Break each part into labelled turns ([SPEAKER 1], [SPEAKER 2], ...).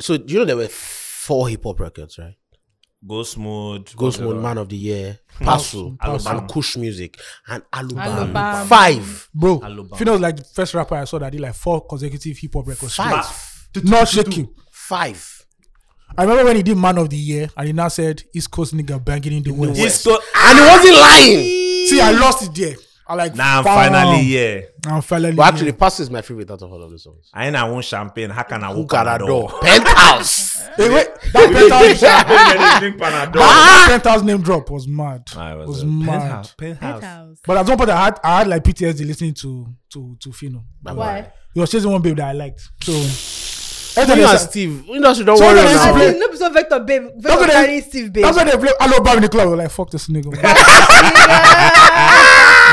[SPEAKER 1] So you know there were four hip hop records, right?
[SPEAKER 2] Go smooth.
[SPEAKER 1] Ghost Mode, Man of the Year, Pasu,
[SPEAKER 2] Alubam.
[SPEAKER 1] and Kush Music, and Alubam.
[SPEAKER 3] Alubam.
[SPEAKER 1] Five.
[SPEAKER 4] Bro,
[SPEAKER 2] Alubam.
[SPEAKER 4] Fino was like the first rapper I saw that did like four consecutive hip hop records.
[SPEAKER 1] Five.
[SPEAKER 4] Not shaking.
[SPEAKER 1] Five.
[SPEAKER 4] I remember when he did Man of the Year and he now said East Coast nigga banging in the West.
[SPEAKER 2] This go-
[SPEAKER 1] And he wasn't lying.
[SPEAKER 4] See, I lost it there. I like
[SPEAKER 2] Now
[SPEAKER 4] "Fam."
[SPEAKER 2] finally yeah.
[SPEAKER 4] Now finally.
[SPEAKER 1] But actually, Pasu is my favorite out of all of the songs.
[SPEAKER 2] I ain't I want champagne. How can I
[SPEAKER 1] Who
[SPEAKER 2] walk
[SPEAKER 1] got
[SPEAKER 2] out
[SPEAKER 1] a
[SPEAKER 2] the
[SPEAKER 1] door?
[SPEAKER 2] door?
[SPEAKER 1] Penthouse.
[SPEAKER 4] yeah. Hey, wait, that penthouse,
[SPEAKER 2] Let me drink Panadol.
[SPEAKER 4] that penthouse name drop was mad.
[SPEAKER 2] I was,
[SPEAKER 4] was
[SPEAKER 2] uh,
[SPEAKER 4] mad.
[SPEAKER 2] penthouse. Penthouse.
[SPEAKER 3] Penthouse.
[SPEAKER 4] But at some point, I had I had like PTSD listening to to to Fino.
[SPEAKER 3] Why?
[SPEAKER 4] He was chasing one babe that I liked. So every time
[SPEAKER 1] You
[SPEAKER 4] they
[SPEAKER 1] and
[SPEAKER 4] start-
[SPEAKER 1] Steve, industry don't
[SPEAKER 4] So
[SPEAKER 1] worry
[SPEAKER 4] when I
[SPEAKER 1] about
[SPEAKER 4] used to
[SPEAKER 1] it.
[SPEAKER 4] play-
[SPEAKER 3] No, it's not Vector, babe.
[SPEAKER 4] that's
[SPEAKER 3] Vector
[SPEAKER 4] when
[SPEAKER 3] carry
[SPEAKER 4] they,
[SPEAKER 3] Steve, babe.
[SPEAKER 4] that's when they play Hello Bob in the club. We're like, fuck this nigga, man.
[SPEAKER 3] Ah,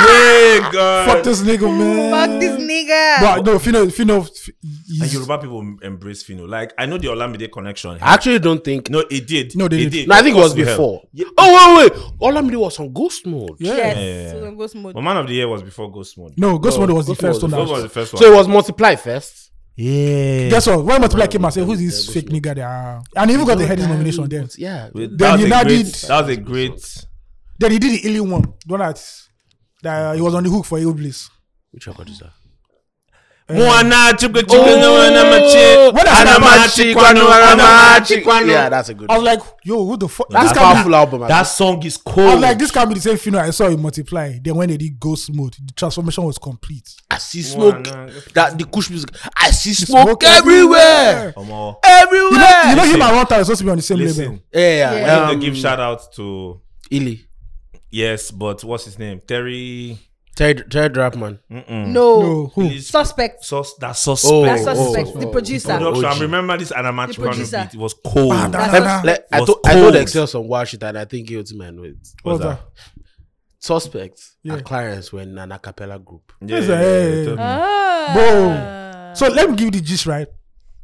[SPEAKER 2] Yeah, God.
[SPEAKER 4] fuck this nigga, man.
[SPEAKER 3] Fuck this nigga.
[SPEAKER 4] But no, Fino, Fino, f-
[SPEAKER 2] And
[SPEAKER 4] he's-
[SPEAKER 2] Yoruba people m- embrace Fino. Like I know the Olamide connection.
[SPEAKER 1] I actually don't think.
[SPEAKER 2] no, it did.
[SPEAKER 4] No, they
[SPEAKER 2] it
[SPEAKER 4] did.
[SPEAKER 1] No, I think it was
[SPEAKER 2] Cost me help.
[SPEAKER 1] before. Oh, wait, wait. Olamide was on Ghost Mode.
[SPEAKER 4] yeah.
[SPEAKER 3] yes.
[SPEAKER 2] yeah, yeah.
[SPEAKER 3] So Ghost Mode.
[SPEAKER 2] But Man of the Year was before Ghost Mode.
[SPEAKER 4] No, Ghost
[SPEAKER 1] No,
[SPEAKER 4] Mode was the
[SPEAKER 1] Oh, Ghost
[SPEAKER 4] first
[SPEAKER 1] Mode
[SPEAKER 4] one.
[SPEAKER 2] Ghost
[SPEAKER 4] that
[SPEAKER 2] Mode was
[SPEAKER 4] was-
[SPEAKER 2] the first one.
[SPEAKER 1] So it was Multiply first.
[SPEAKER 2] yeah.
[SPEAKER 4] Guess what? When Multiply came out, said, "Who's
[SPEAKER 1] Yeah,
[SPEAKER 4] this
[SPEAKER 1] Ghost
[SPEAKER 4] fake
[SPEAKER 1] Mode.
[SPEAKER 4] nigga?" There, Ah. and he even got the headies nomination there.
[SPEAKER 1] Yeah.
[SPEAKER 2] That
[SPEAKER 4] Then
[SPEAKER 2] was a
[SPEAKER 4] you now
[SPEAKER 2] great-
[SPEAKER 4] did-
[SPEAKER 2] That was a great.
[SPEAKER 4] Then he did the alien one, the one that that he was on the hook for Iblis.
[SPEAKER 1] Which record is that?
[SPEAKER 2] Muana chukwe chukwe
[SPEAKER 1] Oh!
[SPEAKER 2] no
[SPEAKER 4] What does
[SPEAKER 2] anamachi. Anamachi kwano anamachi kwano.
[SPEAKER 1] Yeah, that's a good
[SPEAKER 4] I was like, "Yo, who the fuck?"
[SPEAKER 1] That's
[SPEAKER 4] this
[SPEAKER 1] a
[SPEAKER 4] can't be-
[SPEAKER 1] powerful album. I
[SPEAKER 2] That song is
[SPEAKER 4] I
[SPEAKER 2] cold.
[SPEAKER 4] was like, this can't be the same Fino I saw in Multiply. Then when they did Ghost Mode, the transformation was complete.
[SPEAKER 1] I see smoke.
[SPEAKER 2] Wow, nah.
[SPEAKER 1] That the Kush music. I see smoke,
[SPEAKER 4] Smoke
[SPEAKER 1] everywhere.
[SPEAKER 2] Omo,
[SPEAKER 1] Everywhere.
[SPEAKER 4] You know, you know him
[SPEAKER 2] Listen.
[SPEAKER 4] and Ron Town are supposed to be on the same
[SPEAKER 2] Listen,
[SPEAKER 4] label.
[SPEAKER 1] yeah,
[SPEAKER 2] we
[SPEAKER 1] yeah.
[SPEAKER 2] need to
[SPEAKER 1] um,
[SPEAKER 2] give shout out to
[SPEAKER 1] Illy.
[SPEAKER 2] yes, but what's his name? Terry.
[SPEAKER 1] Terry, Terry Dragman.
[SPEAKER 2] Mm-mm.
[SPEAKER 3] No.
[SPEAKER 4] No, who?
[SPEAKER 2] Please-
[SPEAKER 3] Suspect.
[SPEAKER 2] Sus, that
[SPEAKER 1] Oh,
[SPEAKER 2] suspect.
[SPEAKER 3] That's suspect.
[SPEAKER 1] oh,
[SPEAKER 3] the
[SPEAKER 1] oh.
[SPEAKER 3] producer.
[SPEAKER 1] Oh,
[SPEAKER 2] production.
[SPEAKER 1] OG.
[SPEAKER 2] Remember this Anamachi
[SPEAKER 3] The
[SPEAKER 2] Kwano
[SPEAKER 3] producer.
[SPEAKER 2] beat? It was cold.
[SPEAKER 4] Ah, nah,
[SPEAKER 3] That's
[SPEAKER 4] nah,
[SPEAKER 3] us.
[SPEAKER 4] nah.
[SPEAKER 1] Like, I,
[SPEAKER 2] Was
[SPEAKER 1] told I told
[SPEAKER 2] cold.
[SPEAKER 1] Excel some wild shit and I think it man with
[SPEAKER 2] What's
[SPEAKER 4] What's that?
[SPEAKER 1] Suspect
[SPEAKER 4] Yeah.
[SPEAKER 1] and Clarence were in an a cappella group.
[SPEAKER 2] Yeah,
[SPEAKER 4] Yes,
[SPEAKER 2] yeah,
[SPEAKER 4] eh,
[SPEAKER 2] yeah,
[SPEAKER 4] eh,
[SPEAKER 2] tell me.
[SPEAKER 3] Ah.
[SPEAKER 4] Bro. So let me give you the gist, right?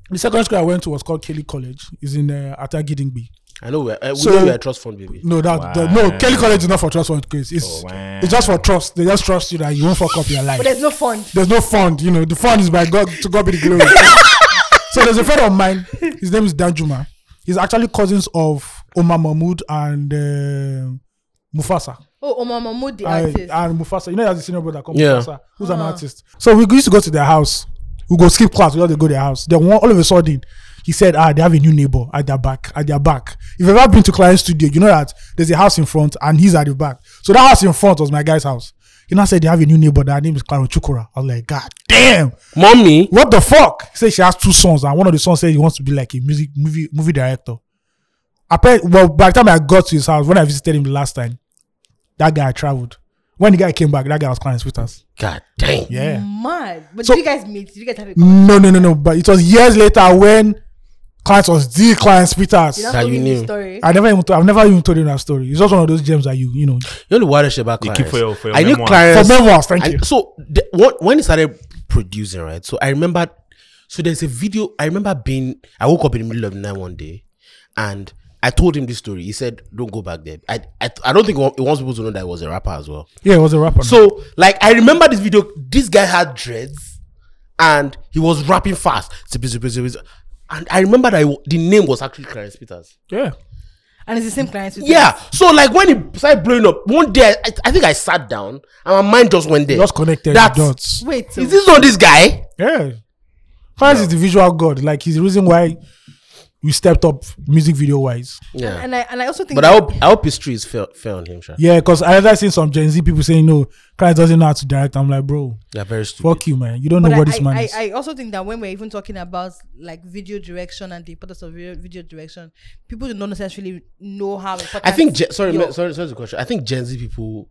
[SPEAKER 4] The second school I went to was called Kelly College. It's in uh, Atagidingbi.
[SPEAKER 1] I know we're, uh, we
[SPEAKER 4] So-
[SPEAKER 1] know we're a trust fund baby.
[SPEAKER 4] No, that the, no Kelly College is not for trust fund quiz. It's
[SPEAKER 2] Oh, wow.
[SPEAKER 4] it's just for trust. They just trust you that you won't fuck up your life.
[SPEAKER 3] But there's no fund.
[SPEAKER 4] there's no fund, you know. The fund is by God to God be the glory. so there's a friend of mine. His name is Danjuma. He's actually cousins of Omar Mahmoud and um Mufasa.
[SPEAKER 3] Oh, Omar Mahmoud, the
[SPEAKER 4] I-
[SPEAKER 3] artist. Uh-huh.
[SPEAKER 4] and Mufasa. You know, he has a senior brother called
[SPEAKER 1] Yeah.
[SPEAKER 4] Mufasa, who's an artist. So we used to go to their house. We go skip class. We had to go to their house. Then one, all of a sudden, he said, "Ah, they have a new neighbor at their back. At their back. If you've ever been to client studio, you know that there's a house in front and he's at the back. So that house in front was my guy's house. He now said they have a new neighbor. That name is Claro Chukura. I was like, God damn,
[SPEAKER 1] Mommy.
[SPEAKER 4] what the fuck? He said she has two sons, and one of the sons said he wants to be like a music movie movie director. Apparently, well, by the time I got to his house, when I visited him the last time, that guy traveled. When the guy came back, that guy was clients with us.
[SPEAKER 1] God dang.
[SPEAKER 4] Yeah.
[SPEAKER 3] Mad. But
[SPEAKER 4] So-
[SPEAKER 3] did you guys meet? Did you guys have a
[SPEAKER 4] No, no, no, no. But it was years later when clients was the clients with us.
[SPEAKER 3] Did I
[SPEAKER 1] That
[SPEAKER 3] tell
[SPEAKER 1] you
[SPEAKER 3] you
[SPEAKER 1] knew.
[SPEAKER 3] the story?
[SPEAKER 4] I never even told, I've never even told him that story. It's just one of those gems that you you know
[SPEAKER 1] You know the wildest shit about
[SPEAKER 2] You
[SPEAKER 1] Clarence.
[SPEAKER 2] keep for your- for your
[SPEAKER 1] I knew
[SPEAKER 2] memoirs.
[SPEAKER 4] for
[SPEAKER 1] Clarence.
[SPEAKER 4] memoirs. Thank you.
[SPEAKER 1] And so the, what when he started producing, right? So I remember so there's a video I remember being I woke up in the middle of the night one day and I told him this story. He said, Don't go back there. I I, I don't think he wa- he wants people to know that I was a rapper as well.
[SPEAKER 4] Yeah, it was a rapper.
[SPEAKER 1] So like I remember this video, this guy had dreads and he was rapping fast. Zipi, zipi, zipi, zipi. And I remember that I wa- the name was actually Clarence Peters.
[SPEAKER 4] yeah.
[SPEAKER 3] And it's the same client. with
[SPEAKER 1] Yeah. So like when he started blowing up, one day I, I think I sat down and my mind just went there.
[SPEAKER 4] Just connected the
[SPEAKER 1] That's-
[SPEAKER 4] dots.
[SPEAKER 3] you. Wait. So,
[SPEAKER 1] Is this not this guy?
[SPEAKER 4] Yeah. Christ is the visual god. Like he's the reason why we stepped up music video wise.
[SPEAKER 1] Yeah.
[SPEAKER 3] And I and I also think.
[SPEAKER 1] But I hope I hope his trees fell fell on him, sure.
[SPEAKER 4] Yeah, because I ever seen some Gen Z people saying no, Christ doesn't know how to direct. I'm like, bro,
[SPEAKER 1] They're very stupid.
[SPEAKER 4] fuck you, man. You don't
[SPEAKER 3] but
[SPEAKER 4] know
[SPEAKER 3] I,
[SPEAKER 4] what this
[SPEAKER 3] I,
[SPEAKER 4] man
[SPEAKER 3] I,
[SPEAKER 4] is.
[SPEAKER 3] I also think that when we're even talking about like video direction and the importance of video, video direction, people do not necessarily know how.
[SPEAKER 1] I
[SPEAKER 3] important
[SPEAKER 1] think Gen- sorry,
[SPEAKER 3] your-
[SPEAKER 1] ma- sorry, sorry to question. I think Gen Z people.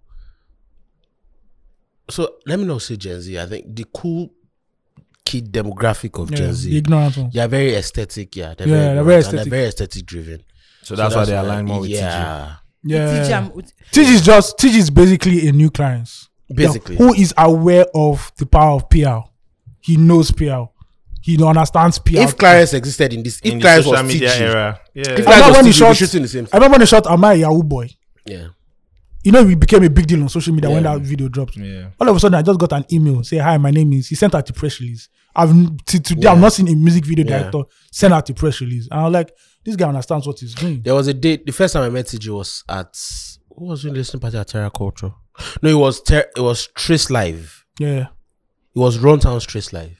[SPEAKER 1] So let me not say Gen Z. I think the cool kid demographic of
[SPEAKER 4] yeah,
[SPEAKER 1] Gen
[SPEAKER 4] The
[SPEAKER 1] Z.
[SPEAKER 4] ignorant ones.
[SPEAKER 1] They are very aesthetic. Yeah, they're
[SPEAKER 4] Yeah,
[SPEAKER 1] very,
[SPEAKER 4] they're
[SPEAKER 1] ignorant
[SPEAKER 4] very
[SPEAKER 1] and
[SPEAKER 4] aesthetic.
[SPEAKER 1] They're very aesthetic driven.
[SPEAKER 2] So that's why they align
[SPEAKER 1] like,
[SPEAKER 2] more with TG.
[SPEAKER 1] yeah.
[SPEAKER 3] Teach
[SPEAKER 4] Yeah.
[SPEAKER 3] them with-
[SPEAKER 4] Teach is just Teach is basically a new client.
[SPEAKER 1] Basically.
[SPEAKER 4] who is aware of the power of PL. He knows PL. He understands PL.
[SPEAKER 1] If Clarence existed in this, if
[SPEAKER 2] In the
[SPEAKER 1] Clarence
[SPEAKER 2] social
[SPEAKER 1] was
[SPEAKER 2] media
[SPEAKER 1] teaching,
[SPEAKER 2] era. Yeah.
[SPEAKER 1] if
[SPEAKER 4] I remember
[SPEAKER 1] Clarence
[SPEAKER 4] when he
[SPEAKER 1] was teaching, we'd be
[SPEAKER 4] shot-
[SPEAKER 1] shooting the same
[SPEAKER 4] I
[SPEAKER 1] thing.
[SPEAKER 4] remember when they shot Amaya Yahoo Boy.
[SPEAKER 1] Yeah.
[SPEAKER 4] You know, it became a big deal on social media when
[SPEAKER 1] Yeah.
[SPEAKER 4] that video dropped.
[SPEAKER 2] yeah.
[SPEAKER 4] All of a sudden, I just got an email say, "Hi, my name is." He sent out the press release. I've till today I've
[SPEAKER 1] Yeah.
[SPEAKER 4] not seen a music video
[SPEAKER 1] Yeah.
[SPEAKER 4] director send out a press release. And I'm like, this guy understands what he's doing.
[SPEAKER 1] There was a date. The first time I met TJ was at what was we listening party at Terra Culture? No, it was ter- it was Trace Live.
[SPEAKER 4] Yeah.
[SPEAKER 1] It was Runtown's Trace Live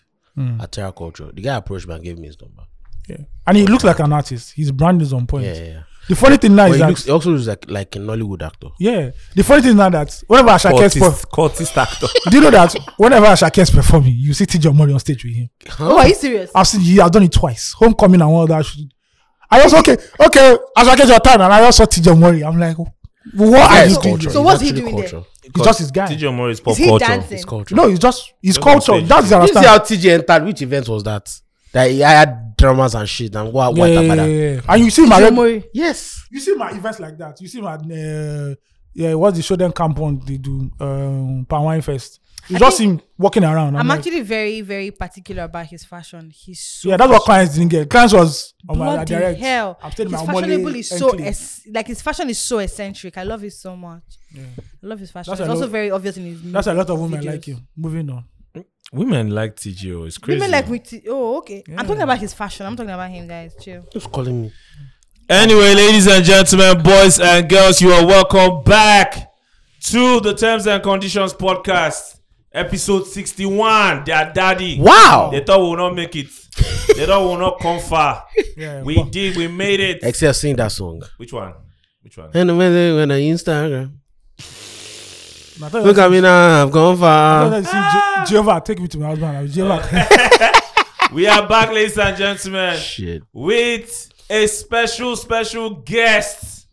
[SPEAKER 1] at Terra Culture. The guy approached me and gave me his number.
[SPEAKER 4] Yeah. And he looks like an artist. His brand is on point.
[SPEAKER 1] Yeah, yeah. yeah.
[SPEAKER 4] The funny thing now
[SPEAKER 1] But
[SPEAKER 4] is
[SPEAKER 1] he,
[SPEAKER 4] that
[SPEAKER 1] looks, he also looks like like a Nollywood actor.
[SPEAKER 4] yeah. The funny thing now that whenever Ashake's perform,
[SPEAKER 5] Courtist, courtist actor.
[SPEAKER 4] do you know that whenever Ashake's performing, you see TJ Omori on stage with him.
[SPEAKER 3] Oh, are you serious?
[SPEAKER 4] I've seen yeah, I've done it twice. Homecoming and all that. shit. I just okay, okay. Ashake your turn, and I also saw TJ Omori. I'm like, what are
[SPEAKER 1] That's
[SPEAKER 4] you
[SPEAKER 3] so-
[SPEAKER 4] Ah, doing?
[SPEAKER 1] culture.
[SPEAKER 3] so
[SPEAKER 1] It's
[SPEAKER 3] what's he
[SPEAKER 1] actually
[SPEAKER 3] doing there?
[SPEAKER 4] It's just his guy.
[SPEAKER 5] TJ Omori is pop
[SPEAKER 3] he
[SPEAKER 5] culture.
[SPEAKER 3] dancing?
[SPEAKER 1] It's culture.
[SPEAKER 4] No, it's just it's
[SPEAKER 5] Just on
[SPEAKER 4] culture.
[SPEAKER 5] stage.
[SPEAKER 4] That's the
[SPEAKER 1] you see how
[SPEAKER 4] understanding.
[SPEAKER 1] TJ entered? Which event was that? That he had dramas and shit and what
[SPEAKER 4] Yeah,
[SPEAKER 1] what
[SPEAKER 4] yeah,
[SPEAKER 1] happened?
[SPEAKER 4] yeah, yeah. And you see my
[SPEAKER 3] Don't
[SPEAKER 4] reg-
[SPEAKER 3] worry.
[SPEAKER 1] Yes.
[SPEAKER 4] you see my events like that. You see my uh, yeah, what's the show them camp on they do um Palm Wine Fest. You
[SPEAKER 3] I
[SPEAKER 4] just
[SPEAKER 3] think-
[SPEAKER 4] him walking around. I'm,
[SPEAKER 3] I'm
[SPEAKER 4] like,
[SPEAKER 3] actually very, very particular about his fashion. He's so
[SPEAKER 4] yeah, that's what clients didn't get. Clients was oh my, I
[SPEAKER 3] bloody
[SPEAKER 4] direct.
[SPEAKER 3] hell.
[SPEAKER 4] I'm
[SPEAKER 3] His
[SPEAKER 4] telling my
[SPEAKER 3] fashionable
[SPEAKER 4] Omole
[SPEAKER 3] is so
[SPEAKER 4] Enkle.
[SPEAKER 3] es- like his fashion is so eccentric. I love it so much. I love his fashion.
[SPEAKER 4] That's
[SPEAKER 3] it's
[SPEAKER 4] a
[SPEAKER 3] also
[SPEAKER 4] lot-
[SPEAKER 3] very obvious in his.
[SPEAKER 4] That's a lot of women
[SPEAKER 3] videos.
[SPEAKER 4] like him. Moving on.
[SPEAKER 5] Women like TJ. oh, It's crazy.
[SPEAKER 3] Women like with oh okay. I'm talking about his fashion. I'm talking about him, guys. Chill.
[SPEAKER 1] Who's calling me?
[SPEAKER 5] Anyway, ladies and gentlemen, boys and girls, you are welcome back to the Terms and Conditions podcast, episode 61. Their daddy.
[SPEAKER 1] Wow.
[SPEAKER 5] They thought we will not make it. they thought we will not come far.
[SPEAKER 4] Yeah,
[SPEAKER 5] We
[SPEAKER 4] but-
[SPEAKER 5] did. We made it.
[SPEAKER 1] Except sing that song.
[SPEAKER 5] Which one? Which one?
[SPEAKER 1] And when they when on Instagram,
[SPEAKER 4] I thought you
[SPEAKER 1] look
[SPEAKER 4] were-
[SPEAKER 1] at me now, I've gone
[SPEAKER 4] I thought
[SPEAKER 1] far.
[SPEAKER 4] you said,
[SPEAKER 3] Ah.
[SPEAKER 4] "Je- Jehovah, take me to my husband. I was Jehovah.
[SPEAKER 5] we are back, ladies and gentlemen,
[SPEAKER 1] Shit.
[SPEAKER 5] with a special, special guest.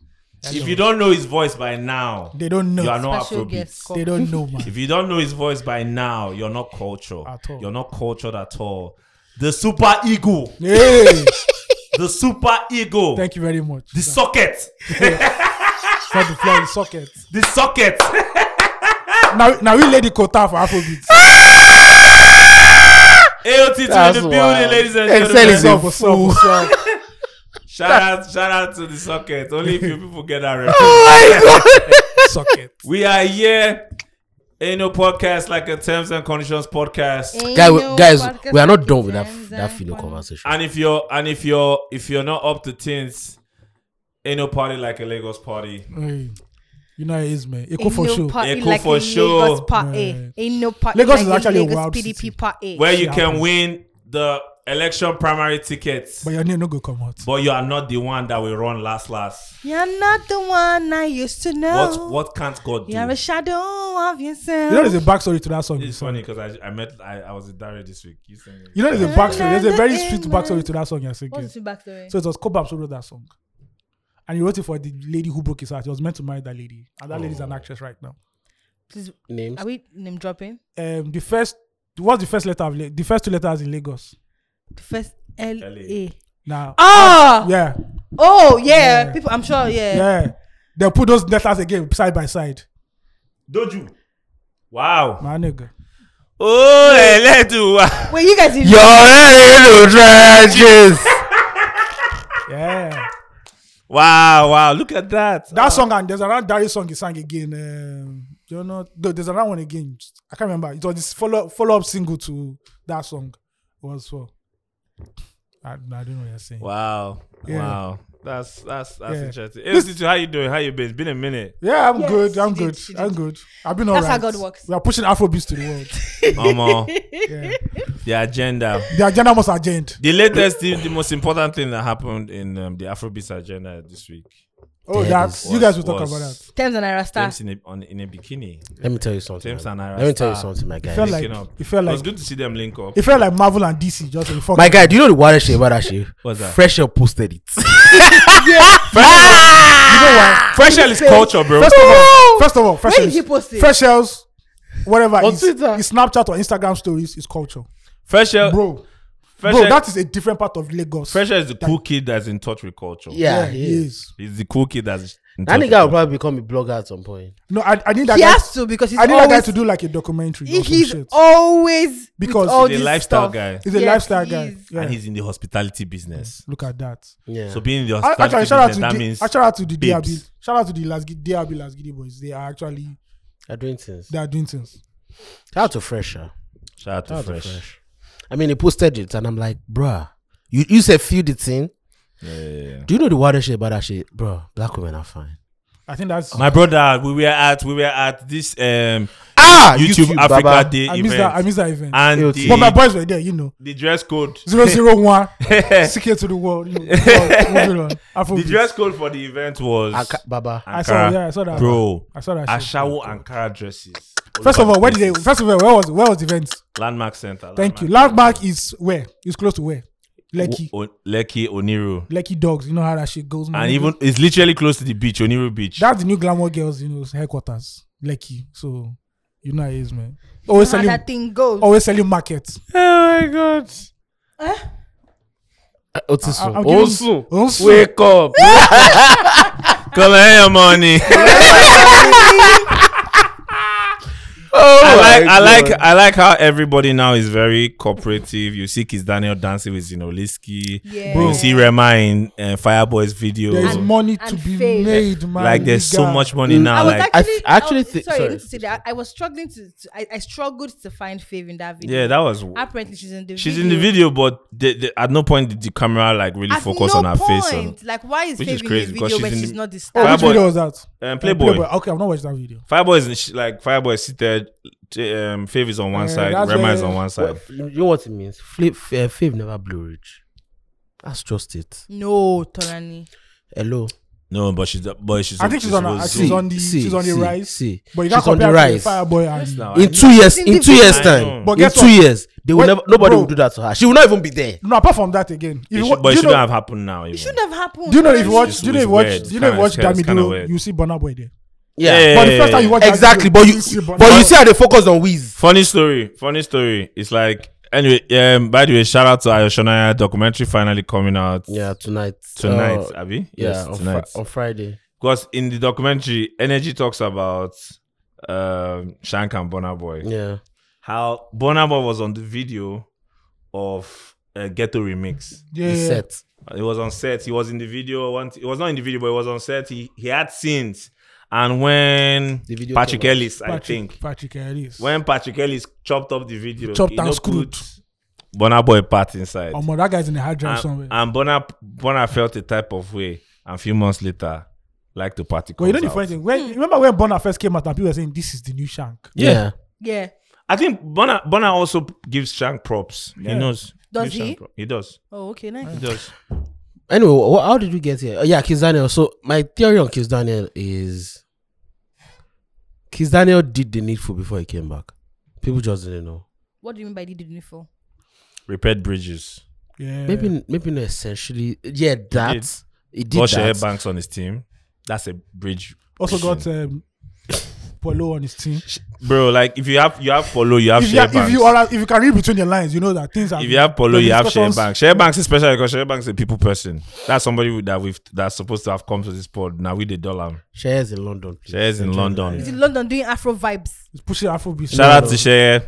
[SPEAKER 5] If you don't know his voice by now,
[SPEAKER 4] they don't know.
[SPEAKER 5] you are not
[SPEAKER 3] Special
[SPEAKER 5] Afrobeat.
[SPEAKER 3] guest.
[SPEAKER 4] they don't know, man.
[SPEAKER 5] If you don't know his voice by now, you're not cultured.
[SPEAKER 4] At all.
[SPEAKER 5] You're not cultured at all. The super ego.
[SPEAKER 4] hey,
[SPEAKER 5] The super ego.
[SPEAKER 4] thank you very much.
[SPEAKER 5] the socket.
[SPEAKER 4] It's not the fly, the socket.
[SPEAKER 5] The socket.
[SPEAKER 4] Now, now we lady quota for Afrobeat.
[SPEAKER 5] AOT to the
[SPEAKER 1] That's
[SPEAKER 5] building,
[SPEAKER 1] wild.
[SPEAKER 5] ladies and
[SPEAKER 1] Excel
[SPEAKER 5] gentlemen.
[SPEAKER 1] is a
[SPEAKER 4] What's up? What's up? What's up?
[SPEAKER 5] Shout out, shout out to the socket. Only a few people get that reference.
[SPEAKER 1] Oh,
[SPEAKER 4] Socket.
[SPEAKER 5] We are here. Ain't no podcast like a terms and conditions podcast.
[SPEAKER 1] Guy, we- guys, we are not done with that that female conversation.
[SPEAKER 5] And if you're and if you're if you're not up to things, ain't no party like a Lagos party.
[SPEAKER 4] Hey, you know how it is, man. Echo
[SPEAKER 3] Ain't
[SPEAKER 4] for
[SPEAKER 3] no
[SPEAKER 4] sure.
[SPEAKER 3] party
[SPEAKER 5] Echo
[SPEAKER 3] like
[SPEAKER 5] for
[SPEAKER 3] a Lagos
[SPEAKER 5] sure.
[SPEAKER 4] Yeah.
[SPEAKER 3] party. Ain't no party
[SPEAKER 4] Lagos is
[SPEAKER 3] like
[SPEAKER 4] actually a
[SPEAKER 3] Lagos
[SPEAKER 4] wild
[SPEAKER 3] PDP
[SPEAKER 4] city.
[SPEAKER 3] party.
[SPEAKER 5] Where you can
[SPEAKER 4] happens.
[SPEAKER 5] win the election primary tickets,
[SPEAKER 4] But your name no go come out.
[SPEAKER 5] but you are not the one that will run last last.
[SPEAKER 3] You're not the one I used to know.
[SPEAKER 5] What what can't God do?
[SPEAKER 3] You're a shadow of yourself.
[SPEAKER 4] You know there's a backstory to that song.
[SPEAKER 5] It's
[SPEAKER 4] You
[SPEAKER 5] funny because I, I met I, I was in Dari this week. You sang it.
[SPEAKER 4] know there's a backstory. There's a very sweet backstory to that song you're singing.
[SPEAKER 3] What's the backstory?
[SPEAKER 4] So it was Kobab who wrote that song. And he wrote it for the lady who broke his heart. He was meant to marry that lady. And that lady's an actress right now.
[SPEAKER 3] Please,
[SPEAKER 1] Names.
[SPEAKER 3] are we name dropping?
[SPEAKER 4] Um, the first, what's the first letter of La- the first two letters in Lagos?
[SPEAKER 3] The first L
[SPEAKER 5] LA.
[SPEAKER 3] A.
[SPEAKER 4] Now,
[SPEAKER 3] Ah!
[SPEAKER 4] yeah,
[SPEAKER 3] Oh yeah.
[SPEAKER 4] Yeah.
[SPEAKER 3] People, I'm sure. Yeah.
[SPEAKER 4] yeah, they'll put those letters again side by side.
[SPEAKER 5] Doju. Wow.
[SPEAKER 4] My nigga,
[SPEAKER 5] Oh, Eledu.
[SPEAKER 3] Wait, you guys.
[SPEAKER 1] Your little trenches.
[SPEAKER 4] yeah,
[SPEAKER 5] Wow, wow. Look at that.
[SPEAKER 4] that song. And there's another Dari song he sang again. Um, you know, th- there's another one again. I can't remember. It was this follow follow up single to that song. It was for. I, I don't know what you're saying.
[SPEAKER 5] Wow.
[SPEAKER 4] Yeah.
[SPEAKER 5] Wow. That's that's that's
[SPEAKER 4] Yeah.
[SPEAKER 5] interesting. Hey, Situ, how you doing? How you been? It's been a minute.
[SPEAKER 4] Yeah, I'm
[SPEAKER 3] Yes,
[SPEAKER 4] good. I'm
[SPEAKER 3] she did,
[SPEAKER 4] good.
[SPEAKER 3] she
[SPEAKER 4] I'm
[SPEAKER 3] did.
[SPEAKER 4] good. I've been alright.
[SPEAKER 3] That's how God works.
[SPEAKER 4] We are pushing Afrobeats to the world.
[SPEAKER 5] Mama,
[SPEAKER 4] Yeah.
[SPEAKER 5] the agenda.
[SPEAKER 4] the agenda must agenda.
[SPEAKER 5] The latest, the, the most important thing that happened in um, the Afrobeats agenda this week.
[SPEAKER 4] Oh,
[SPEAKER 1] That
[SPEAKER 4] that's
[SPEAKER 1] is-
[SPEAKER 4] you guys will talk
[SPEAKER 5] was
[SPEAKER 4] about that.
[SPEAKER 3] Thames and Ira Star.
[SPEAKER 5] James in a, on, in a bikini.
[SPEAKER 1] Let me tell you something.
[SPEAKER 5] James
[SPEAKER 1] man.
[SPEAKER 5] and Ira
[SPEAKER 1] Let me tell you
[SPEAKER 5] Star.
[SPEAKER 1] something, my guy.
[SPEAKER 4] felt like-
[SPEAKER 5] Linking up.
[SPEAKER 4] it felt
[SPEAKER 5] it was
[SPEAKER 4] like-
[SPEAKER 5] good to see them link up.
[SPEAKER 4] It felt like Marvel and DC just in fuck.
[SPEAKER 1] my guy, do you know the wildest shit about that shit?
[SPEAKER 5] What's that?
[SPEAKER 1] Fresh Air posted it. Ah.
[SPEAKER 5] Fresh Air is culture, bro.
[SPEAKER 4] First of all, first of all, fresh
[SPEAKER 3] Where did you
[SPEAKER 4] Hells-
[SPEAKER 3] post it?
[SPEAKER 4] Fresh shells, whatever.
[SPEAKER 1] On
[SPEAKER 4] is,
[SPEAKER 1] Twitter.
[SPEAKER 4] is Snapchat or Instagram stories is culture,
[SPEAKER 5] Fresh Air,
[SPEAKER 4] bro.
[SPEAKER 5] Fresh
[SPEAKER 4] bro,
[SPEAKER 5] Air,
[SPEAKER 4] that is a different part of Lagos.
[SPEAKER 5] Fresh Air is the cool kid that's in touch with culture.
[SPEAKER 1] yeah,
[SPEAKER 4] he
[SPEAKER 1] he is.
[SPEAKER 4] is.
[SPEAKER 5] He's the cool kid that's in touch
[SPEAKER 1] That
[SPEAKER 5] with
[SPEAKER 1] nigga will
[SPEAKER 5] culture.
[SPEAKER 1] probably become a blogger at some point.
[SPEAKER 4] No, I, I need that.
[SPEAKER 3] He
[SPEAKER 4] guy,
[SPEAKER 3] has to because he's
[SPEAKER 4] I need that guy
[SPEAKER 3] always
[SPEAKER 4] to do like a documentary. or some
[SPEAKER 3] he's
[SPEAKER 4] shit.
[SPEAKER 3] always
[SPEAKER 4] Because
[SPEAKER 3] because all
[SPEAKER 5] He's a
[SPEAKER 3] this
[SPEAKER 5] lifestyle
[SPEAKER 3] stuff.
[SPEAKER 5] guy.
[SPEAKER 4] He's a
[SPEAKER 3] Yes,
[SPEAKER 4] lifestyle
[SPEAKER 3] he
[SPEAKER 4] guy.
[SPEAKER 3] is.
[SPEAKER 4] Yeah.
[SPEAKER 5] And he's in the hospitality business.
[SPEAKER 4] Look at that.
[SPEAKER 1] Yeah.
[SPEAKER 5] So being in the
[SPEAKER 4] I-
[SPEAKER 5] hospitality
[SPEAKER 4] Actually, shout out to
[SPEAKER 5] business, that
[SPEAKER 4] the
[SPEAKER 5] means
[SPEAKER 4] I shout out to the DRB,
[SPEAKER 5] babes.
[SPEAKER 4] shout out to the Las DRB Las Giddy boys. They are actually
[SPEAKER 1] they're doing things.
[SPEAKER 4] they are doing things.
[SPEAKER 1] Shout out to Fresh. ah.
[SPEAKER 5] shout out to
[SPEAKER 1] Shout out to
[SPEAKER 5] Fresh.
[SPEAKER 1] Fresh. I mean, he posted it, and I'm like, bruh, you you said feel the thing.
[SPEAKER 5] Yeah, yeah, yeah.
[SPEAKER 1] Do you know the wildest shit about that shit, bruh? Black women are fine.
[SPEAKER 4] I think that's.
[SPEAKER 5] My brother, we were at we were at this um,
[SPEAKER 1] Ah,
[SPEAKER 5] YouTube, Africa
[SPEAKER 1] Baba.
[SPEAKER 5] Day
[SPEAKER 4] I
[SPEAKER 5] event,
[SPEAKER 4] missed that. I missed that event.
[SPEAKER 5] and
[SPEAKER 1] But
[SPEAKER 4] but my
[SPEAKER 5] the,
[SPEAKER 4] boys were there, you know.
[SPEAKER 5] the dress code.
[SPEAKER 4] Zero zero one, secure to the world. You know, moving on.
[SPEAKER 5] The
[SPEAKER 4] Afrobeat.
[SPEAKER 5] dress code for the event was
[SPEAKER 1] Aka-
[SPEAKER 5] Ah,
[SPEAKER 1] Baba.
[SPEAKER 4] I saw. Yeah, I saw that.
[SPEAKER 5] bro.
[SPEAKER 4] I saw that. shit.
[SPEAKER 5] Ashawo Ankara dresses.
[SPEAKER 4] First of all, where did they? First of all, where was where was the event?
[SPEAKER 5] Landmark Center.
[SPEAKER 4] Thank you. Landmark is where? It's close to where? Lekki. Mm.
[SPEAKER 5] O- O- Lekki Oniru,
[SPEAKER 4] Lekki dogs. You know how that shit goes, man.
[SPEAKER 5] and even it's literally close to the beach, Oniru Beach.
[SPEAKER 4] that's the new glamour girls, you know, headquarters. Lekki. So you know how it is, man. Always
[SPEAKER 3] how
[SPEAKER 4] selling.
[SPEAKER 3] that thing goes.
[SPEAKER 4] Always selling markets.
[SPEAKER 5] oh my god!
[SPEAKER 1] Uh,
[SPEAKER 5] ah,
[SPEAKER 1] Otis,
[SPEAKER 4] I- I'm
[SPEAKER 1] oh,
[SPEAKER 4] giving-
[SPEAKER 1] soon.
[SPEAKER 4] Also,
[SPEAKER 5] Wake up! Come here, your money.
[SPEAKER 4] Oh
[SPEAKER 5] I like, I like, I like how everybody now is very cooperative. You see, Kiz Daniel dancing with Zinoliski.
[SPEAKER 3] Yeah.
[SPEAKER 5] You see Rema in uh, Fireboy's video.
[SPEAKER 4] there's money
[SPEAKER 3] and
[SPEAKER 4] to be
[SPEAKER 3] faith.
[SPEAKER 4] made, man.
[SPEAKER 5] like, there's so
[SPEAKER 4] Nigga.
[SPEAKER 5] much money
[SPEAKER 1] Mm.
[SPEAKER 5] now.
[SPEAKER 3] I was
[SPEAKER 5] like,
[SPEAKER 1] I
[SPEAKER 3] actually,
[SPEAKER 1] f- I actually
[SPEAKER 3] was-
[SPEAKER 1] thi-
[SPEAKER 3] sorry, I
[SPEAKER 1] sorry.
[SPEAKER 3] need to say that I I was struggling to, to I, I struggled to find Faith in that video.
[SPEAKER 5] yeah, that was.
[SPEAKER 3] apparently she's in the
[SPEAKER 5] She's
[SPEAKER 3] video.
[SPEAKER 5] in the video, but they, they, at no point did the camera like really
[SPEAKER 3] At
[SPEAKER 5] focus
[SPEAKER 3] no
[SPEAKER 5] on her
[SPEAKER 3] point,
[SPEAKER 5] face. And,
[SPEAKER 3] like why is
[SPEAKER 5] Which
[SPEAKER 3] Faith
[SPEAKER 5] is
[SPEAKER 3] in
[SPEAKER 5] crazy
[SPEAKER 3] the
[SPEAKER 5] because
[SPEAKER 3] video
[SPEAKER 5] she's
[SPEAKER 3] when
[SPEAKER 5] in
[SPEAKER 3] she's
[SPEAKER 5] the-
[SPEAKER 3] not the
[SPEAKER 4] Oh,
[SPEAKER 3] star?
[SPEAKER 4] which
[SPEAKER 5] Fireboy.
[SPEAKER 4] video was that?
[SPEAKER 5] um,
[SPEAKER 4] Uh,
[SPEAKER 5] Playboy.
[SPEAKER 4] Okay, I've not watched that video.
[SPEAKER 5] Fireboy is in sh- like Fireboy is seated. t- Um, Fav is on one
[SPEAKER 4] Uh,
[SPEAKER 5] side,
[SPEAKER 4] that's
[SPEAKER 5] Rema
[SPEAKER 4] where-
[SPEAKER 5] is on one side.
[SPEAKER 1] You know what it means? Flip, uh, fave never blew rich. That's just it.
[SPEAKER 3] no, Tolani.
[SPEAKER 1] Hello.
[SPEAKER 5] No, but she's but she's.
[SPEAKER 4] I think she's on a-
[SPEAKER 5] was-
[SPEAKER 4] she's on the- she's on the rise.
[SPEAKER 1] See,
[SPEAKER 4] But you
[SPEAKER 1] she's
[SPEAKER 4] can't
[SPEAKER 1] on the
[SPEAKER 4] compare it to
[SPEAKER 1] rise.
[SPEAKER 4] Fireboy and
[SPEAKER 5] Now, I-
[SPEAKER 1] In two years,
[SPEAKER 3] in the
[SPEAKER 1] in two years
[SPEAKER 5] I
[SPEAKER 1] time,
[SPEAKER 5] know.
[SPEAKER 4] But
[SPEAKER 1] in
[SPEAKER 4] guess
[SPEAKER 1] two
[SPEAKER 4] what?
[SPEAKER 1] years, they will
[SPEAKER 4] When-
[SPEAKER 1] never. Nobody
[SPEAKER 4] bro.
[SPEAKER 1] will do that to her. She will not even be there.
[SPEAKER 4] no. Apart from that, again, if
[SPEAKER 5] It
[SPEAKER 4] you
[SPEAKER 5] should,
[SPEAKER 4] wa-
[SPEAKER 5] but it
[SPEAKER 4] do you
[SPEAKER 5] shouldn't
[SPEAKER 4] know-
[SPEAKER 5] have happened now.
[SPEAKER 3] It
[SPEAKER 5] even.
[SPEAKER 3] shouldn't have happened.
[SPEAKER 4] do you know if you
[SPEAKER 3] Tolani.
[SPEAKER 4] watch?
[SPEAKER 5] It's-
[SPEAKER 4] Do you know if
[SPEAKER 5] it's
[SPEAKER 4] you watch?
[SPEAKER 5] weird.
[SPEAKER 4] Do you know if you watch
[SPEAKER 5] It's kinda- it's kinda
[SPEAKER 4] Damido?
[SPEAKER 5] weird.
[SPEAKER 4] You see Burna Boy there.
[SPEAKER 1] Yeah,
[SPEAKER 5] Yeah.
[SPEAKER 4] But the first time you watch that
[SPEAKER 1] exactly.
[SPEAKER 4] video,
[SPEAKER 1] But
[SPEAKER 4] you see
[SPEAKER 1] you,
[SPEAKER 4] Burna
[SPEAKER 1] but
[SPEAKER 4] Boy.
[SPEAKER 1] you see how they focus on Wiz.
[SPEAKER 5] Funny story. Funny story. It's like anyway. Um. By the way, shout out to Ayoshanaya documentary finally coming out
[SPEAKER 1] Yeah, tonight.
[SPEAKER 5] tonight.
[SPEAKER 1] Uh,
[SPEAKER 5] Abby.
[SPEAKER 1] yeah, on,
[SPEAKER 5] yes,
[SPEAKER 1] Fri-
[SPEAKER 5] tonight.
[SPEAKER 1] on Friday.
[SPEAKER 5] Because in the documentary, Energy talks about um Shank and Bonner Boy.
[SPEAKER 1] Yeah,
[SPEAKER 5] How Bonner Boy was on the video of uh, Ghetto Remix.
[SPEAKER 1] the
[SPEAKER 4] Yeah,
[SPEAKER 1] set.
[SPEAKER 5] He was on set. He was in the video. One, he was not in the video, but he was on set. He he had scenes. And when
[SPEAKER 1] The video
[SPEAKER 5] Patrick
[SPEAKER 1] came out.
[SPEAKER 5] Ellis, I think,
[SPEAKER 4] Patrick Ellis.
[SPEAKER 5] when Patrick Ellis chopped up the video,
[SPEAKER 4] Chopped
[SPEAKER 5] he
[SPEAKER 4] and
[SPEAKER 5] no
[SPEAKER 4] screwed.
[SPEAKER 5] put Bonner Boy part inside.
[SPEAKER 4] Oh, that guy's in the hard drive somewhere.
[SPEAKER 5] and and Bonner Bonner felt a type of way. And a few months later, like the party.
[SPEAKER 4] But you know
[SPEAKER 5] comes
[SPEAKER 4] the funny
[SPEAKER 5] out.
[SPEAKER 4] thing. When, remember when Bonner first came out and people were saying this is the new Shank.
[SPEAKER 1] Yeah.
[SPEAKER 3] Yeah.
[SPEAKER 5] I think Bonner Bonner also gives Shank props. He
[SPEAKER 4] Yeah.
[SPEAKER 5] knows.
[SPEAKER 3] Does
[SPEAKER 5] Gives
[SPEAKER 3] he?
[SPEAKER 5] Shank prop- He does.
[SPEAKER 3] Oh, okay, nice.
[SPEAKER 5] He does.
[SPEAKER 1] Anyway, wh- how did we get here? Oh, yeah, Kiss Daniel. So my theory on Kiss Daniel is Kiss Daniel did the needful before he came back. People just didn't know.
[SPEAKER 3] What do you mean by did you need for?
[SPEAKER 5] Repaired bridges.
[SPEAKER 4] Yeah.
[SPEAKER 1] Maybe maybe not essentially. Yeah,
[SPEAKER 5] did.
[SPEAKER 1] that he did,
[SPEAKER 5] Bush
[SPEAKER 1] that.
[SPEAKER 5] Banks on his team. That's a bridge.
[SPEAKER 4] also got um, Polo on his team.
[SPEAKER 5] Bro, like if you have you have Polo, you have
[SPEAKER 4] If you,
[SPEAKER 5] Shea
[SPEAKER 4] are, if
[SPEAKER 5] Banks.
[SPEAKER 4] you are, if you can read between the lines, you know that things are.
[SPEAKER 5] If you have Polo,
[SPEAKER 4] the
[SPEAKER 5] you have Shea
[SPEAKER 4] discussions-
[SPEAKER 5] Banks. Shea Banks is special because Shea Banks is a people person. That's somebody with- that we've that's supposed to have come to this pod. Now we the dollar.
[SPEAKER 1] Shares in London. please.
[SPEAKER 5] Shea's in
[SPEAKER 1] Enjoy
[SPEAKER 5] London.
[SPEAKER 1] the-
[SPEAKER 3] Is it London doing Afro vibes?
[SPEAKER 4] It's pushing Afrobeat.
[SPEAKER 5] Shout out to Shea.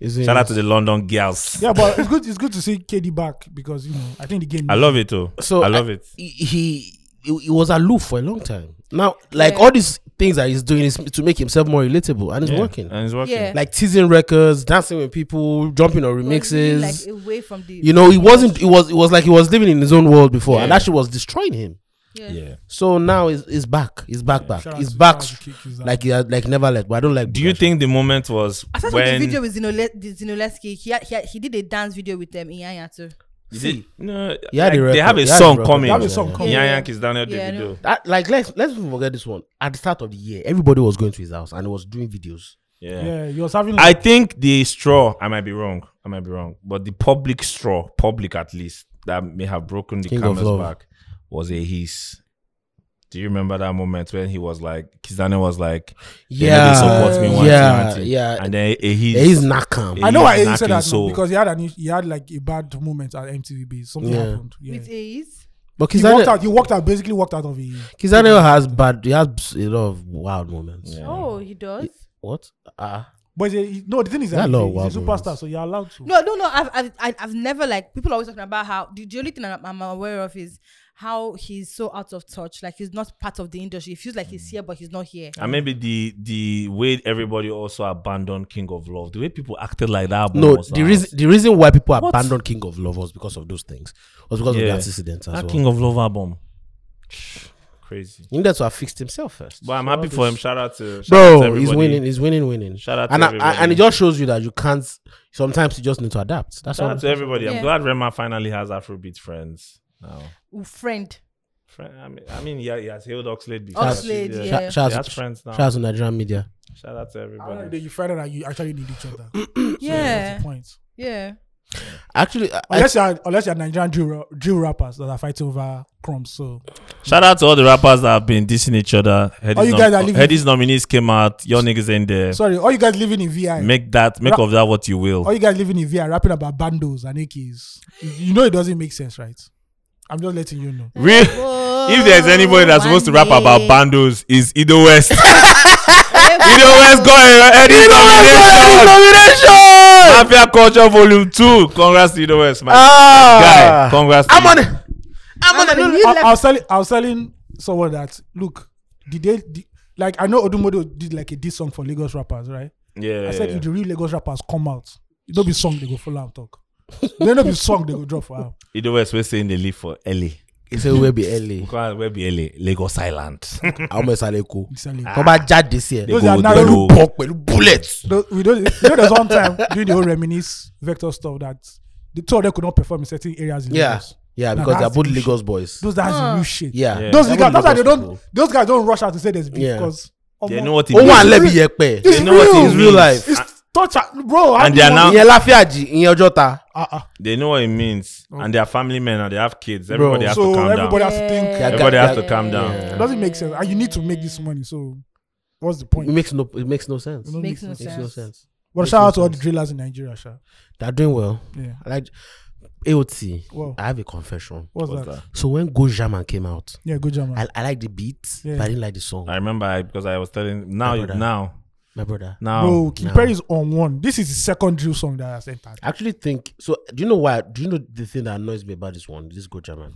[SPEAKER 1] Is it-
[SPEAKER 5] Shout out to the London girls.
[SPEAKER 4] Yeah, but it's good. It's good to see KD back because you know I think the game.
[SPEAKER 5] I love it though.
[SPEAKER 1] So
[SPEAKER 5] I love it.
[SPEAKER 1] he, he he was aloof for a long time. Now, like
[SPEAKER 3] Yeah.
[SPEAKER 1] all these things that he's doing is to make himself more relatable, and it's
[SPEAKER 5] Yeah, Uh.
[SPEAKER 1] working.
[SPEAKER 5] And it's working.
[SPEAKER 3] Yeah.
[SPEAKER 1] Like teasing records, dancing with people, jumping on
[SPEAKER 3] Was really,
[SPEAKER 1] remixes.
[SPEAKER 3] Like away from the.
[SPEAKER 1] you know, he wasn't. It was. It was like he was living in his own world before, and
[SPEAKER 5] Yeah.
[SPEAKER 1] that shit was destroying him.
[SPEAKER 5] yeah.
[SPEAKER 1] So now he's, he's back. He's back. Back.
[SPEAKER 4] Shout out
[SPEAKER 1] He's
[SPEAKER 4] to-
[SPEAKER 1] back.
[SPEAKER 4] shout out to Kiki Zak.
[SPEAKER 1] Like he had, like never left. But I don't like.
[SPEAKER 5] Do you
[SPEAKER 1] Bugashi.
[SPEAKER 5] think the moment was
[SPEAKER 3] Aside from the
[SPEAKER 5] when
[SPEAKER 3] video with Zinole- the Zinoleski, he, had- he, had- he did a dance video with them in Yanya too.
[SPEAKER 5] Is it? No,
[SPEAKER 1] He had
[SPEAKER 5] like,
[SPEAKER 1] a
[SPEAKER 5] they have
[SPEAKER 1] record.
[SPEAKER 5] a
[SPEAKER 1] He had a
[SPEAKER 5] song
[SPEAKER 1] record.
[SPEAKER 5] coming.
[SPEAKER 4] They have a song coming.
[SPEAKER 5] Yeah,
[SPEAKER 3] Yeah.
[SPEAKER 5] Yankees Daniel
[SPEAKER 3] Yeah, I
[SPEAKER 5] Davido.
[SPEAKER 3] know.
[SPEAKER 1] That, like let's let's not forget this one. At the start of the year, everybody was going to his house and he was doing videos.
[SPEAKER 5] Yeah.
[SPEAKER 4] Yeah, you was having.
[SPEAKER 5] I think the straw. I might be wrong. I might be wrong. But the public straw, public at least, that may have broken the
[SPEAKER 1] King of
[SPEAKER 5] camel's
[SPEAKER 1] Love.
[SPEAKER 5] back was a hiss. Do you remember that moment when he was like, Kiss Daniel was like, "They know
[SPEAKER 1] Yeah.
[SPEAKER 5] they support me, one
[SPEAKER 1] Yeah,
[SPEAKER 5] two, one two."
[SPEAKER 1] yeah.
[SPEAKER 5] and then a hiss.
[SPEAKER 1] He's Nakam.
[SPEAKER 5] Yeah.
[SPEAKER 4] I know why
[SPEAKER 5] He's
[SPEAKER 4] he said
[SPEAKER 5] knocking
[SPEAKER 4] that
[SPEAKER 5] soul.
[SPEAKER 4] now, because he had an he had like a bad moment at MTV base. Something
[SPEAKER 1] Yeah.
[SPEAKER 4] happened. Yeah.
[SPEAKER 3] With A's?
[SPEAKER 1] But
[SPEAKER 4] He walked
[SPEAKER 1] Kizane,
[SPEAKER 4] out. He walked out. Basically walked out of the.
[SPEAKER 1] Kizane has bad. He has a lot of wild moments.
[SPEAKER 5] Yeah.
[SPEAKER 3] Oh, he does.
[SPEAKER 1] What? Ah.
[SPEAKER 4] But he's a, he- no, the thing is
[SPEAKER 1] There are a
[SPEAKER 4] that
[SPEAKER 1] lot of
[SPEAKER 4] he's a
[SPEAKER 1] wild moments.
[SPEAKER 4] superstar, so you're allowed to.
[SPEAKER 3] No, no, no. I've, I've, I- I've never like people always talking about how the, the only thing I'm, I'm aware of is how he's so out of touch. Like he's not part of the industry. It feels like he's here, but he's not here.
[SPEAKER 5] And maybe the the way everybody also abandoned King of Love, the way people acted like that.
[SPEAKER 1] No,
[SPEAKER 5] was ah,
[SPEAKER 1] the
[SPEAKER 5] out.
[SPEAKER 1] reason the reason why people
[SPEAKER 5] What?
[SPEAKER 1] abandoned King of Love was because of those things. Was because
[SPEAKER 5] Yeah.
[SPEAKER 1] of the accident as
[SPEAKER 5] that
[SPEAKER 1] well.
[SPEAKER 5] King of Love album, crazy.
[SPEAKER 1] he needed to have fixed himself first.
[SPEAKER 5] But I'm
[SPEAKER 1] So
[SPEAKER 5] happy
[SPEAKER 1] all
[SPEAKER 5] for
[SPEAKER 1] this-
[SPEAKER 5] him. Shout out to shout
[SPEAKER 1] Bro,
[SPEAKER 5] out to
[SPEAKER 1] he's
[SPEAKER 5] everybody.
[SPEAKER 1] winning. He's winning. Winning.
[SPEAKER 5] Shout out to
[SPEAKER 1] and I- I, and
[SPEAKER 5] everybody.
[SPEAKER 1] it just shows you that you can't. Sometimes you just need to adapt. That's
[SPEAKER 5] Shout
[SPEAKER 1] all.
[SPEAKER 5] out to everybody.
[SPEAKER 3] Yeah.
[SPEAKER 5] I'm glad Rema finally has Afrobeat friends now.
[SPEAKER 3] Ooh, Friend,
[SPEAKER 5] Friend, I mean, I mean, yeah, he has hailed Oxlade before.
[SPEAKER 3] Oxlade,
[SPEAKER 5] She-
[SPEAKER 3] yeah.
[SPEAKER 1] Shout- Shout
[SPEAKER 5] He
[SPEAKER 1] out
[SPEAKER 5] has
[SPEAKER 1] to-
[SPEAKER 5] friends now.
[SPEAKER 1] shout out to Nigerian media.
[SPEAKER 5] Shout out to
[SPEAKER 4] Like,
[SPEAKER 5] everybody.
[SPEAKER 4] you find out that you actually need each other. That's
[SPEAKER 3] yeah,
[SPEAKER 4] the point.
[SPEAKER 3] yeah.
[SPEAKER 1] Actually, I- I,
[SPEAKER 4] Unless you're unless you're Nigerian drill, ra- drill rappers that are fighting over crumbs. So
[SPEAKER 5] Shout out to all the rappers that have been dissing each other.
[SPEAKER 4] All
[SPEAKER 5] Headies,
[SPEAKER 4] you guys that live in-
[SPEAKER 5] Headies nominees came out. Your niggas in there.
[SPEAKER 4] sorry, all you guys living in VI.
[SPEAKER 5] make that, make
[SPEAKER 4] Ra-
[SPEAKER 5] of that what you will.
[SPEAKER 4] all you guys living in VI rapping about bandos and AKs. You- You know it doesn't make sense, right? I'm just letting you know.
[SPEAKER 5] Real. If there's anybody that's supposed to rap
[SPEAKER 3] Oh,
[SPEAKER 5] about bandos, is Ido West. Ido West got a Headies nomination.
[SPEAKER 1] nomination.
[SPEAKER 5] Mafia Culture Volume Two. Congrats to Ido West, my guy.
[SPEAKER 1] Ah,
[SPEAKER 5] Congrats. to
[SPEAKER 1] I'm
[SPEAKER 5] you.
[SPEAKER 1] on it. I'm on it.
[SPEAKER 3] on it.
[SPEAKER 1] No,
[SPEAKER 3] You
[SPEAKER 4] I,
[SPEAKER 3] left-
[SPEAKER 4] I was telling I was telling someone that look, did they did, like I know Odumodo did like a diss song for Lagos rappers, right?
[SPEAKER 5] Yeah.
[SPEAKER 4] I said
[SPEAKER 5] yeah.
[SPEAKER 4] if the real Lagos rappers come out, it don't be song they go follow and talk. they don't be song they go drop for out.
[SPEAKER 5] Either way, we're saying they leave for LA.
[SPEAKER 1] It's a will be early.
[SPEAKER 5] Because where be LA? Lagos Island.
[SPEAKER 1] I'm a Saleko.
[SPEAKER 4] Exactly.
[SPEAKER 1] Tó bá jáde sí ẹ.
[SPEAKER 5] They
[SPEAKER 4] Those are
[SPEAKER 5] they go-
[SPEAKER 4] narrow
[SPEAKER 1] Bọ̀ pẹ̀lú bullet.
[SPEAKER 4] No, we don't. You know, there's one time during the whole reminisce vector stuff that the two of them could not perform in certain areas. In
[SPEAKER 1] Yeah,
[SPEAKER 4] Lagos.
[SPEAKER 1] yeah,
[SPEAKER 4] Now
[SPEAKER 1] because they're
[SPEAKER 4] that's
[SPEAKER 1] both
[SPEAKER 4] the issue.
[SPEAKER 1] Lagos boys.
[SPEAKER 4] those that's
[SPEAKER 3] Huh.
[SPEAKER 4] new shit.
[SPEAKER 1] Yeah,
[SPEAKER 5] Yeah.
[SPEAKER 4] those
[SPEAKER 1] They're both
[SPEAKER 4] guys. That's why they
[SPEAKER 1] Lagos
[SPEAKER 4] don't.
[SPEAKER 1] people.
[SPEAKER 4] Those guys don't rush out to say there's beef
[SPEAKER 1] Yeah.
[SPEAKER 4] because
[SPEAKER 5] They
[SPEAKER 4] omo,
[SPEAKER 5] know what it
[SPEAKER 1] Ó wà
[SPEAKER 5] means.
[SPEAKER 1] lẹ́bi yẹpẹ̀.
[SPEAKER 4] It's
[SPEAKER 5] They know what it
[SPEAKER 4] real.
[SPEAKER 5] means.
[SPEAKER 1] It's real life.
[SPEAKER 4] It's touch, bro. how
[SPEAKER 5] And
[SPEAKER 4] do
[SPEAKER 5] they
[SPEAKER 4] you
[SPEAKER 5] are
[SPEAKER 4] want-
[SPEAKER 5] now-
[SPEAKER 1] Ìyẹn Láfíàjì, ìyẹn Ọjọ́ta.
[SPEAKER 4] Ah, ah.
[SPEAKER 5] They know what it means. And they are family men and they have kids.
[SPEAKER 1] Bro.
[SPEAKER 5] Everybody has
[SPEAKER 4] Oh. So
[SPEAKER 5] to calm
[SPEAKER 4] everybody
[SPEAKER 5] down.
[SPEAKER 4] has to think.
[SPEAKER 1] Yeah.
[SPEAKER 5] Everybody has to
[SPEAKER 1] Yeah.
[SPEAKER 5] calm down.
[SPEAKER 1] Yeah.
[SPEAKER 4] It doesn't make sense, and you need to make this money. So, what's the
[SPEAKER 1] It
[SPEAKER 4] point?
[SPEAKER 1] makes no, it makes no sense.
[SPEAKER 4] It don't
[SPEAKER 3] Makes
[SPEAKER 4] make
[SPEAKER 3] no
[SPEAKER 1] It makes no sense.
[SPEAKER 4] But
[SPEAKER 1] makes
[SPEAKER 4] shout
[SPEAKER 1] no
[SPEAKER 4] out to all the
[SPEAKER 1] sense.
[SPEAKER 4] drillers in Nigeria, sha.
[SPEAKER 1] They're doing well.
[SPEAKER 4] Yeah.
[SPEAKER 1] I like AOT.
[SPEAKER 4] Well,
[SPEAKER 1] I have a confession.
[SPEAKER 4] what's,
[SPEAKER 5] What's
[SPEAKER 4] that?
[SPEAKER 5] that?
[SPEAKER 1] So when Go Jaman came out,
[SPEAKER 4] Yeah, good job, man.
[SPEAKER 1] I, I like the beat,
[SPEAKER 4] Yeah.
[SPEAKER 1] but I didn't like the song.
[SPEAKER 5] I remember I, because I was telling now,
[SPEAKER 1] My
[SPEAKER 5] you,
[SPEAKER 1] brother.
[SPEAKER 5] now,
[SPEAKER 1] My brother.
[SPEAKER 5] now.
[SPEAKER 4] Bro, King
[SPEAKER 1] no.
[SPEAKER 4] Perry is on one. This is the second drill song that has entered.
[SPEAKER 1] I actually think so. Do you know why? Do you know the thing that annoys me about this one? This Go Jaman.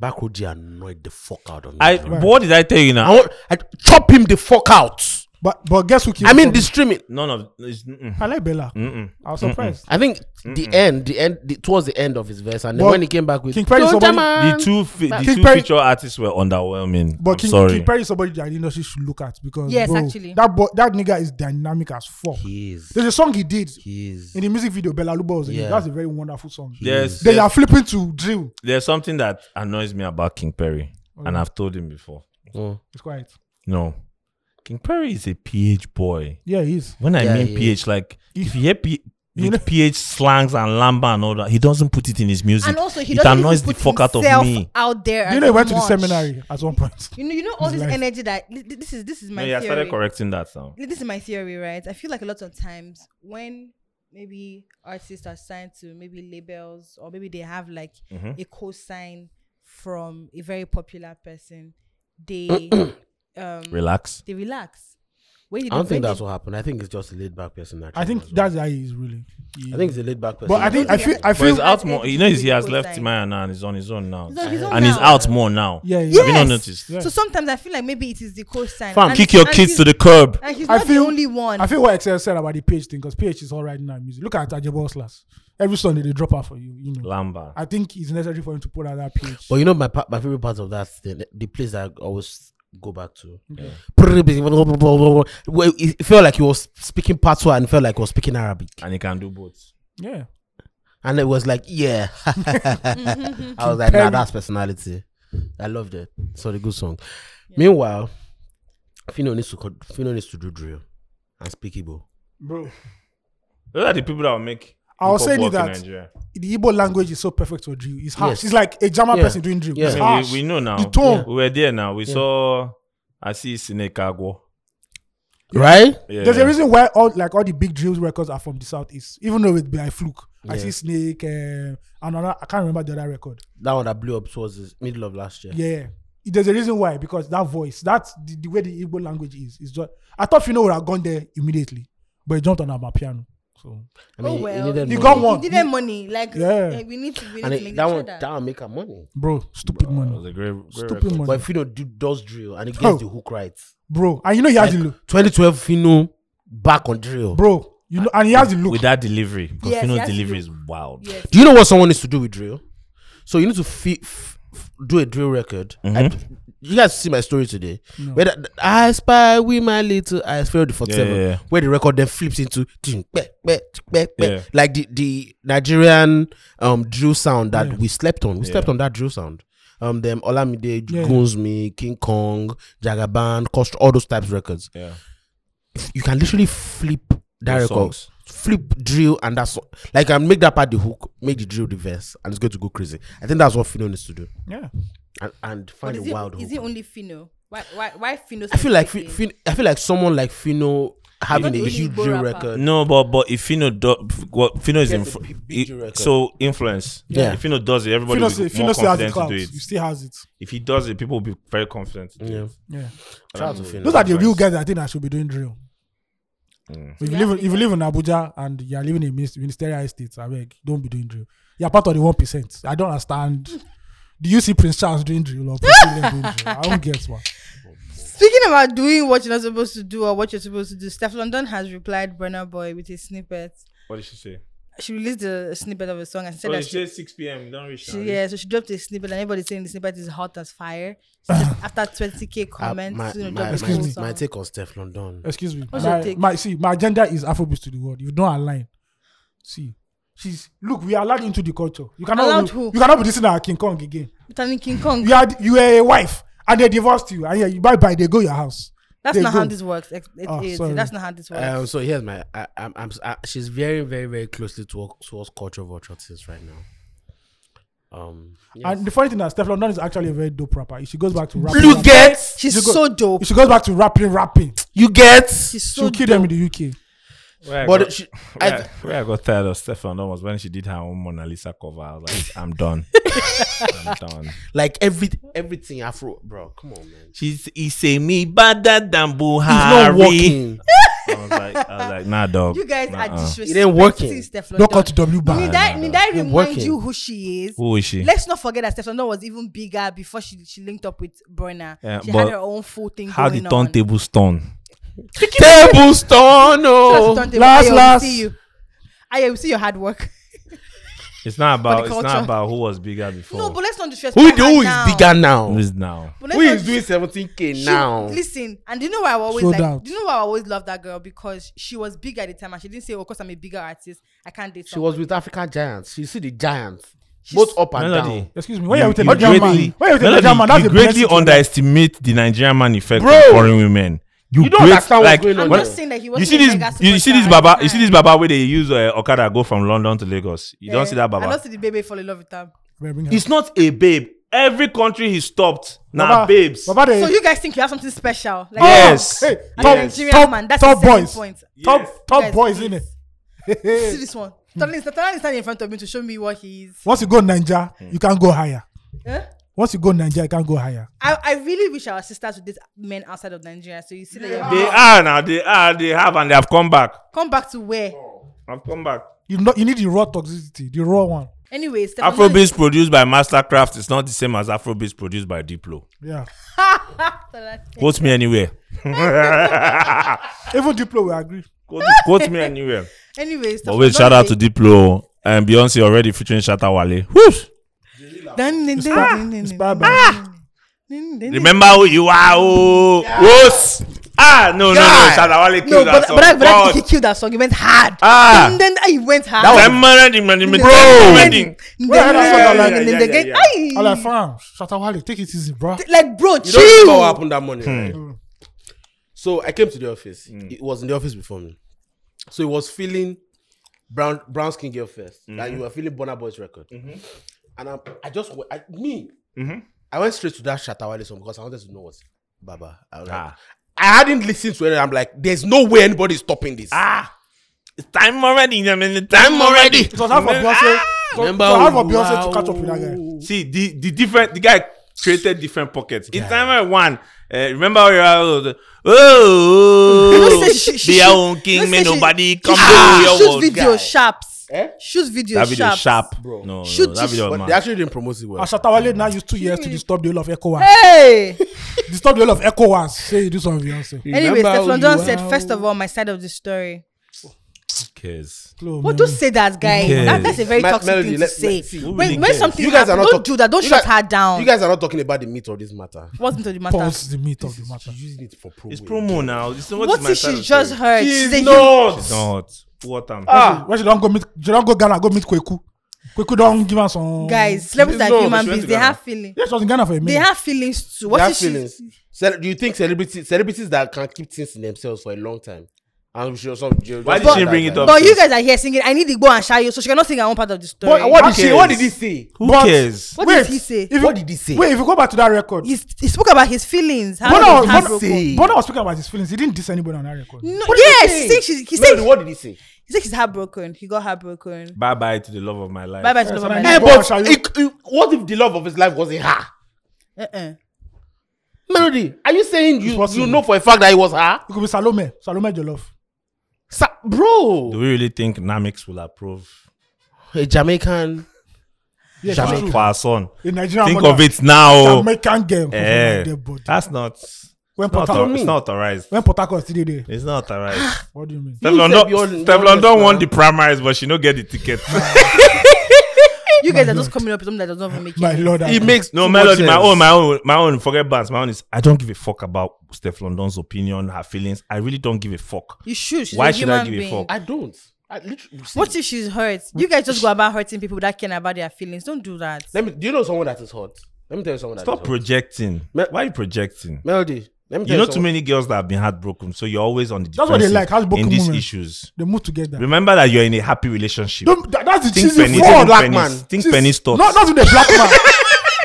[SPEAKER 1] Backroji annoyed the fuck out of me.
[SPEAKER 5] I
[SPEAKER 1] bro.
[SPEAKER 5] but what did I tell you
[SPEAKER 1] I
[SPEAKER 5] now?
[SPEAKER 1] want I chop him the fuck out.
[SPEAKER 4] But but guess who? Came
[SPEAKER 1] I mean
[SPEAKER 4] from-
[SPEAKER 1] the streaming.
[SPEAKER 5] None of it's, mm-mm,
[SPEAKER 4] I like Bella.
[SPEAKER 5] mm-mm.
[SPEAKER 4] I was surprised.
[SPEAKER 1] I think the end, the end, the, towards the end of his verse, and then
[SPEAKER 4] But
[SPEAKER 1] when he came back with
[SPEAKER 4] King Perry is
[SPEAKER 1] Go
[SPEAKER 4] somebody-
[SPEAKER 1] Jaman.
[SPEAKER 5] the two fe- the
[SPEAKER 4] King
[SPEAKER 5] two
[SPEAKER 4] Perry-
[SPEAKER 5] feature artists were underwhelming.
[SPEAKER 4] But
[SPEAKER 5] I'm
[SPEAKER 4] King,
[SPEAKER 5] sorry.
[SPEAKER 4] King Perry is somebody that the industry should look at because
[SPEAKER 3] Yes,
[SPEAKER 4] bro,
[SPEAKER 3] actually.
[SPEAKER 4] that boy, that nigga is dynamic as fuck.
[SPEAKER 1] He is.
[SPEAKER 4] There's a song he did
[SPEAKER 1] He is.
[SPEAKER 4] in the music video Bella Luba was in. it.
[SPEAKER 1] Yeah.
[SPEAKER 4] That's a very wonderful song.
[SPEAKER 5] there's,
[SPEAKER 4] They are
[SPEAKER 5] there's,
[SPEAKER 4] flipping to drill.
[SPEAKER 5] there's something that annoys me about King Perry, and I've told him before.
[SPEAKER 1] Mm.
[SPEAKER 4] It's quiet.
[SPEAKER 5] No, King Perry is a PH boy.
[SPEAKER 4] Yeah, he is.
[SPEAKER 5] When I
[SPEAKER 1] Yeah,
[SPEAKER 5] mean
[SPEAKER 1] he
[SPEAKER 5] PH, like if you hear P-
[SPEAKER 4] You know-
[SPEAKER 5] with PH slangs and lamba and all that, he doesn't put it in his music.
[SPEAKER 3] And also, he
[SPEAKER 5] it
[SPEAKER 3] doesn't
[SPEAKER 5] annoys
[SPEAKER 3] even put
[SPEAKER 5] the fuck out of
[SPEAKER 3] himself
[SPEAKER 5] me.
[SPEAKER 3] out there.
[SPEAKER 4] Do you
[SPEAKER 3] as
[SPEAKER 4] know he went to the
[SPEAKER 3] much.
[SPEAKER 4] seminary at one point?
[SPEAKER 3] You know, you know all
[SPEAKER 4] His
[SPEAKER 3] this
[SPEAKER 4] life.
[SPEAKER 3] energy that li- li- this is this is my
[SPEAKER 5] No, yeah, I
[SPEAKER 3] theory.
[SPEAKER 5] started correcting that now.
[SPEAKER 3] Li- This is my theory, right? I feel like a lot of times when maybe artists are signed to maybe labels or maybe they have like
[SPEAKER 5] Mm-hmm.
[SPEAKER 1] Hmm?
[SPEAKER 3] a co-sign from a very popular person, they um
[SPEAKER 5] Relax.
[SPEAKER 3] they relax. When you
[SPEAKER 1] I don't think that's what happened. I think it's just a laid back person. Actually,
[SPEAKER 4] I think
[SPEAKER 1] as well.
[SPEAKER 4] that's how he is really.
[SPEAKER 1] I think it's a laid back person.
[SPEAKER 4] but I think I feel I
[SPEAKER 5] But he's
[SPEAKER 4] feel
[SPEAKER 5] out
[SPEAKER 3] That's
[SPEAKER 5] more.
[SPEAKER 3] it.
[SPEAKER 5] You know, he's, he has
[SPEAKER 3] Good
[SPEAKER 5] left
[SPEAKER 3] sign.
[SPEAKER 5] Timaya now and he's on his own now.
[SPEAKER 3] He's on his own
[SPEAKER 5] and he's
[SPEAKER 3] now.
[SPEAKER 5] out more now.
[SPEAKER 4] yeah, yeah.
[SPEAKER 5] Have you not noticed?
[SPEAKER 4] Yeah.
[SPEAKER 3] So sometimes I feel like maybe it is the co-sign.
[SPEAKER 1] Fam,
[SPEAKER 3] And-
[SPEAKER 5] Kick your
[SPEAKER 3] and
[SPEAKER 5] kids
[SPEAKER 3] he's-
[SPEAKER 5] to the curb.
[SPEAKER 3] And he's
[SPEAKER 4] I
[SPEAKER 3] not
[SPEAKER 4] feel-
[SPEAKER 3] the only one.
[SPEAKER 4] I feel what Excel said about the PH thing because PH is all right now in music. Look at Ajabo Hustlers. Every Sunday they drop out for you. You know,
[SPEAKER 5] Lamba.
[SPEAKER 4] I think it's necessary for him to put out that PH.
[SPEAKER 1] But you know, my pa- my favorite part of that thing, the place I always go back to.
[SPEAKER 4] Okay.
[SPEAKER 1] Well, it it felt like he was speaking patois and felt like he was speaking Arabic,
[SPEAKER 5] And he can do both.
[SPEAKER 4] yeah,
[SPEAKER 1] and it was like, yeah. I was like, nah, that's personality. I loved it. So the good song. Meanwhile, Fino needs to co- Fino needs to do drill and speak Igbo.
[SPEAKER 4] bro.
[SPEAKER 5] Those are the people that will make.
[SPEAKER 4] I was
[SPEAKER 5] hip-hop
[SPEAKER 4] saying
[SPEAKER 5] work in
[SPEAKER 4] that-
[SPEAKER 5] Nigeria.
[SPEAKER 4] The Igbo language is so perfect for drill. It's harsh.
[SPEAKER 1] Yes.
[SPEAKER 4] It's like a German
[SPEAKER 1] Yeah.
[SPEAKER 4] person doing drill.
[SPEAKER 1] Yeah.
[SPEAKER 4] It's
[SPEAKER 1] I
[SPEAKER 5] I mean,
[SPEAKER 4] harsh.
[SPEAKER 5] we, we know now.
[SPEAKER 4] The tone.
[SPEAKER 5] We were there now. We
[SPEAKER 1] Yeah.
[SPEAKER 5] saw. I see Sinekago.
[SPEAKER 1] Right?
[SPEAKER 5] Yeah.
[SPEAKER 4] There's a reason why all like all the big drill records are from the southeast, even though it be like fluke. I see Snake uh, and another. I can't remember the other record.
[SPEAKER 1] That one that blew up towards the middle of last year.
[SPEAKER 4] Yeah. There's a reason why because that voice, that's the, the way the Igbo language is. Is just I thought Fino would have gone there immediately, but he jumped on our piano.
[SPEAKER 2] So
[SPEAKER 1] I
[SPEAKER 3] oh
[SPEAKER 1] mean,
[SPEAKER 3] well,
[SPEAKER 1] he needed
[SPEAKER 4] You
[SPEAKER 1] money.
[SPEAKER 4] got one.
[SPEAKER 3] He needed money. Like
[SPEAKER 4] Yeah.
[SPEAKER 3] eh, we need to, we need
[SPEAKER 1] and
[SPEAKER 3] to
[SPEAKER 1] it-
[SPEAKER 3] make
[SPEAKER 1] that
[SPEAKER 3] sure
[SPEAKER 1] one
[SPEAKER 3] that.
[SPEAKER 1] that will make her money.
[SPEAKER 4] bro. Stupid
[SPEAKER 2] that
[SPEAKER 4] money,
[SPEAKER 2] was a great, great
[SPEAKER 4] stupid
[SPEAKER 2] record.
[SPEAKER 1] But
[SPEAKER 4] money,
[SPEAKER 1] Fino do, does drill and he gets
[SPEAKER 4] Bro.
[SPEAKER 1] the hook right.
[SPEAKER 4] bro. And you know he has
[SPEAKER 1] Like,
[SPEAKER 4] the look,
[SPEAKER 1] 2012 Fino back on drill.
[SPEAKER 4] bro. You know, and he has the look.
[SPEAKER 5] with that delivery. Because
[SPEAKER 3] Yes,
[SPEAKER 5] Fino's
[SPEAKER 3] yes, you
[SPEAKER 5] delivery is
[SPEAKER 3] do.
[SPEAKER 5] wild.
[SPEAKER 3] Yes.
[SPEAKER 1] Do you know what someone needs to do with drill? So you need to fi- f- f- do a drill record.
[SPEAKER 5] Mm-hmm.
[SPEAKER 1] I d- you guys see my story today. Where that, I spy with my little eyes, Pharaoh the 47,
[SPEAKER 5] Yeah, yeah, yeah.
[SPEAKER 1] where the record then flips into ting, pe- pe- ting, pe- pe.
[SPEAKER 5] Yeah.
[SPEAKER 1] like the, the Nigerian um drill sound that we slept on. We slept on that drill sound. Um, them Olamide,
[SPEAKER 4] Yeah.
[SPEAKER 1] Goonsmi, King Kong, Jagaban, Cost, all those types of records.
[SPEAKER 5] Yeah.
[SPEAKER 1] You can literally flip that
[SPEAKER 5] Those
[SPEAKER 1] record
[SPEAKER 5] songs.
[SPEAKER 1] flip drill and that's like I make that part the hook, make the drill the verse, and it's going to go crazy. I think that's what Fino needs to do,
[SPEAKER 4] Yeah,
[SPEAKER 1] and, and
[SPEAKER 3] But
[SPEAKER 1] find
[SPEAKER 3] is
[SPEAKER 1] a wild
[SPEAKER 3] it, is it
[SPEAKER 1] hook.
[SPEAKER 3] only Fino? Why why why Fino?
[SPEAKER 1] I feel like Fi-
[SPEAKER 3] specifically?
[SPEAKER 1] Fin- I feel like someone like Fino having
[SPEAKER 3] Not
[SPEAKER 1] a
[SPEAKER 3] only
[SPEAKER 1] huge
[SPEAKER 3] Igbo
[SPEAKER 1] drill
[SPEAKER 3] rapper.
[SPEAKER 1] record.
[SPEAKER 5] No, but but if Fino do, what Fino is in,
[SPEAKER 1] Gets a big- big record.
[SPEAKER 5] so influence.
[SPEAKER 1] Yeah.
[SPEAKER 5] If Fino does it, everybody
[SPEAKER 4] Fino
[SPEAKER 5] will
[SPEAKER 4] still
[SPEAKER 5] be more
[SPEAKER 4] Fino still has the
[SPEAKER 5] confident to
[SPEAKER 4] clout.
[SPEAKER 5] do
[SPEAKER 4] He
[SPEAKER 5] it.
[SPEAKER 4] still has it.
[SPEAKER 5] If he does it, people will be very confident. To do
[SPEAKER 1] Yeah,
[SPEAKER 5] it.
[SPEAKER 4] Yeah,
[SPEAKER 1] shout out to Fino.
[SPEAKER 4] those are the real guys that I think I should be doing drill.
[SPEAKER 5] Mm.
[SPEAKER 4] If you
[SPEAKER 3] Yeah,
[SPEAKER 4] live in,
[SPEAKER 3] I
[SPEAKER 4] if you live in Abuja and you are living in minis- ministerial estates, I beg, don't be doing drill. You're part of the one percent. I don't understand. Do you see Prince Charles doing drill or Prince William doing drill? I don't get one.
[SPEAKER 3] Speaking about doing what you're not supposed to do or what you're supposed to do, Steph London has replied Burner Boy with a snippet.
[SPEAKER 5] What did she say?
[SPEAKER 3] She released a snippet of a song and said
[SPEAKER 5] Oh,
[SPEAKER 3] that
[SPEAKER 5] she
[SPEAKER 3] she,
[SPEAKER 5] said 6 p.m. Don't reach.
[SPEAKER 3] she
[SPEAKER 5] now.
[SPEAKER 3] yeah, so she dropped a snippet and everybody saying the snippet is hot as fire. So after 20k
[SPEAKER 1] Uh,
[SPEAKER 3] comments,
[SPEAKER 1] my,
[SPEAKER 3] you
[SPEAKER 1] my,
[SPEAKER 3] know, dropped the
[SPEAKER 1] my,
[SPEAKER 4] Excuse
[SPEAKER 3] whole
[SPEAKER 4] me.
[SPEAKER 3] song.
[SPEAKER 1] my take on Steph London.
[SPEAKER 4] Excuse me.
[SPEAKER 3] What's your
[SPEAKER 4] My,
[SPEAKER 3] take?
[SPEAKER 4] my see, my agenda is Afrobeats to the world. If you don't align, see, she's look. We are allowed into the culture. You cannot.
[SPEAKER 3] Allowed
[SPEAKER 4] be,
[SPEAKER 3] who?
[SPEAKER 4] You cannot be listening to King Kong again.
[SPEAKER 3] Turning King Kong.
[SPEAKER 4] You had you were a wife and they divorced you and yeah, you bye bye. They go your house.
[SPEAKER 3] That's
[SPEAKER 4] They
[SPEAKER 3] not
[SPEAKER 4] go.
[SPEAKER 3] how this works. It, it
[SPEAKER 1] Ah,
[SPEAKER 4] Oh,
[SPEAKER 3] is.
[SPEAKER 4] sorry.
[SPEAKER 3] That's not how this works.
[SPEAKER 1] Um, so here's my. I, I'm, I'm. I, she's very, very, very closely to, towards culture of ultras right now. Um, yes.
[SPEAKER 4] And the funny thing is, Steph London is actually a very dope rapper. If she goes back to rapping,
[SPEAKER 1] you
[SPEAKER 4] rapping-
[SPEAKER 5] eh?
[SPEAKER 1] get,
[SPEAKER 3] She's
[SPEAKER 4] you go-
[SPEAKER 3] so dope.
[SPEAKER 4] if she goes back to rapping, rapping,
[SPEAKER 1] you get.
[SPEAKER 3] She's so
[SPEAKER 4] she'll
[SPEAKER 3] dope.
[SPEAKER 4] kill them in the UK.
[SPEAKER 5] Where I
[SPEAKER 1] But
[SPEAKER 5] got-
[SPEAKER 1] she,
[SPEAKER 5] where,
[SPEAKER 1] I,
[SPEAKER 5] where I got tired of Stefan Don was when she did her own Mona Lisa cover. I was like, I'm done. I'm done.
[SPEAKER 1] like every everything Afro, bro. Come on, man.
[SPEAKER 5] She's Ise me better than Buhari.
[SPEAKER 1] It's not working.
[SPEAKER 5] I was like, I was like, nah, uh, dog.
[SPEAKER 3] You guys are
[SPEAKER 5] Nuh-uh.
[SPEAKER 3] disrespecting
[SPEAKER 1] It ain't working.
[SPEAKER 3] Steph
[SPEAKER 4] Don't
[SPEAKER 3] London.
[SPEAKER 4] call to W bar.
[SPEAKER 3] Need I, need I
[SPEAKER 1] It ain't
[SPEAKER 3] remind
[SPEAKER 1] working.
[SPEAKER 3] you who she is?
[SPEAKER 5] Who is she?
[SPEAKER 3] Let's not forget that Steph London was even bigger before she, she linked up with Brenna.
[SPEAKER 5] Yeah,
[SPEAKER 3] she
[SPEAKER 5] but
[SPEAKER 3] had her own full thing.
[SPEAKER 5] How the
[SPEAKER 3] going on.
[SPEAKER 5] turntable stone?
[SPEAKER 1] Table stone,
[SPEAKER 3] That's
[SPEAKER 1] oh.
[SPEAKER 3] turntable.
[SPEAKER 4] last,
[SPEAKER 3] Ayo, we
[SPEAKER 4] last.
[SPEAKER 3] See you. Ayo, we see your hard work.
[SPEAKER 5] It's not about. It's
[SPEAKER 3] culture.
[SPEAKER 5] not about who was bigger before.
[SPEAKER 3] No, but let's not disrespect
[SPEAKER 1] Who
[SPEAKER 3] her
[SPEAKER 1] do is
[SPEAKER 3] now.
[SPEAKER 1] bigger now?
[SPEAKER 5] Who is now?
[SPEAKER 3] But let's
[SPEAKER 1] Who is
[SPEAKER 3] not-
[SPEAKER 1] doing 17k
[SPEAKER 3] she-
[SPEAKER 1] now?
[SPEAKER 3] Listen, and do you know why I always
[SPEAKER 4] Sold
[SPEAKER 3] like?
[SPEAKER 4] out.
[SPEAKER 3] Do you know why I always love that girl because she was big at the time and she didn't say, "Oh, because I'm a bigger artist, I can't date."
[SPEAKER 1] She
[SPEAKER 3] someone."
[SPEAKER 1] was with African giants. You see the giants,
[SPEAKER 3] She's-
[SPEAKER 1] both up and
[SPEAKER 5] Melody.
[SPEAKER 1] down.
[SPEAKER 4] Excuse me. Why are you with a
[SPEAKER 5] You
[SPEAKER 4] Nigerian man?
[SPEAKER 5] greatly-
[SPEAKER 4] Why are you with a
[SPEAKER 5] Melody,
[SPEAKER 4] Nigerian man? That's
[SPEAKER 5] you
[SPEAKER 4] the best
[SPEAKER 5] greatly
[SPEAKER 4] thing to do.
[SPEAKER 5] underestimate the Nigerian man effect
[SPEAKER 1] Bro.
[SPEAKER 5] on foreign women. You,
[SPEAKER 1] You don't
[SPEAKER 5] great-
[SPEAKER 1] understand what's
[SPEAKER 5] like,
[SPEAKER 1] going on
[SPEAKER 3] I'm
[SPEAKER 1] What-
[SPEAKER 3] just saying that he was.
[SPEAKER 5] you see this you see this baba you see this baba where they use uh, okada go from london to lagos you don't see that
[SPEAKER 3] I
[SPEAKER 5] baba
[SPEAKER 3] don't see the baby fall in love with her.
[SPEAKER 4] Bring- bring her.
[SPEAKER 5] it's not a babe every country he stopped now
[SPEAKER 4] Baba-
[SPEAKER 5] babes
[SPEAKER 4] Baba, they-
[SPEAKER 3] So you guys think you have something special? Like,
[SPEAKER 5] Yes.
[SPEAKER 4] Hey,
[SPEAKER 3] I'm
[SPEAKER 4] top,
[SPEAKER 3] a Nigerian
[SPEAKER 4] top,
[SPEAKER 3] man. That's
[SPEAKER 4] top
[SPEAKER 3] the
[SPEAKER 4] boys.
[SPEAKER 3] boys. point.
[SPEAKER 5] Yes.
[SPEAKER 4] Top, top
[SPEAKER 3] Guys,
[SPEAKER 4] boys,
[SPEAKER 3] please.
[SPEAKER 4] innit?
[SPEAKER 3] See this one. Stanley Stanley is standing in front of me to show me what he is.
[SPEAKER 4] Once you go Ninja,
[SPEAKER 5] Hmm.
[SPEAKER 4] you can't go higher.
[SPEAKER 3] Eh?
[SPEAKER 4] Once you go Ninja, you can't go higher.
[SPEAKER 3] I, I really wish our sisters would date men outside of Nigeria. So you see that you're-
[SPEAKER 5] they are now they are they have and they have come back
[SPEAKER 3] come back to where?
[SPEAKER 5] i've come back
[SPEAKER 4] You not, you need the raw toxicity, the raw one.
[SPEAKER 3] Anyway, Stefan London-
[SPEAKER 5] afrobeats produced by mastercraft is not the same as afrobeats produced by diplo
[SPEAKER 4] Yeah.
[SPEAKER 5] quote me anywhere
[SPEAKER 4] Even Diplo will agree.
[SPEAKER 5] quote, quote me anywhere
[SPEAKER 3] Anyway,
[SPEAKER 5] but wait shout out to diplo and beyonce already featuring shatta wale Whoosh.
[SPEAKER 3] Ah!
[SPEAKER 4] Inspired by
[SPEAKER 5] Remember who you are, oh, Rose. Ah, no, no,
[SPEAKER 1] Yeah.
[SPEAKER 5] no, Shalawale killed
[SPEAKER 3] No, but
[SPEAKER 5] that song.
[SPEAKER 3] but that, but that
[SPEAKER 5] God.
[SPEAKER 3] he killed that song. He went hard.
[SPEAKER 5] Ah.
[SPEAKER 3] And then he went hard.
[SPEAKER 5] Bro,
[SPEAKER 4] I'm like, fam, Shatawale, take it easy, bro.
[SPEAKER 3] Like, bro,
[SPEAKER 1] You don't know
[SPEAKER 3] chill.
[SPEAKER 1] what happened that morning.
[SPEAKER 4] Hmm.
[SPEAKER 1] right? So I came to the office. It was in the office before me. So it was feeling brown brown skin girl 1st Like you were feeling Bonner Boy's record. And I, I just wa- I, me. I went straight to that Shatawale song because I wanted to know what's Baba. I, was like-
[SPEAKER 5] Ah.
[SPEAKER 1] I hadn't listened to it. I'm like, there's no way anybody's stopping this.
[SPEAKER 5] ah, it's time already. I mean, time already.
[SPEAKER 4] It was hard for Beyonce.
[SPEAKER 3] Ah!
[SPEAKER 4] it was- it
[SPEAKER 1] Remember
[SPEAKER 4] was hard for
[SPEAKER 1] who-
[SPEAKER 4] Beyonce to catch up with that guy.
[SPEAKER 5] See, the the different the guy created different pockets. It's time I one.
[SPEAKER 2] Uh, remember how you were, oh,
[SPEAKER 3] No, say she- she-
[SPEAKER 2] be
[SPEAKER 3] she-
[SPEAKER 2] your own
[SPEAKER 3] no,
[SPEAKER 2] king,
[SPEAKER 3] say
[SPEAKER 2] may
[SPEAKER 3] she-
[SPEAKER 2] nobody
[SPEAKER 3] she
[SPEAKER 2] come
[SPEAKER 3] shoot-
[SPEAKER 2] to your
[SPEAKER 3] Shoot
[SPEAKER 2] old
[SPEAKER 3] video
[SPEAKER 2] guy.
[SPEAKER 3] sharps.
[SPEAKER 1] Eh?
[SPEAKER 3] Shoot video
[SPEAKER 5] That video
[SPEAKER 3] sharps.
[SPEAKER 5] sharp,
[SPEAKER 1] Bro.
[SPEAKER 5] bro. No,
[SPEAKER 3] Shoot
[SPEAKER 5] no,
[SPEAKER 3] it.
[SPEAKER 5] that video was
[SPEAKER 1] But
[SPEAKER 5] mad.
[SPEAKER 1] they actually didn't promote it
[SPEAKER 4] Ah,
[SPEAKER 1] well.
[SPEAKER 4] Ashatawale now used two years to disturb the whole of ECOWAS.
[SPEAKER 3] Hey!
[SPEAKER 4] Disturb the whole of ECOWAS. Say this one, Beyonce.
[SPEAKER 3] Anyways, Teflon John said, first of all, my side of the story.
[SPEAKER 5] Kiss.
[SPEAKER 4] Slow,
[SPEAKER 3] Well,
[SPEAKER 4] man.
[SPEAKER 3] don't say that, guy.
[SPEAKER 5] cares?
[SPEAKER 3] That, that's a very
[SPEAKER 1] Me-
[SPEAKER 3] toxic
[SPEAKER 1] Melody,
[SPEAKER 3] thing to
[SPEAKER 1] let-
[SPEAKER 3] say.
[SPEAKER 1] let- see. Who
[SPEAKER 3] when
[SPEAKER 5] really
[SPEAKER 3] when
[SPEAKER 5] cares?
[SPEAKER 3] something
[SPEAKER 1] You guys are
[SPEAKER 3] happens,
[SPEAKER 1] not
[SPEAKER 3] don't
[SPEAKER 1] talk-
[SPEAKER 3] do that. Don't
[SPEAKER 1] you
[SPEAKER 3] shut
[SPEAKER 1] guys-
[SPEAKER 3] her down.
[SPEAKER 1] You guys are not talking about the meat of this matter.
[SPEAKER 3] What's into the matter?
[SPEAKER 4] Pause the meat of the matter.
[SPEAKER 1] You used it for promo.
[SPEAKER 5] It's promo now. It's not
[SPEAKER 3] What if she just heard? She said,
[SPEAKER 5] not. She's not. What am
[SPEAKER 3] Ah,
[SPEAKER 5] I?
[SPEAKER 4] When she don't go meet, she don't go Ghana, go meet Kweku. Kweku don't give us some.
[SPEAKER 3] "You Guys, celebrities
[SPEAKER 5] No,
[SPEAKER 3] are
[SPEAKER 5] but
[SPEAKER 3] human
[SPEAKER 5] she went
[SPEAKER 3] beings.
[SPEAKER 5] to
[SPEAKER 3] They
[SPEAKER 5] Ghana.
[SPEAKER 3] have feelings.
[SPEAKER 4] Yeah, she was in Ghana for a
[SPEAKER 3] They
[SPEAKER 4] minute.
[SPEAKER 3] have feelings too.
[SPEAKER 1] They
[SPEAKER 3] What
[SPEAKER 1] have
[SPEAKER 3] if she?
[SPEAKER 1] feelings. Cele- do you think celebrities celebrities that can keep things in themselves for a long time? And we should some.
[SPEAKER 5] Why did
[SPEAKER 1] just-
[SPEAKER 5] she bring it up?
[SPEAKER 3] But you guys are here singing. I need Igbo and Shayo, so she cannot sing her own part of the story.
[SPEAKER 1] But what did
[SPEAKER 4] Who
[SPEAKER 1] she? What did he say?
[SPEAKER 5] Who
[SPEAKER 4] But-
[SPEAKER 5] cares?
[SPEAKER 3] What did he say?
[SPEAKER 4] if you-
[SPEAKER 1] What did he say?
[SPEAKER 4] Wait, if you go back to that record,
[SPEAKER 3] He, he spoke about his feelings. How
[SPEAKER 4] Bono,
[SPEAKER 3] he was
[SPEAKER 4] Bono-
[SPEAKER 3] heartbroken.
[SPEAKER 1] say-
[SPEAKER 4] Bono was speaking about his feelings. He didn't diss anybody on that record.
[SPEAKER 3] No,
[SPEAKER 1] What did
[SPEAKER 3] yes,
[SPEAKER 1] he
[SPEAKER 3] he
[SPEAKER 1] say?
[SPEAKER 3] said she, he,
[SPEAKER 1] Melody,
[SPEAKER 3] said,
[SPEAKER 1] what did he say?
[SPEAKER 3] he said he's heartbroken. He got heartbroken.
[SPEAKER 5] Bye bye to the love of my life.
[SPEAKER 3] Bye bye to love of my
[SPEAKER 4] somebody-
[SPEAKER 1] Eh,
[SPEAKER 3] life.
[SPEAKER 4] Well,
[SPEAKER 1] but
[SPEAKER 4] shall you-
[SPEAKER 1] it- it- what if the love of his life was in her?
[SPEAKER 3] Uh-uh.
[SPEAKER 1] Melody, are you saying
[SPEAKER 4] It's
[SPEAKER 1] you,
[SPEAKER 4] possible.
[SPEAKER 1] you know for a fact that it was her?
[SPEAKER 4] It could be Salome, Salome Jollof.
[SPEAKER 1] Sa- bro,
[SPEAKER 5] Do we really think Namix will approve
[SPEAKER 1] a Jamaican.
[SPEAKER 4] Yes,
[SPEAKER 1] Jamaica.
[SPEAKER 4] true.
[SPEAKER 5] for our son?
[SPEAKER 4] A Nigerian
[SPEAKER 5] Think
[SPEAKER 4] mother,
[SPEAKER 5] of it now.
[SPEAKER 4] Jamaican girl.
[SPEAKER 5] Eh,
[SPEAKER 4] Yeah. Dead body.
[SPEAKER 5] that's not.
[SPEAKER 4] When
[SPEAKER 5] Not,
[SPEAKER 4] Port
[SPEAKER 5] au-
[SPEAKER 4] Harcourt,
[SPEAKER 5] it's not authorized.
[SPEAKER 4] when Port Harcourt still dey there,
[SPEAKER 5] It's not authorized.
[SPEAKER 4] what do you mean?
[SPEAKER 5] Steph
[SPEAKER 1] said you're-
[SPEAKER 5] London, Steph
[SPEAKER 1] you're
[SPEAKER 5] London
[SPEAKER 1] left
[SPEAKER 5] won
[SPEAKER 1] now.
[SPEAKER 5] the primaries, but she no get the ticket.
[SPEAKER 3] You guys are just coming up with something that does not even make
[SPEAKER 4] My
[SPEAKER 3] it.
[SPEAKER 4] lord, I-
[SPEAKER 1] It makes
[SPEAKER 5] no
[SPEAKER 1] too much
[SPEAKER 5] melody. My
[SPEAKER 1] sense.
[SPEAKER 5] own, my own, my own. Forget bands. My own is I don't give a fuck about Steph London's opinion, her feelings. I really don't give a fuck.
[SPEAKER 3] You should. She's
[SPEAKER 5] Why
[SPEAKER 3] a
[SPEAKER 5] should I
[SPEAKER 3] human
[SPEAKER 5] give a fuck?
[SPEAKER 3] being.
[SPEAKER 1] I don't. I literally. see,
[SPEAKER 3] What if she's hurt? You guys just go about hurting people that care about their feelings. Don't do that.
[SPEAKER 1] Let me. Do you know someone that is hot? Let me tell you someone that is
[SPEAKER 5] Stop
[SPEAKER 1] hot.
[SPEAKER 5] projecting.
[SPEAKER 1] Me- oh.
[SPEAKER 5] Why are you projecting?
[SPEAKER 1] Melody. Let me tell
[SPEAKER 5] You know
[SPEAKER 1] you
[SPEAKER 5] too many girls that have been heartbroken, so you're always on the
[SPEAKER 4] That's what they
[SPEAKER 5] defensive
[SPEAKER 4] like, heartbroken
[SPEAKER 5] in these
[SPEAKER 4] women.
[SPEAKER 5] issues.
[SPEAKER 4] They move together.
[SPEAKER 5] Remember that you're in a happy relationship.
[SPEAKER 4] Don't, that, that's the
[SPEAKER 5] think
[SPEAKER 4] cheesy
[SPEAKER 5] penny,
[SPEAKER 4] penny,
[SPEAKER 1] fraud,
[SPEAKER 5] think
[SPEAKER 1] black
[SPEAKER 5] penny,
[SPEAKER 1] man.
[SPEAKER 5] think penny stuff.
[SPEAKER 4] Not, not even a black man.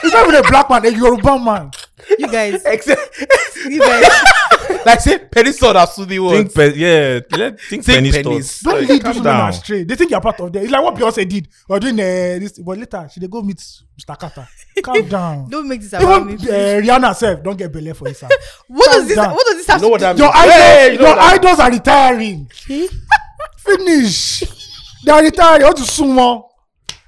[SPEAKER 4] it's not even a black man, a Yoruba man.
[SPEAKER 3] You guys,
[SPEAKER 1] Except,
[SPEAKER 3] you guys,
[SPEAKER 1] like say, penny sword are soothing
[SPEAKER 5] think
[SPEAKER 1] words.
[SPEAKER 5] pe- yeah, let, think,
[SPEAKER 1] Think
[SPEAKER 5] penny,
[SPEAKER 1] pennies.
[SPEAKER 5] stuff.
[SPEAKER 4] Don't
[SPEAKER 1] Sorry,
[SPEAKER 4] lead
[SPEAKER 5] calm
[SPEAKER 4] those women
[SPEAKER 5] down.
[SPEAKER 4] astray. They think you're part of them. It's like what Beyonce did. We're doing uh, this, but later she they go meet Mr. Carter. Calm down.
[SPEAKER 3] don't make this
[SPEAKER 4] Even
[SPEAKER 3] about
[SPEAKER 4] uh,
[SPEAKER 3] me.
[SPEAKER 4] Rihanna herself don't get belay for Issa.
[SPEAKER 3] What
[SPEAKER 4] calm
[SPEAKER 3] does this?
[SPEAKER 4] down.
[SPEAKER 3] What does this have
[SPEAKER 1] You know
[SPEAKER 3] to
[SPEAKER 1] what that
[SPEAKER 3] do?
[SPEAKER 1] means?
[SPEAKER 4] Your idols,
[SPEAKER 1] Hey, you know
[SPEAKER 4] your
[SPEAKER 1] that-
[SPEAKER 4] idols are retiring. Finish. they are retiring. How to sumo?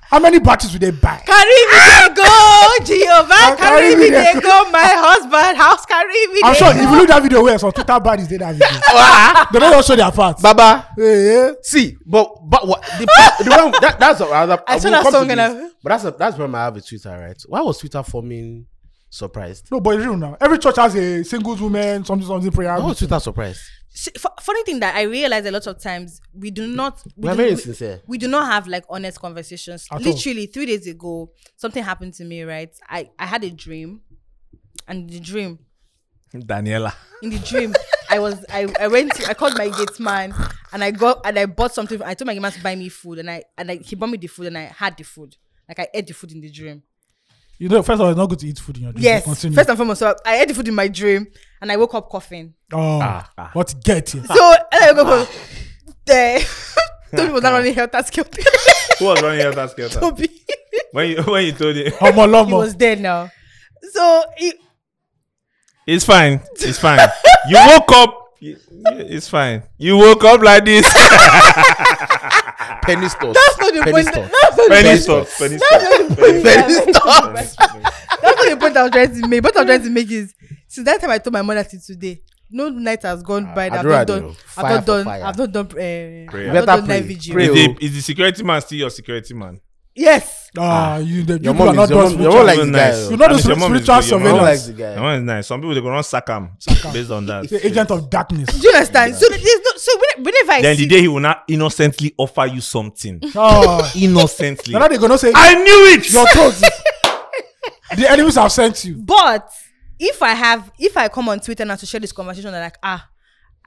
[SPEAKER 4] How many batches will they buy?
[SPEAKER 3] Carry me they go, Jehovah. Carry me they go, my husband house. Carry me
[SPEAKER 4] I'm
[SPEAKER 3] they
[SPEAKER 4] sure
[SPEAKER 3] go.
[SPEAKER 4] if you look that video, where some Twitter baddies did that video.
[SPEAKER 1] Ah,
[SPEAKER 4] they don't just show their parts.
[SPEAKER 1] Baba.
[SPEAKER 4] Hey, hey.
[SPEAKER 1] See, but but what the, pro- the one that, that's a, I,
[SPEAKER 3] I saw
[SPEAKER 1] will
[SPEAKER 3] that
[SPEAKER 1] come to
[SPEAKER 3] song and
[SPEAKER 1] this,
[SPEAKER 3] I-
[SPEAKER 1] but that's a, that's where I have a Twitter right. Why was Twitter forming surprised?
[SPEAKER 4] No, but it's real now. Every church has a singles woman, something, something prayer.
[SPEAKER 1] Why was
[SPEAKER 4] meeting.
[SPEAKER 1] Twitter surprised?
[SPEAKER 3] See, fu- funny thing that I realize a lot of times we do not we
[SPEAKER 1] We're
[SPEAKER 3] do,
[SPEAKER 1] very
[SPEAKER 3] we,
[SPEAKER 1] sincere.
[SPEAKER 3] We do not have like honest conversations.
[SPEAKER 4] At all.
[SPEAKER 3] Literally three days ago, something happened to me. Right, I I had a dream, and the dream
[SPEAKER 5] Daniela.
[SPEAKER 3] in the dream I was I, I went to, I called my gate man and I got and I bought something. I told my gate man to buy me food and I and I, he bought me the food and I had the food. Like I ate the food in the dream.
[SPEAKER 4] You know, first of all, it's not good to eat food in your dream.
[SPEAKER 3] Yes.
[SPEAKER 4] Continue.
[SPEAKER 3] First and foremost, so I ate the food in my dream and I woke up coughing.
[SPEAKER 4] oh,
[SPEAKER 5] ah.
[SPEAKER 4] what get here?
[SPEAKER 3] So and I woke up. The Toby was not running helter skelter.
[SPEAKER 5] Who was running out that skelter?
[SPEAKER 3] Toby,
[SPEAKER 5] when you when you told it,
[SPEAKER 4] Homo
[SPEAKER 3] he
[SPEAKER 4] lomo.
[SPEAKER 3] was dead now. So he,
[SPEAKER 5] it's fine, it's fine. You woke up. you- you- It's fine. You woke up like this.
[SPEAKER 1] Penny stores.
[SPEAKER 3] Ah, that's not the
[SPEAKER 1] penny
[SPEAKER 3] point.
[SPEAKER 1] stores.
[SPEAKER 3] That's not
[SPEAKER 5] Penny
[SPEAKER 3] the
[SPEAKER 5] stuff. Penny
[SPEAKER 3] That's
[SPEAKER 5] stuff.
[SPEAKER 3] not the point.
[SPEAKER 1] Penny stores.
[SPEAKER 3] That's not the point I was trying to make. What I was trying to make is since that time I told my mother till today, no night has gone by. that I've
[SPEAKER 1] Adura,
[SPEAKER 3] not done.
[SPEAKER 1] though.
[SPEAKER 3] I've
[SPEAKER 1] Fire
[SPEAKER 3] not
[SPEAKER 1] for
[SPEAKER 3] done.
[SPEAKER 1] fire.
[SPEAKER 3] I've not done. Uh,
[SPEAKER 5] Prayer.
[SPEAKER 3] I've not
[SPEAKER 1] Better
[SPEAKER 3] done night
[SPEAKER 1] pray.
[SPEAKER 3] vigil.
[SPEAKER 1] Pray.
[SPEAKER 5] Is the, is the security man still your security man?
[SPEAKER 3] Yes.
[SPEAKER 4] Ah, you, the,
[SPEAKER 1] Your
[SPEAKER 4] you people are
[SPEAKER 1] mom is
[SPEAKER 4] not
[SPEAKER 1] your
[SPEAKER 4] those
[SPEAKER 1] mom. Your
[SPEAKER 4] rituals.
[SPEAKER 1] mom like the guy.
[SPEAKER 5] Your mom is nice.
[SPEAKER 4] You know
[SPEAKER 5] I
[SPEAKER 4] those
[SPEAKER 5] mean, your mom is
[SPEAKER 4] spiritual
[SPEAKER 5] good, your mom is-
[SPEAKER 1] like
[SPEAKER 4] surveillance.
[SPEAKER 1] the
[SPEAKER 5] That
[SPEAKER 1] guy.
[SPEAKER 5] one is nice. Some people they gonna sack him based on that.
[SPEAKER 4] The agent of darkness.
[SPEAKER 3] Do you understand? So there's no. So when- whenever I
[SPEAKER 5] Then
[SPEAKER 3] see
[SPEAKER 5] the day he will not innocently offer you something.
[SPEAKER 4] Oh,
[SPEAKER 5] innocently.
[SPEAKER 4] now they're gonna say
[SPEAKER 3] Ah.
[SPEAKER 5] I knew it.
[SPEAKER 4] your toes. the enemies have sent you.
[SPEAKER 3] But if I have, if I come on Twitter now to share this conversation, they're like, ah,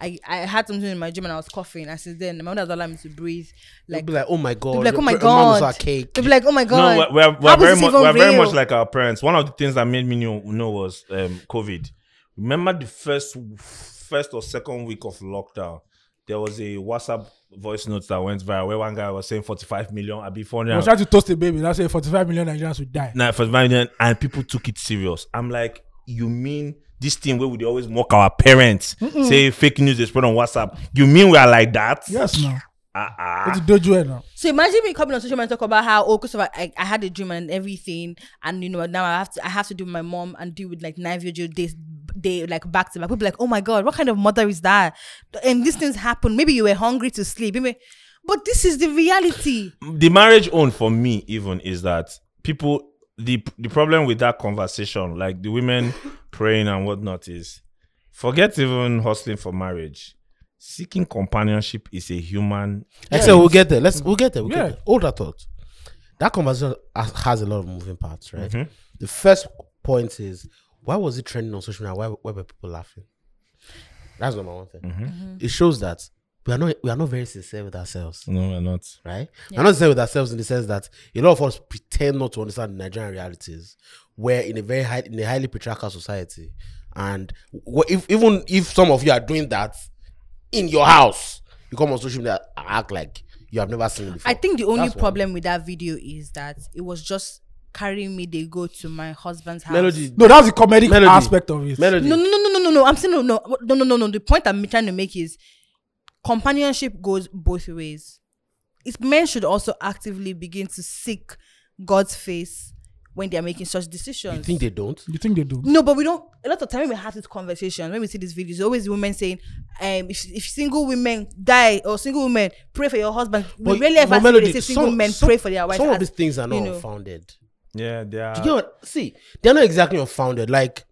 [SPEAKER 3] I, I had something in my dream and I was coughing. I said, then my mother doesn't allow me to breathe.
[SPEAKER 1] They'll
[SPEAKER 3] Like,
[SPEAKER 1] be like, oh my god.
[SPEAKER 3] they'll be like, oh
[SPEAKER 1] your
[SPEAKER 3] my
[SPEAKER 1] pre- mom was
[SPEAKER 3] god.
[SPEAKER 1] our cake.
[SPEAKER 3] They'll be like, oh my god.
[SPEAKER 5] No, we're, we're,
[SPEAKER 3] How
[SPEAKER 5] we're,
[SPEAKER 3] is
[SPEAKER 5] very,
[SPEAKER 3] this
[SPEAKER 5] mu-
[SPEAKER 3] even
[SPEAKER 5] we're very
[SPEAKER 3] real?
[SPEAKER 5] much like our parents. One of the things that made me know, know was um, COVID. Remember the first first or second week of lockdown, there was a WhatsApp voice note that went viral where one guy was saying 45 million, I'll be
[SPEAKER 4] I was
[SPEAKER 5] 400.
[SPEAKER 4] trying to toast a baby. That's why 45 million Nigerians would die.
[SPEAKER 5] Nah, 45 million, and people took it serious. I'm like, you mean this thing where we always mock our parents, say fake news is spread on WhatsApp. You mean we are like that?
[SPEAKER 4] Yes, now.
[SPEAKER 3] Ah.
[SPEAKER 5] Uh-uh.
[SPEAKER 4] It's dojo now.
[SPEAKER 3] So imagine me coming on social media and talk about how oh, Christopher, I, I had a dream and everything, and you know now I have to I have to do my mom and deal with like nine video days, day like back to back. People be like, oh my god, what kind of mother is that? And these things happen. Maybe you were hungry to sleep. Maybe, but this is the reality.
[SPEAKER 5] the marriage own for me even is that people the the problem with that conversation like the women praying and whatnot is forget even hustling for marriage seeking companionship is a human
[SPEAKER 1] I said we'll get there. Let's we'll get there. We'll
[SPEAKER 4] Yeah.
[SPEAKER 1] get there. Hold that thought. That conversation has, has a lot of moving parts, right? The first point is why was it trending on social media? Why, why were people laughing? That's number one thing. It shows that we are not we are not very sincere with ourselves,
[SPEAKER 5] no we're not
[SPEAKER 1] right? We're not sincere with ourselves in the sense that a lot of us pretend not to understand the Nigerian realities. We're in a very high in a highly patriarchal society, and wh- if even if some of you are doing that in your house, you come on social media and act like you have never seen it before.
[SPEAKER 3] I think the only
[SPEAKER 1] That's one.
[SPEAKER 3] problem with that video is that it was just carrying me. They go to my husband's house.
[SPEAKER 1] melody
[SPEAKER 4] No, that's the comedic
[SPEAKER 1] Melody.
[SPEAKER 4] aspect of it.
[SPEAKER 1] melody.
[SPEAKER 3] No, no, no, no, no, no, no. I'm saying no, no, What- no, no, no, no. The point I'm trying to make is companionship goes both ways. It's men should also actively begin to seek God's face when they are making such decisions.
[SPEAKER 1] You think they don't?
[SPEAKER 4] You think they do?
[SPEAKER 3] No, but we don't. A lot of time when we have this conversation, when we see these videos, always women saying, um, if, if single women die or single women pray for your husband, we
[SPEAKER 1] But-
[SPEAKER 3] really ever
[SPEAKER 1] but
[SPEAKER 3] see they
[SPEAKER 1] Melody,
[SPEAKER 3] say single men pray for their wives.
[SPEAKER 1] Some of
[SPEAKER 3] as-
[SPEAKER 1] these things are
[SPEAKER 3] you
[SPEAKER 1] not
[SPEAKER 3] know.
[SPEAKER 1] unfounded.
[SPEAKER 5] yeah they are
[SPEAKER 1] Do you know what? See, they're not exactly unfounded. Like,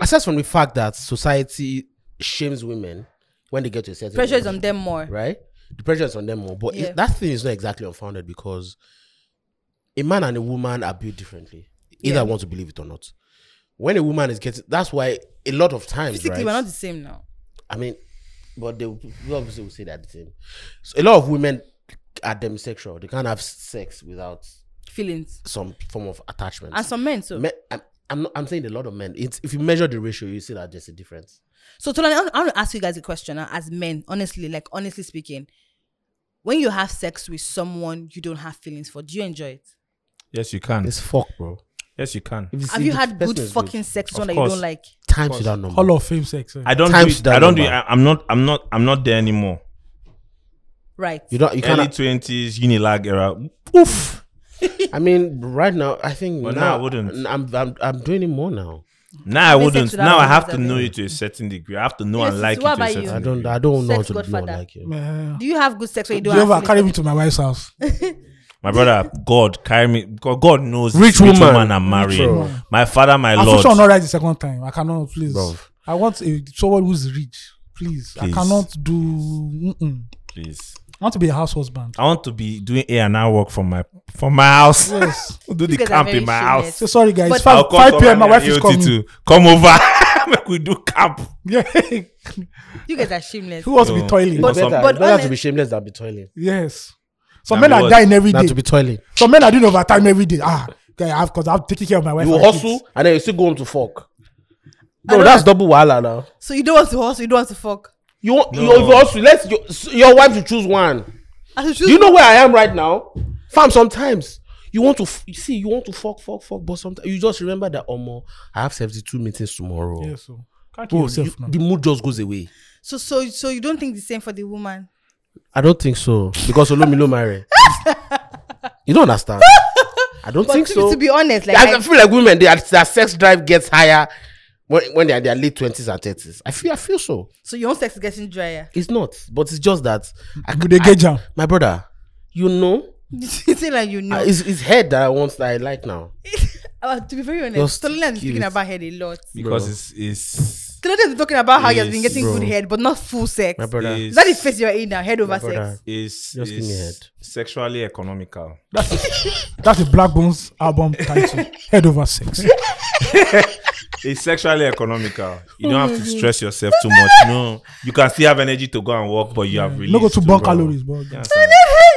[SPEAKER 1] aside from the fact that society shames women when they get to a certain
[SPEAKER 3] pressure is
[SPEAKER 1] age,
[SPEAKER 3] on them more.
[SPEAKER 1] right? The pressure is on them more. But it-
[SPEAKER 3] Yeah.
[SPEAKER 1] that thing is not exactly unfounded because a man and a woman are built differently. Either
[SPEAKER 3] Yeah.
[SPEAKER 1] I want to believe it or not. When a woman is getting, that's why a lot of times,
[SPEAKER 3] Physically,
[SPEAKER 1] right?
[SPEAKER 3] we're not the same now.
[SPEAKER 1] I mean, but they will- people obviously will say that the same. So a lot of women are demisexual. They can't have sex without
[SPEAKER 3] Feelings
[SPEAKER 1] some form of attachment.
[SPEAKER 3] and some men too.
[SPEAKER 1] Me- I'm, I'm, not, I'm saying a lot of men. It's, if you measure the ratio, you see that there's a difference.
[SPEAKER 3] So Tolani, I want- I want to ask you guys a question uh, as men, honestly, like honestly speaking. When you have sex with someone you don't have feelings for, do you enjoy it?
[SPEAKER 5] yes you can
[SPEAKER 1] It's fuck, bro.
[SPEAKER 5] yes you can
[SPEAKER 1] If you
[SPEAKER 3] Have
[SPEAKER 1] see
[SPEAKER 3] you
[SPEAKER 1] the
[SPEAKER 3] had
[SPEAKER 1] person
[SPEAKER 3] good
[SPEAKER 1] is
[SPEAKER 3] fucking sex with
[SPEAKER 5] Of
[SPEAKER 3] someone that you
[SPEAKER 5] course.
[SPEAKER 3] don't like?
[SPEAKER 1] times without number?
[SPEAKER 4] Hall of Fame sex. eh?
[SPEAKER 5] i don't
[SPEAKER 1] Times
[SPEAKER 5] do it,
[SPEAKER 1] that
[SPEAKER 5] i don't do it.
[SPEAKER 1] number.
[SPEAKER 5] I, i'm not i'm not i'm not there anymore
[SPEAKER 3] Right.
[SPEAKER 1] You don't. You
[SPEAKER 5] early
[SPEAKER 1] can't.
[SPEAKER 5] 20s unilag era
[SPEAKER 1] Oof. I mean, right now, I think
[SPEAKER 5] But now
[SPEAKER 1] now
[SPEAKER 5] I wouldn't.
[SPEAKER 1] I'm, I'm I'm doing it more now.
[SPEAKER 5] now i
[SPEAKER 3] Having sex
[SPEAKER 5] wouldn't
[SPEAKER 3] without
[SPEAKER 5] now i
[SPEAKER 3] having
[SPEAKER 5] have
[SPEAKER 3] sex
[SPEAKER 5] to
[SPEAKER 3] with
[SPEAKER 5] know
[SPEAKER 3] them.
[SPEAKER 5] you to a certain degree i have to know
[SPEAKER 3] Yes,
[SPEAKER 5] and
[SPEAKER 3] it's
[SPEAKER 5] like you
[SPEAKER 3] what
[SPEAKER 5] to a
[SPEAKER 3] about
[SPEAKER 5] certain
[SPEAKER 3] you?
[SPEAKER 1] I
[SPEAKER 3] I
[SPEAKER 1] don't.
[SPEAKER 5] degree.
[SPEAKER 1] I don't know
[SPEAKER 3] Sex
[SPEAKER 1] to be more
[SPEAKER 3] godfather.
[SPEAKER 1] like you.
[SPEAKER 4] Man.
[SPEAKER 3] Do you have good sex when you
[SPEAKER 4] Do
[SPEAKER 3] don't
[SPEAKER 4] you
[SPEAKER 3] have
[SPEAKER 4] ever
[SPEAKER 3] feelings
[SPEAKER 4] carry
[SPEAKER 3] for
[SPEAKER 4] me to my wife's house?
[SPEAKER 5] My brother, God carry me. God, God knows this
[SPEAKER 1] Rich
[SPEAKER 5] rich
[SPEAKER 1] woman.
[SPEAKER 5] woman I'm marrying.
[SPEAKER 1] woman.
[SPEAKER 5] My father, my
[SPEAKER 4] I
[SPEAKER 5] lord.
[SPEAKER 4] should not write the second time. I cannot, please.
[SPEAKER 1] Bro.
[SPEAKER 4] I want a, someone who's rich, please. I
[SPEAKER 5] Please.
[SPEAKER 4] cannot do. Mm-mm.
[SPEAKER 5] Please,
[SPEAKER 4] I want to be a house husband.
[SPEAKER 5] I want to be doing A and R work from my from my house.
[SPEAKER 4] Yes.
[SPEAKER 5] Do the
[SPEAKER 3] guys are
[SPEAKER 5] camp in
[SPEAKER 3] very
[SPEAKER 5] my
[SPEAKER 3] shameless.
[SPEAKER 5] house.
[SPEAKER 4] So sorry, guys.
[SPEAKER 3] But-
[SPEAKER 5] I'll
[SPEAKER 4] five,
[SPEAKER 5] call
[SPEAKER 4] 5 p.m. My
[SPEAKER 5] Tomani
[SPEAKER 4] wife
[SPEAKER 5] and
[SPEAKER 4] is
[SPEAKER 5] AOT
[SPEAKER 4] coming.
[SPEAKER 5] to come over. Make we do camp.
[SPEAKER 4] Yeah.
[SPEAKER 3] You guys are shameless.
[SPEAKER 4] Who wants to be
[SPEAKER 5] No.
[SPEAKER 4] toiling?
[SPEAKER 5] But-
[SPEAKER 1] It's better,
[SPEAKER 3] but
[SPEAKER 1] it's better to
[SPEAKER 3] honest-
[SPEAKER 1] be shameless than be toiling.
[SPEAKER 4] yes.
[SPEAKER 5] Than
[SPEAKER 4] Some men
[SPEAKER 5] be
[SPEAKER 4] are
[SPEAKER 5] what?
[SPEAKER 4] dying every
[SPEAKER 1] Than
[SPEAKER 4] day.
[SPEAKER 1] to be toiling.
[SPEAKER 4] Some men are doing overtime every day. Ah, guy, I've because I'm taking care of my wife.
[SPEAKER 1] You
[SPEAKER 4] and
[SPEAKER 1] hustle
[SPEAKER 4] kids.
[SPEAKER 1] and then you still go home to fuck.
[SPEAKER 3] I
[SPEAKER 1] No,
[SPEAKER 3] don't
[SPEAKER 1] that's double wahala now.
[SPEAKER 3] So you don't want to hustle, you don't want to fuck.
[SPEAKER 1] You want
[SPEAKER 5] No.
[SPEAKER 1] you, if you hustle. Let your, your wife to choose one.
[SPEAKER 3] I should
[SPEAKER 1] Do you know where I am right now? Fam, sometimes you want to f- you see, you want to fuck, fuck, fuck, but sometimes you just remember that Omo, I have 72 meetings tomorrow.
[SPEAKER 4] Yes. So. Can't kill
[SPEAKER 1] Bro,
[SPEAKER 4] yourself
[SPEAKER 1] Oh. you-
[SPEAKER 4] now.
[SPEAKER 1] the mood just goes away.
[SPEAKER 3] so so so you don't think the same for the woman.
[SPEAKER 1] I don't think so. Because Olomilo marry. you don't understand. I don't
[SPEAKER 3] But
[SPEAKER 1] think
[SPEAKER 3] to,
[SPEAKER 1] so.
[SPEAKER 3] to be honest, like
[SPEAKER 1] I, I
[SPEAKER 3] I-
[SPEAKER 1] feel like women, their, their sex drive gets higher when, when they're in their late 20s and 30s. I feel I feel so.
[SPEAKER 3] so your own sex is getting drier.
[SPEAKER 1] It's not. But it's just that I,
[SPEAKER 4] Would they
[SPEAKER 1] I-
[SPEAKER 4] get jam?
[SPEAKER 1] my brother, you know,
[SPEAKER 3] you see like you know.
[SPEAKER 1] uh, it's, it's head that I want that I like now.
[SPEAKER 3] Uh, to be very
[SPEAKER 1] Just
[SPEAKER 3] honest, Tolani has been
[SPEAKER 1] cute.
[SPEAKER 3] talking about head a lot.
[SPEAKER 5] Because
[SPEAKER 1] Bro.
[SPEAKER 5] it's it's
[SPEAKER 3] Tolani has been talking about how you've
[SPEAKER 5] Yes,
[SPEAKER 3] been getting
[SPEAKER 1] bro.
[SPEAKER 3] good head, but not full sex.
[SPEAKER 1] My brother.
[SPEAKER 5] it's,
[SPEAKER 3] Is that the phase you're in now? Head over
[SPEAKER 1] brother.
[SPEAKER 3] sex.
[SPEAKER 5] it's,
[SPEAKER 1] Just give me
[SPEAKER 5] it's sexually economical.
[SPEAKER 4] That's the Black Bones album title. Head over sex.
[SPEAKER 5] It's sexually economical. You don't have to stress yourself too much. No, you can still have energy to go and work, but you have released.
[SPEAKER 4] No go to burn
[SPEAKER 5] go-
[SPEAKER 4] calories, bro.
[SPEAKER 5] You understand?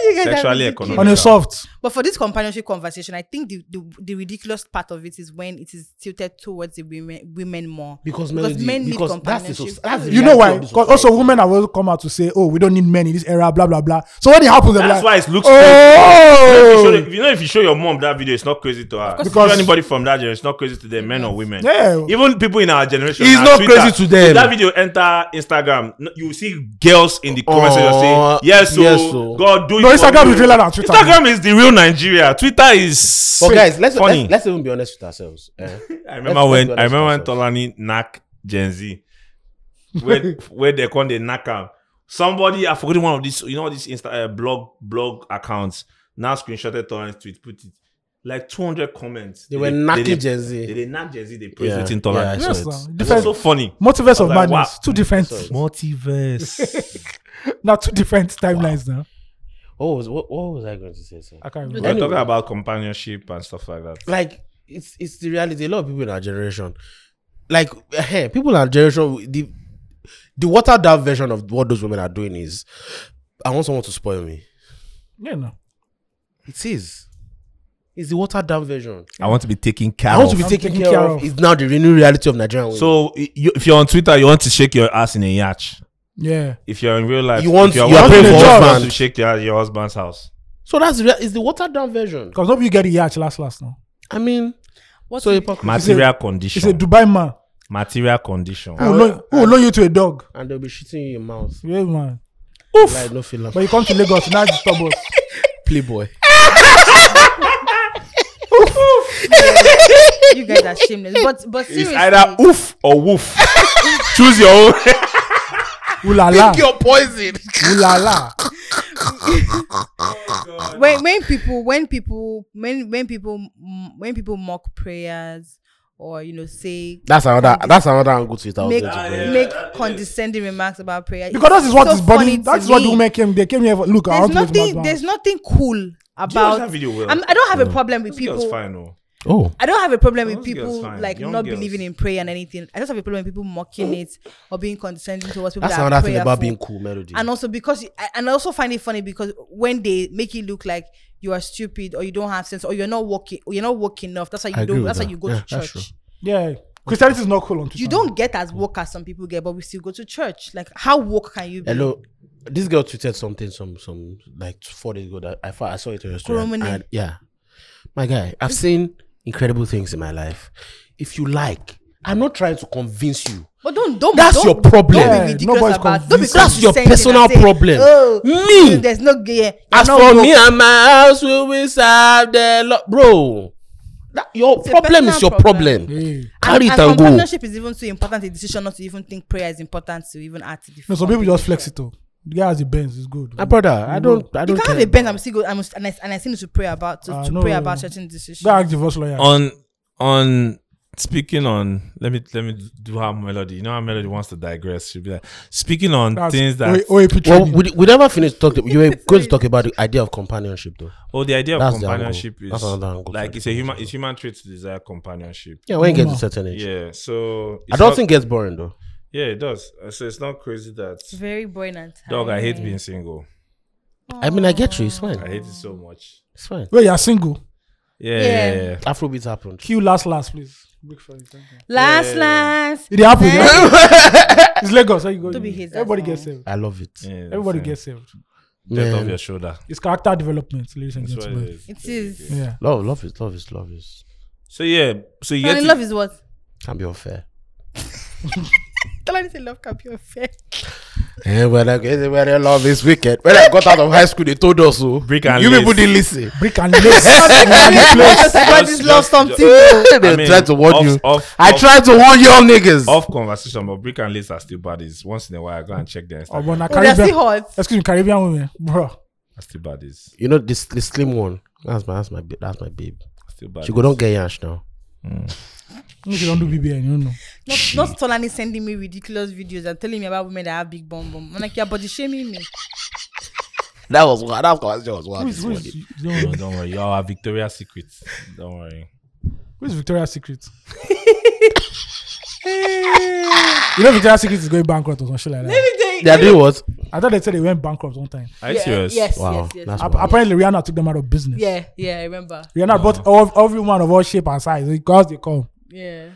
[SPEAKER 3] you guys are
[SPEAKER 5] Sexually
[SPEAKER 3] ridiculous.
[SPEAKER 5] economic.
[SPEAKER 4] on a soft.
[SPEAKER 3] But for this companionship conversation, I think the, the, the ridiculous part of it is when it is tilted towards the women women more.
[SPEAKER 1] Because men,
[SPEAKER 3] Because men need
[SPEAKER 1] because that's the,
[SPEAKER 3] companionship.
[SPEAKER 1] soc- that's the
[SPEAKER 4] You know
[SPEAKER 1] reality
[SPEAKER 4] why?
[SPEAKER 1] of the
[SPEAKER 4] 'Cause also
[SPEAKER 1] society.
[SPEAKER 4] women have also come out to say, "Oh, we don't need men in this era." Blah blah blah. So when it happens, they're
[SPEAKER 5] That's
[SPEAKER 4] like,
[SPEAKER 5] why it looks
[SPEAKER 4] Oh,
[SPEAKER 5] crazy. If you, show, the- you know, if you show your mom that video, it's not crazy to her. Because
[SPEAKER 4] Because-
[SPEAKER 5] anybody from that generation, it's not crazy to them, men or women.
[SPEAKER 4] Yeah.
[SPEAKER 5] Even people in our generation.
[SPEAKER 1] It's
[SPEAKER 5] our
[SPEAKER 1] not
[SPEAKER 5] Twitter,
[SPEAKER 1] crazy to them.
[SPEAKER 5] If that video enter Instagram, n- you will see girls in the comments section
[SPEAKER 1] Oh,
[SPEAKER 5] saying, "Yes, so
[SPEAKER 1] yes, oh."
[SPEAKER 5] God do it."
[SPEAKER 4] No,
[SPEAKER 5] for
[SPEAKER 4] Instagram
[SPEAKER 5] me."
[SPEAKER 4] is realer than Twitter.
[SPEAKER 5] Instagram is the real Nigeria. Twitter is.
[SPEAKER 1] But guys, let's,
[SPEAKER 5] funny.
[SPEAKER 1] let's let's even be honest with ourselves. eh?
[SPEAKER 5] I
[SPEAKER 1] let's
[SPEAKER 5] remember
[SPEAKER 1] be
[SPEAKER 5] when
[SPEAKER 1] honest
[SPEAKER 5] I remember when
[SPEAKER 1] with ourselves.
[SPEAKER 5] Tolani knack Gen Z. Where where they come they knack am. Somebody I forgot one of these you know these Insta uh, blog blog accounts now screenshotted Tolani's tweet put it like 200 comments.
[SPEAKER 1] They were knacking Gen Z.
[SPEAKER 5] They, they knack Gen Z. They praise
[SPEAKER 1] Yeah,
[SPEAKER 5] within
[SPEAKER 1] yeah, I
[SPEAKER 5] Tolani.
[SPEAKER 1] saw
[SPEAKER 4] Yes,
[SPEAKER 1] it.
[SPEAKER 4] now.
[SPEAKER 1] I saw
[SPEAKER 5] It was so
[SPEAKER 4] Different
[SPEAKER 5] funny.
[SPEAKER 4] multiverse of
[SPEAKER 5] I was like,
[SPEAKER 4] madness.
[SPEAKER 5] wow.
[SPEAKER 4] Two different.
[SPEAKER 5] Multiverse.
[SPEAKER 4] Now two different timelines. Now
[SPEAKER 1] What was what, what was I going to say? Sir?
[SPEAKER 4] I can't
[SPEAKER 5] We're
[SPEAKER 4] remember.
[SPEAKER 1] Anyway.
[SPEAKER 5] talking about companionship and stuff like that.
[SPEAKER 1] Like it's it's the reality. A lot of people in our generation, like eh, people in our generation, the the watered down version of what those women are doing is, I want someone to spoil me.
[SPEAKER 4] Yeah, no.
[SPEAKER 1] It is. It's the watered down version.
[SPEAKER 5] I want to be taking care.
[SPEAKER 1] I want to be
[SPEAKER 4] I'm
[SPEAKER 1] taken care, of. It's now the new reality of Nigerian women.
[SPEAKER 5] So i- you, if you're on Twitter, you want to shake your ass in a yacht.
[SPEAKER 4] Yeah.
[SPEAKER 5] If you're in real life,
[SPEAKER 1] You want-
[SPEAKER 5] if you're
[SPEAKER 1] you are
[SPEAKER 5] working,
[SPEAKER 1] paying
[SPEAKER 5] you
[SPEAKER 1] for
[SPEAKER 5] want
[SPEAKER 1] husband.
[SPEAKER 5] to shake your, your husband's house.
[SPEAKER 1] so that's the rea- it's the watered down version.
[SPEAKER 4] Because nobody get the yacht last last now.
[SPEAKER 1] I mean,
[SPEAKER 3] What's
[SPEAKER 1] so
[SPEAKER 3] the-
[SPEAKER 1] hypocrisy.
[SPEAKER 5] Material
[SPEAKER 4] It's a
[SPEAKER 5] condition.
[SPEAKER 4] Dubai man
[SPEAKER 5] material condition.
[SPEAKER 1] Oh,
[SPEAKER 4] who will loan- who will loan you to a dog.
[SPEAKER 1] and they'll be shitting you in your mouth.
[SPEAKER 4] Yeah, man.
[SPEAKER 1] Like no feel
[SPEAKER 4] But you come to Lagos now, it's trouble.
[SPEAKER 1] Playboy.
[SPEAKER 3] you guys are shameless. But but
[SPEAKER 5] It's
[SPEAKER 3] seriously,
[SPEAKER 5] either oof or woof. Choose your own.
[SPEAKER 4] Ulala,
[SPEAKER 1] Your poison.
[SPEAKER 4] ulala. Ah.
[SPEAKER 3] when when people when people when when people mm, when people mock prayers or you know say
[SPEAKER 1] That's another. That's another angle to it. I was
[SPEAKER 3] make
[SPEAKER 1] going to bring.
[SPEAKER 3] make condescending remarks about prayer
[SPEAKER 4] Because that is what
[SPEAKER 3] so
[SPEAKER 4] is body.
[SPEAKER 3] funny to
[SPEAKER 4] That is what
[SPEAKER 3] me.
[SPEAKER 4] the women came. They came here. For, look, I
[SPEAKER 3] there's
[SPEAKER 4] want to live in
[SPEAKER 3] nothing
[SPEAKER 4] my
[SPEAKER 3] there's
[SPEAKER 4] house.
[SPEAKER 3] nothing cool
[SPEAKER 5] watch that
[SPEAKER 3] about
[SPEAKER 5] video well?
[SPEAKER 3] I'm, i don't have a problem with
[SPEAKER 5] People,
[SPEAKER 3] people
[SPEAKER 5] fine, oh.
[SPEAKER 1] Oh,
[SPEAKER 3] I don't have a problem with
[SPEAKER 5] Those girls
[SPEAKER 3] people
[SPEAKER 5] fine.
[SPEAKER 3] like
[SPEAKER 5] Young
[SPEAKER 3] not
[SPEAKER 5] girls.
[SPEAKER 3] believing in prayer and anything. I just have a problem with people mocking it or being condescending towards people.
[SPEAKER 1] that's
[SPEAKER 3] that are
[SPEAKER 1] another thing about
[SPEAKER 3] prayerful.
[SPEAKER 1] being cool, Melody.
[SPEAKER 3] and also because I- and I also find it funny because when they make it look like you are stupid or you don't have sense or you're not working or you're not working enough. That's why
[SPEAKER 1] I
[SPEAKER 3] you
[SPEAKER 1] agree
[SPEAKER 3] don't.
[SPEAKER 1] with
[SPEAKER 3] That's why
[SPEAKER 1] that.
[SPEAKER 3] you go
[SPEAKER 1] Yeah,
[SPEAKER 3] to
[SPEAKER 1] that's
[SPEAKER 3] church.
[SPEAKER 4] Yeah, Christianity is not cool on Twitter.
[SPEAKER 3] You don't get as woke as some people get, but we still go to church. Like how woke can you be?
[SPEAKER 1] Hello, this girl tweeted something some some like four days ago that I thought I saw it on your story.
[SPEAKER 3] Cromony.
[SPEAKER 1] and- Yeah, my guy, I've seen incredible things in my life. If you like, I'm not trying to convince you.
[SPEAKER 3] But don't don't
[SPEAKER 1] That's
[SPEAKER 3] don't,
[SPEAKER 1] your problem.
[SPEAKER 3] Don't
[SPEAKER 4] Yeah,
[SPEAKER 3] be ridiculous
[SPEAKER 4] nobody's
[SPEAKER 3] about. Don't be
[SPEAKER 4] convinced.
[SPEAKER 1] That's your
[SPEAKER 3] condescending and
[SPEAKER 1] personal problem.
[SPEAKER 3] Oh,
[SPEAKER 1] Me.
[SPEAKER 3] there's no gay.
[SPEAKER 1] As
[SPEAKER 3] you're
[SPEAKER 1] for
[SPEAKER 3] not woke.
[SPEAKER 1] me and my house, we will serve the Lord, bro. That, your
[SPEAKER 3] It's a
[SPEAKER 1] problem is
[SPEAKER 3] personal
[SPEAKER 1] your problem.
[SPEAKER 4] Yeah.
[SPEAKER 1] Carry
[SPEAKER 3] and,
[SPEAKER 1] it
[SPEAKER 3] and
[SPEAKER 1] and go.
[SPEAKER 3] companionship is even so important a decision not to even think prayer is important to even add to the
[SPEAKER 4] No, some people just flex it. Though the guy has the Benz. It's good.
[SPEAKER 1] My brother, I don't, I
[SPEAKER 3] you
[SPEAKER 1] don't
[SPEAKER 3] can't have
[SPEAKER 1] care.
[SPEAKER 3] a bent. I'm still good. I'm and I, and I still need to pray about to,
[SPEAKER 4] Ah,
[SPEAKER 3] to
[SPEAKER 4] no,
[SPEAKER 3] pray
[SPEAKER 4] no,
[SPEAKER 3] about
[SPEAKER 4] no.
[SPEAKER 3] certain decisions.
[SPEAKER 4] Go ask divorce lawyer.
[SPEAKER 5] On on speaking on let me let me do how melody. You know how melody wants to digress. She'll be like speaking on
[SPEAKER 4] That's
[SPEAKER 5] things that
[SPEAKER 1] oh.
[SPEAKER 4] O- OAP
[SPEAKER 1] Well,
[SPEAKER 4] training.
[SPEAKER 1] we, we never finished talking. You were going to talk about the idea of companionship, though.
[SPEAKER 5] oh the idea of
[SPEAKER 1] That's the
[SPEAKER 5] companionship
[SPEAKER 1] angle.
[SPEAKER 5] is
[SPEAKER 1] That's another angle.
[SPEAKER 5] like it's a human it's human trait to desire companionship.
[SPEAKER 1] Yeah, when you get to
[SPEAKER 4] Normal.
[SPEAKER 1] certain age.
[SPEAKER 5] Yeah, so
[SPEAKER 1] I
[SPEAKER 5] it's
[SPEAKER 1] don't
[SPEAKER 5] not-
[SPEAKER 1] think it gets boring though.
[SPEAKER 5] yeah it does. So it's not crazy that
[SPEAKER 3] Very boring and tiring.
[SPEAKER 5] dog. I hate being single.
[SPEAKER 1] I mean, I get you. It's fine.
[SPEAKER 5] I hate it so much.
[SPEAKER 1] It's fine.
[SPEAKER 4] Wait, you are single.
[SPEAKER 5] Yeah,
[SPEAKER 3] Yeah.
[SPEAKER 5] yeah, yeah.
[SPEAKER 1] Afrobeats happened.
[SPEAKER 4] Q last last please. Big for you, thank you.
[SPEAKER 3] Last, last.
[SPEAKER 4] It happens. it's Lagos. Where you go?
[SPEAKER 3] Don't be his
[SPEAKER 4] Everybody
[SPEAKER 3] ass,
[SPEAKER 4] gets
[SPEAKER 3] man.
[SPEAKER 4] saved.
[SPEAKER 1] I love it.
[SPEAKER 5] yeah that's
[SPEAKER 4] Everybody
[SPEAKER 5] it.
[SPEAKER 4] gets saved.
[SPEAKER 5] Depth of
[SPEAKER 1] Man.
[SPEAKER 5] your shoulder.
[SPEAKER 4] It's character development, ladies and
[SPEAKER 5] That's what it
[SPEAKER 4] gentlemen.
[SPEAKER 5] is.
[SPEAKER 3] It is.
[SPEAKER 4] Yeah.
[SPEAKER 1] Love, love it, love it, love it.
[SPEAKER 5] So yeah, so you
[SPEAKER 3] And
[SPEAKER 5] get
[SPEAKER 3] in
[SPEAKER 5] to-
[SPEAKER 3] love is what?
[SPEAKER 1] Can't be unfair.
[SPEAKER 3] Tell her say love can be unfair.
[SPEAKER 1] Eh, when I get when I love is wicked. When I got out of high school, they told us so.
[SPEAKER 5] Brick and
[SPEAKER 1] you
[SPEAKER 5] lace.
[SPEAKER 1] people didn't listen.
[SPEAKER 4] Brick and lace.
[SPEAKER 3] Everybody's love
[SPEAKER 5] just-
[SPEAKER 3] something. Oh,
[SPEAKER 1] they
[SPEAKER 5] I mean,
[SPEAKER 1] tried to warn
[SPEAKER 5] off-
[SPEAKER 1] you.
[SPEAKER 5] off-
[SPEAKER 1] I
[SPEAKER 5] off-
[SPEAKER 1] tried to warn y'all niggas.
[SPEAKER 5] off conversation, but brick and lace are still baddies. Once in a while, I go and check their
[SPEAKER 4] Oh,
[SPEAKER 5] Instagram.
[SPEAKER 4] but na
[SPEAKER 3] Oh, they're
[SPEAKER 4] Caribbean-
[SPEAKER 3] still hot.
[SPEAKER 4] Excuse me, Caribbean women, bro.
[SPEAKER 1] Oh,
[SPEAKER 5] Are still baddies.
[SPEAKER 1] You know this the slim one. That's my that's my ba- that's my babe.
[SPEAKER 5] Are Still baddies.
[SPEAKER 1] She go don't get yash now.
[SPEAKER 4] If you don't do BBN, you don't know.
[SPEAKER 3] Not, not Tolani sending me ridiculous videos and telling me about women that have big bum bum. I'm like, you're body shaming me.
[SPEAKER 1] That was wild. That conversation was wild.
[SPEAKER 4] Who is,
[SPEAKER 1] this
[SPEAKER 4] who
[SPEAKER 1] morning.
[SPEAKER 4] is, you don't know.
[SPEAKER 5] No, don't worry. You all are Victoria's Secret. Don't worry.
[SPEAKER 4] Who is Victoria's Secret? You know, Victoria's Secret is going bankrupt or something like that.
[SPEAKER 1] They are doing what?
[SPEAKER 4] I thought they said they went bankrupt one time.
[SPEAKER 5] Are you serious?
[SPEAKER 3] Yes,
[SPEAKER 1] Wow.
[SPEAKER 3] yes, yes.
[SPEAKER 1] That's
[SPEAKER 4] App-
[SPEAKER 1] wild.
[SPEAKER 4] Apparently, Rihanna took them out of business.
[SPEAKER 3] Yeah, yeah, I remember.
[SPEAKER 4] Rihanna bought all, every one of all shape and size because they come.
[SPEAKER 3] Yeah.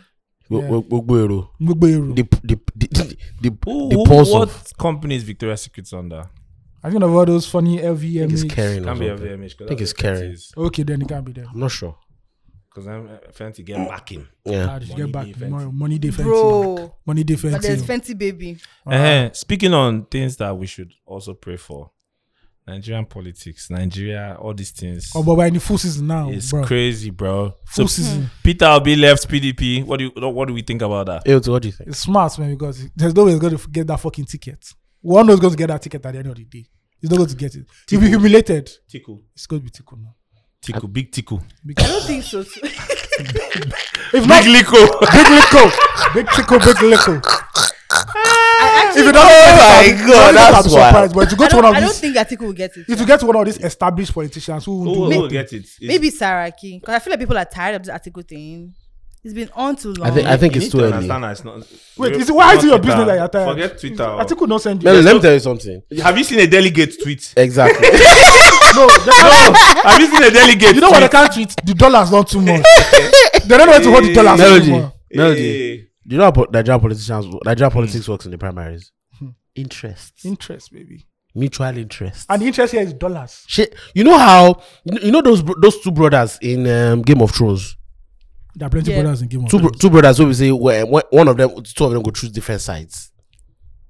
[SPEAKER 1] Gbo- gbo- gbogbo èrò.
[SPEAKER 4] Gbogbo èrò.
[SPEAKER 1] The the the the, the,
[SPEAKER 5] Who,
[SPEAKER 1] the
[SPEAKER 5] who-
[SPEAKER 1] pulse
[SPEAKER 5] what
[SPEAKER 1] of
[SPEAKER 5] company is Victoria's Secret under?
[SPEAKER 4] I think of all those funny
[SPEAKER 1] I think it's
[SPEAKER 4] LVMH.
[SPEAKER 1] caring. or
[SPEAKER 5] Can't be
[SPEAKER 1] something.
[SPEAKER 5] LVMH. 'cause
[SPEAKER 1] I think
[SPEAKER 5] that's
[SPEAKER 1] it's
[SPEAKER 5] where Fenty
[SPEAKER 1] Karen.
[SPEAKER 5] is.
[SPEAKER 4] Okay, then it can't be there.
[SPEAKER 1] I'm not sure.
[SPEAKER 5] Cause I'm uh, Fenty get back in.
[SPEAKER 1] Yeah.
[SPEAKER 4] Ah, they should get back
[SPEAKER 5] Money
[SPEAKER 4] to
[SPEAKER 5] Day
[SPEAKER 4] money,
[SPEAKER 5] Fenty.
[SPEAKER 4] money day Fenty.
[SPEAKER 3] Bro.
[SPEAKER 4] Money day
[SPEAKER 3] But there's
[SPEAKER 4] Fenty.
[SPEAKER 3] Fenty Baby.
[SPEAKER 1] Uh-huh.
[SPEAKER 5] uh Speaking on things that we should also pray for, Nigerian politics, Nigeria, all these things.
[SPEAKER 4] Oh, but we're in the full season now,
[SPEAKER 5] It's
[SPEAKER 4] bro.
[SPEAKER 5] crazy, bro. so
[SPEAKER 4] Full season.
[SPEAKER 5] Peter will be left PDP. What do you what do we think about that?
[SPEAKER 1] Ayo, what do you think?
[SPEAKER 4] It's smart, man, because there's no way he's going to get that fucking ticket. One of us going to get that ticket at the end of the day. He's not going to get it. He'll be humiliated.
[SPEAKER 5] Tickle,
[SPEAKER 4] It's going to be tickle now.
[SPEAKER 5] tickle, big tickle,
[SPEAKER 3] I don't think so. too.
[SPEAKER 4] If not, big
[SPEAKER 5] lico.
[SPEAKER 4] lico. Big tickle, big lico.
[SPEAKER 3] I
[SPEAKER 4] If you
[SPEAKER 3] actually,
[SPEAKER 4] don't
[SPEAKER 5] Oh
[SPEAKER 1] my
[SPEAKER 4] know,
[SPEAKER 1] God, that's
[SPEAKER 4] I'm
[SPEAKER 1] wild.
[SPEAKER 4] surprised. But if you go
[SPEAKER 3] I
[SPEAKER 4] to one
[SPEAKER 3] don't,
[SPEAKER 4] of
[SPEAKER 3] I don't
[SPEAKER 4] these,
[SPEAKER 3] think Oh, Atiku will get it.
[SPEAKER 4] if you get to one of these established politicians who will
[SPEAKER 5] Who
[SPEAKER 4] do
[SPEAKER 5] will
[SPEAKER 4] nothing.
[SPEAKER 5] get it? It's-
[SPEAKER 3] Maybe Saraki. Because I feel like people are tired of this Atiku thing. It's been on too long.
[SPEAKER 1] I think I think
[SPEAKER 5] you
[SPEAKER 1] it's too
[SPEAKER 5] need to
[SPEAKER 1] early.
[SPEAKER 5] understand that it's not.
[SPEAKER 4] Wait,
[SPEAKER 5] you-
[SPEAKER 4] is it why is
[SPEAKER 5] not
[SPEAKER 4] it your
[SPEAKER 5] Twitter.
[SPEAKER 4] business that you're tired?
[SPEAKER 5] Forget Twitter.
[SPEAKER 4] I think we don't send you.
[SPEAKER 1] Let, let me tell you something.
[SPEAKER 5] Have you seen a delegate tweet?
[SPEAKER 1] Exactly.
[SPEAKER 4] No, no,
[SPEAKER 5] Have you seen a delegate?
[SPEAKER 4] you know what I
[SPEAKER 5] tweet?
[SPEAKER 4] can't tweet? The dollar's not too much. they don't know where to hold the dollars
[SPEAKER 1] Melody.
[SPEAKER 4] anymore.
[SPEAKER 1] Melody.
[SPEAKER 5] Eh,
[SPEAKER 1] You know how po- Nigerian politicians Nigerian politics works in the primaries. Interests.
[SPEAKER 4] Interest, baby.
[SPEAKER 1] Mutual interests.
[SPEAKER 4] Hmm. And the interest here is dollars.
[SPEAKER 1] Shit. You know how you know, you know those bro- those two brothers in um, Game of Thrones.
[SPEAKER 4] There are plenty
[SPEAKER 3] Yeah.
[SPEAKER 4] of dollars in Game of
[SPEAKER 1] Two bro-
[SPEAKER 4] Thrones.
[SPEAKER 1] two brothers. Where we say where, where one of them, two of them go choose different sides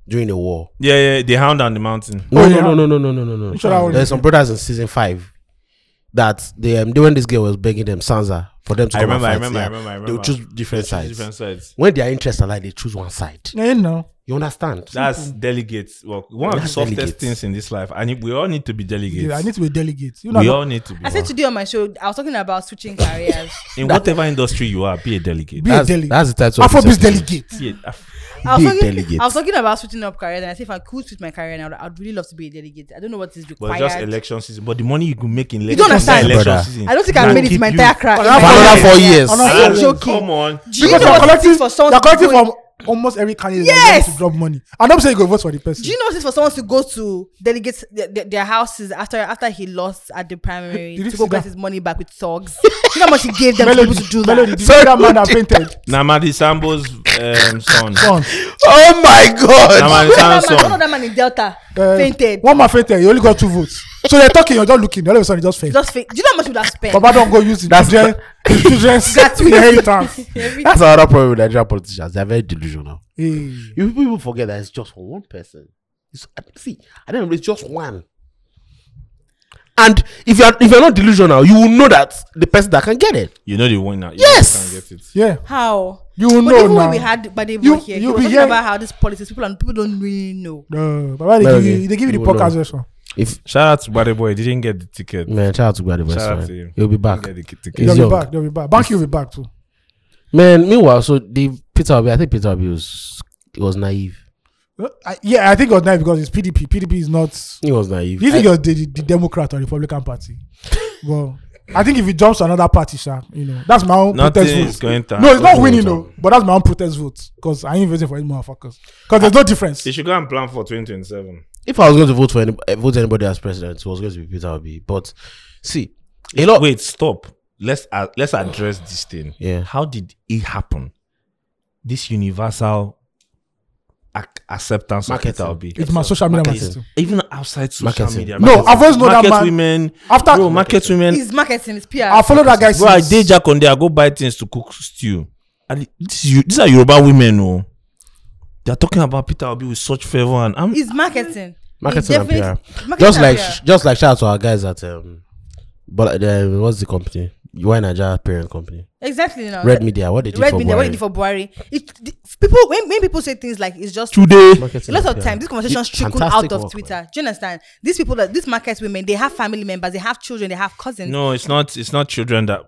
[SPEAKER 1] during the war.
[SPEAKER 5] Yeah, yeah, the hound on the mountain.
[SPEAKER 1] No,
[SPEAKER 4] Oh,
[SPEAKER 1] no,
[SPEAKER 4] yeah.
[SPEAKER 1] no, no, no, no, no, no, no.
[SPEAKER 4] Which one I want
[SPEAKER 1] There's
[SPEAKER 4] to-
[SPEAKER 1] some brothers in season five that they um, they- when this girl was begging them Sansa for them to
[SPEAKER 5] I
[SPEAKER 1] come
[SPEAKER 5] remember, I
[SPEAKER 1] and fight,
[SPEAKER 5] remember, I
[SPEAKER 1] yeah,
[SPEAKER 5] remember, I
[SPEAKER 1] They will
[SPEAKER 5] remember.
[SPEAKER 1] choose different sides.
[SPEAKER 5] Different sides.
[SPEAKER 1] When their interests are like, they choose one side.
[SPEAKER 4] Yeah, you know.
[SPEAKER 1] You understand?
[SPEAKER 5] That's delegates. Well, one of the
[SPEAKER 1] That's
[SPEAKER 5] softest
[SPEAKER 1] delegates.
[SPEAKER 5] things in this life, and we all need to be delegates.
[SPEAKER 4] Yeah, I need to be a delegate. You know,
[SPEAKER 5] we
[SPEAKER 4] I'm-
[SPEAKER 5] all need to be.
[SPEAKER 3] I said today on my show, I was talking about switching careers.
[SPEAKER 5] in whatever industry you are, be a delegate.
[SPEAKER 4] be
[SPEAKER 1] that's,
[SPEAKER 4] a delegate.
[SPEAKER 1] that's the title. of this
[SPEAKER 4] Afrobeat
[SPEAKER 1] episode.
[SPEAKER 4] delegate.
[SPEAKER 5] Yeah, Af-
[SPEAKER 3] I was,
[SPEAKER 1] Be a
[SPEAKER 3] talking,
[SPEAKER 1] delegate.
[SPEAKER 3] I was talking about switching up careers, and I said if I could switch my career now, I'd really love to be a delegate. I don't know what is
[SPEAKER 5] but
[SPEAKER 3] required.
[SPEAKER 5] it's just election season. But the money you can make in election,
[SPEAKER 3] don't understand.
[SPEAKER 5] election
[SPEAKER 1] Brother.
[SPEAKER 5] season.
[SPEAKER 3] I don't think I've
[SPEAKER 5] will
[SPEAKER 3] made it
[SPEAKER 5] keep
[SPEAKER 3] my
[SPEAKER 5] you-
[SPEAKER 3] entire career.
[SPEAKER 4] For
[SPEAKER 1] another four years.
[SPEAKER 4] Another
[SPEAKER 5] Ah,
[SPEAKER 4] four years.
[SPEAKER 3] joking.
[SPEAKER 5] Come on.
[SPEAKER 3] Do you
[SPEAKER 4] Because
[SPEAKER 3] know
[SPEAKER 4] they're
[SPEAKER 3] what it
[SPEAKER 4] collecting,
[SPEAKER 3] is for someone
[SPEAKER 4] they're
[SPEAKER 3] to
[SPEAKER 4] collecting
[SPEAKER 3] go in-
[SPEAKER 4] from almost every candidate
[SPEAKER 3] Yes!
[SPEAKER 4] to drop money. And don't say you go vote for the person.
[SPEAKER 3] Do you know what it is for someone to go to delegates their, their, their houses after after he lost at the primary
[SPEAKER 4] Did you
[SPEAKER 3] to go
[SPEAKER 4] see that?
[SPEAKER 3] get his money back with thugs? Do you know how much he gave them to be
[SPEAKER 4] Melody,
[SPEAKER 3] able to do
[SPEAKER 4] Melody,
[SPEAKER 3] that?
[SPEAKER 4] did you see that man that painted?
[SPEAKER 5] Namadi Sambo's um, son.
[SPEAKER 4] Son,
[SPEAKER 1] Oh my god!
[SPEAKER 5] Namadi Sambo's
[SPEAKER 3] One of
[SPEAKER 5] son.
[SPEAKER 3] that man in Delta
[SPEAKER 4] uh,
[SPEAKER 3] fainted.
[SPEAKER 4] One man fainted, he only got two votes. So they're talking, you're just looking, all of a sudden he just faint.
[SPEAKER 3] Just fake. Do you know how much we have spent?
[SPEAKER 4] Baba don't go use the
[SPEAKER 1] That's-
[SPEAKER 4] children, the children's
[SPEAKER 3] Gratuity.
[SPEAKER 4] inheritance.
[SPEAKER 3] Every-
[SPEAKER 1] That's another problem with Nigerian politicians. They're very delusional.
[SPEAKER 4] Hey.
[SPEAKER 1] You people forget that it's just for one person. It's, see, I don't know. It's just one. And if you're if you're not delusional, you will know that the person that can get it.
[SPEAKER 5] You know the winner. You
[SPEAKER 1] Yes!
[SPEAKER 5] Know you can get it.
[SPEAKER 4] Yeah,
[SPEAKER 3] How?
[SPEAKER 4] you will
[SPEAKER 3] But
[SPEAKER 4] know
[SPEAKER 3] even
[SPEAKER 4] now.
[SPEAKER 3] when we had Badebo
[SPEAKER 4] You-
[SPEAKER 3] here,
[SPEAKER 4] you
[SPEAKER 3] you were
[SPEAKER 4] be
[SPEAKER 3] talking
[SPEAKER 4] here-
[SPEAKER 3] about how this politics people and people don't really know.
[SPEAKER 4] No, Baba, they give
[SPEAKER 1] Melody,
[SPEAKER 4] you, they give you the
[SPEAKER 1] you will
[SPEAKER 4] podcast
[SPEAKER 1] know.
[SPEAKER 4] version.
[SPEAKER 1] If
[SPEAKER 5] Shout out to Buddy Boy. Didn't get the ticket.
[SPEAKER 1] man, shout out to Gbadebo.
[SPEAKER 5] Shout out
[SPEAKER 1] man.
[SPEAKER 5] to you.
[SPEAKER 1] He'll be back.
[SPEAKER 5] Didn't get the ticket.
[SPEAKER 1] He's
[SPEAKER 4] They'll be
[SPEAKER 1] young.
[SPEAKER 4] back, they'll be back. Banky will be back too.
[SPEAKER 1] Man, meanwhile, so the Peter Obi, I think Peter Obi was he was naive.
[SPEAKER 4] Uh, I- Yeah, I think it was nice because it's PDP. PDP is not
[SPEAKER 1] He was naive.
[SPEAKER 4] Do you think
[SPEAKER 1] I-
[SPEAKER 4] you're the, the Democrat or Republican Party? well, I think if it jumps to another party, sir, you know, that's my own
[SPEAKER 5] Nothing
[SPEAKER 4] protest
[SPEAKER 5] is
[SPEAKER 4] vote.
[SPEAKER 5] going to
[SPEAKER 4] No, it's
[SPEAKER 5] happen.
[SPEAKER 4] not
[SPEAKER 1] Nothing
[SPEAKER 4] winning
[SPEAKER 1] at all.
[SPEAKER 4] though, but that's my own protest vote because I ain't voting for any motherfuckers because there's no difference.
[SPEAKER 5] They should go and plan for 2027.
[SPEAKER 1] if I was going to vote for any, eh, vote anybody as president, it was going to be Peter Obi. But see, a lot.
[SPEAKER 5] Wait, stop. Let's uh, let's address this thing.
[SPEAKER 1] Yeah.
[SPEAKER 5] How did it happen? This universal ac- acceptance
[SPEAKER 1] Marketing.
[SPEAKER 5] of Peter Obi.
[SPEAKER 4] It's my social media
[SPEAKER 1] Marketing.
[SPEAKER 4] marketing.
[SPEAKER 5] Even outside social
[SPEAKER 1] Marketing.
[SPEAKER 5] media.
[SPEAKER 4] No,
[SPEAKER 5] market-
[SPEAKER 4] I've always known that
[SPEAKER 5] market
[SPEAKER 4] man-
[SPEAKER 5] women.
[SPEAKER 4] After
[SPEAKER 5] Bro, market women.
[SPEAKER 3] It's marketing, it's PR.
[SPEAKER 4] I follow that guy.
[SPEAKER 5] Bro, I
[SPEAKER 4] since-
[SPEAKER 5] did Jack on there. I go buy things to cook stew. And this is, these are Yoruba women, oh. They're talking about Peter Obi with such favor, and I'm
[SPEAKER 3] It's marketing.
[SPEAKER 1] Marketing and
[SPEAKER 3] definitely-
[SPEAKER 1] PR.
[SPEAKER 3] marketing
[SPEAKER 1] just
[SPEAKER 3] and
[SPEAKER 1] like
[SPEAKER 3] PR.
[SPEAKER 1] just like shout out to our guys at um, but uh, what's the company? Why Nigeria parent company?
[SPEAKER 3] exactly now.
[SPEAKER 1] Red Media. What they did
[SPEAKER 3] Red
[SPEAKER 1] for
[SPEAKER 3] media, what
[SPEAKER 1] Buhari.
[SPEAKER 3] they did for Buhari. It, the, people when, when people say things like it's just
[SPEAKER 5] today.
[SPEAKER 1] Marketing
[SPEAKER 3] a lot
[SPEAKER 1] and
[SPEAKER 3] of
[SPEAKER 1] PR.
[SPEAKER 3] times these conversations
[SPEAKER 1] Did
[SPEAKER 3] trickle out
[SPEAKER 1] fantastic
[SPEAKER 3] of
[SPEAKER 1] work,
[SPEAKER 3] Twitter.
[SPEAKER 1] man.
[SPEAKER 3] Do you understand? These people that these market women, they have family members, they have children, they have cousins.
[SPEAKER 5] No, it's not. It's not children that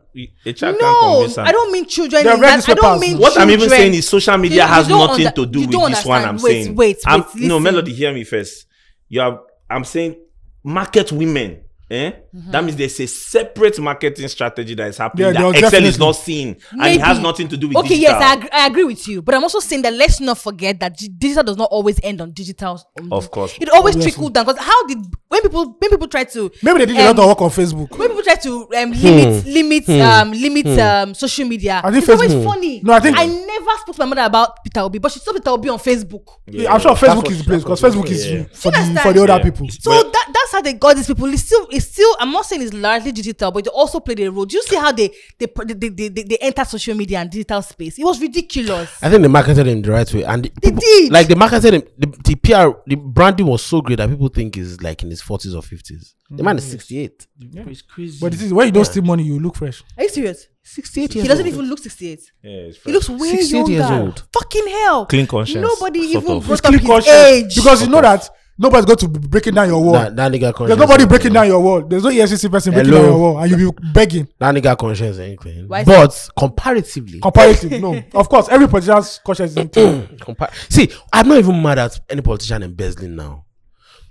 [SPEAKER 5] a child can't
[SPEAKER 3] No,
[SPEAKER 5] convince. her.
[SPEAKER 3] I don't mean children.
[SPEAKER 4] They're
[SPEAKER 3] in that- I
[SPEAKER 4] registered
[SPEAKER 3] don't
[SPEAKER 4] persons.
[SPEAKER 3] mean
[SPEAKER 5] What I'm even
[SPEAKER 3] children.
[SPEAKER 5] saying is social media
[SPEAKER 3] You- you
[SPEAKER 5] has
[SPEAKER 3] don't
[SPEAKER 5] nothing
[SPEAKER 3] under-
[SPEAKER 5] to do
[SPEAKER 3] you
[SPEAKER 5] with
[SPEAKER 3] don't
[SPEAKER 5] this one. I'm
[SPEAKER 3] understand. Wait,
[SPEAKER 5] saying.
[SPEAKER 3] wait, wait,
[SPEAKER 5] I'm, no,
[SPEAKER 3] listen.
[SPEAKER 5] Melody, hear me first. You are. I'm saying market women. Eh?
[SPEAKER 3] Mm-hmm.
[SPEAKER 5] That means there's a separate marketing strategy that is happening
[SPEAKER 4] Yeah, there
[SPEAKER 5] that
[SPEAKER 4] was
[SPEAKER 5] Excel is
[SPEAKER 4] definitely-
[SPEAKER 5] not seeing and it has nothing to do with
[SPEAKER 3] Okay,
[SPEAKER 5] digital.
[SPEAKER 3] yes, I, ag- I agree with you, but I'm also saying that let's not forget that g- digital does not always end on digital. only.
[SPEAKER 5] Of course.
[SPEAKER 3] it always
[SPEAKER 4] Obviously.
[SPEAKER 3] trickles down. Because how did when people when people try to
[SPEAKER 4] Maybe they did a
[SPEAKER 3] um,
[SPEAKER 4] lot of work on Facebook.
[SPEAKER 3] when people try to um, limit limit um, limit um, social media,
[SPEAKER 4] I think
[SPEAKER 3] it's always
[SPEAKER 4] Facebook-
[SPEAKER 3] funny.
[SPEAKER 4] No, I think-
[SPEAKER 3] never spoke to my mother about Peter Obi, but she saw Peter Obi on Facebook.
[SPEAKER 4] I'm sure
[SPEAKER 1] That's
[SPEAKER 4] Facebook
[SPEAKER 1] what-
[SPEAKER 4] is the place
[SPEAKER 1] that's
[SPEAKER 4] because
[SPEAKER 1] what-
[SPEAKER 4] Facebook is
[SPEAKER 1] yeah.
[SPEAKER 4] for the for
[SPEAKER 3] Understand?
[SPEAKER 4] the other
[SPEAKER 5] Yeah.
[SPEAKER 4] people.
[SPEAKER 3] So
[SPEAKER 5] Well-
[SPEAKER 3] that, that's how they got these people. It's still, it's still. I'm not saying it's largely digital, but they also played a role. Do you see how they they pr- they, they, they, they enter social media and digital space? It was ridiculous.
[SPEAKER 4] Uh,
[SPEAKER 1] I think they marketed him the right way, and the
[SPEAKER 3] They
[SPEAKER 1] people-
[SPEAKER 3] did.
[SPEAKER 1] Like they marketed him, the, the PR, the branding was so great that people think he's like in his forties or fifties. The man
[SPEAKER 3] Mm.
[SPEAKER 1] is sixty-eight.
[SPEAKER 5] It's crazy.
[SPEAKER 4] But this is when you don't steal money, you look fresh.
[SPEAKER 3] Are you serious?
[SPEAKER 1] Sixty-eight years
[SPEAKER 3] He doesn't
[SPEAKER 1] old.
[SPEAKER 3] even look 68.
[SPEAKER 5] yeah, it's
[SPEAKER 3] He looks way
[SPEAKER 1] 68
[SPEAKER 3] younger.
[SPEAKER 1] years old.
[SPEAKER 3] Fucking hell.
[SPEAKER 5] Clean conscience,
[SPEAKER 3] Nobody
[SPEAKER 5] sort
[SPEAKER 3] even
[SPEAKER 5] of.
[SPEAKER 3] brought
[SPEAKER 4] Clean
[SPEAKER 3] up his
[SPEAKER 4] conscience.
[SPEAKER 3] age.
[SPEAKER 4] Because you know that nobody's going to be breaking down your wall.
[SPEAKER 1] that, that nigga conscience.
[SPEAKER 4] There's nobody breaking down your wall. There's no E EFCC person breaking
[SPEAKER 1] Hello.
[SPEAKER 4] down your wall, and you be begging.
[SPEAKER 1] That nigga conscience anything.
[SPEAKER 3] Why is
[SPEAKER 1] But comparatively,
[SPEAKER 4] Comparative, no. Of course, every politician's conscience is empty.
[SPEAKER 1] compar- see, I'm not even mad at any politician embezzling now.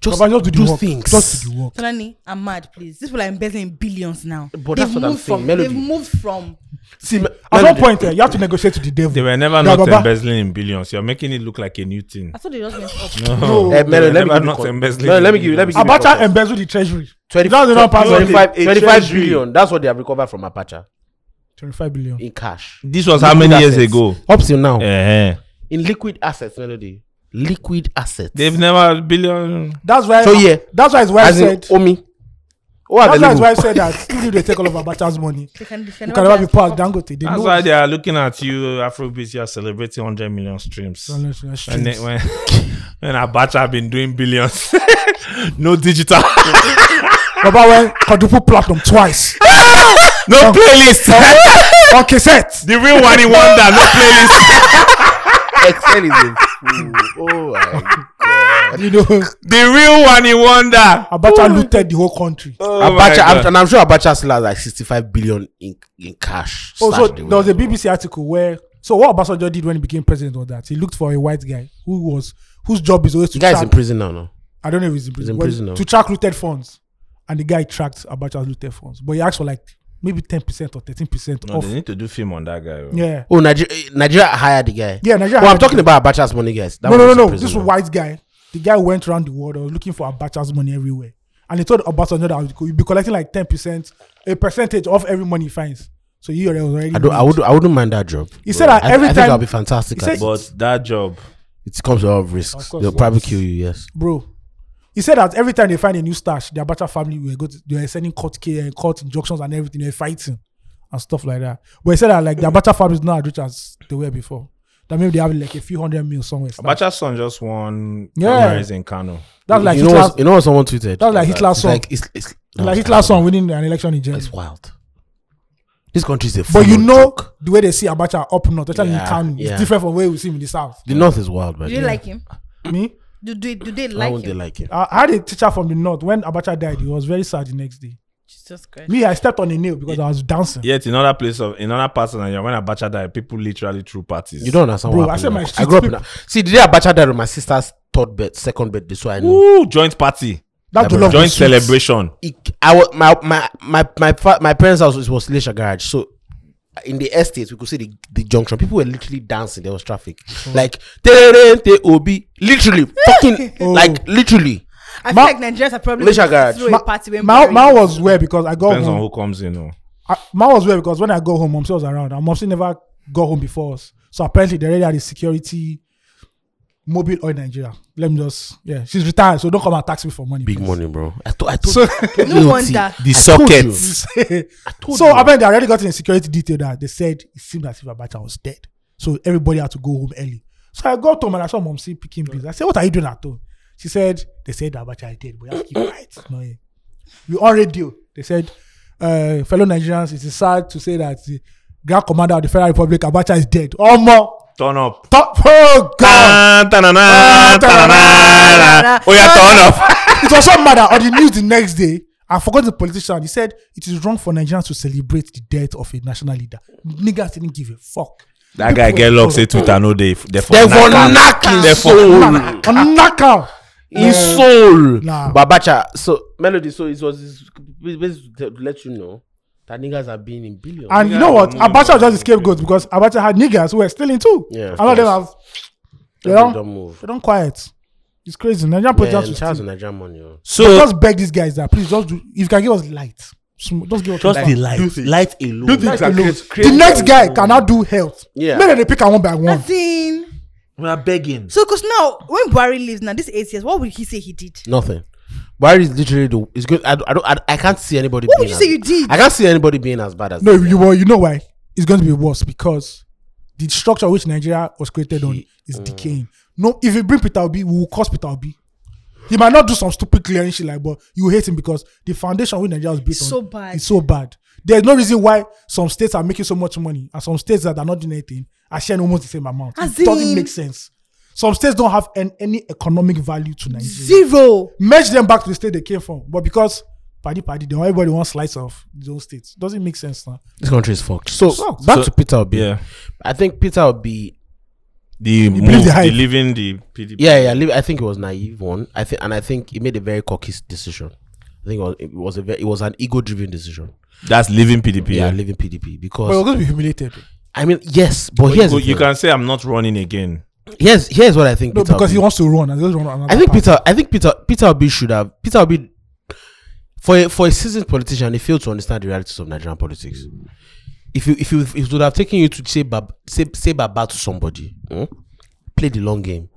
[SPEAKER 1] Just
[SPEAKER 4] Baba, just do the
[SPEAKER 1] do
[SPEAKER 4] work.
[SPEAKER 1] things.
[SPEAKER 4] Just do the work.
[SPEAKER 3] Solani, I'm mad, please. These people are embezzling billions now.
[SPEAKER 1] But that's what I'm
[SPEAKER 3] moved
[SPEAKER 1] saying,
[SPEAKER 3] from,
[SPEAKER 1] Melody.
[SPEAKER 3] They've moved from.
[SPEAKER 1] see, me-
[SPEAKER 4] At
[SPEAKER 1] Melody-
[SPEAKER 4] one point, eh, you have to negotiate with the devil.
[SPEAKER 5] They were never
[SPEAKER 4] Yeah,
[SPEAKER 5] not
[SPEAKER 4] Baba.
[SPEAKER 5] embezzling in billions. You're making it look like a new thing.
[SPEAKER 3] I thought they just went up.
[SPEAKER 5] No,
[SPEAKER 1] Eh, Melody,
[SPEAKER 5] they
[SPEAKER 1] let
[SPEAKER 5] were
[SPEAKER 1] me
[SPEAKER 5] never
[SPEAKER 1] give you
[SPEAKER 5] not
[SPEAKER 1] con-
[SPEAKER 5] embezzling.
[SPEAKER 1] Melody, let me
[SPEAKER 5] in
[SPEAKER 1] give you- let me give
[SPEAKER 5] billions.
[SPEAKER 1] you
[SPEAKER 4] Abacha
[SPEAKER 1] context.
[SPEAKER 4] embezzled the treasury.
[SPEAKER 1] 20,
[SPEAKER 4] That's the number.
[SPEAKER 1] 25,
[SPEAKER 5] A
[SPEAKER 1] 25
[SPEAKER 5] treasury.
[SPEAKER 1] billion. That's what they have recovered from Apache
[SPEAKER 4] 25 billion.
[SPEAKER 1] in cash.
[SPEAKER 5] This was how many years ago?
[SPEAKER 1] Up till now.
[SPEAKER 5] Eh, eh.
[SPEAKER 1] In liquid assets, Melody. Liquid assets.
[SPEAKER 5] They've never billion.
[SPEAKER 4] That's why.
[SPEAKER 1] So, yeah.
[SPEAKER 4] That's why his wife
[SPEAKER 1] As in,
[SPEAKER 4] said.
[SPEAKER 1] Omi. Oh,
[SPEAKER 4] That's why his
[SPEAKER 1] Adelibu.
[SPEAKER 4] wife said that even if they take all of Abacha's money,
[SPEAKER 3] They can, they can
[SPEAKER 4] you can never be
[SPEAKER 3] ask-
[SPEAKER 4] part of Dangote. They
[SPEAKER 5] That's
[SPEAKER 4] know.
[SPEAKER 5] why they are looking at you, Afrobeat. You are celebrating 100 million streams.
[SPEAKER 4] Unless you are
[SPEAKER 5] When, they,
[SPEAKER 4] streets.
[SPEAKER 5] when, when Abacha have been doing billions, no digital,
[SPEAKER 4] Baba went quadruple platinum twice
[SPEAKER 5] no playlist.
[SPEAKER 4] on cassette.
[SPEAKER 5] the real one in wonder, no playlist.
[SPEAKER 1] Excel is a fool. Oh, my God.
[SPEAKER 4] You know,
[SPEAKER 5] The real one in wonder.
[SPEAKER 4] Abacha looted the whole country.
[SPEAKER 5] Oh my
[SPEAKER 1] Abacha,
[SPEAKER 5] God.
[SPEAKER 1] I'm, and I'm sure Abacha still has like 65 billion in, in cash.
[SPEAKER 4] Oh, so
[SPEAKER 1] stashed away.
[SPEAKER 4] there was a BBC article where. So what Obasanjo did when he became president was that he looked for a white guy who was whose job is always to
[SPEAKER 1] The guy's
[SPEAKER 4] track.
[SPEAKER 1] in prison now, no?
[SPEAKER 4] I don't know if he's in prison,
[SPEAKER 1] in
[SPEAKER 4] but
[SPEAKER 1] prison now.
[SPEAKER 4] to track looted funds, and the guy tracked Abacha's looted funds, but he asked for like maybe ten percent or thirteen percent
[SPEAKER 5] No,
[SPEAKER 4] off.
[SPEAKER 5] they need to do film on that guy. bro.
[SPEAKER 4] Yeah,
[SPEAKER 1] Oh, Nigeria, Nigeria hired the guy.
[SPEAKER 4] yeah. Nigeria
[SPEAKER 1] Well, I'm
[SPEAKER 4] had-
[SPEAKER 1] talking about Abacha's money, guys. That
[SPEAKER 4] no,
[SPEAKER 1] one
[SPEAKER 4] no,
[SPEAKER 1] is
[SPEAKER 4] no,
[SPEAKER 1] in
[SPEAKER 4] no.
[SPEAKER 1] prison
[SPEAKER 4] This
[SPEAKER 1] now.
[SPEAKER 4] white guy, the guy went around the world, was looking for Abacha's money everywhere, and he told Obasanjo that he would be collecting like ten percent, a percentage of every money he finds. So he already was already.
[SPEAKER 1] I don't. I
[SPEAKER 4] rich.
[SPEAKER 1] would. I wouldn't mind that job.
[SPEAKER 4] He said that
[SPEAKER 1] I, I
[SPEAKER 4] every time-
[SPEAKER 1] think I'll be fantastic.
[SPEAKER 4] he
[SPEAKER 1] at
[SPEAKER 4] said-
[SPEAKER 1] it.
[SPEAKER 5] But that job,
[SPEAKER 1] it comes with a lot of risks.
[SPEAKER 4] Of course,
[SPEAKER 1] They'll
[SPEAKER 4] yes.
[SPEAKER 1] probably kill you. Yes.
[SPEAKER 4] bro. He said that every time they find a new stash, the Abacha family will go. To, they were sending court care, court injunctions, and everything. They're fighting and stuff like that. But he said that like the Abacha family is not as rich as they were before. That maybe they have like a few hundred mil somewhere. stashed.
[SPEAKER 5] Abacha's son just won
[SPEAKER 4] Yeah.
[SPEAKER 5] primaries in Kano.
[SPEAKER 4] That's like
[SPEAKER 1] you know.
[SPEAKER 4] Hitler's,
[SPEAKER 1] What, you know what someone tweeted?
[SPEAKER 4] that's like Hitler's
[SPEAKER 1] It's
[SPEAKER 4] son.
[SPEAKER 1] like it's, it's no,
[SPEAKER 4] like
[SPEAKER 1] it's
[SPEAKER 4] Hitler's son winning an election in Germany.
[SPEAKER 1] It's wild. This country is a.
[SPEAKER 4] But you
[SPEAKER 1] full-on
[SPEAKER 4] know
[SPEAKER 1] joke.
[SPEAKER 4] the way they see Abacha up north, especially in
[SPEAKER 1] Yeah,
[SPEAKER 4] Kano,
[SPEAKER 1] yeah.
[SPEAKER 4] it's different from where we see him in the south.
[SPEAKER 1] the North is wild, man.
[SPEAKER 3] Do they like him?
[SPEAKER 4] Me,
[SPEAKER 3] Do, do, do they
[SPEAKER 1] Why
[SPEAKER 3] like
[SPEAKER 1] would they
[SPEAKER 3] him?
[SPEAKER 1] like it?
[SPEAKER 4] I I had a teacher from the north. When Abacha died, he was very sad the next day.
[SPEAKER 3] Jesus Christ.
[SPEAKER 4] Me, I stepped on a nail because I was dancing.
[SPEAKER 5] Yet in other place of in other parts of Nigeria, when Abacha died, people literally threw parties.
[SPEAKER 1] You don't understand.
[SPEAKER 4] Bro,
[SPEAKER 1] what
[SPEAKER 4] I said
[SPEAKER 1] happened.
[SPEAKER 4] my
[SPEAKER 1] now. I
[SPEAKER 4] street
[SPEAKER 1] grew up. In
[SPEAKER 4] people-
[SPEAKER 1] a, see, the day Abacha died on my sister's third bed, second bed. This why I know.
[SPEAKER 5] Ooh, joint party,
[SPEAKER 4] That
[SPEAKER 1] Yeah,
[SPEAKER 4] jollof
[SPEAKER 5] joint
[SPEAKER 4] was sweet.
[SPEAKER 5] celebration.
[SPEAKER 1] it- I was my my my my fa- my parents' house was, was Leisure Garage, so in the estate we could see the, the junction. People were literally dancing. There was traffic, like te obi, literally fucking
[SPEAKER 4] Oh.
[SPEAKER 1] like literally.
[SPEAKER 3] I feel
[SPEAKER 4] Ma-
[SPEAKER 3] like Nigerians are probably
[SPEAKER 1] Leisure Garage.
[SPEAKER 3] throw
[SPEAKER 4] Ma-
[SPEAKER 3] a party when
[SPEAKER 4] Ma,
[SPEAKER 3] Buhari-
[SPEAKER 4] Ma was where because I got
[SPEAKER 5] Depends on
[SPEAKER 4] home.
[SPEAKER 5] who comes in. oh.
[SPEAKER 4] I, Ma was where because when I got home, Momsi was around. And Momsi never got home before us. So apparently they already had a security mobile oil Nigeria. Let me just yeah. She's retired, so don't come and tax me for money.
[SPEAKER 1] Big
[SPEAKER 4] please.
[SPEAKER 1] money, bro. I thought I told
[SPEAKER 4] So-
[SPEAKER 1] I told
[SPEAKER 3] No
[SPEAKER 1] you,
[SPEAKER 3] wonder.
[SPEAKER 1] T.
[SPEAKER 3] The
[SPEAKER 1] I told you. told
[SPEAKER 4] so
[SPEAKER 1] you.
[SPEAKER 4] I mean they already got in security detail that they said it seemed as if Abacha was dead. So everybody had to go home early. So I got home and I saw Momsi picking beans. I said, What are you doing at home? She said, They said that Abacha is dead, but you have to keep quiet. No, yeah. We on radio. They said, uh, fellow Nigerians, it is sad to say that the Grand Commander of the Federal Republic, Abacha, is dead. Omo,
[SPEAKER 5] Turn up.
[SPEAKER 4] top, oh God!
[SPEAKER 5] Tan, tanana,
[SPEAKER 4] Ah,
[SPEAKER 5] tanana.
[SPEAKER 3] tanana.
[SPEAKER 5] Oh yeah, turn up.
[SPEAKER 4] it was so mad that on the news the next day. I forgot the politician. He said it is wrong for Nigerians to celebrate the death of a national leader. Niggas didn't give a fuck.
[SPEAKER 5] That guy get locked. Say Twitter no day. Therefore,
[SPEAKER 1] They for knack his soul,
[SPEAKER 4] Knock out.
[SPEAKER 1] his soul.
[SPEAKER 4] Nah.
[SPEAKER 1] Babacha. So melody. So it was his bas- bas- to let you know that niggas are being in billions.
[SPEAKER 4] And you
[SPEAKER 5] Niggas
[SPEAKER 4] know
[SPEAKER 5] are
[SPEAKER 4] what?
[SPEAKER 5] moving
[SPEAKER 4] Abacha was just
[SPEAKER 5] on.
[SPEAKER 4] the scapegoat because Abacha had niggas who were stealing too.
[SPEAKER 1] Yeah, of
[SPEAKER 4] a lot of them
[SPEAKER 1] course.
[SPEAKER 4] have. They
[SPEAKER 1] They
[SPEAKER 4] don't,
[SPEAKER 1] don't move.
[SPEAKER 4] they don't quiet. It's crazy. Nigerian
[SPEAKER 1] Man,
[SPEAKER 4] politicians will
[SPEAKER 1] shout out to
[SPEAKER 4] steal.
[SPEAKER 1] Nigerian money. oh.
[SPEAKER 2] So
[SPEAKER 4] Just beg these guys that please just do. If you can give us light, sm- just give us
[SPEAKER 1] Just
[SPEAKER 4] light.
[SPEAKER 1] the light, light alone.
[SPEAKER 4] Do things that create- the next guy cannot do health.
[SPEAKER 1] Yeah.
[SPEAKER 4] Maybe they pick am one by one.
[SPEAKER 3] Nothing.
[SPEAKER 5] We are begging.
[SPEAKER 3] So, because now, when Buhari leaves now, this eight years, what would he say he did?
[SPEAKER 1] Nothing. Buhari is literally the. It's good. I, don't- I don't. I, I can't see anybody.
[SPEAKER 3] What would
[SPEAKER 1] being
[SPEAKER 3] you say
[SPEAKER 1] as-
[SPEAKER 3] you did?
[SPEAKER 1] I can't see anybody being as bad as.
[SPEAKER 4] No, you well, you know why? It's going to be worse because the structure which Nigeria was created on is decaying. No, if you bring Peter Obi, we will cause Peter Obi. He might not do some stupid clearing shit like, but you hate him because the foundation which Nigeria was built
[SPEAKER 3] It's
[SPEAKER 4] on
[SPEAKER 3] so bad.
[SPEAKER 4] is so bad. There's no reason why some states are making so much money and some states that are not doing anything are sharing almost the same amount.
[SPEAKER 3] As
[SPEAKER 4] it doesn't
[SPEAKER 3] in-
[SPEAKER 4] make sense. Some states don't have an, any economic value to Nigeria.
[SPEAKER 3] Zero.
[SPEAKER 4] merge them back to the state they came from. But because party party, then everybody wants slice of his own state. Doesn't make sense now.
[SPEAKER 1] This country is fucked. So
[SPEAKER 4] So-
[SPEAKER 1] back
[SPEAKER 5] so-
[SPEAKER 1] to Peter Obi.
[SPEAKER 5] Yeah.
[SPEAKER 1] I think Peter Obi.
[SPEAKER 5] The move,
[SPEAKER 4] believe the
[SPEAKER 5] the
[SPEAKER 4] hype.
[SPEAKER 5] leaving the PDP.
[SPEAKER 1] Yeah, yeah. leave- I think it was naive one. I think, and I think he made a very cocky decision. I think it was, it was a very, it was an ego-driven decision.
[SPEAKER 5] That's leaving PDP.
[SPEAKER 1] Yeah,
[SPEAKER 5] Yeah.
[SPEAKER 1] leaving PDP because
[SPEAKER 4] But we're going to be humiliated.
[SPEAKER 1] I mean, yes, but,
[SPEAKER 5] But you,
[SPEAKER 1] here's
[SPEAKER 5] go-
[SPEAKER 1] the
[SPEAKER 5] you
[SPEAKER 1] thing.
[SPEAKER 5] can say I'm not running again.
[SPEAKER 1] here's here's what I think.
[SPEAKER 4] No,
[SPEAKER 1] Peter
[SPEAKER 4] because he
[SPEAKER 1] Obi-
[SPEAKER 4] wants to run. And just run another
[SPEAKER 1] I think
[SPEAKER 4] path.
[SPEAKER 1] Peter. I think Peter. Peter Obi should have. Peter Obi, for a, for a seasoned politician, he failed to understand the realities of Nigerian politics. If you if you if it would have taken you to say bab, say say baba to somebody, hmm, play the long game.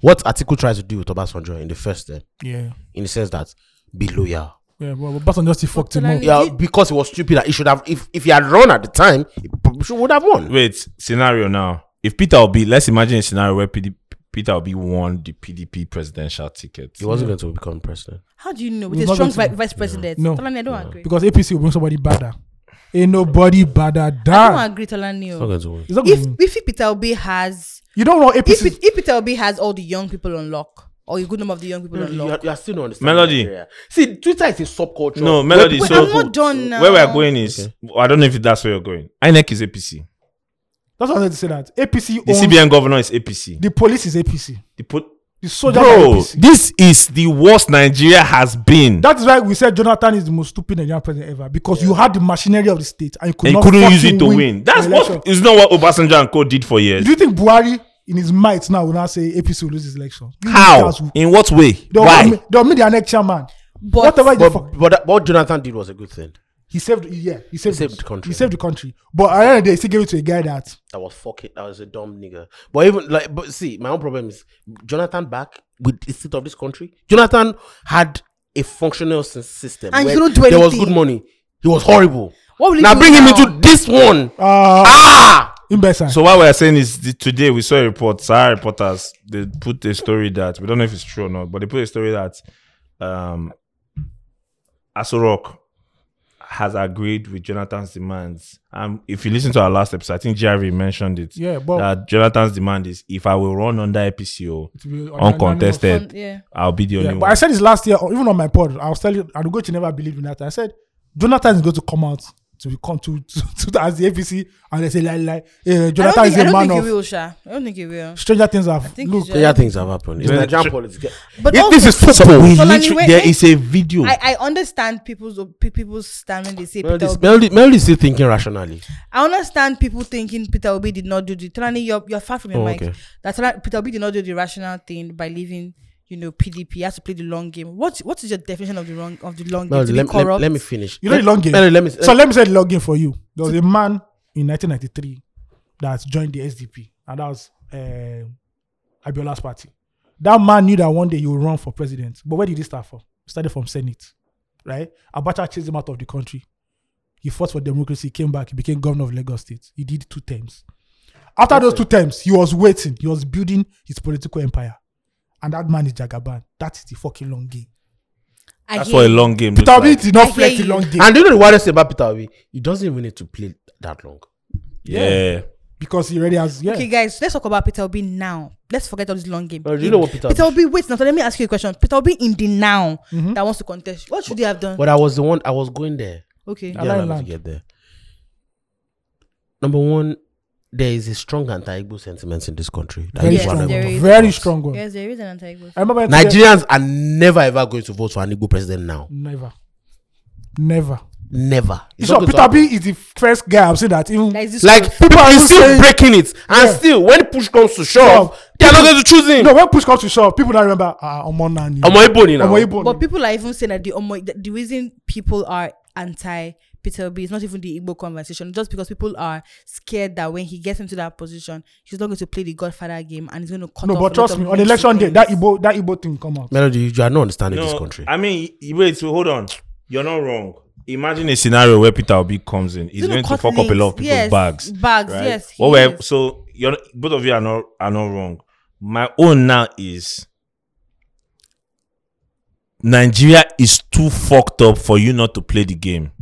[SPEAKER 1] What article tries to do with Obasanjo in the first step,
[SPEAKER 4] Yeah.
[SPEAKER 1] in the sense that be loyal.
[SPEAKER 4] Yeah, but, but Baton just fucked him up.
[SPEAKER 3] Tolani-
[SPEAKER 1] Yeah, because he was stupid. that He should have. If if he had run at the time, he prob- should would have won.
[SPEAKER 5] Wait, scenario now. If Peter Obi, let's imagine a scenario where PD, Peter Obi won the PDP presidential ticket.
[SPEAKER 1] He wasn't going to become president.
[SPEAKER 3] How do you know?
[SPEAKER 4] We're
[SPEAKER 3] With
[SPEAKER 4] not
[SPEAKER 3] a strong
[SPEAKER 4] going
[SPEAKER 3] vi-
[SPEAKER 4] to-
[SPEAKER 3] vice president.
[SPEAKER 4] No.
[SPEAKER 3] Tolani, I don't agree.
[SPEAKER 4] Because APC will bring somebody badder. Ain't nobody badder than.
[SPEAKER 3] I don't agree, Tolani.
[SPEAKER 1] He's not
[SPEAKER 3] oh.
[SPEAKER 1] going to win.
[SPEAKER 4] It's not
[SPEAKER 3] If
[SPEAKER 4] gonna-
[SPEAKER 3] if Peter Obi has
[SPEAKER 4] you don't know APC.
[SPEAKER 3] if it- if Peter Obi has all the young people on lock or a good number of the young people on
[SPEAKER 1] You are,
[SPEAKER 3] lock.
[SPEAKER 1] you are still not understanding.
[SPEAKER 5] Melody.
[SPEAKER 1] Nigeria. See, Twitter is a subculture.
[SPEAKER 5] No,
[SPEAKER 1] Where
[SPEAKER 5] Melody,
[SPEAKER 1] people-
[SPEAKER 5] so-
[SPEAKER 3] Wait, I'm not done now.
[SPEAKER 5] Where we're going is, I don't know if that's where you're going. INEC is APC.
[SPEAKER 4] that's what I had to say that. APC
[SPEAKER 5] The
[SPEAKER 4] owns.
[SPEAKER 5] CBN governor is APC.
[SPEAKER 4] the police is APC.
[SPEAKER 5] The po-
[SPEAKER 4] The soldiers are
[SPEAKER 5] Bro,
[SPEAKER 4] APC.
[SPEAKER 5] this is the worst Nigeria has been.
[SPEAKER 4] That is why we said Jonathan is the most stupid Nigerian president ever because you had the machinery of the state and you, could
[SPEAKER 5] and you
[SPEAKER 4] not
[SPEAKER 5] couldn't use
[SPEAKER 4] fucking
[SPEAKER 5] it to win. That's
[SPEAKER 4] the
[SPEAKER 5] what
[SPEAKER 4] election.
[SPEAKER 5] is not what Obasanjo and Co did for years.
[SPEAKER 4] Do you think Buhari, in his might now, will now say APC will lose his election? You
[SPEAKER 5] How?
[SPEAKER 4] niggas will-
[SPEAKER 5] In what way?
[SPEAKER 4] They'll
[SPEAKER 5] Why?
[SPEAKER 4] Make, they'll make their next chairman.
[SPEAKER 3] But-
[SPEAKER 4] Whatever the
[SPEAKER 1] But,
[SPEAKER 4] fuck.
[SPEAKER 1] but that- what Jonathan did was a good thing.
[SPEAKER 4] He saved, yeah, he saved,
[SPEAKER 1] saved the country.
[SPEAKER 4] He saved the country. But at the end of the day, he still gave it to a guy that.
[SPEAKER 1] That was fucking. That was a dumb nigga. But even like, but see, my own problem is Jonathan back with the state of this country. Jonathan had a functional s- system.
[SPEAKER 3] And he
[SPEAKER 1] where
[SPEAKER 3] couldn't do
[SPEAKER 1] There was
[SPEAKER 3] anything.
[SPEAKER 1] good money. He was horrible.
[SPEAKER 3] What will he
[SPEAKER 1] now
[SPEAKER 3] do
[SPEAKER 1] bring him
[SPEAKER 3] now?
[SPEAKER 1] into this one.
[SPEAKER 4] Uh,
[SPEAKER 1] ah,
[SPEAKER 4] Imbesa.
[SPEAKER 5] So what we're saying is the, today we saw a report, Sahara reporters, they put a story that we don't know if it's true or not, but they put a story that um Asorok has agreed with Jonathan's demands. Um if you listen to our last episode, I think Jerry mentioned it.
[SPEAKER 4] Yeah, but-
[SPEAKER 5] that Jonathan's demand is if I will run under APCO
[SPEAKER 4] To be on-
[SPEAKER 5] uncontested,
[SPEAKER 3] Um, yeah.
[SPEAKER 5] I'll be the only
[SPEAKER 4] yeah, but
[SPEAKER 5] one.
[SPEAKER 4] I said this last year, or even on my pod. I was telling Anugochi never believed in that. I said, Jonathan is going to come out to become to, to, to as the APC and they say, like, like, eh,
[SPEAKER 3] I
[SPEAKER 4] Jonathan
[SPEAKER 3] don't, think, I
[SPEAKER 4] is a
[SPEAKER 3] don't
[SPEAKER 4] man
[SPEAKER 3] think he
[SPEAKER 4] of.
[SPEAKER 3] will, Sha. I don't think he will.
[SPEAKER 4] Stranger things have.
[SPEAKER 3] think
[SPEAKER 4] Look,
[SPEAKER 3] he's
[SPEAKER 1] yeah, things have happened. It's
[SPEAKER 5] Well,
[SPEAKER 1] Nigerian
[SPEAKER 5] sure.
[SPEAKER 1] politics.
[SPEAKER 3] But
[SPEAKER 1] If this
[SPEAKER 3] also-
[SPEAKER 1] is football.
[SPEAKER 3] So, Lani,
[SPEAKER 5] Literally,
[SPEAKER 3] wait,
[SPEAKER 5] there
[SPEAKER 3] wait.
[SPEAKER 5] is a video.
[SPEAKER 3] I, I understand people's op- pe- people's standing. They say Peter
[SPEAKER 1] Melody,
[SPEAKER 3] Obi.
[SPEAKER 1] Melody, Melody is still thinking rationally.
[SPEAKER 3] I understand people thinking Peter Obi did not do the. Tolani, you're, you're far from your
[SPEAKER 1] Oh,
[SPEAKER 3] mic.
[SPEAKER 1] okay.
[SPEAKER 3] That Tola- Peter Obi did not do the rational thing by leaving. You know, PDP He has to play the long game. What What is your definition of the wrong of the long game?
[SPEAKER 1] Melody,
[SPEAKER 3] to be
[SPEAKER 1] let, let-
[SPEAKER 3] corrupt.
[SPEAKER 1] let me finish.
[SPEAKER 4] You know the
[SPEAKER 1] Let-
[SPEAKER 4] long game.
[SPEAKER 1] Melody, let me.
[SPEAKER 4] so let me say the login for you. There was a man in 1993 that joined the SDP, and that was uh, Abiola's party. That man knew that one day he would run for president. But where did he start from? He started from Senate, right? Abacha chased him out of the country. He fought for democracy, came back, he became governor of Lagos State. He did two terms. After those two terms, he was waiting. He was building his political empire. And that man is Jagaban. That is the fucking long game.
[SPEAKER 3] I
[SPEAKER 5] That's
[SPEAKER 3] hear
[SPEAKER 5] what a
[SPEAKER 3] you.
[SPEAKER 5] long game. looks
[SPEAKER 4] Peter Obi
[SPEAKER 5] like.
[SPEAKER 4] did
[SPEAKER 3] I
[SPEAKER 4] not
[SPEAKER 3] hear
[SPEAKER 4] flex the
[SPEAKER 3] you.
[SPEAKER 4] long game.
[SPEAKER 1] and you know the worst thing about Peter Obi? He doesn't even need to play that long.
[SPEAKER 5] yeah.
[SPEAKER 4] because he already has yeah.
[SPEAKER 3] Okay, guys, let's talk about Peter Obi now. Let's forget all this long game.
[SPEAKER 1] Well, do you know what Peter
[SPEAKER 3] Peter
[SPEAKER 1] Obi-
[SPEAKER 3] Obi, wait, now let me ask you a question. Peter Obi in the now that wants to contest. What should he have done?
[SPEAKER 1] But I was the one. I was going there.
[SPEAKER 3] Okay.
[SPEAKER 1] Yeah,
[SPEAKER 4] like
[SPEAKER 1] I'm
[SPEAKER 4] land.
[SPEAKER 1] to get there. Number one, there is a strong anti-Igbo sentiment in this country. That
[SPEAKER 4] Very
[SPEAKER 1] Igbo are not
[SPEAKER 3] Yes,
[SPEAKER 1] going
[SPEAKER 4] strong
[SPEAKER 3] there
[SPEAKER 1] to
[SPEAKER 4] one.
[SPEAKER 3] is.
[SPEAKER 4] Very strong one.
[SPEAKER 3] Yes, there is an anti
[SPEAKER 4] I remember
[SPEAKER 1] vote. Nigerians are never ever going to vote for an Igbo president now.
[SPEAKER 4] Never. Never.
[SPEAKER 1] Never. It's not
[SPEAKER 4] Sure,
[SPEAKER 1] going to
[SPEAKER 4] Peter
[SPEAKER 1] happen.
[SPEAKER 4] B is the first guy I've seen that even
[SPEAKER 3] Like, this
[SPEAKER 1] Like people are
[SPEAKER 4] even
[SPEAKER 1] still
[SPEAKER 4] say-
[SPEAKER 1] breaking it, and still when push comes to shove,
[SPEAKER 4] Shove.
[SPEAKER 1] they are not going to choose him.
[SPEAKER 4] No, when push comes to shove, people don't remember. Ah, Omo Nani.
[SPEAKER 1] Omo Ibo ni now.
[SPEAKER 4] Omo Ibo.
[SPEAKER 3] But
[SPEAKER 4] ni.
[SPEAKER 3] people are even saying that the Omo, the, the reason people are anti Peter Obi is not even the Igbo conversation, just because people are scared that when he gets into that position, he's not going to play the Godfather game and he's going to cut
[SPEAKER 4] No,
[SPEAKER 3] off
[SPEAKER 4] but
[SPEAKER 3] a
[SPEAKER 4] trust
[SPEAKER 3] lot
[SPEAKER 4] me,
[SPEAKER 3] of
[SPEAKER 4] on
[SPEAKER 3] next
[SPEAKER 4] election day,
[SPEAKER 3] things.
[SPEAKER 4] that Igbo, that Igbo thing come out.
[SPEAKER 1] Melody, you are not understanding this
[SPEAKER 5] No,
[SPEAKER 1] country.
[SPEAKER 5] I mean, y- wait, so hold on. You're not wrong. Imagine a scenario where Peter Obi comes in. He's
[SPEAKER 3] He's gonna
[SPEAKER 5] going to
[SPEAKER 3] cut
[SPEAKER 5] fuck up a lot of
[SPEAKER 3] links.
[SPEAKER 5] people's
[SPEAKER 3] Yes,
[SPEAKER 5] bags.
[SPEAKER 3] bags,
[SPEAKER 5] right?
[SPEAKER 3] yes, he
[SPEAKER 5] Well, well,
[SPEAKER 3] is.
[SPEAKER 5] so you're both of you are not are not wrong. My own now is Nigeria is too fucked up for you not to play the game.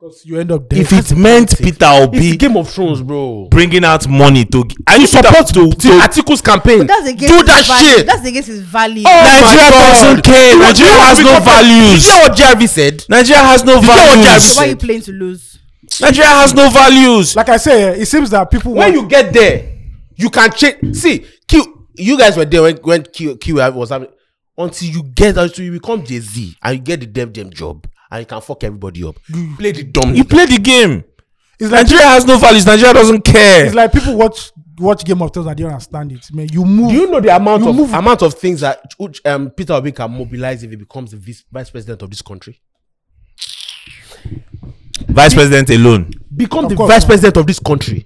[SPEAKER 4] Because you end up dead.
[SPEAKER 5] If it meant Peter
[SPEAKER 1] it's the
[SPEAKER 5] Obi
[SPEAKER 1] Game of Thrones, bro.
[SPEAKER 5] bringing out money to, I need Peter
[SPEAKER 1] Support
[SPEAKER 5] to,
[SPEAKER 1] the
[SPEAKER 5] to
[SPEAKER 1] Article's campaign.
[SPEAKER 3] But that's against
[SPEAKER 1] Do
[SPEAKER 3] his
[SPEAKER 1] that
[SPEAKER 3] value.
[SPEAKER 1] shit.
[SPEAKER 3] That's against his value.
[SPEAKER 1] Oh!
[SPEAKER 5] Nigeria doesn't care. Nigeria has no
[SPEAKER 1] You
[SPEAKER 5] values.
[SPEAKER 1] know what JRV said?
[SPEAKER 5] Nigeria has no
[SPEAKER 1] You know what
[SPEAKER 5] values.
[SPEAKER 1] Jeremy-
[SPEAKER 3] Why are you playing to lose?
[SPEAKER 5] Nigeria has no values.
[SPEAKER 4] like I say, eh, it seems that people
[SPEAKER 1] When
[SPEAKER 4] want-
[SPEAKER 1] you get there, you can change. See, Q, you guys were there when, when Q, Q was having. Until you get, until you become Jay Z and you get the Dev Jam job and you can fuck everybody up. Play the dumb.
[SPEAKER 5] You play the game.
[SPEAKER 4] it's like
[SPEAKER 5] Nigeria has no values. Nigeria doesn't care.
[SPEAKER 4] it's like people watch watch Game of Thrones and they don't understand it. Man, you move.
[SPEAKER 1] Do you know the amount
[SPEAKER 4] You
[SPEAKER 1] of
[SPEAKER 4] move-
[SPEAKER 1] amount of things that Uch- um, Peter Obi can mobilize if he becomes the vice, vice president of this country?
[SPEAKER 5] Vice President alone.
[SPEAKER 1] Become
[SPEAKER 4] Of
[SPEAKER 1] the
[SPEAKER 4] course
[SPEAKER 1] vice
[SPEAKER 4] not.
[SPEAKER 1] president of this country.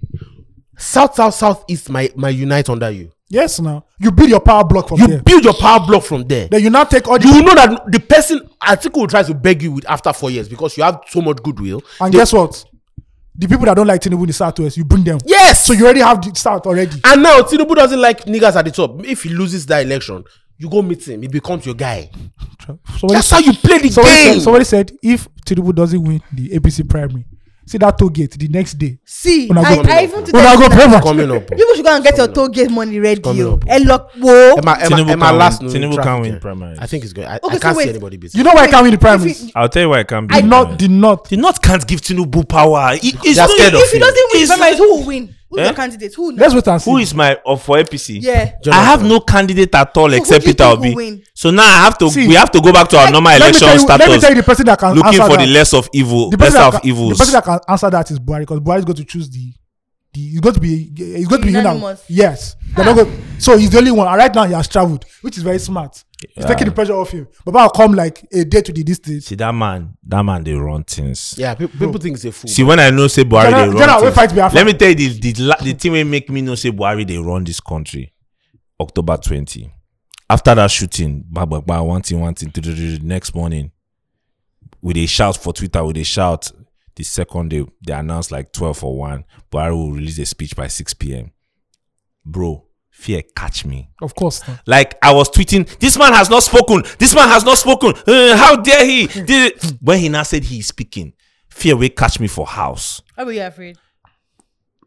[SPEAKER 1] South, south, south east might might unite under you.
[SPEAKER 4] yes, now you build your power block from
[SPEAKER 1] You
[SPEAKER 4] there.
[SPEAKER 1] build your power block from there.
[SPEAKER 4] Then you now take all the
[SPEAKER 1] you will know that the person article will try to beg you with after four years because you have so much goodwill.
[SPEAKER 4] and guess what? The people that don't like Tinubu in the Southwest, you bring them.
[SPEAKER 1] Yes.
[SPEAKER 4] So you already have the South already.
[SPEAKER 1] and now Tinubu doesn't like niggas at the top. If he loses that election, you go meet him. He becomes your guy.
[SPEAKER 4] Somebody,
[SPEAKER 1] That's how you play the
[SPEAKER 4] somebody,
[SPEAKER 1] game.
[SPEAKER 4] said, somebody said if Tinubu doesn't win the APC primary, see that toll gate the next day.
[SPEAKER 3] See,
[SPEAKER 4] Una
[SPEAKER 3] I,
[SPEAKER 4] go-
[SPEAKER 3] I even to
[SPEAKER 4] Una
[SPEAKER 3] tell
[SPEAKER 4] go
[SPEAKER 3] you that
[SPEAKER 4] promo.
[SPEAKER 1] coming up.
[SPEAKER 3] people should go and get your toll gate money ready.
[SPEAKER 1] coming
[SPEAKER 3] oh.
[SPEAKER 1] up.
[SPEAKER 3] Elok, whoa.
[SPEAKER 1] Emma, Emma,
[SPEAKER 5] Tinubu
[SPEAKER 1] Emma
[SPEAKER 5] can
[SPEAKER 1] last
[SPEAKER 5] win-
[SPEAKER 1] no
[SPEAKER 5] Tinubu
[SPEAKER 1] traffic
[SPEAKER 5] can win
[SPEAKER 1] here.
[SPEAKER 5] primaries.
[SPEAKER 1] I think it's going. I, I
[SPEAKER 3] Okay,
[SPEAKER 1] can't
[SPEAKER 3] so
[SPEAKER 1] see
[SPEAKER 3] wait.
[SPEAKER 1] anybody beating.
[SPEAKER 4] You know why I
[SPEAKER 3] Wait,
[SPEAKER 4] can't win the
[SPEAKER 3] if you-
[SPEAKER 4] primaries?
[SPEAKER 5] I'll tell you why I can't be.
[SPEAKER 4] The North, the North.
[SPEAKER 5] The North can't give Tinubu power. He- he's
[SPEAKER 1] They're
[SPEAKER 5] not-
[SPEAKER 1] scared of
[SPEAKER 3] if he
[SPEAKER 1] him.
[SPEAKER 3] doesn't win
[SPEAKER 5] It's-
[SPEAKER 3] primaries, who will win? Who's
[SPEAKER 5] Eh?
[SPEAKER 3] your candidate? Who? now?
[SPEAKER 4] Let's wait and see.
[SPEAKER 5] Who is my uh, for APC?
[SPEAKER 3] Yeah.
[SPEAKER 5] I have no candidate at all except
[SPEAKER 3] do you
[SPEAKER 5] Peter
[SPEAKER 3] think will
[SPEAKER 5] Obi.
[SPEAKER 3] win?
[SPEAKER 5] So now I have to.
[SPEAKER 4] See,
[SPEAKER 5] we have to go back to our normal
[SPEAKER 4] let me
[SPEAKER 5] election
[SPEAKER 4] tell you,
[SPEAKER 5] status.
[SPEAKER 4] Let me tell you the person that can
[SPEAKER 5] looking
[SPEAKER 4] answer
[SPEAKER 5] for the
[SPEAKER 4] that.
[SPEAKER 5] less of evil,
[SPEAKER 4] the
[SPEAKER 5] best
[SPEAKER 4] person, that
[SPEAKER 5] of
[SPEAKER 4] can, the
[SPEAKER 5] evils.
[SPEAKER 4] person that can answer that is Buhari because Buhari is going to choose the, the he's going to be he's going to be
[SPEAKER 3] Unanimous.
[SPEAKER 4] unanimous. Yes, they're not going. So he's the only one. And right now he has traveled, which is very smart. He's taking the pressure off him. But I'll come like a day to the distance.
[SPEAKER 5] See that man. That man. They run things.
[SPEAKER 1] Yeah, pe- people think he's a fool.
[SPEAKER 5] See when I know say Buhari
[SPEAKER 4] General-
[SPEAKER 5] they run.
[SPEAKER 4] General, we
[SPEAKER 5] things.
[SPEAKER 4] fight Biafra.
[SPEAKER 5] Let me tell you the the, la- the thing will make me know say Buhari they run this country. October twenty. After that shooting, bah, bah, bah, one thing, one thing. do, do, do, do, Next morning, with a shout for Twitter, with a shout. The second day, they announced like twelve or one. Buhari will release a speech by six p.m. Bro, fear catch me.
[SPEAKER 4] Of course. now.
[SPEAKER 5] Like I was tweeting, this man has not spoken. This man has not spoken. Uh, how dare he? Did- When he now said he is speaking, fear will catch me for house.
[SPEAKER 3] Why were you afraid?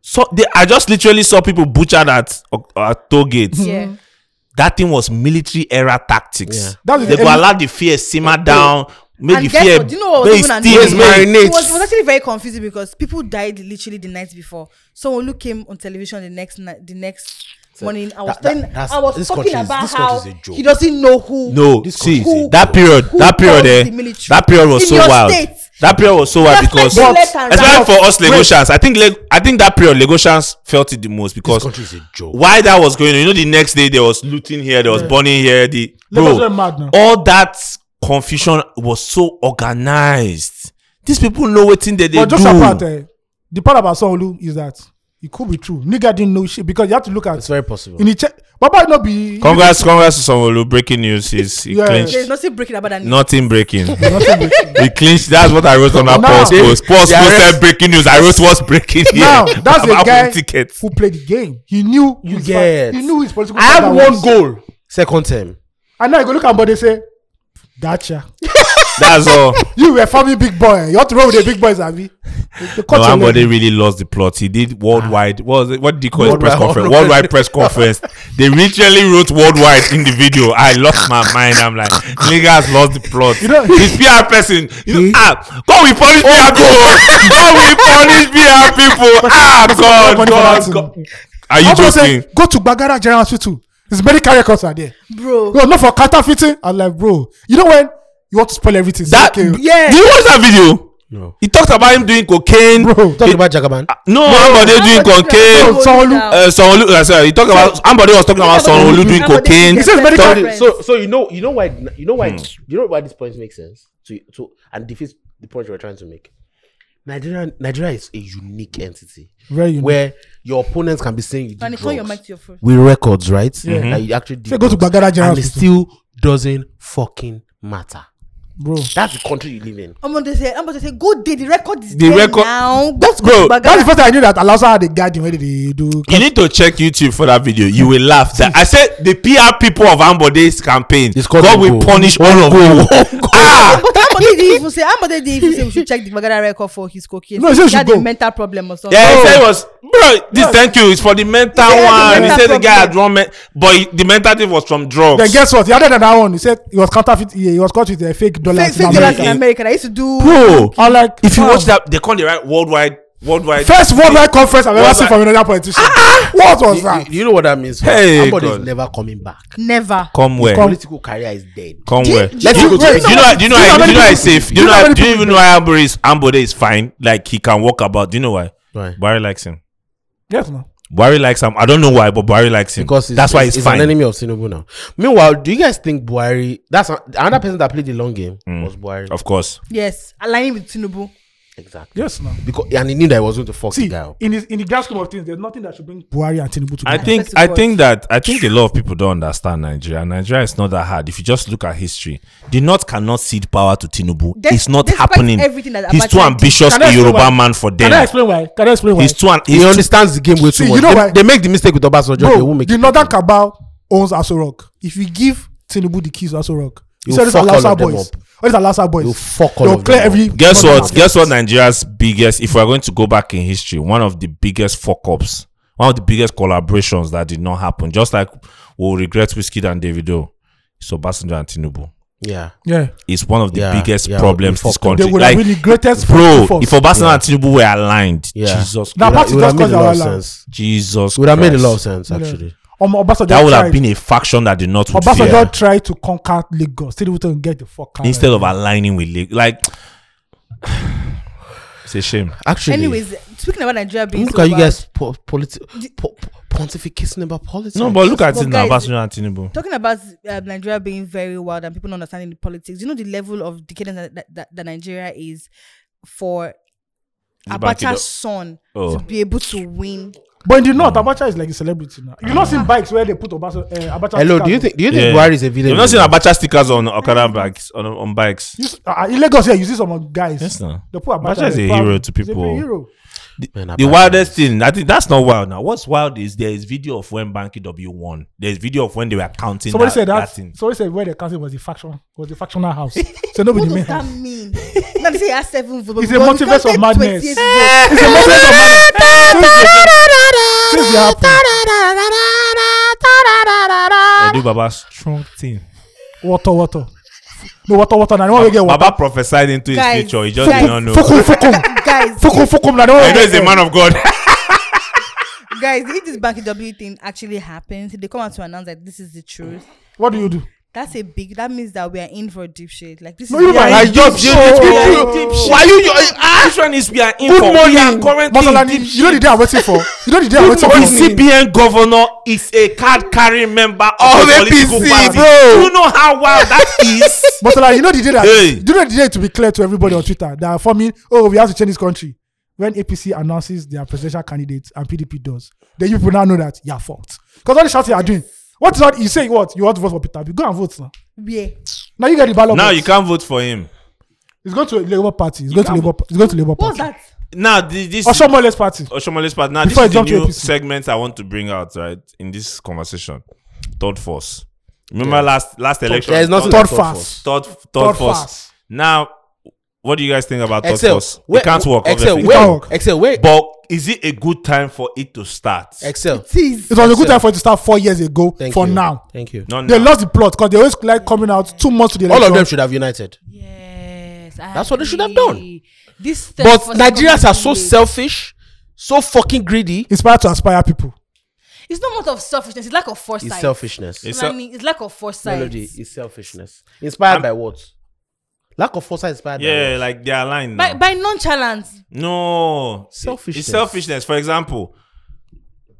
[SPEAKER 5] So they, I just literally saw people butchered at at uh, toll gates.
[SPEAKER 3] Yeah.
[SPEAKER 5] That thing was military era tactics.
[SPEAKER 4] That was
[SPEAKER 5] They
[SPEAKER 4] the
[SPEAKER 5] go
[SPEAKER 4] enemy-
[SPEAKER 5] allow the fear simmer down, make
[SPEAKER 3] And
[SPEAKER 5] the
[SPEAKER 3] guess
[SPEAKER 5] fear
[SPEAKER 3] what? Do you know what
[SPEAKER 5] make
[SPEAKER 3] was even
[SPEAKER 5] it still
[SPEAKER 3] annoying?
[SPEAKER 5] marinate.
[SPEAKER 1] marinate.
[SPEAKER 3] It was, it was actually very confusing because people died literally the night before. Someone who came on television the next night, the next morning, I was
[SPEAKER 1] that-
[SPEAKER 3] telling,
[SPEAKER 1] that's-
[SPEAKER 3] I was
[SPEAKER 1] this
[SPEAKER 3] talking
[SPEAKER 1] country is-
[SPEAKER 3] about
[SPEAKER 1] this country
[SPEAKER 3] how
[SPEAKER 1] is a joke.
[SPEAKER 3] he doesn't know who.
[SPEAKER 5] No,
[SPEAKER 1] This
[SPEAKER 5] see
[SPEAKER 1] country is a
[SPEAKER 5] that
[SPEAKER 1] joke.
[SPEAKER 5] period,
[SPEAKER 3] Who
[SPEAKER 5] that period,
[SPEAKER 3] owns
[SPEAKER 5] eh,
[SPEAKER 3] the military?
[SPEAKER 5] that period was
[SPEAKER 3] In
[SPEAKER 5] so
[SPEAKER 3] your
[SPEAKER 5] wild.
[SPEAKER 3] state.
[SPEAKER 5] That period was so wild
[SPEAKER 3] Just like
[SPEAKER 5] because
[SPEAKER 3] the left and
[SPEAKER 5] especially
[SPEAKER 3] right.
[SPEAKER 5] for us Lagosians, I think Lag- I think that period Lagosians felt it the most
[SPEAKER 1] this
[SPEAKER 5] because
[SPEAKER 1] country is a joke.
[SPEAKER 5] why that was going on. You know, the next day there was looting here, there was burning here. The
[SPEAKER 4] Lagos
[SPEAKER 5] bro,
[SPEAKER 4] were mad now.
[SPEAKER 5] all that confusion was so organized. These people know what thing that they
[SPEAKER 4] But
[SPEAKER 5] do.
[SPEAKER 4] just apart, uh, the part about Sonolu is that it could be true. Nigga didn't know shit because you have to look at
[SPEAKER 1] It's very possible.
[SPEAKER 4] in the check. Baba not be
[SPEAKER 5] congrats, congrats to Sonwolu. Breaking news is he
[SPEAKER 4] Yeah.
[SPEAKER 5] clinched.
[SPEAKER 3] There's nothing breaking about that.
[SPEAKER 5] Nothing breaking.
[SPEAKER 4] Nothing breaking.
[SPEAKER 5] he clinched. That's what I wrote on that
[SPEAKER 4] Now-
[SPEAKER 5] post post. Post
[SPEAKER 1] Yeah,
[SPEAKER 5] post
[SPEAKER 1] I-
[SPEAKER 5] said breaking news. I wrote what's breaking here.
[SPEAKER 4] now that's
[SPEAKER 5] About
[SPEAKER 4] a guy
[SPEAKER 5] tickets.
[SPEAKER 4] who played the game. He knew
[SPEAKER 1] You
[SPEAKER 4] his
[SPEAKER 1] get.
[SPEAKER 4] fa- he knew his political.
[SPEAKER 1] I have
[SPEAKER 4] father
[SPEAKER 1] one
[SPEAKER 4] was-
[SPEAKER 1] goal. Second term.
[SPEAKER 4] And now you go look at body say, Dacha.
[SPEAKER 5] That's all.
[SPEAKER 4] You were farming big boy. You have to roll with the big boys, Abi. They- they cut
[SPEAKER 5] No,
[SPEAKER 4] your leg.
[SPEAKER 5] Ambode really lost the plot. He did worldwide. What was it? What did he call his press
[SPEAKER 1] Worldwide-
[SPEAKER 5] conference?
[SPEAKER 1] worldwide-
[SPEAKER 5] Worldwide press conference. They literally wrote worldwide in the video. I lost my mind. I'm like, niggas lost the plot. You
[SPEAKER 4] know- Oh,
[SPEAKER 5] his PR person. You know, ah, God, we punish PR people. God, we punish PR people. Ah, God,
[SPEAKER 4] money for
[SPEAKER 5] God,
[SPEAKER 4] that
[SPEAKER 5] God.
[SPEAKER 4] thing.
[SPEAKER 5] Are you
[SPEAKER 4] I'm gonna
[SPEAKER 5] joking?
[SPEAKER 4] say, go to Bagara General Hospital. His medical records are there.
[SPEAKER 3] Bro.
[SPEAKER 4] Bro, not for counterfeiting. I'm like, bro, you know when You want to spoil everything. Say,
[SPEAKER 5] That
[SPEAKER 4] okay.
[SPEAKER 5] yeah. Did you watch that video?
[SPEAKER 1] No.
[SPEAKER 5] He talked about him doing cocaine.
[SPEAKER 4] Bro,
[SPEAKER 1] Talking about Jagaban.
[SPEAKER 5] No, Ambode doing cocaine.
[SPEAKER 4] Bro, Sanwo-Olu-
[SPEAKER 3] Now.
[SPEAKER 5] Uh, Sonolu, uh, sorry, he talked about Ambode was talking about Sonolu doing
[SPEAKER 3] Ambode-
[SPEAKER 5] cocaine.
[SPEAKER 4] He says
[SPEAKER 3] Best
[SPEAKER 4] medical-
[SPEAKER 3] friends.
[SPEAKER 1] So, so you know, you know why, you know
[SPEAKER 5] Hmm.
[SPEAKER 1] why, you know why this point makes sense to to and defeats the point we're trying to make. Nigeria, Nigeria is a unique entity
[SPEAKER 4] Very unique.
[SPEAKER 1] where your opponents can be saying you did
[SPEAKER 3] And it's not your
[SPEAKER 1] drugs
[SPEAKER 3] mic to your phone.
[SPEAKER 1] with records, right?
[SPEAKER 5] Mm-hmm.
[SPEAKER 1] That you actually did
[SPEAKER 4] Say go to
[SPEAKER 1] drugs,
[SPEAKER 4] Gbagada General
[SPEAKER 1] and it still doesn't fucking matter.
[SPEAKER 4] bro.
[SPEAKER 1] That's the country you live in.
[SPEAKER 3] I'm gonna say, I'm gonna say, good day. The record is
[SPEAKER 5] The
[SPEAKER 3] there
[SPEAKER 5] record-
[SPEAKER 3] now.
[SPEAKER 5] That's bro.
[SPEAKER 4] That's the first time I knew that Alasa had a guardian. Where did they do?
[SPEAKER 5] You need to check YouTube for that video. You will laugh. That I said the PR people of Ambode's campaign.
[SPEAKER 1] It's called
[SPEAKER 5] God will
[SPEAKER 1] Ongo.
[SPEAKER 5] punish all of you. ah,
[SPEAKER 3] But how did they even say? How did they even say we should check the Bagada record for his cocaine?
[SPEAKER 4] No, he said we
[SPEAKER 3] he had
[SPEAKER 4] should
[SPEAKER 3] a
[SPEAKER 4] go.
[SPEAKER 3] mental problem or something.
[SPEAKER 5] yeah. He said it was Oh. bro. This thank you. It's for the mental
[SPEAKER 3] Yeah, the
[SPEAKER 5] one.
[SPEAKER 3] mental
[SPEAKER 5] he said the guy had
[SPEAKER 3] problem.
[SPEAKER 5] one, men- but he- the mental thing was from drugs.
[SPEAKER 4] Then guess what? He added another one. He said he was counterfeit. He he was caught with a fake dollar.
[SPEAKER 3] Fake, fake dollars in America. I used to do.
[SPEAKER 5] bro.
[SPEAKER 4] I'm like,
[SPEAKER 5] If you
[SPEAKER 4] wow.
[SPEAKER 5] watch that, they call the right worldwide, worldwide.
[SPEAKER 4] first worldwide conference I've ever
[SPEAKER 5] Worldwide-
[SPEAKER 4] seen from another politician.
[SPEAKER 3] Ah,
[SPEAKER 4] What was
[SPEAKER 1] You, you-
[SPEAKER 4] that?
[SPEAKER 1] you know what that means?
[SPEAKER 5] Hey,
[SPEAKER 1] Somebody is
[SPEAKER 5] God.
[SPEAKER 1] never coming back.
[SPEAKER 3] Never.
[SPEAKER 5] come where?
[SPEAKER 4] Come-
[SPEAKER 1] Political career is dead.
[SPEAKER 5] Come where? Do
[SPEAKER 3] Do you-
[SPEAKER 1] Let's
[SPEAKER 3] do
[SPEAKER 1] go
[SPEAKER 3] you-
[SPEAKER 1] to
[SPEAKER 3] wait,
[SPEAKER 1] the-
[SPEAKER 5] you know? Do you know?
[SPEAKER 4] Do you know
[SPEAKER 5] I- Do
[SPEAKER 4] how
[SPEAKER 5] you
[SPEAKER 4] many
[SPEAKER 5] know? I
[SPEAKER 4] people-
[SPEAKER 5] safe. Do
[SPEAKER 4] do
[SPEAKER 5] you
[SPEAKER 4] you
[SPEAKER 5] know?
[SPEAKER 4] know
[SPEAKER 5] I-
[SPEAKER 4] how many
[SPEAKER 5] Do you
[SPEAKER 4] people-
[SPEAKER 5] even know why Ambode is Ambode is fine? Like he can walk about. Do you know why?
[SPEAKER 1] Right.
[SPEAKER 5] Barry likes him.
[SPEAKER 4] Yes, no.
[SPEAKER 5] Barry likes him. I don't know why, but Barry likes him.
[SPEAKER 1] Because it's,
[SPEAKER 5] that's why it's,
[SPEAKER 1] it's
[SPEAKER 5] fine.
[SPEAKER 1] an enemy of Sinobu now. Meanwhile, do you guys think Buhari? That's a- another person that played the long game was Buhari.
[SPEAKER 5] Mm. Of course.
[SPEAKER 3] Yes, aligning with Tinubu.
[SPEAKER 1] Exactly.
[SPEAKER 4] Yes, no.
[SPEAKER 1] Because and he knew that he was going to fuck the
[SPEAKER 4] See,
[SPEAKER 1] guy up.
[SPEAKER 4] in, his, in the grand scheme of things, there's nothing that should bring Buhari and Tinubu
[SPEAKER 5] I
[SPEAKER 4] together.
[SPEAKER 5] think
[SPEAKER 3] First of
[SPEAKER 5] I
[SPEAKER 3] all-
[SPEAKER 5] think that I think a lot of people don't understand Nigeria. Nigeria is not that hard. If you just look at history, the North cannot cede power to Tinubu.
[SPEAKER 3] Des-
[SPEAKER 5] it's not
[SPEAKER 3] despite
[SPEAKER 5] happening.
[SPEAKER 3] everything that
[SPEAKER 5] He's
[SPEAKER 3] Abacha
[SPEAKER 5] too
[SPEAKER 3] did.
[SPEAKER 5] ambitious
[SPEAKER 4] Can I
[SPEAKER 5] a
[SPEAKER 4] explain
[SPEAKER 5] Yoruba
[SPEAKER 4] why?
[SPEAKER 5] man for
[SPEAKER 4] Can I
[SPEAKER 5] them.
[SPEAKER 4] explan why? Can I explain why?
[SPEAKER 5] He's too. An,
[SPEAKER 1] He
[SPEAKER 5] he's too
[SPEAKER 1] understands the game way too
[SPEAKER 4] See, you
[SPEAKER 1] much.
[SPEAKER 4] know
[SPEAKER 1] they,
[SPEAKER 4] why-
[SPEAKER 1] they make the mistake with Obasanjo. they
[SPEAKER 4] Bro,
[SPEAKER 1] won't make
[SPEAKER 4] the
[SPEAKER 1] it.
[SPEAKER 4] Northern Cabal owns Aso Rock. If you give Tinubu the keys to Aso Rock, you
[SPEAKER 1] You'll
[SPEAKER 4] said it's
[SPEAKER 1] fuck all
[SPEAKER 4] Alasa
[SPEAKER 1] of them
[SPEAKER 4] boys.
[SPEAKER 1] up.
[SPEAKER 4] All these Alasa boys.
[SPEAKER 1] You'll fuck all
[SPEAKER 4] They'll
[SPEAKER 1] of
[SPEAKER 4] clear
[SPEAKER 1] them
[SPEAKER 4] every.
[SPEAKER 1] up.
[SPEAKER 5] Guess
[SPEAKER 4] Northern
[SPEAKER 5] what?
[SPEAKER 4] Cabal.
[SPEAKER 5] Guess what? Nigeria's biggest. If we're going to go back in history, one of the biggest fuck ups, one of the biggest collaborations that did not happen. Just like we'll regret Whiskey and Davido, so Obasanjo and Tinubu.
[SPEAKER 1] Yeah.
[SPEAKER 4] Yeah.
[SPEAKER 5] It's one of the
[SPEAKER 1] Yeah,
[SPEAKER 5] biggest
[SPEAKER 1] yeah,
[SPEAKER 5] problems
[SPEAKER 1] we fucked
[SPEAKER 5] this
[SPEAKER 1] up.
[SPEAKER 5] country.
[SPEAKER 4] They would
[SPEAKER 5] like,
[SPEAKER 4] have been the greatest
[SPEAKER 5] bro,
[SPEAKER 4] force.
[SPEAKER 5] if Obasanjo and Tinubu were aligned,
[SPEAKER 1] Yeah.
[SPEAKER 5] Jesus,
[SPEAKER 4] Now,
[SPEAKER 5] Christ,
[SPEAKER 4] Party
[SPEAKER 1] It would have
[SPEAKER 4] just
[SPEAKER 1] made
[SPEAKER 4] caused
[SPEAKER 1] a lot
[SPEAKER 4] our
[SPEAKER 1] of
[SPEAKER 4] land.
[SPEAKER 1] sense.
[SPEAKER 5] Jesus,
[SPEAKER 1] It would have made a
[SPEAKER 5] Christ.
[SPEAKER 1] lot of sense actually.
[SPEAKER 4] Um, Obasanjo
[SPEAKER 5] That would
[SPEAKER 4] tried.
[SPEAKER 5] have been a faction that did not would
[SPEAKER 4] Obasanjo
[SPEAKER 5] fear
[SPEAKER 4] tried to conquer Lagos. Tinubu didn't get the fuck out.
[SPEAKER 5] instead of aligning with Lag- like. it's a shame.
[SPEAKER 1] Actually,
[SPEAKER 3] Anyways, speaking about Nigeria being
[SPEAKER 1] look
[SPEAKER 3] so
[SPEAKER 1] at you
[SPEAKER 3] bad,
[SPEAKER 1] guys po- politi- po- po- pontificating about politics.
[SPEAKER 5] No, but look at
[SPEAKER 3] But
[SPEAKER 5] it now,
[SPEAKER 3] guys-
[SPEAKER 5] Obasanjo and Tinubu.
[SPEAKER 3] Talking about uh, Nigeria being very wild and people not understanding the politics, you know the level of decadence that, that, that, that Nigeria is for
[SPEAKER 5] You back it up.
[SPEAKER 3] Abacha's son
[SPEAKER 5] Oh.
[SPEAKER 3] to be able to win.
[SPEAKER 4] But in the north, Abacha is like a celebrity now. You not seen bikes where they put Obasanjo. Uh, Abacha.
[SPEAKER 1] Hello,
[SPEAKER 4] stickers
[SPEAKER 1] do you
[SPEAKER 4] on.
[SPEAKER 1] think do you think
[SPEAKER 5] Yeah.
[SPEAKER 1] Buhari is a villain?
[SPEAKER 5] You've not seen Abacha stickers on Okada bikes on, on bikes.
[SPEAKER 4] You, s- uh, in Lagos, yeah, you see some guys.
[SPEAKER 5] Yes, no.
[SPEAKER 4] They put Abacha.
[SPEAKER 5] Abacha is
[SPEAKER 4] there,
[SPEAKER 5] a
[SPEAKER 4] proud.
[SPEAKER 5] hero to
[SPEAKER 4] He's a
[SPEAKER 5] people.
[SPEAKER 4] big hero.
[SPEAKER 1] Man,
[SPEAKER 5] The
[SPEAKER 1] Abacha
[SPEAKER 5] wildest thing, I think that's not wild now. What's wild is there is video of when Banky W won. There's video of when they were counting
[SPEAKER 4] Somebody
[SPEAKER 5] that,
[SPEAKER 4] said
[SPEAKER 5] that
[SPEAKER 4] that.
[SPEAKER 5] thing.
[SPEAKER 4] Somebody said where the council was the faction was the factional house. So nobody
[SPEAKER 3] What
[SPEAKER 4] main
[SPEAKER 3] does that
[SPEAKER 4] house.
[SPEAKER 3] mean? now they say he has seven votes. but
[SPEAKER 4] It's a
[SPEAKER 3] because he
[SPEAKER 4] multiverse of
[SPEAKER 3] counted
[SPEAKER 4] madness.
[SPEAKER 3] 28 votes.
[SPEAKER 4] It's a message of madness. Since they happened,
[SPEAKER 5] Edu Baba strong thing.
[SPEAKER 4] water, water. No water, water. Now the one wey get water.
[SPEAKER 5] Baba prophesied into his
[SPEAKER 3] Guys,
[SPEAKER 5] future. He just
[SPEAKER 3] guys,
[SPEAKER 5] did not know.
[SPEAKER 4] Fukum, fukum,
[SPEAKER 3] Guys,
[SPEAKER 4] fukum, fukum. Now the
[SPEAKER 5] I
[SPEAKER 4] one
[SPEAKER 5] know
[SPEAKER 4] wey
[SPEAKER 5] he's a man of God.
[SPEAKER 3] guys, if this Banky W thing actually happens, they come out to announce that this is the truth.
[SPEAKER 4] What do you do?
[SPEAKER 3] That's a big. That means that we are in for a deep shit. Like this
[SPEAKER 4] No,
[SPEAKER 3] is.
[SPEAKER 4] you
[SPEAKER 3] we are
[SPEAKER 4] might-
[SPEAKER 3] in-
[SPEAKER 4] I just
[SPEAKER 5] Why you? This one is we are in
[SPEAKER 4] Good
[SPEAKER 5] for. We are
[SPEAKER 4] morning,
[SPEAKER 5] currently in deep
[SPEAKER 4] Masalani. You know the day I'm waiting for. You know the day I'm waiting
[SPEAKER 5] The
[SPEAKER 4] for.
[SPEAKER 5] CBN governor is a card-carrying member of
[SPEAKER 4] Oh,
[SPEAKER 1] Of
[SPEAKER 5] the political
[SPEAKER 1] APC,
[SPEAKER 5] party.
[SPEAKER 1] bro.
[SPEAKER 5] Do you know how wild that is?
[SPEAKER 4] Masalani, you know the day that.
[SPEAKER 5] Hey.
[SPEAKER 4] You know the day to be clear to everybody on Twitter that for me, oh, we have to change this country. When APC announces their presidential candidates and PDP does, then you people now know that you're fucked. Because all the shots you are doing. What is that? You say what? You want to vote for Peter? Obi. Go and vote now.
[SPEAKER 3] Yeah.
[SPEAKER 4] Now you get the ballot.
[SPEAKER 5] now
[SPEAKER 4] box.
[SPEAKER 5] you can't vote for him.
[SPEAKER 4] It's going to Labour Party. It's going to
[SPEAKER 5] can't
[SPEAKER 4] Labour. It's going to Labour
[SPEAKER 3] What's
[SPEAKER 4] Party.
[SPEAKER 3] that?
[SPEAKER 5] Now thi- this
[SPEAKER 4] Oshomole's party.
[SPEAKER 5] Oshomole's part. Now
[SPEAKER 4] Before I
[SPEAKER 5] this is
[SPEAKER 4] jump to
[SPEAKER 5] the new
[SPEAKER 4] APC.
[SPEAKER 5] segment I want to bring out right in this conversation. Third force. Remember last last election.
[SPEAKER 1] There's nothing
[SPEAKER 5] Third
[SPEAKER 1] like
[SPEAKER 4] fast.
[SPEAKER 5] third, third,
[SPEAKER 4] Third
[SPEAKER 5] force.
[SPEAKER 4] fast.
[SPEAKER 5] Now, what do you guys think about third
[SPEAKER 1] Excel,
[SPEAKER 5] force? It can't work.
[SPEAKER 1] Excel,
[SPEAKER 5] obviously.
[SPEAKER 4] where-
[SPEAKER 1] wait,
[SPEAKER 4] can't work.
[SPEAKER 1] Excel, wait,
[SPEAKER 5] But is it a good time for it to start?
[SPEAKER 1] Excel.
[SPEAKER 4] It was a good time for it to start four years ago.
[SPEAKER 1] Thank
[SPEAKER 4] for
[SPEAKER 1] you.
[SPEAKER 4] now,
[SPEAKER 1] thank you.
[SPEAKER 5] Not
[SPEAKER 4] they
[SPEAKER 5] now.
[SPEAKER 4] lost the plot because they always like coming out two months to the
[SPEAKER 1] All
[SPEAKER 4] election.
[SPEAKER 1] of them should have united.
[SPEAKER 3] Yes.
[SPEAKER 1] That's what they should have done. agree.
[SPEAKER 3] This.
[SPEAKER 1] But Nigerians are so selfish, so fucking greedy.
[SPEAKER 4] inspired to inspire people.
[SPEAKER 3] It's not much of selfishness. It's lack of foresight.
[SPEAKER 1] It's selfishness.
[SPEAKER 5] It's
[SPEAKER 3] It's,
[SPEAKER 5] sel-
[SPEAKER 3] it's lack of foresight.
[SPEAKER 1] Melody is selfishness. Inspired by what? Lack of foresight is bad.
[SPEAKER 5] Yeah, like they are lying.
[SPEAKER 3] by,
[SPEAKER 5] now.
[SPEAKER 3] by nonchalance.
[SPEAKER 5] No, it-
[SPEAKER 1] Selfishness.
[SPEAKER 5] It's selfishness. For example,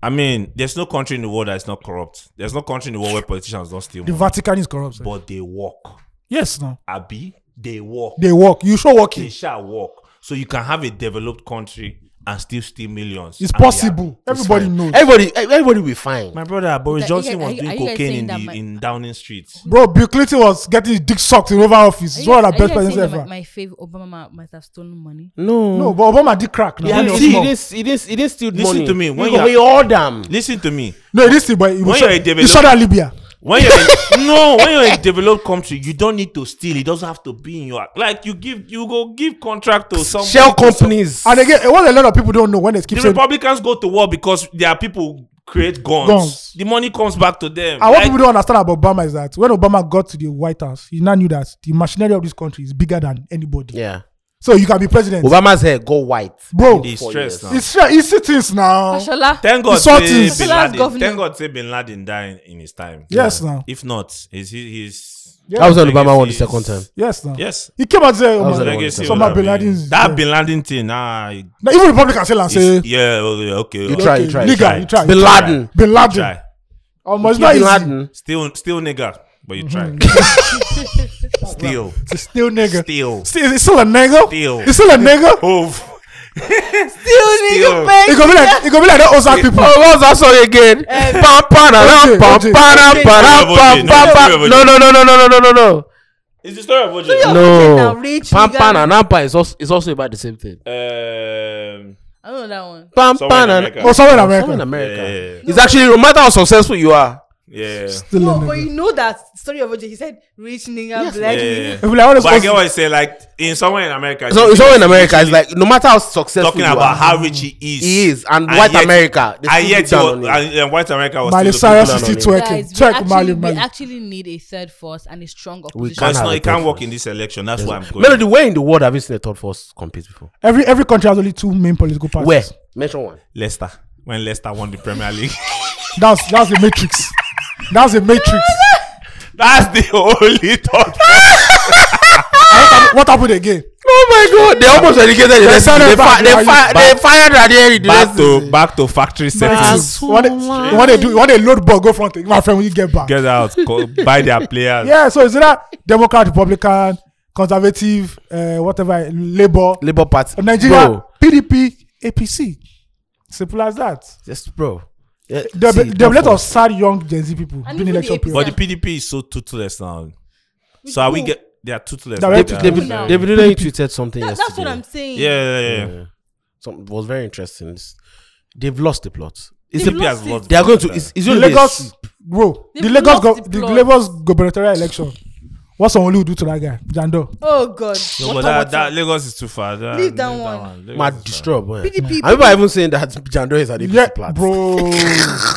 [SPEAKER 5] I mean, there's no country in the world that's not corrupt. There's no country in the world where politicians don't steal
[SPEAKER 4] The
[SPEAKER 5] money,
[SPEAKER 4] Vatican is corrupt. sir.
[SPEAKER 5] but they walk.
[SPEAKER 4] yes, now
[SPEAKER 5] Abi, they walk.
[SPEAKER 4] they work. You sure
[SPEAKER 5] They
[SPEAKER 4] working?
[SPEAKER 5] shall walk. So you can have a developed country and still steal millions. and
[SPEAKER 4] It's
[SPEAKER 5] they are-
[SPEAKER 4] possible. Everybody
[SPEAKER 5] fine.
[SPEAKER 4] knows,
[SPEAKER 1] Everybody, e- everybody will be fine.
[SPEAKER 5] My brother Boris
[SPEAKER 6] Like,
[SPEAKER 5] Johnson
[SPEAKER 6] are you-
[SPEAKER 5] was
[SPEAKER 6] are you
[SPEAKER 5] doing
[SPEAKER 6] guys
[SPEAKER 5] cocaine in
[SPEAKER 6] saying
[SPEAKER 5] the
[SPEAKER 6] that my-
[SPEAKER 5] in Downing Street.
[SPEAKER 4] bro. Bill Clinton was getting his dick sucked in the Oval Office. He's one of the best presidents
[SPEAKER 6] saying that
[SPEAKER 1] ah.
[SPEAKER 4] ever.
[SPEAKER 6] My, my favorite Obama ma- might have stolen money.
[SPEAKER 1] No,
[SPEAKER 4] No, but Obama did crack. Now.
[SPEAKER 1] Yeah,
[SPEAKER 4] When he was
[SPEAKER 1] see,
[SPEAKER 4] small.
[SPEAKER 1] it is, it is, it is still
[SPEAKER 5] Listen
[SPEAKER 1] money.
[SPEAKER 5] to me, when
[SPEAKER 1] you go,
[SPEAKER 5] you are-
[SPEAKER 1] we all damn.
[SPEAKER 5] Listen to me.
[SPEAKER 4] No, this thing, but he, was
[SPEAKER 5] you're a
[SPEAKER 4] shot- he
[SPEAKER 5] developer-
[SPEAKER 4] shot at Libya.
[SPEAKER 5] When you're in, no, when you're in a developed country, you don't need to steal. It doesn't have to be in your like you give you go give contract to some
[SPEAKER 1] Shell companies.
[SPEAKER 4] And again, what a lot of people don't know when they keep
[SPEAKER 5] The
[SPEAKER 4] saying,
[SPEAKER 5] Republicans go to war because there are people who create guns.
[SPEAKER 4] Guns.
[SPEAKER 5] The money comes back to them.
[SPEAKER 4] and what
[SPEAKER 5] Like,
[SPEAKER 4] people don't understand about Obama is that when Obama got to the White House, he now knew that the machinery of this country is bigger than anybody.
[SPEAKER 1] yeah,
[SPEAKER 4] So you can be president,
[SPEAKER 1] Obama's hair go white.
[SPEAKER 4] bro.
[SPEAKER 5] they
[SPEAKER 4] It's
[SPEAKER 1] Four
[SPEAKER 5] stressed
[SPEAKER 1] years.
[SPEAKER 5] now.
[SPEAKER 4] fair. He things now.
[SPEAKER 6] Ashola,
[SPEAKER 5] Thank God,
[SPEAKER 4] It's all
[SPEAKER 5] say
[SPEAKER 4] things.
[SPEAKER 5] bin
[SPEAKER 6] Last
[SPEAKER 5] Laden,
[SPEAKER 6] governor.
[SPEAKER 5] thank God, say Bin Laden died in his time.
[SPEAKER 4] Yes, now.
[SPEAKER 5] If not, is he his?
[SPEAKER 4] Yeah.
[SPEAKER 1] That was when Obama won the
[SPEAKER 5] legacy
[SPEAKER 1] second
[SPEAKER 5] is-
[SPEAKER 1] time.
[SPEAKER 4] Yes, now.
[SPEAKER 5] Yes.
[SPEAKER 4] He came out there.
[SPEAKER 1] was
[SPEAKER 4] Oh,
[SPEAKER 1] the
[SPEAKER 4] man.
[SPEAKER 1] legacy
[SPEAKER 5] Legacy
[SPEAKER 4] Some
[SPEAKER 5] would
[SPEAKER 4] of
[SPEAKER 5] have
[SPEAKER 4] Bin
[SPEAKER 5] been-
[SPEAKER 4] Laden's.
[SPEAKER 5] That
[SPEAKER 4] yeah.
[SPEAKER 5] Bin Laden thing, nah. it-
[SPEAKER 4] Now, even Republicans say, like, say,
[SPEAKER 5] it's- Yeah, okay, okay.
[SPEAKER 1] You
[SPEAKER 5] okay.
[SPEAKER 1] try, you try, you
[SPEAKER 4] nigga,
[SPEAKER 1] try.
[SPEAKER 4] you try, you
[SPEAKER 1] Bin
[SPEAKER 4] try.
[SPEAKER 1] Laden.
[SPEAKER 4] Bin
[SPEAKER 5] You
[SPEAKER 4] Laden. Oh,
[SPEAKER 5] try.
[SPEAKER 4] Almost it's
[SPEAKER 1] Bin
[SPEAKER 4] not easy.
[SPEAKER 1] Laden.
[SPEAKER 5] Still, still nigga, but you
[SPEAKER 4] Mm-hmm.
[SPEAKER 5] try. Still,
[SPEAKER 4] It's still nigga.
[SPEAKER 5] still,
[SPEAKER 4] Still, it's still a nigga.
[SPEAKER 5] Still.
[SPEAKER 4] It's still a nigga.
[SPEAKER 5] Hove.
[SPEAKER 6] still
[SPEAKER 5] Still.
[SPEAKER 6] nigga pay.
[SPEAKER 4] It gonna be like it gonna be like the Ozark people. Um,
[SPEAKER 1] Oh, what's that song again? Pam, pam,
[SPEAKER 4] Okay,
[SPEAKER 1] pam, pam,
[SPEAKER 4] okay.
[SPEAKER 1] pam, pam,
[SPEAKER 5] Okay,
[SPEAKER 1] pam,
[SPEAKER 5] okay.
[SPEAKER 1] pam, pam. No, no, no, no, no, no, no, no, no.
[SPEAKER 5] It's the story of Ojo.
[SPEAKER 1] No,
[SPEAKER 3] now, Rich
[SPEAKER 1] pam
[SPEAKER 3] nigga.
[SPEAKER 1] pan and ampa is also is also about the same thing.
[SPEAKER 5] Um,
[SPEAKER 6] I don't know that one.
[SPEAKER 1] Pam pan
[SPEAKER 5] Somewhere in
[SPEAKER 1] and
[SPEAKER 5] America.
[SPEAKER 4] Oh, somewhere in
[SPEAKER 1] Somewhere in America.
[SPEAKER 4] America.
[SPEAKER 5] Yeah.
[SPEAKER 1] It's actually no matter how successful you are.
[SPEAKER 5] yeah.
[SPEAKER 4] Still a
[SPEAKER 3] No, but
[SPEAKER 4] nigga.
[SPEAKER 3] you know that story of OJ. He said, "Rich nigga, black nigga."
[SPEAKER 5] yeah.
[SPEAKER 4] If we like all
[SPEAKER 5] But I get
[SPEAKER 4] those
[SPEAKER 5] what you say, like in somewhere in America.
[SPEAKER 1] So
[SPEAKER 5] you
[SPEAKER 1] it's
[SPEAKER 5] see
[SPEAKER 1] all in
[SPEAKER 5] this
[SPEAKER 1] America. It's
[SPEAKER 5] literally
[SPEAKER 1] like no matter how successful
[SPEAKER 5] talking
[SPEAKER 1] you
[SPEAKER 5] about
[SPEAKER 1] are,
[SPEAKER 5] how rich he is.
[SPEAKER 1] he is and,
[SPEAKER 5] And
[SPEAKER 1] white
[SPEAKER 5] yet-
[SPEAKER 1] America. they still
[SPEAKER 5] And yet,
[SPEAKER 1] look
[SPEAKER 5] he
[SPEAKER 1] down
[SPEAKER 5] was,
[SPEAKER 1] on
[SPEAKER 5] and,
[SPEAKER 1] it.
[SPEAKER 5] and white America was
[SPEAKER 4] Miley
[SPEAKER 5] still
[SPEAKER 4] Cyrus
[SPEAKER 5] looking
[SPEAKER 4] is
[SPEAKER 5] down on
[SPEAKER 4] still
[SPEAKER 5] it.
[SPEAKER 4] twerking.
[SPEAKER 6] Guys, we
[SPEAKER 4] Twerk
[SPEAKER 6] actually,
[SPEAKER 4] Mali
[SPEAKER 6] we
[SPEAKER 4] Mali.
[SPEAKER 6] actually need a third force and a strong
[SPEAKER 5] But
[SPEAKER 1] can't
[SPEAKER 6] opposition.
[SPEAKER 5] it's
[SPEAKER 1] have
[SPEAKER 5] not,
[SPEAKER 1] a
[SPEAKER 5] it can't
[SPEAKER 1] third
[SPEAKER 5] work
[SPEAKER 1] force.
[SPEAKER 5] in this election. That's why I'm going.
[SPEAKER 1] Melody, where in the world have you seen a third force compete before?
[SPEAKER 4] Every every country has only two main political parties.
[SPEAKER 1] Where? Mention one.
[SPEAKER 5] Leicester. When Leicester won the Premier League.
[SPEAKER 4] That's that's the matrix. That's the matrix.
[SPEAKER 5] That's the only thought.
[SPEAKER 4] what happened again?
[SPEAKER 1] Oh my god, they almost relegated. They,
[SPEAKER 4] next season.
[SPEAKER 1] they, fi-
[SPEAKER 4] They
[SPEAKER 1] they,
[SPEAKER 4] fi- they
[SPEAKER 1] fi-
[SPEAKER 4] fi-
[SPEAKER 1] they fired Radieri.
[SPEAKER 5] Back to back to factory settings.
[SPEAKER 4] What they, what they do? What they load ball go front? My friend, when you get back.
[SPEAKER 5] Get out. Go, buy their players.
[SPEAKER 4] yeah. So is that Democrat, Republican, Conservative, uh, whatever, Labour,
[SPEAKER 1] Labour Party.
[SPEAKER 4] Nigeria,
[SPEAKER 1] Bro,
[SPEAKER 4] PDP, APC. Simple as that.
[SPEAKER 1] just bro. Yeah,
[SPEAKER 4] There
[SPEAKER 1] see,
[SPEAKER 4] be there
[SPEAKER 1] third
[SPEAKER 4] be lot of
[SPEAKER 1] force.
[SPEAKER 4] sad young Gen Z people
[SPEAKER 6] And
[SPEAKER 4] during
[SPEAKER 6] even the
[SPEAKER 4] election
[SPEAKER 6] APC.
[SPEAKER 4] period.
[SPEAKER 5] But the PDP is so toothless now. So are we get? They are toothless.
[SPEAKER 4] They're
[SPEAKER 5] They
[SPEAKER 4] very
[SPEAKER 5] are-
[SPEAKER 4] toothless.
[SPEAKER 1] David,
[SPEAKER 6] now.
[SPEAKER 1] David, David tweeted something
[SPEAKER 3] That-
[SPEAKER 1] yesterday.
[SPEAKER 3] that's what I'm saying.
[SPEAKER 5] Yeah, yeah, yeah.
[SPEAKER 1] Some was very interesting. It's- they've lost the plot. It's
[SPEAKER 5] PDP
[SPEAKER 1] a,
[SPEAKER 5] has
[SPEAKER 3] lost it.
[SPEAKER 5] lost.
[SPEAKER 1] they are going to. It's, it's
[SPEAKER 4] the
[SPEAKER 1] only a
[SPEAKER 4] Lagos, bro.
[SPEAKER 6] They've
[SPEAKER 4] The Lagos,
[SPEAKER 6] lost
[SPEAKER 4] go,
[SPEAKER 6] the
[SPEAKER 4] the
[SPEAKER 6] plot.
[SPEAKER 4] Lagos gubernatorial election. What's Onlu do to that guy, Jando?
[SPEAKER 3] Oh God.
[SPEAKER 5] No, but that, that Lagos is too far. That,
[SPEAKER 3] Leave that one.
[SPEAKER 5] Lagos
[SPEAKER 1] mad
[SPEAKER 5] is far.
[SPEAKER 1] disturb. eh.
[SPEAKER 3] PDP.
[SPEAKER 1] I remember even saying that Jando is an APC
[SPEAKER 4] Yeah,
[SPEAKER 1] plat.
[SPEAKER 4] bro,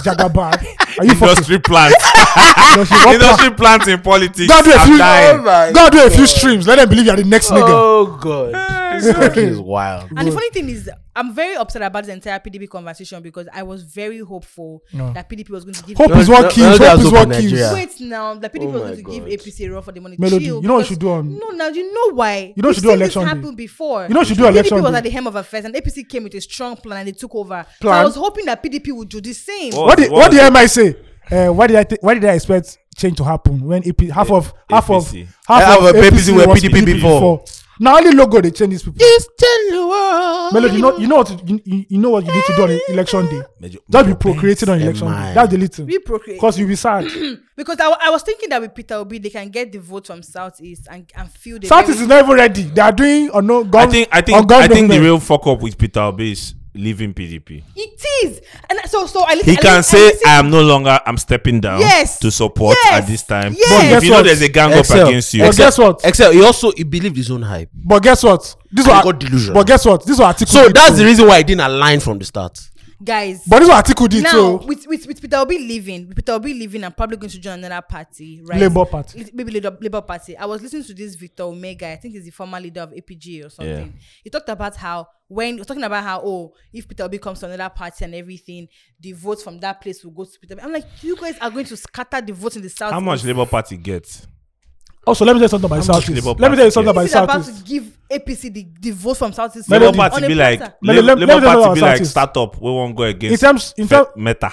[SPEAKER 4] Jagaba. Are you fucking?
[SPEAKER 5] Industry plant.
[SPEAKER 4] What plat?
[SPEAKER 5] Industry plant in politics.
[SPEAKER 4] Go do a
[SPEAKER 5] I'm
[SPEAKER 4] few. Oh
[SPEAKER 5] dying.
[SPEAKER 4] Go do a few streams. Let them believe you're the next nigga.
[SPEAKER 1] Oh god, this country is wild.
[SPEAKER 3] And the funny thing is, I'm very upset about the entire PDP conversation because I was very hopeful
[SPEAKER 4] No.
[SPEAKER 3] that PDP was going to give.
[SPEAKER 4] Hope
[SPEAKER 1] No,
[SPEAKER 4] is what
[SPEAKER 1] no,
[SPEAKER 4] kills.
[SPEAKER 1] no,
[SPEAKER 4] Hope
[SPEAKER 1] that's
[SPEAKER 4] is
[SPEAKER 1] hope in
[SPEAKER 4] what kills.
[SPEAKER 1] Nigeria.
[SPEAKER 3] Wait now, the PDP
[SPEAKER 1] Oh
[SPEAKER 3] was
[SPEAKER 1] my
[SPEAKER 3] going to give
[SPEAKER 1] God.
[SPEAKER 3] APC a run for the money.
[SPEAKER 4] Melody,
[SPEAKER 3] Chill,
[SPEAKER 4] you know what you
[SPEAKER 3] because-
[SPEAKER 4] should do on-
[SPEAKER 3] No, now you know why.
[SPEAKER 4] You know what you should
[SPEAKER 3] We've
[SPEAKER 4] do on
[SPEAKER 3] seen
[SPEAKER 4] election
[SPEAKER 3] This
[SPEAKER 4] day.
[SPEAKER 3] happened before.
[SPEAKER 4] You know what you should do on election
[SPEAKER 3] PDP was
[SPEAKER 4] day.
[SPEAKER 3] at the hem of affairs, and APC came with a strong plan and they took over. So
[SPEAKER 1] Plan?
[SPEAKER 3] I was hoping that PDP would do the same.
[SPEAKER 5] What?
[SPEAKER 4] What did
[SPEAKER 5] was
[SPEAKER 4] what did
[SPEAKER 5] it?
[SPEAKER 4] MI say? Uh, why did I th- why did I expect change to happen when AP, half of half of
[SPEAKER 5] APC.
[SPEAKER 1] Half of APC were
[SPEAKER 4] was
[SPEAKER 1] PDP before.
[SPEAKER 4] Now only logo they change these people.
[SPEAKER 1] It's the world.
[SPEAKER 4] Melody, you know, you know what you, you, you know what you need to do on e- election day.
[SPEAKER 5] Major-
[SPEAKER 4] Just be
[SPEAKER 5] major
[SPEAKER 4] procreating on election
[SPEAKER 1] Am I?
[SPEAKER 4] day. That's the little.
[SPEAKER 3] We procreate.
[SPEAKER 4] Because you'll be sad.
[SPEAKER 3] Because I, wa- I was thinking that with Peter Obi, they can get the vote from Southeast and, and feel the.
[SPEAKER 4] Southeast is not even ready. They are doing or no
[SPEAKER 5] I
[SPEAKER 4] gov-
[SPEAKER 5] think I think
[SPEAKER 4] ungov-
[SPEAKER 5] I think the
[SPEAKER 4] government.
[SPEAKER 5] real fuck up with Peter Obi is leaving PDP.
[SPEAKER 3] It is. And so, so I listen,
[SPEAKER 5] He
[SPEAKER 3] I
[SPEAKER 5] can
[SPEAKER 3] listen- I
[SPEAKER 5] say
[SPEAKER 3] listen-
[SPEAKER 5] I am no longer I'm stepping down
[SPEAKER 3] Yes.
[SPEAKER 5] to support
[SPEAKER 3] Yes.
[SPEAKER 5] at this time.
[SPEAKER 3] Yes.
[SPEAKER 5] But
[SPEAKER 4] But
[SPEAKER 5] if you
[SPEAKER 4] guess
[SPEAKER 5] know
[SPEAKER 4] what?
[SPEAKER 5] there's a gang
[SPEAKER 1] Excel.
[SPEAKER 5] up against you.
[SPEAKER 4] But guess what?
[SPEAKER 1] Except he also he believed his own hype.
[SPEAKER 4] But guess what? This
[SPEAKER 1] And
[SPEAKER 4] was
[SPEAKER 1] he got delusion.
[SPEAKER 4] But guess what? This was article.
[SPEAKER 1] So
[SPEAKER 4] did
[SPEAKER 1] that's
[SPEAKER 4] too.
[SPEAKER 1] the reason why he didn't align from the start.
[SPEAKER 3] guys.
[SPEAKER 4] But this was article did
[SPEAKER 3] now
[SPEAKER 4] too.
[SPEAKER 3] with, with with Peter Obi leaving, with Peter Obi leaving, and probably going to join another party, right?
[SPEAKER 4] Labour Party.
[SPEAKER 3] Li- maybe Labour, Labour Party. I was listening to this Victor Omega. I think he's the former leader of APG or something. He talked about how when he was talking about how oh if Peter Obi comes to another party and everything, the votes from that place will go to Peter. Obi. I'm like, you guys are going to scatter the votes in the south.
[SPEAKER 5] How much Labour Party gets?
[SPEAKER 4] Also, let me tell you something about
[SPEAKER 5] How
[SPEAKER 4] the
[SPEAKER 5] much
[SPEAKER 4] South East.
[SPEAKER 5] Labour
[SPEAKER 4] Let me tell you something
[SPEAKER 5] Party
[SPEAKER 4] about the
[SPEAKER 3] This is about
[SPEAKER 4] South
[SPEAKER 3] to
[SPEAKER 4] East.
[SPEAKER 3] give APC the, the vote from South East.
[SPEAKER 5] Labour
[SPEAKER 4] Melody.
[SPEAKER 5] Party
[SPEAKER 3] On a
[SPEAKER 5] be like
[SPEAKER 3] platter.
[SPEAKER 4] Melody,
[SPEAKER 5] Lab-
[SPEAKER 4] let me
[SPEAKER 5] Labour
[SPEAKER 4] tell you
[SPEAKER 5] Party be
[SPEAKER 4] about
[SPEAKER 5] like
[SPEAKER 4] Southeast.
[SPEAKER 5] startup. We won't go
[SPEAKER 4] In
[SPEAKER 5] against
[SPEAKER 4] terms, in terms,
[SPEAKER 5] Fe- Meta.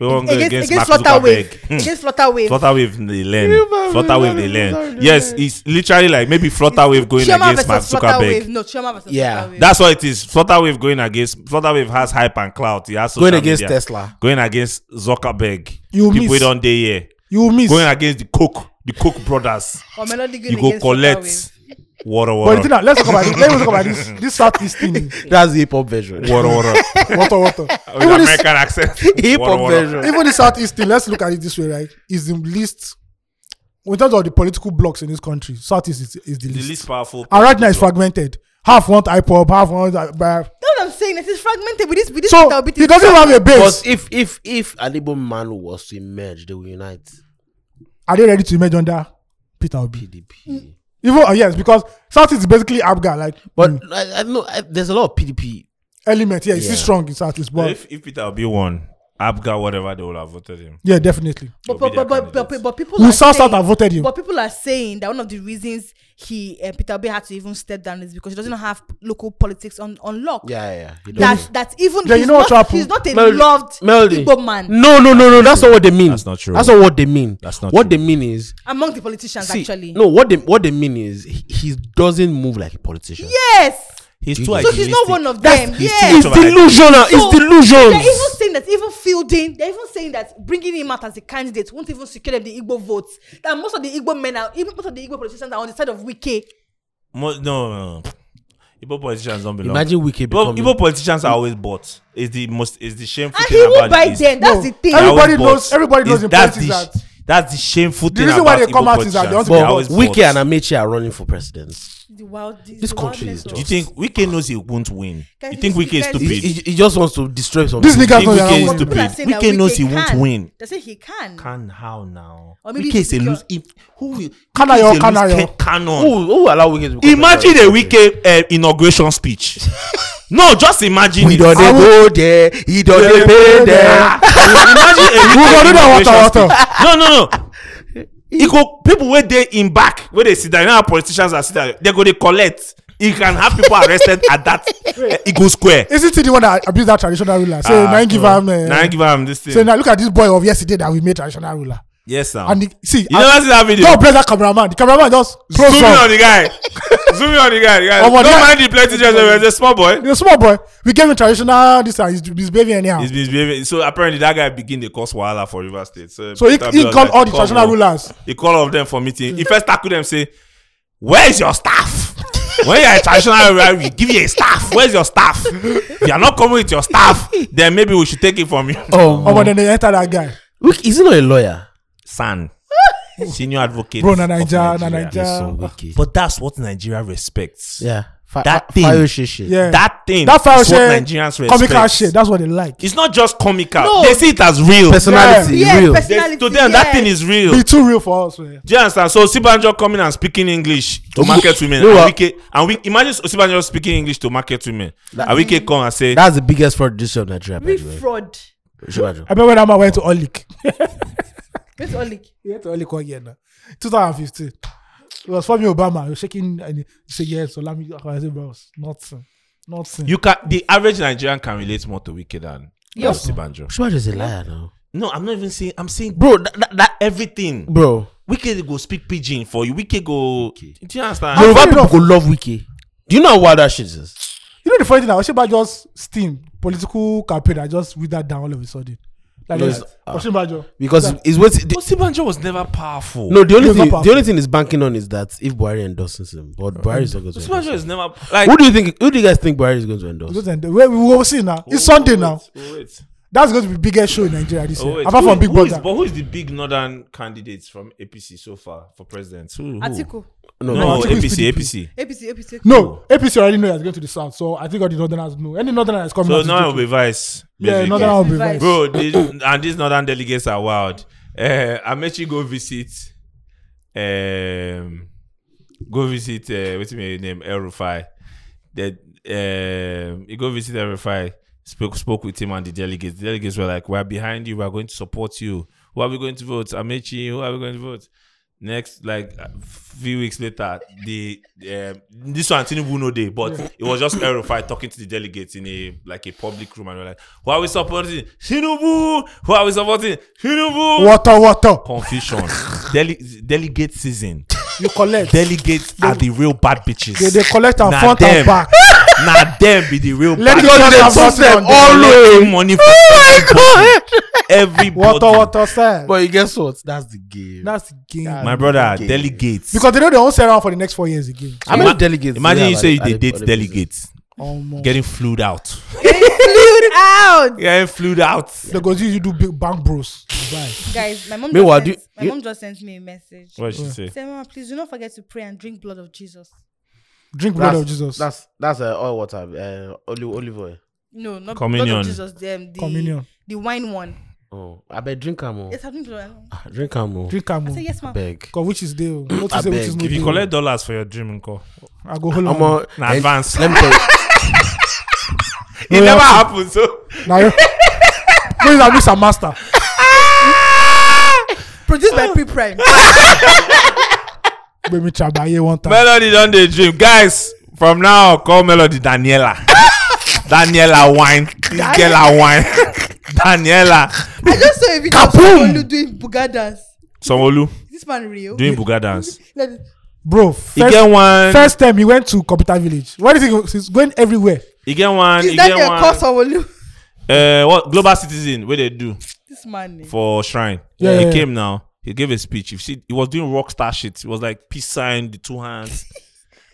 [SPEAKER 5] We won't go against,
[SPEAKER 3] against against
[SPEAKER 5] Mark
[SPEAKER 3] Flutterwave.
[SPEAKER 5] Zuckerberg. Hmm.
[SPEAKER 3] Against Flutterwave.
[SPEAKER 5] Flutterwave they learn. Flutterwave they learn. Yes, it's literally like maybe Flutterwave going
[SPEAKER 3] Chioma
[SPEAKER 5] against Mark
[SPEAKER 3] versus
[SPEAKER 5] Zuckerberg.
[SPEAKER 3] Flutterwave. No, Chioma versus
[SPEAKER 1] Yeah.
[SPEAKER 3] Flutterwave.
[SPEAKER 5] That's what it is. Flutterwave going against Flutterwave has hype and clout. He has social
[SPEAKER 1] Going against
[SPEAKER 5] media.
[SPEAKER 1] Tesla.
[SPEAKER 5] Going against Zuckerberg.
[SPEAKER 4] You
[SPEAKER 5] People
[SPEAKER 4] miss.
[SPEAKER 5] don't day here.
[SPEAKER 4] you will miss.
[SPEAKER 5] Going against the Coke, the Coke brothers.
[SPEAKER 3] Or Melody going
[SPEAKER 5] You go
[SPEAKER 3] against
[SPEAKER 5] collect
[SPEAKER 3] Flutterwave.
[SPEAKER 5] water,
[SPEAKER 4] But the
[SPEAKER 5] water,
[SPEAKER 4] thing now, let's talk about this. Let me talk about this. This South East thing.
[SPEAKER 1] That's the hip hop version.
[SPEAKER 5] water, water.
[SPEAKER 4] Water, water.
[SPEAKER 5] With
[SPEAKER 4] Even this,
[SPEAKER 5] American accent.
[SPEAKER 1] Hip
[SPEAKER 5] Water,
[SPEAKER 1] hop
[SPEAKER 5] water.
[SPEAKER 1] version.
[SPEAKER 4] even the Southeast thing, let's look at it this way, right? Is the least, in terms of the political blocks in this country, Southeast is, is the,
[SPEAKER 5] The
[SPEAKER 4] least.
[SPEAKER 5] least powerful.
[SPEAKER 4] And right now it's fragmented. Half want IPOB, half want IPOB.
[SPEAKER 3] That's what I'm saying. It is fragmented with this. With this
[SPEAKER 4] So
[SPEAKER 3] little bit
[SPEAKER 4] he
[SPEAKER 3] of-
[SPEAKER 4] doesn't have a
[SPEAKER 1] But
[SPEAKER 4] base.
[SPEAKER 1] if if if an Igbo man was to emerge, they will unite
[SPEAKER 4] Are they ready to emerge under Peter Obi?
[SPEAKER 3] Mm.
[SPEAKER 1] PDP.
[SPEAKER 4] Even uh, yes, because Southeast is basically Abga, like
[SPEAKER 1] But
[SPEAKER 4] mm,
[SPEAKER 1] I, I don't know I, there's a lot of PDP.
[SPEAKER 4] element. Yeah, it's
[SPEAKER 1] Yeah.
[SPEAKER 4] still strong in Southeast, but
[SPEAKER 5] if, if Peter Obi won, Abga, whatever, they would have voted him.
[SPEAKER 4] yeah, definitely.
[SPEAKER 3] But,
[SPEAKER 5] They'll
[SPEAKER 3] but,
[SPEAKER 5] be
[SPEAKER 3] but,
[SPEAKER 5] their
[SPEAKER 3] but, but,
[SPEAKER 5] candidates.
[SPEAKER 3] but people
[SPEAKER 4] We
[SPEAKER 3] are
[SPEAKER 4] saw South
[SPEAKER 3] saying-
[SPEAKER 4] have voted him.
[SPEAKER 3] But people are saying that one of the reasons he uh, Peter Obi had to even step down is because he doesn't have local politics on on lock.
[SPEAKER 1] Yeah, yeah. you don't know.
[SPEAKER 3] That that even
[SPEAKER 4] Yeah, you
[SPEAKER 3] he's,
[SPEAKER 4] know what
[SPEAKER 3] not,
[SPEAKER 4] happened?
[SPEAKER 3] he's not a
[SPEAKER 1] Melody-
[SPEAKER 3] loved
[SPEAKER 1] Melody. Mm.
[SPEAKER 3] Igbo man
[SPEAKER 1] No, no, no, no. That's not what they mean.
[SPEAKER 5] That's not true.
[SPEAKER 1] That's not what they mean.
[SPEAKER 5] That's not
[SPEAKER 1] what
[SPEAKER 5] true.
[SPEAKER 1] they mean is
[SPEAKER 3] among the politicians.
[SPEAKER 1] see,
[SPEAKER 3] actually,
[SPEAKER 1] no. What they what they mean is he, he doesn't move like a politician.
[SPEAKER 3] yes.
[SPEAKER 5] He's
[SPEAKER 1] too
[SPEAKER 5] too
[SPEAKER 3] So he's not one of them.
[SPEAKER 5] he's too
[SPEAKER 3] Yes.
[SPEAKER 1] It's
[SPEAKER 5] much of an-
[SPEAKER 1] delusional.
[SPEAKER 3] So
[SPEAKER 1] it's delusions.
[SPEAKER 3] They're even saying that even fielding, they're even saying that bringing him out as a candidate won't even secure them the Igbo votes. That most of the Igbo men are, even most of the Igbo politicians are on the side of Wike.
[SPEAKER 5] Mo- no, no, no. Igbo politicians don't belong.
[SPEAKER 1] Imagine Wiki
[SPEAKER 5] Igbo,
[SPEAKER 1] becoming.
[SPEAKER 5] Igbo politicians are always bought. It's the most. It's the shameful
[SPEAKER 3] And
[SPEAKER 5] thing
[SPEAKER 3] Ah, he will
[SPEAKER 5] about
[SPEAKER 3] buy
[SPEAKER 5] it is
[SPEAKER 3] them. That's
[SPEAKER 4] No,
[SPEAKER 3] the thing.
[SPEAKER 5] they're always
[SPEAKER 4] Everybody
[SPEAKER 5] bought.
[SPEAKER 4] knows- everybody knows
[SPEAKER 5] It's-
[SPEAKER 4] in
[SPEAKER 5] that's
[SPEAKER 4] politics
[SPEAKER 5] the,
[SPEAKER 4] that-
[SPEAKER 5] that's the shameful thing
[SPEAKER 4] reason
[SPEAKER 5] about
[SPEAKER 4] why they
[SPEAKER 5] Igbo
[SPEAKER 4] come out
[SPEAKER 5] politicians.
[SPEAKER 4] is that they want to
[SPEAKER 5] They're
[SPEAKER 4] be
[SPEAKER 1] but
[SPEAKER 5] always
[SPEAKER 1] Wiki
[SPEAKER 5] bought.
[SPEAKER 1] and Amechi are running for president.
[SPEAKER 3] The wild, the
[SPEAKER 1] This
[SPEAKER 3] the
[SPEAKER 1] country
[SPEAKER 3] wildness
[SPEAKER 1] is
[SPEAKER 3] of-
[SPEAKER 5] Do you think Wiki knows he won't win?
[SPEAKER 3] Guys,
[SPEAKER 5] you think
[SPEAKER 3] this-
[SPEAKER 5] Wiki is
[SPEAKER 3] guys,
[SPEAKER 5] stupid?
[SPEAKER 1] He,
[SPEAKER 3] Please.
[SPEAKER 1] he, he just wants to destroy something.
[SPEAKER 4] These niggas know
[SPEAKER 5] Wiki is
[SPEAKER 4] they're not winning.
[SPEAKER 5] stupid.
[SPEAKER 3] People are saying that
[SPEAKER 5] Wiki knows
[SPEAKER 3] Wike
[SPEAKER 5] he won't
[SPEAKER 3] can.
[SPEAKER 5] win.
[SPEAKER 3] They say he can.
[SPEAKER 5] Can how now?
[SPEAKER 3] Or maybe
[SPEAKER 5] Wiki is a
[SPEAKER 3] secure-
[SPEAKER 5] loose. If, who will?
[SPEAKER 4] Canario,
[SPEAKER 5] Wiki is a loose
[SPEAKER 4] Canario.
[SPEAKER 5] ca- Canon.
[SPEAKER 1] who, who allow Wiki to become
[SPEAKER 5] Imagine a
[SPEAKER 1] president?
[SPEAKER 5] Wiki uh, inauguration speech. no, just imagine
[SPEAKER 1] We
[SPEAKER 5] it.
[SPEAKER 1] don't
[SPEAKER 5] I
[SPEAKER 1] dey
[SPEAKER 5] will-
[SPEAKER 1] go there. He don't dey pay there.
[SPEAKER 5] imagine a
[SPEAKER 4] We go do that water, water.
[SPEAKER 5] no no no e go people wey dey im back wey dey sit down you know how politicians are sit down they go dey collect e can have people arrested at that eh, e go square.
[SPEAKER 4] Isn't it the one that abused that traditional ruler? Say,
[SPEAKER 5] Ah,
[SPEAKER 4] now give him.
[SPEAKER 5] so, na him give am this thing
[SPEAKER 4] Say, now look at this boy of yesterday that we made traditional ruler.
[SPEAKER 5] yes na
[SPEAKER 4] And the, see,
[SPEAKER 5] you never see that video
[SPEAKER 4] God bless that cameraman. The cameraman just
[SPEAKER 5] zoom
[SPEAKER 4] close
[SPEAKER 5] in on
[SPEAKER 4] up.
[SPEAKER 5] the guy zoom in on the guy the guy
[SPEAKER 4] Oh, but
[SPEAKER 5] don't
[SPEAKER 4] that-
[SPEAKER 5] mind the plenty just he was a small boy
[SPEAKER 4] He's a small boy. We gave him traditional this and he's, he's behaving anyhow.
[SPEAKER 5] he's misbehaving so apparently that guy begin dey cause wahala for river state so,
[SPEAKER 4] so he,
[SPEAKER 5] Peter
[SPEAKER 4] he
[SPEAKER 5] Obi was
[SPEAKER 4] called
[SPEAKER 5] like,
[SPEAKER 4] all the
[SPEAKER 5] "Come
[SPEAKER 4] traditional
[SPEAKER 5] on."
[SPEAKER 4] rulers.
[SPEAKER 5] he call all of them for meeting
[SPEAKER 4] Mm.
[SPEAKER 5] he first tackle them say where is your staff when you are a traditional ruler we give you a staff where is your staff if you are not coming with your staff then maybe we should take it from you.
[SPEAKER 1] Oh,
[SPEAKER 4] Oh, but then they enter that guy.
[SPEAKER 1] Wiki, is he not a lawyer?
[SPEAKER 5] san senior advocate
[SPEAKER 4] Bro, na
[SPEAKER 5] of
[SPEAKER 4] Naija, na
[SPEAKER 5] Nigeria.
[SPEAKER 4] Naija.
[SPEAKER 1] So
[SPEAKER 4] Uh,
[SPEAKER 1] Wiki.
[SPEAKER 5] but that's what nigeria respects
[SPEAKER 1] Yeah. Fi-
[SPEAKER 5] That
[SPEAKER 1] fi-
[SPEAKER 5] thing.
[SPEAKER 1] Fire shit shit.
[SPEAKER 4] Yeah.
[SPEAKER 5] that thing
[SPEAKER 4] That fire
[SPEAKER 5] is what
[SPEAKER 4] share,
[SPEAKER 5] nigerians
[SPEAKER 4] comical
[SPEAKER 5] respect
[SPEAKER 4] shit. That's what they like.
[SPEAKER 5] it's not just comical
[SPEAKER 3] No.
[SPEAKER 5] they see it as real
[SPEAKER 1] Personality,
[SPEAKER 3] Yes,
[SPEAKER 1] real.
[SPEAKER 3] personality.
[SPEAKER 5] They- to them that
[SPEAKER 3] yes.
[SPEAKER 5] thing is real
[SPEAKER 4] Be too real for us. Man.
[SPEAKER 5] Do you understand? So Osibanjo coming and speaking English to
[SPEAKER 1] Osi-
[SPEAKER 5] market women.
[SPEAKER 1] No,
[SPEAKER 5] and
[SPEAKER 1] uh,
[SPEAKER 5] Wike, and we imagine Osibanjo speaking English to market women. And Wike come and say,
[SPEAKER 1] That's the biggest fraud this of Nigeria. by
[SPEAKER 3] Real
[SPEAKER 1] the way.
[SPEAKER 3] fraud.
[SPEAKER 1] Osinbajo.
[SPEAKER 4] I remember when that man went to Olik.
[SPEAKER 3] Wait, Oli.
[SPEAKER 4] he went to Olik one year now. 2015. It was Femi Obama. He was shaking and he said, yes, so let me. I said, bro, it's nothing. Nothing.
[SPEAKER 5] "You can." The average Nigerian can relate more to Wike than
[SPEAKER 3] Yes.
[SPEAKER 5] Osibanjo.
[SPEAKER 1] Osinbajo is a liar now.
[SPEAKER 5] No, I'm not even saying. I'm saying, bro,
[SPEAKER 1] Bro, that, that,
[SPEAKER 5] that everything.
[SPEAKER 1] bro.
[SPEAKER 5] Wike go speak pidgin for you. Wike go. Do you understand?
[SPEAKER 1] Yoruba
[SPEAKER 4] fair
[SPEAKER 1] people
[SPEAKER 4] enough.
[SPEAKER 1] go love Wiki. Do you know how wild that shit is?
[SPEAKER 4] You know the funny thing now, Oshimba just steam political campaign. I just read that down all of a sudden. Like
[SPEAKER 1] No,
[SPEAKER 4] yes,
[SPEAKER 1] it's- ah.
[SPEAKER 4] Oshimbajo.
[SPEAKER 1] Because
[SPEAKER 4] Yeah.
[SPEAKER 1] it's waiting.
[SPEAKER 5] Osibanjo was never powerful.
[SPEAKER 1] No, the only
[SPEAKER 4] It's not
[SPEAKER 1] thing
[SPEAKER 4] powerful.
[SPEAKER 1] the only thing is banking on is that if Buhari endorses him, but Buhari is not going to. Endorse.
[SPEAKER 5] Osibanjo
[SPEAKER 1] him.
[SPEAKER 5] is never like.
[SPEAKER 1] Who do you think? Who do you guys think Buhari is going to endorse?
[SPEAKER 4] Because then the- where we will see now. It's Sunday now.
[SPEAKER 5] Oh, wait.
[SPEAKER 4] That's going to be the biggest show in Nigeria this
[SPEAKER 5] Oh,
[SPEAKER 4] year.
[SPEAKER 5] wait.
[SPEAKER 4] Apart
[SPEAKER 5] Who
[SPEAKER 4] from
[SPEAKER 5] is-
[SPEAKER 4] Big
[SPEAKER 5] who is-
[SPEAKER 4] Brother.
[SPEAKER 5] But who is the big northern candidates from APC so far for president? Who- who?
[SPEAKER 3] Atiku.
[SPEAKER 1] No,
[SPEAKER 5] No,
[SPEAKER 4] Atiku is
[SPEAKER 5] APC,
[SPEAKER 4] PDP.
[SPEAKER 5] APC.
[SPEAKER 3] APC, APC.
[SPEAKER 4] No, APC already know it's going to the south. So I think all the northerners know. Any northerner is coming.
[SPEAKER 5] So
[SPEAKER 4] out to
[SPEAKER 5] now
[SPEAKER 4] do-
[SPEAKER 5] will be vice.
[SPEAKER 4] yeah,
[SPEAKER 5] basically.
[SPEAKER 4] northerners will be
[SPEAKER 3] Vice.
[SPEAKER 4] vice.
[SPEAKER 5] bro the, and these northern delegates are wild uh, amechi go visit um, go visit uh, what's his name erufai that um, he go visit erufai spoke spoke with him and the delegates the delegates were like we're behind you we're going to support you who are we going to vote amechi who are we going to vote Next, like a few weeks later, the um, this one Tinubu no day, but it was just Erufai talking to the delegates in a like a public room, and we're like, "Who are we supporting? Tinubu? Who are we supporting? Tinubu?"
[SPEAKER 4] Water, water.
[SPEAKER 5] Confusion. Dele- delegate season.
[SPEAKER 4] You collect.
[SPEAKER 5] Delegates are the real bad bitches.
[SPEAKER 4] They, they collect and
[SPEAKER 5] Nah,
[SPEAKER 4] front
[SPEAKER 5] them.
[SPEAKER 4] and back.
[SPEAKER 5] Now them be the real bad
[SPEAKER 4] Let me just
[SPEAKER 5] bitches.
[SPEAKER 4] have something on them.
[SPEAKER 5] Collecting money for
[SPEAKER 1] my god!
[SPEAKER 5] everybody.
[SPEAKER 4] Water, water, sir.
[SPEAKER 1] but you guess what? That's the game.
[SPEAKER 4] That's the game.
[SPEAKER 5] My brother,
[SPEAKER 1] Okay.
[SPEAKER 5] delegates.
[SPEAKER 4] because they know they won't sit around for the next four years again.
[SPEAKER 1] How many
[SPEAKER 5] Ima-
[SPEAKER 1] delegates? do
[SPEAKER 5] Imagine
[SPEAKER 1] have
[SPEAKER 5] you
[SPEAKER 1] at
[SPEAKER 5] say
[SPEAKER 1] the- at
[SPEAKER 5] they
[SPEAKER 1] the-
[SPEAKER 5] date
[SPEAKER 1] at the
[SPEAKER 5] delegates.
[SPEAKER 4] Almost.
[SPEAKER 5] Getting flued out.
[SPEAKER 3] out,
[SPEAKER 5] Yeah, flued out.
[SPEAKER 4] They go, you, you do big bank bros. Bye.
[SPEAKER 3] guys. My mom.
[SPEAKER 1] Meanwhile,
[SPEAKER 3] just
[SPEAKER 1] do
[SPEAKER 3] sent,
[SPEAKER 1] you-
[SPEAKER 3] my
[SPEAKER 1] you-
[SPEAKER 3] mom just sent me a message.
[SPEAKER 5] What did she say?
[SPEAKER 3] Say, Mama, please do not forget to pray and drink blood of Jesus.
[SPEAKER 4] Drink blood
[SPEAKER 1] That's,
[SPEAKER 4] of Jesus.
[SPEAKER 1] that's that's uh, oil water, uh, olive olive oil.
[SPEAKER 3] No, not blood
[SPEAKER 5] Communion.
[SPEAKER 3] of Jesus. The, um, the
[SPEAKER 4] Communion.
[SPEAKER 3] the wine one.
[SPEAKER 1] Oh, I bet drink am oh.
[SPEAKER 3] It's happening to them.
[SPEAKER 1] Ah, Drink am oh.
[SPEAKER 4] Drink am.
[SPEAKER 3] I say yes, ma'am.
[SPEAKER 1] Beg.
[SPEAKER 4] Because which is deal? Not
[SPEAKER 1] I
[SPEAKER 4] to say which is
[SPEAKER 1] beg.
[SPEAKER 4] no
[SPEAKER 5] If you
[SPEAKER 4] deal.
[SPEAKER 5] collect dollars for your dream, call.
[SPEAKER 4] I go hold
[SPEAKER 1] I'm
[SPEAKER 4] on.
[SPEAKER 1] on.
[SPEAKER 5] Now advance.
[SPEAKER 1] Let me tell you.
[SPEAKER 5] It never happened. So
[SPEAKER 4] Now, you- please, I'm Mr. Master.
[SPEAKER 3] Produced
[SPEAKER 1] Ah.
[SPEAKER 3] by Pre Prime.
[SPEAKER 4] Baby Chabaye one time.
[SPEAKER 5] Melody don't they dream. Guys, from now call Melody Daniela. Daniela wine. This girl a wine. Daniela.
[SPEAKER 3] I just saw a video of someone doing buga dance.
[SPEAKER 5] Somolu
[SPEAKER 3] Is this man real?
[SPEAKER 5] doing buga dance.
[SPEAKER 3] Let me-
[SPEAKER 4] Bro,
[SPEAKER 5] He
[SPEAKER 4] first,
[SPEAKER 5] get one.
[SPEAKER 4] first time he went to Computer Village. What do you think? He's going everywhere.
[SPEAKER 5] He get one. He
[SPEAKER 3] Is that
[SPEAKER 5] get
[SPEAKER 3] your course
[SPEAKER 5] one.
[SPEAKER 3] or will you?
[SPEAKER 5] Uh, what global citizen? What they do?
[SPEAKER 3] This man. eh.
[SPEAKER 5] for Shrine.
[SPEAKER 4] Yeah,
[SPEAKER 5] he
[SPEAKER 4] yeah, yeah.
[SPEAKER 5] came now. He gave a speech. You see, he was doing rock star shit. He was like peace sign, the two hands,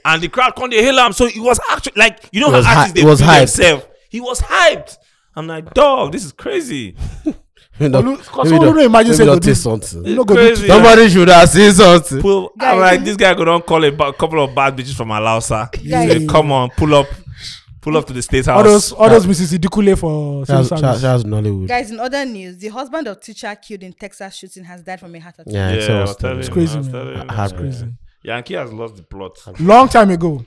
[SPEAKER 5] and the crowd come to hail him. So it was actually like you know
[SPEAKER 1] was
[SPEAKER 5] how
[SPEAKER 1] hy-
[SPEAKER 5] artists
[SPEAKER 1] it
[SPEAKER 5] they
[SPEAKER 1] was
[SPEAKER 5] feel
[SPEAKER 1] hyped.
[SPEAKER 5] themselves. He was hyped. I'm like, dog, this is crazy.
[SPEAKER 1] No,
[SPEAKER 4] Olu- 'cause
[SPEAKER 1] maybe
[SPEAKER 4] Olu
[SPEAKER 1] don't-
[SPEAKER 4] don't imagine
[SPEAKER 1] maybe
[SPEAKER 4] say
[SPEAKER 1] don't
[SPEAKER 4] go do-
[SPEAKER 1] taste something.
[SPEAKER 4] You know, go do
[SPEAKER 5] Crazy.
[SPEAKER 1] Somebody should have seen something.
[SPEAKER 5] Pull,
[SPEAKER 3] Guys.
[SPEAKER 5] I'm like, this guy could not call a ba- couple of bad bitches from Alausa.
[SPEAKER 4] Guys.
[SPEAKER 5] Say, Come on, pull up, pull up to the state house.
[SPEAKER 4] all those, all those Mrs. Idikule for civil
[SPEAKER 1] That's that's-
[SPEAKER 4] service.
[SPEAKER 1] that's Nollywood.
[SPEAKER 3] Guys, in other news, the husband of teacher killed in Texas shooting has died from a heart attack.
[SPEAKER 1] Yeah,
[SPEAKER 5] yeah,
[SPEAKER 1] it's all
[SPEAKER 5] I was telling
[SPEAKER 1] stories.
[SPEAKER 5] him,
[SPEAKER 4] crazy,
[SPEAKER 5] I was
[SPEAKER 4] man.
[SPEAKER 5] telling him.
[SPEAKER 1] Heartbreak.
[SPEAKER 4] Crazy.
[SPEAKER 5] Yankee has lost the plot.
[SPEAKER 4] Long time ago,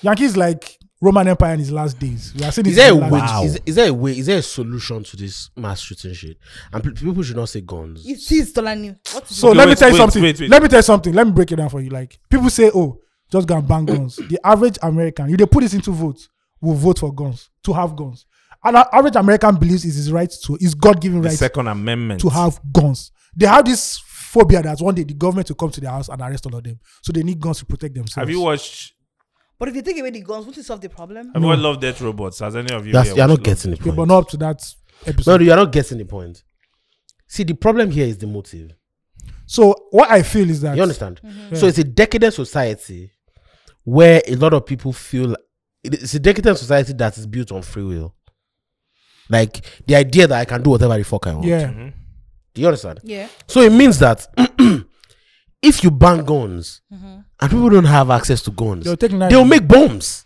[SPEAKER 4] Yankees like Roman Empire in his last days. We are seeing
[SPEAKER 1] Is
[SPEAKER 4] this
[SPEAKER 1] there a
[SPEAKER 4] in the
[SPEAKER 1] way?
[SPEAKER 4] last-
[SPEAKER 1] Is, is there a way? Is there a solution to this mass shooting shit? And pe- people should not say guns.
[SPEAKER 3] It's his dollar new. What is
[SPEAKER 4] So
[SPEAKER 5] Okay,
[SPEAKER 4] let me
[SPEAKER 5] wait,
[SPEAKER 4] tell you
[SPEAKER 5] wait,
[SPEAKER 4] something.
[SPEAKER 5] wait, wait.
[SPEAKER 4] Let me tell you something. Let me break it down for you. Like people say, oh, just go and bang guns. the average American, if they put this into votes, will vote for guns to have guns. And our average American believes is his right to his God given
[SPEAKER 5] The
[SPEAKER 4] right
[SPEAKER 5] Second Amendment.
[SPEAKER 4] to have guns. They have this phobia that one day the government will come to their house and arrest all of them. So they need guns to protect themselves.
[SPEAKER 5] Have you watched?
[SPEAKER 3] But if you take away the guns, won't it solve the problem?
[SPEAKER 4] Um,
[SPEAKER 5] Have you watched Love Death Robots? Has any of you?
[SPEAKER 1] That's,
[SPEAKER 5] here
[SPEAKER 1] you're not
[SPEAKER 5] watched Love-
[SPEAKER 1] getting the
[SPEAKER 4] okay, but
[SPEAKER 1] point.
[SPEAKER 4] not up to that
[SPEAKER 1] No,
[SPEAKER 4] episode.
[SPEAKER 1] you're not getting the point. See, the problem here is the motive.
[SPEAKER 4] so what I feel is that
[SPEAKER 1] You understand?
[SPEAKER 5] Mm-hmm.
[SPEAKER 1] So it's a decadent society where a lot of people feel it's a decadent society that is built on free will. Like the idea that I can do whatever the fuck I want.
[SPEAKER 4] yeah.
[SPEAKER 5] Mm-hmm.
[SPEAKER 1] Do you understand?
[SPEAKER 3] Yeah.
[SPEAKER 1] So it means that if you ban guns
[SPEAKER 5] Mm-hmm.
[SPEAKER 1] and people don't have access to guns,
[SPEAKER 4] They'll take knife.
[SPEAKER 1] they'll make bombs.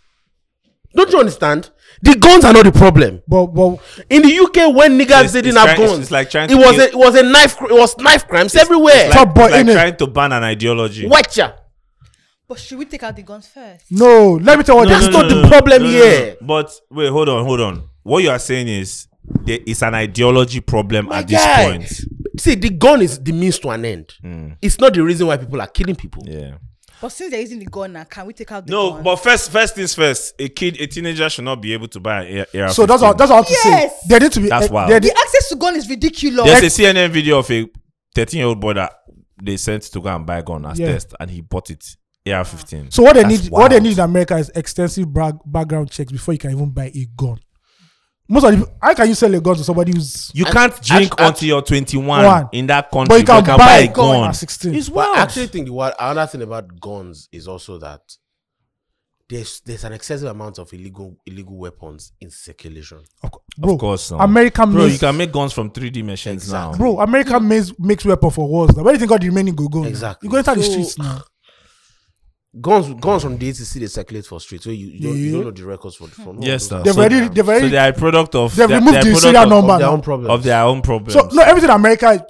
[SPEAKER 1] Don't you understand? The guns are not the problem.
[SPEAKER 4] But but
[SPEAKER 1] In the UK, when niggas
[SPEAKER 5] It's-
[SPEAKER 1] didn't
[SPEAKER 5] it's
[SPEAKER 1] have
[SPEAKER 5] try- it's-
[SPEAKER 1] guns,
[SPEAKER 5] it's like trying
[SPEAKER 1] it
[SPEAKER 5] to
[SPEAKER 1] was
[SPEAKER 5] kill-
[SPEAKER 1] a, it was a knife cr- it was knife crimes everywhere.
[SPEAKER 5] Like,
[SPEAKER 4] Top boy,
[SPEAKER 5] like
[SPEAKER 4] innit?
[SPEAKER 5] trying to ban an ideology.
[SPEAKER 1] Watcha.
[SPEAKER 3] But should we take out the guns first?
[SPEAKER 4] no, let me tell you what
[SPEAKER 1] That's
[SPEAKER 4] they-
[SPEAKER 1] not the problem here.
[SPEAKER 5] But wait, hold on, hold on. What you are saying is there is an ideology problem
[SPEAKER 1] My
[SPEAKER 5] at this
[SPEAKER 1] guy.
[SPEAKER 5] point.
[SPEAKER 1] See, the gun is the means to an end. It's not the reason why people are killing people.
[SPEAKER 5] Yeah.
[SPEAKER 3] But since they're using the gun now, can we take out the
[SPEAKER 5] No,
[SPEAKER 3] guns?
[SPEAKER 5] but first, first things first. A kid, a teenager should not be able to buy an AR.
[SPEAKER 4] So that's what that's what I have to
[SPEAKER 3] Yes.
[SPEAKER 4] say. They need to be.
[SPEAKER 5] That's
[SPEAKER 4] eh,
[SPEAKER 5] wild.
[SPEAKER 4] they-
[SPEAKER 3] the access to gun is ridiculous.
[SPEAKER 5] There's a CNN video of a 13 year old boy that they sent to go and buy a gun as
[SPEAKER 4] Yeah. Ah.
[SPEAKER 5] test, and he bought it AR-15.
[SPEAKER 4] So what they
[SPEAKER 5] That's
[SPEAKER 4] need, what they
[SPEAKER 5] wild.
[SPEAKER 4] need in America is extensive bra- background checks before you can even buy a gun. Most of the, peop- how can you sell a gun to somebody who's
[SPEAKER 5] you can't drink
[SPEAKER 1] I- I-
[SPEAKER 5] until you're 21
[SPEAKER 4] One.
[SPEAKER 5] in that country,
[SPEAKER 4] but you can, buy,
[SPEAKER 5] a gun.
[SPEAKER 4] at sixteen?
[SPEAKER 5] It's
[SPEAKER 1] But
[SPEAKER 5] wild.
[SPEAKER 1] I actually think the one another thing about guns is also that there's there's an excessive amount of illegal illegal weapons in circulation.
[SPEAKER 4] Of co- bro,
[SPEAKER 5] course, no.
[SPEAKER 4] American
[SPEAKER 5] Bro, you
[SPEAKER 4] makes
[SPEAKER 5] can make guns from 3D machines now.
[SPEAKER 4] bro, America makes makes weapon for wars. Now. Where do you think all the remaining go go? now?
[SPEAKER 1] Exactly.
[SPEAKER 4] You go enter the
[SPEAKER 1] So-
[SPEAKER 4] streets now.
[SPEAKER 1] Guns guns from the ATC they circulate for streets, so you, you, don't, you
[SPEAKER 4] Yeah.
[SPEAKER 1] don't know the records for from
[SPEAKER 5] Yes,
[SPEAKER 1] from-
[SPEAKER 5] sir.
[SPEAKER 4] They've already, they've
[SPEAKER 5] So
[SPEAKER 4] already,
[SPEAKER 5] they are a product of
[SPEAKER 4] they've
[SPEAKER 5] they are-
[SPEAKER 4] removed
[SPEAKER 5] they are
[SPEAKER 4] the
[SPEAKER 5] a product
[SPEAKER 4] serial
[SPEAKER 5] of-
[SPEAKER 4] number
[SPEAKER 1] of their
[SPEAKER 4] now.
[SPEAKER 1] own problems.
[SPEAKER 5] of their own problems.
[SPEAKER 4] So no, everything in America,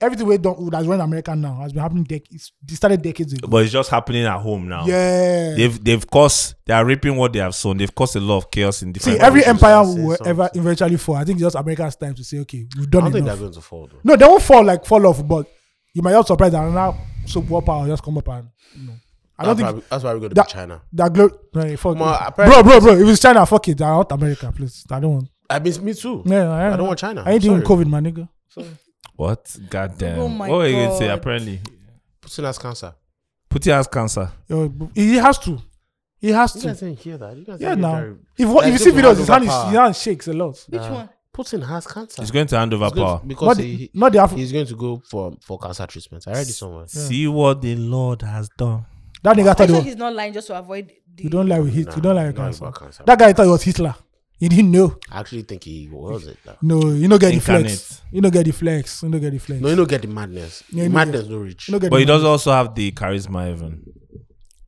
[SPEAKER 4] everything we don't that's running America now has been happening. Dec- it's, it started decades ago.
[SPEAKER 5] but it's just happening at home now.
[SPEAKER 4] yeah.
[SPEAKER 5] They've they've caused they are reaping what they have sown. They've caused a lot of chaos in
[SPEAKER 4] See,
[SPEAKER 5] different.
[SPEAKER 4] every
[SPEAKER 1] Americans
[SPEAKER 4] empire
[SPEAKER 1] say
[SPEAKER 4] will
[SPEAKER 1] something.
[SPEAKER 4] ever eventually fall. I think it's just America's time to say, okay, we've
[SPEAKER 1] I
[SPEAKER 4] done
[SPEAKER 1] don't think
[SPEAKER 4] enough.
[SPEAKER 1] they're going to fall though.
[SPEAKER 4] No, they won't fall like fall off, but you might not surprise that now soap opera or just come up and you know. I
[SPEAKER 1] That's
[SPEAKER 4] don't
[SPEAKER 1] why,
[SPEAKER 4] think
[SPEAKER 1] we- that's why we go to
[SPEAKER 4] that-
[SPEAKER 1] China.
[SPEAKER 4] that glow. No, fuck
[SPEAKER 1] Ma,
[SPEAKER 4] it.
[SPEAKER 1] apparently-
[SPEAKER 4] bro, bro, bro. If it's China, fuck it. I want America, please. I don't want.
[SPEAKER 1] I mean, me too.
[SPEAKER 4] Yeah, I,
[SPEAKER 1] I don't want China.
[SPEAKER 4] I ain't
[SPEAKER 1] Sorry.
[SPEAKER 4] doing COVID, my nigga.
[SPEAKER 5] What? God damn.
[SPEAKER 6] Oh my
[SPEAKER 5] what were you going to say?
[SPEAKER 6] God.
[SPEAKER 5] Apparently.
[SPEAKER 1] Putin has cancer.
[SPEAKER 5] Putty has cancer.
[SPEAKER 4] Yo, he has to. He has
[SPEAKER 1] You
[SPEAKER 4] to.
[SPEAKER 1] guys didn't hear that. You guys
[SPEAKER 4] Yeah,
[SPEAKER 1] didn't
[SPEAKER 4] now.
[SPEAKER 1] hear that.
[SPEAKER 4] If what, if you
[SPEAKER 1] Like,
[SPEAKER 4] see
[SPEAKER 1] people
[SPEAKER 4] videos,
[SPEAKER 1] have
[SPEAKER 4] his hand, is,
[SPEAKER 1] overpower.
[SPEAKER 4] his hand shakes a lot.
[SPEAKER 6] Which
[SPEAKER 1] Nah.
[SPEAKER 6] one?
[SPEAKER 1] Putin has cancer.
[SPEAKER 5] He's going to hand over
[SPEAKER 1] He's going
[SPEAKER 5] power.
[SPEAKER 1] to- because
[SPEAKER 4] Not
[SPEAKER 1] he,
[SPEAKER 4] the,
[SPEAKER 1] he-
[SPEAKER 4] not the Afri-
[SPEAKER 1] he's going to go for for cancer treatment. I read it somewhere.
[SPEAKER 5] See what the Lord has done.
[SPEAKER 4] that nigga
[SPEAKER 6] I
[SPEAKER 4] thought he
[SPEAKER 6] sure
[SPEAKER 4] was,
[SPEAKER 6] he's not lying just to avoid the.
[SPEAKER 4] you don't like with Hit,
[SPEAKER 1] Nah,
[SPEAKER 4] you don't like with
[SPEAKER 1] not
[SPEAKER 4] cancer.
[SPEAKER 1] about cancer.
[SPEAKER 4] That guy thought he was Hitler. He didn't know.
[SPEAKER 1] I actually think he was it. Now.
[SPEAKER 4] No, you don't get the
[SPEAKER 5] Incarnate.
[SPEAKER 4] flex. You don't get the flex. You don't get the flex.
[SPEAKER 1] No, you don't get the madness.
[SPEAKER 4] Yeah,
[SPEAKER 1] The
[SPEAKER 4] you
[SPEAKER 1] madness no reach.
[SPEAKER 4] You don't get
[SPEAKER 5] But
[SPEAKER 4] the
[SPEAKER 5] he does also have the charisma, even.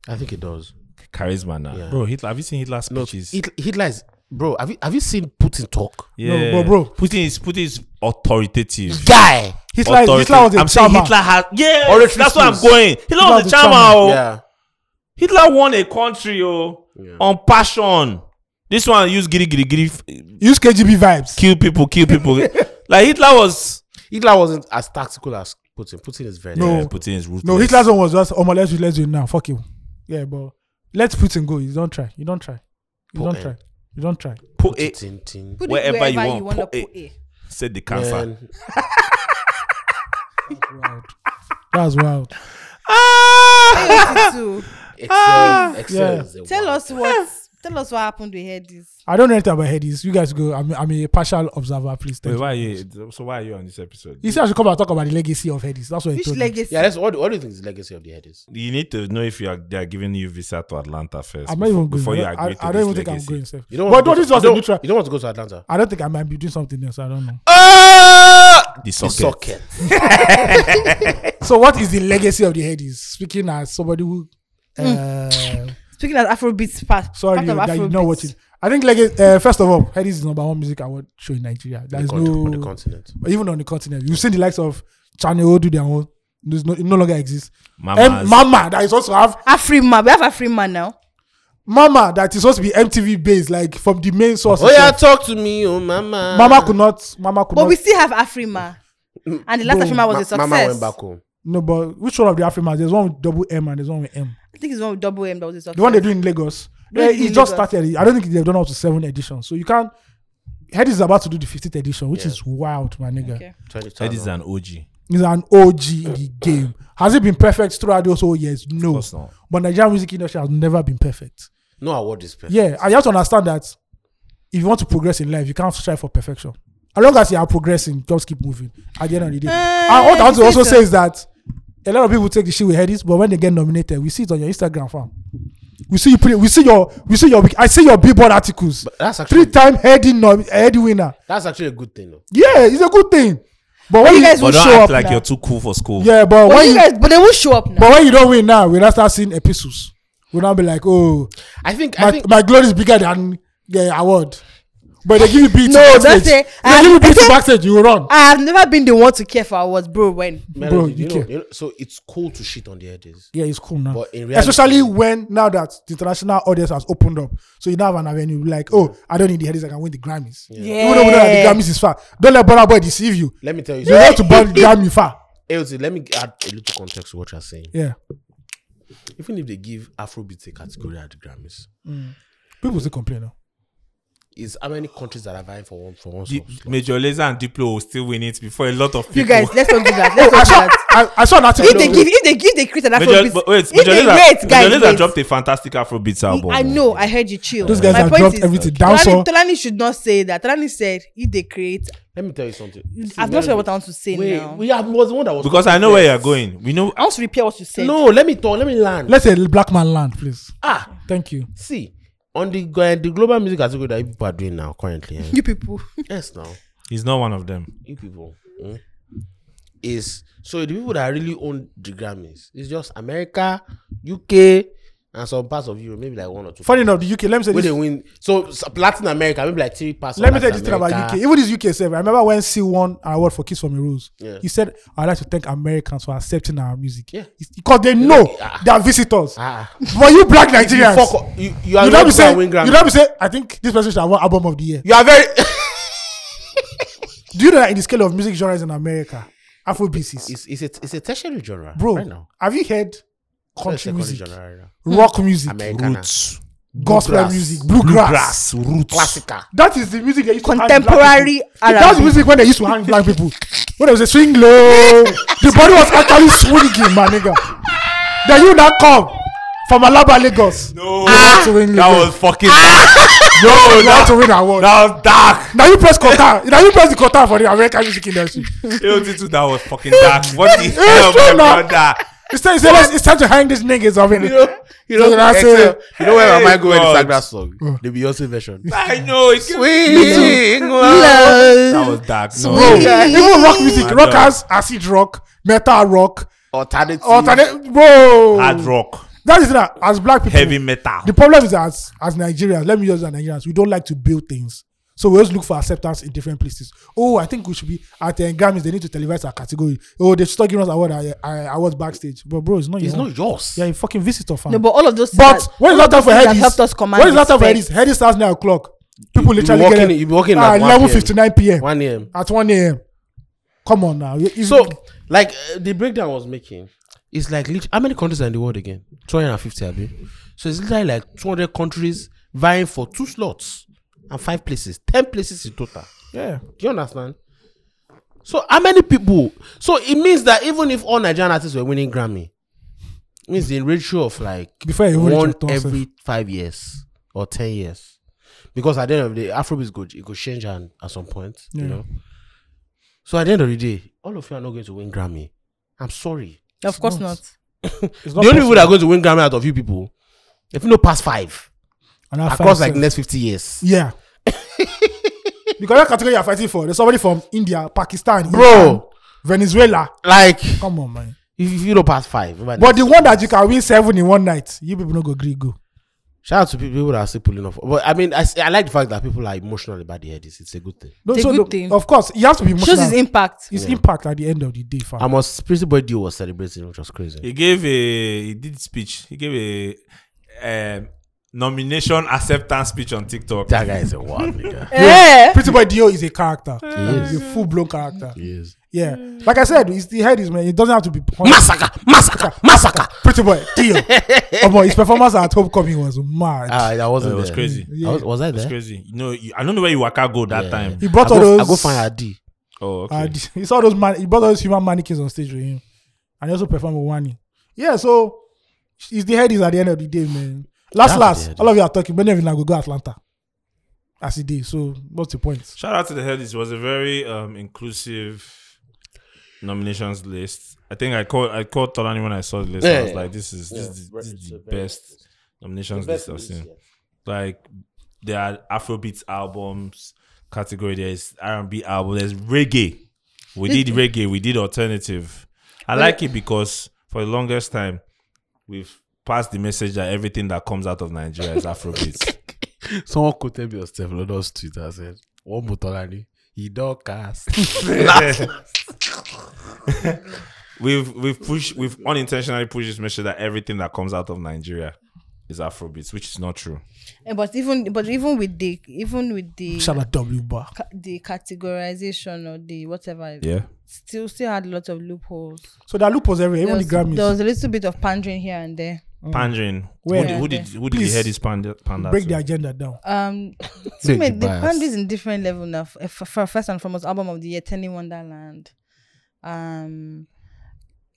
[SPEAKER 1] I think it does.
[SPEAKER 5] Charisma now.
[SPEAKER 1] Yeah.
[SPEAKER 5] Bro, Hitler, have you seen Hitler's
[SPEAKER 1] No,
[SPEAKER 5] speeches?
[SPEAKER 1] Hit- Hitler is bro. Have you have you seen Putin talk?
[SPEAKER 5] yeah.
[SPEAKER 4] but bro-
[SPEAKER 5] Putin is, Putin is authoritative.
[SPEAKER 1] Guy.
[SPEAKER 4] Hitler, Hitler was a
[SPEAKER 5] I'm saying
[SPEAKER 4] charmer.
[SPEAKER 5] Hitler has. Yeah,
[SPEAKER 1] Oratory
[SPEAKER 5] that's where I'm
[SPEAKER 1] skills.
[SPEAKER 5] going. Hitler was a
[SPEAKER 4] was a
[SPEAKER 5] charmer.
[SPEAKER 4] charmer.
[SPEAKER 5] oh.
[SPEAKER 1] Yeah.
[SPEAKER 5] Hitler won a country oh,
[SPEAKER 1] Yeah.
[SPEAKER 5] on passion. This one use giddy giddy giddy, f-
[SPEAKER 4] Use KGB vibes.
[SPEAKER 5] kill people, kill people. like Hitler was.
[SPEAKER 1] Hitler wasn't as tactical as Putin. Putin is very
[SPEAKER 4] No.
[SPEAKER 5] Yeah, Eh, Putin is ruthless.
[SPEAKER 4] No, Hitler's one was just, oh my, let's do, let's do it now. Fuck you. Yeah, but let Putin go. You don't try. You don't try. You
[SPEAKER 1] Put
[SPEAKER 4] don't
[SPEAKER 1] it.
[SPEAKER 4] try. You don't try.
[SPEAKER 5] put it.
[SPEAKER 1] Tin, tin.
[SPEAKER 6] Put it
[SPEAKER 5] Wherever you
[SPEAKER 6] wherever you
[SPEAKER 5] want,
[SPEAKER 6] want, to
[SPEAKER 5] put it.
[SPEAKER 6] put it.
[SPEAKER 5] Said the cancer.
[SPEAKER 1] Man,
[SPEAKER 4] That's wild.
[SPEAKER 5] Ah!
[SPEAKER 3] too.
[SPEAKER 1] Excel, Excel
[SPEAKER 4] Ah! Yeah.
[SPEAKER 1] is the
[SPEAKER 3] Tell
[SPEAKER 1] one.
[SPEAKER 3] us what. Tell us what happened with Headies.
[SPEAKER 4] I don't know anything about headies. You guys go. I'm, I'm a partial observer. Please.
[SPEAKER 5] Wait,
[SPEAKER 4] Thank you.
[SPEAKER 5] why are you? So why are you on this episode?
[SPEAKER 4] He said I should come and talk about the legacy of headies. That's what he
[SPEAKER 3] Which
[SPEAKER 4] told me.
[SPEAKER 3] legacy?
[SPEAKER 1] Yeah, that's what. What do you think is the legacy of the head is?
[SPEAKER 5] You need to know if you are they are giving you visa to Atlanta first.
[SPEAKER 4] I'm
[SPEAKER 5] before,
[SPEAKER 4] not even going.
[SPEAKER 5] before you
[SPEAKER 4] I,
[SPEAKER 5] agree
[SPEAKER 4] I,
[SPEAKER 5] to
[SPEAKER 4] I
[SPEAKER 5] this
[SPEAKER 4] don't even think I'm
[SPEAKER 5] legacy.
[SPEAKER 4] going. Safe.
[SPEAKER 1] You don't.
[SPEAKER 4] But
[SPEAKER 1] want
[SPEAKER 4] no,
[SPEAKER 1] to
[SPEAKER 4] this
[SPEAKER 1] go
[SPEAKER 4] was
[SPEAKER 1] to,
[SPEAKER 4] a
[SPEAKER 1] you
[SPEAKER 4] neutral.
[SPEAKER 1] don't, you don't want to go to Atlanta.
[SPEAKER 4] I don't think I might be doing something else. I don't know.
[SPEAKER 5] Ah! The
[SPEAKER 1] The
[SPEAKER 5] socket.
[SPEAKER 1] socket.
[SPEAKER 4] so, what is the legacy of the headies? Speaking as somebody who,
[SPEAKER 1] Hmm.
[SPEAKER 4] uh,
[SPEAKER 3] Speaking of Afrobeats part.
[SPEAKER 4] sorry,
[SPEAKER 3] part of
[SPEAKER 4] that you
[SPEAKER 3] Afrobeats.
[SPEAKER 4] know what it. I think legacy. Uh, first of all, headies is number one music award show in Nigeria.
[SPEAKER 1] The
[SPEAKER 4] There's
[SPEAKER 1] con- on the
[SPEAKER 4] no
[SPEAKER 1] continent.
[SPEAKER 4] even on the continent. You've seen the likes of Channel do their own. There's no, it no longer exists.
[SPEAKER 5] Mama's.
[SPEAKER 4] M- Eh, Mama that is also have
[SPEAKER 3] Afrima. We have Afrima now.
[SPEAKER 4] Mama that is supposed to be MTV based, like from the main source.
[SPEAKER 1] Oh yeah,
[SPEAKER 4] itself.
[SPEAKER 1] talk to me, oh mama.
[SPEAKER 4] Mama could not. Mama could
[SPEAKER 3] But
[SPEAKER 4] not.
[SPEAKER 3] we still have Afrima. And the last Afrima was a
[SPEAKER 1] Ma-
[SPEAKER 3] success.
[SPEAKER 1] Mama went back home.
[SPEAKER 4] No, but which one of the Afrimas? There's one with double M and there's one with M.
[SPEAKER 3] I think it's the one with double M that was a success.
[SPEAKER 4] The one they do in Lagos.
[SPEAKER 3] They
[SPEAKER 4] Eh,
[SPEAKER 3] did
[SPEAKER 4] it
[SPEAKER 3] in
[SPEAKER 4] just
[SPEAKER 3] Lagos.
[SPEAKER 4] started. I don't think they've done up to seven editions. So you can't. Head is about to do the 15th edition, which
[SPEAKER 1] Yeah.
[SPEAKER 4] is wild, my nigga.
[SPEAKER 3] Okay.
[SPEAKER 5] That is
[SPEAKER 1] 20,000.
[SPEAKER 5] an OG.
[SPEAKER 4] He's an OG in the game. Has it been perfect throughout those whole years?
[SPEAKER 5] Of
[SPEAKER 4] No.
[SPEAKER 5] course not.
[SPEAKER 4] But Nigerian music industry has never been perfect.
[SPEAKER 1] No award is perfect.
[SPEAKER 4] Yeah, and you have to understand that if you want to progress in life, you can't strive for perfection. As long as you are progressing, just keep moving. At the end of the day,
[SPEAKER 3] Eh,
[SPEAKER 4] and what I want to
[SPEAKER 3] you
[SPEAKER 4] also
[SPEAKER 3] say
[SPEAKER 4] say is that a lot of people take the shit with headies, but when they get nominated, we see it on your Instagram farm. We see you put it, we see your, we see your, I see your billboard articles.
[SPEAKER 1] That's actually
[SPEAKER 4] Three time heady nom- heady winner.
[SPEAKER 1] that's actually a good thing. Though.
[SPEAKER 4] Yeah, it's a good thing. But when
[SPEAKER 3] you
[SPEAKER 4] you
[SPEAKER 3] guys
[SPEAKER 5] But
[SPEAKER 3] will
[SPEAKER 5] don't
[SPEAKER 3] show up
[SPEAKER 5] act like
[SPEAKER 3] now.
[SPEAKER 5] you're too cool for school.
[SPEAKER 4] yeah, but
[SPEAKER 3] But,
[SPEAKER 4] when
[SPEAKER 3] you
[SPEAKER 4] you,
[SPEAKER 3] guys, but they will show up now.
[SPEAKER 4] but when you don't win now, we now start seeing epistles. We now be like, oh,
[SPEAKER 1] I think I
[SPEAKER 4] my,
[SPEAKER 1] think
[SPEAKER 4] my glory is bigger than the award. But they give you beat.
[SPEAKER 3] No, don't
[SPEAKER 4] backstage.
[SPEAKER 3] say-
[SPEAKER 4] They give you
[SPEAKER 3] I-
[SPEAKER 4] beat backstage. You run.
[SPEAKER 3] I have never been the one to care for awards, bro. When
[SPEAKER 1] Melody,
[SPEAKER 4] Bro,
[SPEAKER 1] you
[SPEAKER 4] you
[SPEAKER 1] know,
[SPEAKER 4] care.
[SPEAKER 1] you know, so it's cool to shit on the edges.
[SPEAKER 4] Yeah, it's cool now.
[SPEAKER 1] But in reality-
[SPEAKER 4] Especially when now that the international audience has opened up, so you now have an avenue like, oh, I don't need the headaches, I can win the Grammys.
[SPEAKER 3] Yeah.
[SPEAKER 4] Even though we know that the Grammys is far. Don't let Burna Boy deceive you.
[SPEAKER 1] Let me tell you.
[SPEAKER 4] You
[SPEAKER 1] something.
[SPEAKER 4] have to burn the Grammy far.
[SPEAKER 1] Elsie, let me add a little context to what you're saying.
[SPEAKER 4] Yeah,
[SPEAKER 1] Even if they give Afrobeat a category at the Grammys,
[SPEAKER 4] people still complain now.
[SPEAKER 1] is how many countries that are vying for one for one
[SPEAKER 5] Di-
[SPEAKER 1] slot?
[SPEAKER 5] Major Lazer and Diplo will still win it before a lot of people.
[SPEAKER 3] you guys, let's not do that.
[SPEAKER 4] Oh,
[SPEAKER 3] Let's
[SPEAKER 4] I
[SPEAKER 3] not do
[SPEAKER 4] saw,
[SPEAKER 3] that.
[SPEAKER 4] I, I saw an article.
[SPEAKER 3] If they give, if they give, they create an
[SPEAKER 5] Major,
[SPEAKER 3] Afrobeats.
[SPEAKER 5] but wait,
[SPEAKER 3] if
[SPEAKER 5] Major
[SPEAKER 3] they
[SPEAKER 5] Lazer,
[SPEAKER 3] wait, guys,
[SPEAKER 5] Major Lazer
[SPEAKER 3] wait.
[SPEAKER 5] dropped a fantastic Afrobeats album.
[SPEAKER 3] I know. I heard you chill.
[SPEAKER 4] Those guys
[SPEAKER 3] My
[SPEAKER 4] have
[SPEAKER 3] point
[SPEAKER 4] dropped
[SPEAKER 3] is,
[SPEAKER 4] everything down. So
[SPEAKER 3] Tolani, Tolani should not say that. Tolani said if they create,
[SPEAKER 1] Let me tell you something.
[SPEAKER 3] I'm not sure what I want to say
[SPEAKER 1] Wait,
[SPEAKER 3] now.
[SPEAKER 1] we have, was the one that was
[SPEAKER 5] because I know where you're going. We know
[SPEAKER 3] I want to repair what you said.
[SPEAKER 1] No, let me talk. Let me land.
[SPEAKER 4] let's say black man land, please.
[SPEAKER 1] ah,
[SPEAKER 4] Thank you.
[SPEAKER 1] see on the uh, the global music category that you people are doing now currently. eh,
[SPEAKER 3] you people.
[SPEAKER 1] yes, now
[SPEAKER 5] he's not one of them.
[SPEAKER 1] you people hmm, is so the people that really own the Grammys is just America, UK, and some parts of Europe, maybe like one or two.
[SPEAKER 4] Funny enough, the UK. Let me say
[SPEAKER 1] where they
[SPEAKER 4] this.
[SPEAKER 1] win. So s- Latin America, maybe like three parts. of
[SPEAKER 4] Let me tell
[SPEAKER 1] Latin
[SPEAKER 4] this thing about
[SPEAKER 1] America.
[SPEAKER 4] UK. Even this UK self. I remember when C won an award for Kiss from the Rules.
[SPEAKER 1] Yeah.
[SPEAKER 4] He said, "I'd like to thank Americans for accepting our music.
[SPEAKER 1] Yeah.
[SPEAKER 4] It's because they know
[SPEAKER 1] like, ah.
[SPEAKER 4] they are visitors.
[SPEAKER 1] Ah,
[SPEAKER 4] But you black Nigerians,
[SPEAKER 1] fuck up. you, you are
[SPEAKER 4] you
[SPEAKER 1] not
[SPEAKER 4] don't be saying,
[SPEAKER 1] win
[SPEAKER 4] you
[SPEAKER 1] Grammy.
[SPEAKER 4] don't be saying, I think this person should have won album of the year.
[SPEAKER 1] You are very.
[SPEAKER 4] Do you know that in the scale of music genres in America, Afrobeats is.
[SPEAKER 1] It's, it's, a, it's a tertiary genre.
[SPEAKER 4] Bro,
[SPEAKER 1] right now.
[SPEAKER 4] have you heard
[SPEAKER 1] It's not a
[SPEAKER 4] country
[SPEAKER 1] secondary
[SPEAKER 4] music,
[SPEAKER 1] genre right now.
[SPEAKER 4] rock music,
[SPEAKER 1] Americana.
[SPEAKER 4] gospel
[SPEAKER 1] bluegrass,
[SPEAKER 4] music, bluegrass?
[SPEAKER 5] roots.
[SPEAKER 1] Classical.
[SPEAKER 4] That is the music they used to hang black
[SPEAKER 3] Contemporary
[SPEAKER 4] people. That's the
[SPEAKER 3] R&B.
[SPEAKER 4] music when they used to hang black people. When there was a swing low, the body was actually swinging, my nigga. Then you now come from Alaba, Lagos.
[SPEAKER 5] No,
[SPEAKER 1] Ah!
[SPEAKER 4] to win
[SPEAKER 5] that
[SPEAKER 4] Lagos.
[SPEAKER 5] was fucking. Yo,
[SPEAKER 4] You want to
[SPEAKER 5] that,
[SPEAKER 4] win award.
[SPEAKER 5] that was dark.
[SPEAKER 4] Now you press Qatar. now you press the Qatar for the American music industry.
[SPEAKER 5] LT2, that was fucking dark. What the hell, my
[SPEAKER 4] true now.
[SPEAKER 5] brother?
[SPEAKER 4] It's time, it's time- it's time to hang these niggas up in
[SPEAKER 1] You know, you know,
[SPEAKER 4] So that's
[SPEAKER 1] Excel,
[SPEAKER 4] it.
[SPEAKER 1] you know where am I going to
[SPEAKER 5] God.
[SPEAKER 1] sang that song? The Beyonce version.
[SPEAKER 5] I know it's
[SPEAKER 1] Swing
[SPEAKER 5] That
[SPEAKER 1] low.
[SPEAKER 5] was dark.
[SPEAKER 4] Bro,
[SPEAKER 5] No,
[SPEAKER 1] Yeah.
[SPEAKER 4] even rock music,
[SPEAKER 5] I know.
[SPEAKER 4] rockers, acid rock, metal rock,
[SPEAKER 1] Alternative.
[SPEAKER 4] alternate, bro.
[SPEAKER 5] hard rock,
[SPEAKER 4] That is that as black people,
[SPEAKER 5] heavy metal.
[SPEAKER 4] the problem is as as Nigerians. Let me use as Nigerians, we don't like to build things, so we always look for acceptance in different places. Oh, I think we should be at the Grammys. They need to televise our category. Oh, they should start giving us award. I, I, awards backstage, but bro, it's not.
[SPEAKER 1] It's
[SPEAKER 4] your own.
[SPEAKER 1] not yours.
[SPEAKER 4] You're a fucking visitor fan.
[SPEAKER 3] No, but all of those.
[SPEAKER 4] But when is
[SPEAKER 3] all
[SPEAKER 4] that time
[SPEAKER 3] of those
[SPEAKER 4] for
[SPEAKER 3] things have
[SPEAKER 4] headies?
[SPEAKER 3] helped us command
[SPEAKER 4] When is that time for
[SPEAKER 3] respect.
[SPEAKER 4] headies? Headies starts nine o'clock. People
[SPEAKER 1] You
[SPEAKER 4] literally
[SPEAKER 1] walk
[SPEAKER 4] get
[SPEAKER 1] in-
[SPEAKER 4] it
[SPEAKER 1] you walk in
[SPEAKER 4] ah,
[SPEAKER 1] at 1
[SPEAKER 4] eleven
[SPEAKER 1] PM.
[SPEAKER 4] fifty nine p.m.
[SPEAKER 1] 1 a.m.
[SPEAKER 4] at one a.m. Come on now. You- you-
[SPEAKER 1] So, like uh, the breakdown I was making, it's like lit- how many countries are in the world again? 250, I believe. So it's literally like 200 countries vying for two slots and five places, 10 places in total.
[SPEAKER 4] yeah,
[SPEAKER 1] Do you understand? So how many people? So it means that even if all Nigerian artists were winning Grammy, it means the ratio of like
[SPEAKER 4] Before you even
[SPEAKER 1] one
[SPEAKER 4] reach your thoughts,
[SPEAKER 1] every five years or ten years, because at the end of the day, Afrobeats go it could change hand at some point,
[SPEAKER 4] Yeah.
[SPEAKER 1] you know. So at the end of the day, all of you are not going to win Grammy. I'm sorry.
[SPEAKER 3] Of course
[SPEAKER 4] It's
[SPEAKER 3] not.
[SPEAKER 4] it's
[SPEAKER 1] the only people that are going to win Grammy out of you people, if you know past five
[SPEAKER 4] and I
[SPEAKER 1] across like
[SPEAKER 4] find
[SPEAKER 1] next fifty years,
[SPEAKER 4] yeah. because that category you're fighting for, there's somebody from India, Pakistan, Iran,
[SPEAKER 1] bro.
[SPEAKER 4] Venezuela.
[SPEAKER 1] Like if
[SPEAKER 4] Come on, man.
[SPEAKER 1] if you know past five, everybody-
[SPEAKER 4] But the one that you can win seven in one night, you people not go agree go.
[SPEAKER 1] Shout out to people that are still pulling off. But I mean, I, s- I like the fact that people are emotional about the headies. It's a good thing.
[SPEAKER 4] No,
[SPEAKER 3] It's a
[SPEAKER 4] so
[SPEAKER 3] good
[SPEAKER 4] no,
[SPEAKER 3] thing.
[SPEAKER 4] Of course, you have to be emotional.
[SPEAKER 3] Shows his impact.
[SPEAKER 4] It's impact at the end of the day, fam.
[SPEAKER 1] I must. Pretty Boy Dio was celebrating, which was crazy.
[SPEAKER 5] He gave a he did speech. He gave a um, nomination acceptance speech on TikTok.
[SPEAKER 1] That guy is a wild nigga.
[SPEAKER 3] Eh.
[SPEAKER 4] Pretty Boy Dio is a character.
[SPEAKER 1] is.
[SPEAKER 4] He's a full blown character.
[SPEAKER 1] He is.
[SPEAKER 4] Yeah. Like I said, it's the head is man. It doesn't have to be point.
[SPEAKER 1] Massacre, massacre, massacre.
[SPEAKER 4] Pretty Boy Dio. oh boy, his performance at homecoming was mad.
[SPEAKER 1] Ah, that
[SPEAKER 5] It
[SPEAKER 1] wasn't.
[SPEAKER 5] was
[SPEAKER 1] there.
[SPEAKER 5] crazy.
[SPEAKER 1] I was, was I
[SPEAKER 5] It's
[SPEAKER 1] there?
[SPEAKER 5] crazy. You know, you, I don't know where you waka go that
[SPEAKER 1] Yeah.
[SPEAKER 5] time.
[SPEAKER 4] he brought
[SPEAKER 1] I
[SPEAKER 4] all
[SPEAKER 1] go,
[SPEAKER 4] those.
[SPEAKER 1] I go find Adi.
[SPEAKER 5] Oh, okay.
[SPEAKER 4] uh, this- he saw those man. He brought all those human mannequins on stage with him, and he also performed with Wani. Yeah. So it's the head is at the end of the day, man. Last,
[SPEAKER 1] That's the
[SPEAKER 4] last,
[SPEAKER 1] head.
[SPEAKER 4] all of you are talking. Many of you now go go Atlanta. As it is. So what's the point?
[SPEAKER 5] Shout out to the headies. It was a very um, inclusive nominations list. I think I called I called Tolani when I saw the list. I
[SPEAKER 1] Yeah,
[SPEAKER 5] was
[SPEAKER 1] yeah.
[SPEAKER 5] like, this is this,
[SPEAKER 1] Yeah,
[SPEAKER 5] is- this
[SPEAKER 1] it's
[SPEAKER 5] is the
[SPEAKER 1] a very-
[SPEAKER 5] best nominations list I've seen. Like there are Afrobeats albums category. There's R and B album. There's reggae. We did reggae. We did alternative. I like it because for the longest time we've passed the message that everything that comes out of Nigeria is Afrobeats.
[SPEAKER 1] Someone quoted me on Steph London's Twitter. I said, "One Mutolani, he don't cast."
[SPEAKER 5] we've we've pushed we've unintentionally pushed this message that everything that comes out of Nigeria is Afrobeats, which is not true.
[SPEAKER 3] Eh, But even but even with the even with the
[SPEAKER 4] Shout out W Bar.
[SPEAKER 3] ca- the categorization or the whatever,
[SPEAKER 5] Yeah.
[SPEAKER 3] still still had a lot of loopholes.
[SPEAKER 4] So that loop was everywhere,
[SPEAKER 3] There
[SPEAKER 4] even
[SPEAKER 3] was,
[SPEAKER 4] the Grammys.
[SPEAKER 3] there was a little bit of pandering here and there.
[SPEAKER 5] Mm. Pandering.
[SPEAKER 4] Where?
[SPEAKER 5] Who, did- who did who did
[SPEAKER 4] Please.
[SPEAKER 5] the head is panda panda
[SPEAKER 4] Break
[SPEAKER 5] to?
[SPEAKER 4] the agenda down.
[SPEAKER 3] Um,
[SPEAKER 1] Take
[SPEAKER 3] Wait,
[SPEAKER 1] the
[SPEAKER 3] the
[SPEAKER 1] bias.
[SPEAKER 3] band is in different level now. F- f- for first and foremost, album of the year, Tenny Wonderland, um,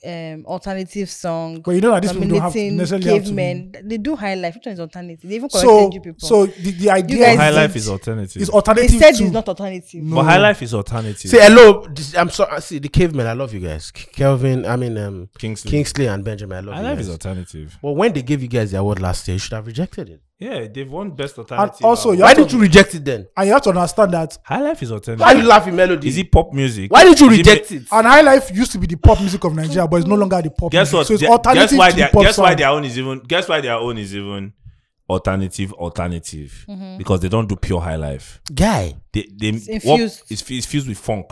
[SPEAKER 3] um, alternative song.
[SPEAKER 4] But you know that these people don't have
[SPEAKER 3] nominating
[SPEAKER 4] necessarily have to
[SPEAKER 3] cavemen. They do high life. Which one is alternative? They even
[SPEAKER 4] So,
[SPEAKER 3] corrected you people.
[SPEAKER 4] so the, the
[SPEAKER 3] guys
[SPEAKER 5] High
[SPEAKER 4] idea
[SPEAKER 3] did-
[SPEAKER 5] life is alternative.
[SPEAKER 4] is
[SPEAKER 3] they
[SPEAKER 4] alternative
[SPEAKER 3] said
[SPEAKER 4] to
[SPEAKER 3] it's not alternative.
[SPEAKER 4] No. uh,
[SPEAKER 5] But high life is alternative.
[SPEAKER 1] See, hello. This, I'm sorry. See, the cavemen. I love you guys. K- Kelvin. I mean, um,
[SPEAKER 5] Kingsley.
[SPEAKER 1] Kingsley and Benjamin. I love
[SPEAKER 5] High
[SPEAKER 1] you
[SPEAKER 5] life
[SPEAKER 1] guys.
[SPEAKER 5] is alternative.
[SPEAKER 1] Well, when they gave you guys the award last year, you should have rejected it.
[SPEAKER 5] Yeah, they've won best alternative.
[SPEAKER 4] also,
[SPEAKER 5] album.
[SPEAKER 4] you're-
[SPEAKER 1] Why did you reject it then?
[SPEAKER 4] and you have to understand that.
[SPEAKER 5] high life is
[SPEAKER 1] Why are you
[SPEAKER 5] alternative.
[SPEAKER 1] laughing, Melody?
[SPEAKER 5] Is it pop music?
[SPEAKER 1] Why did you
[SPEAKER 5] Is it
[SPEAKER 1] reject
[SPEAKER 5] ma-
[SPEAKER 1] it?
[SPEAKER 4] And high life used to be the pop music of Nigeria, but it's no longer the pop.
[SPEAKER 5] Guess
[SPEAKER 4] music.
[SPEAKER 5] what?
[SPEAKER 4] So it's
[SPEAKER 5] Their-
[SPEAKER 4] alternative
[SPEAKER 5] guess why
[SPEAKER 4] to the
[SPEAKER 5] their
[SPEAKER 4] pop
[SPEAKER 5] guess why
[SPEAKER 4] sound.
[SPEAKER 5] their own is even guess why their own is even alternative alternative because they don't do pure high life.
[SPEAKER 1] Guy.
[SPEAKER 5] they they
[SPEAKER 3] It's
[SPEAKER 5] what-
[SPEAKER 3] infused.
[SPEAKER 5] it's, fu- it's fused with funk.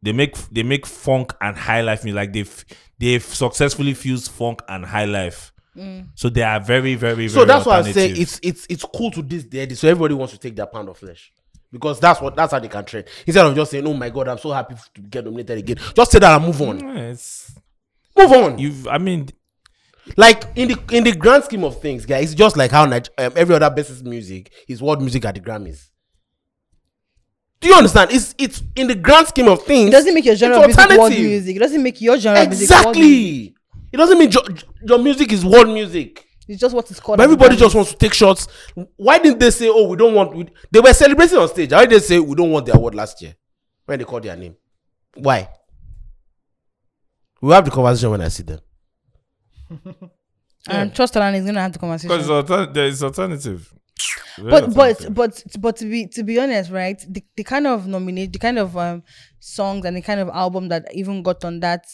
[SPEAKER 5] They make they make funk and high life music like they've they've successfully fused funk and high life.
[SPEAKER 3] Mm.
[SPEAKER 5] So they are very very very.
[SPEAKER 1] So that's why I'm saying
[SPEAKER 5] alternative.
[SPEAKER 1] it's it's it's cool to this day. So everybody wants to take that pound of flesh. Because that's what that's how they can train. Instead of just saying, "Oh my God, I'm so happy to get nominated again," just say that and move on.
[SPEAKER 5] Yeah, it's
[SPEAKER 1] Move on.
[SPEAKER 5] you've. I mean,
[SPEAKER 1] like in the in the grand scheme of things, guys, it's just like how Nige- um, every other person's music is world music at the Grammys. Do you understand? It's it's in the grand scheme of things.
[SPEAKER 3] It doesn't make your genre
[SPEAKER 1] it's
[SPEAKER 3] of music world
[SPEAKER 1] alternative.
[SPEAKER 3] music. It doesn't make your genre of music world music.
[SPEAKER 1] Exactly. It doesn't mean jo- jo- your music is world music.
[SPEAKER 3] It's just what it's called.
[SPEAKER 1] But
[SPEAKER 3] at the
[SPEAKER 1] everybody
[SPEAKER 3] Grammys.
[SPEAKER 1] just wants to take shots. Why didn't they say, "Oh, we don't want"? We, they were celebrating on stage. Why did they say we don't want the award last year when they called their name? Why? We have the conversation when I see them.
[SPEAKER 3] And trust Alan is gonna have the conversation.
[SPEAKER 1] uh,
[SPEAKER 5] because alter- there is alternative.
[SPEAKER 3] but but but but to be to be honest, right? The, the kind of nominate, the kind of um, songs and the kind of album that even got on that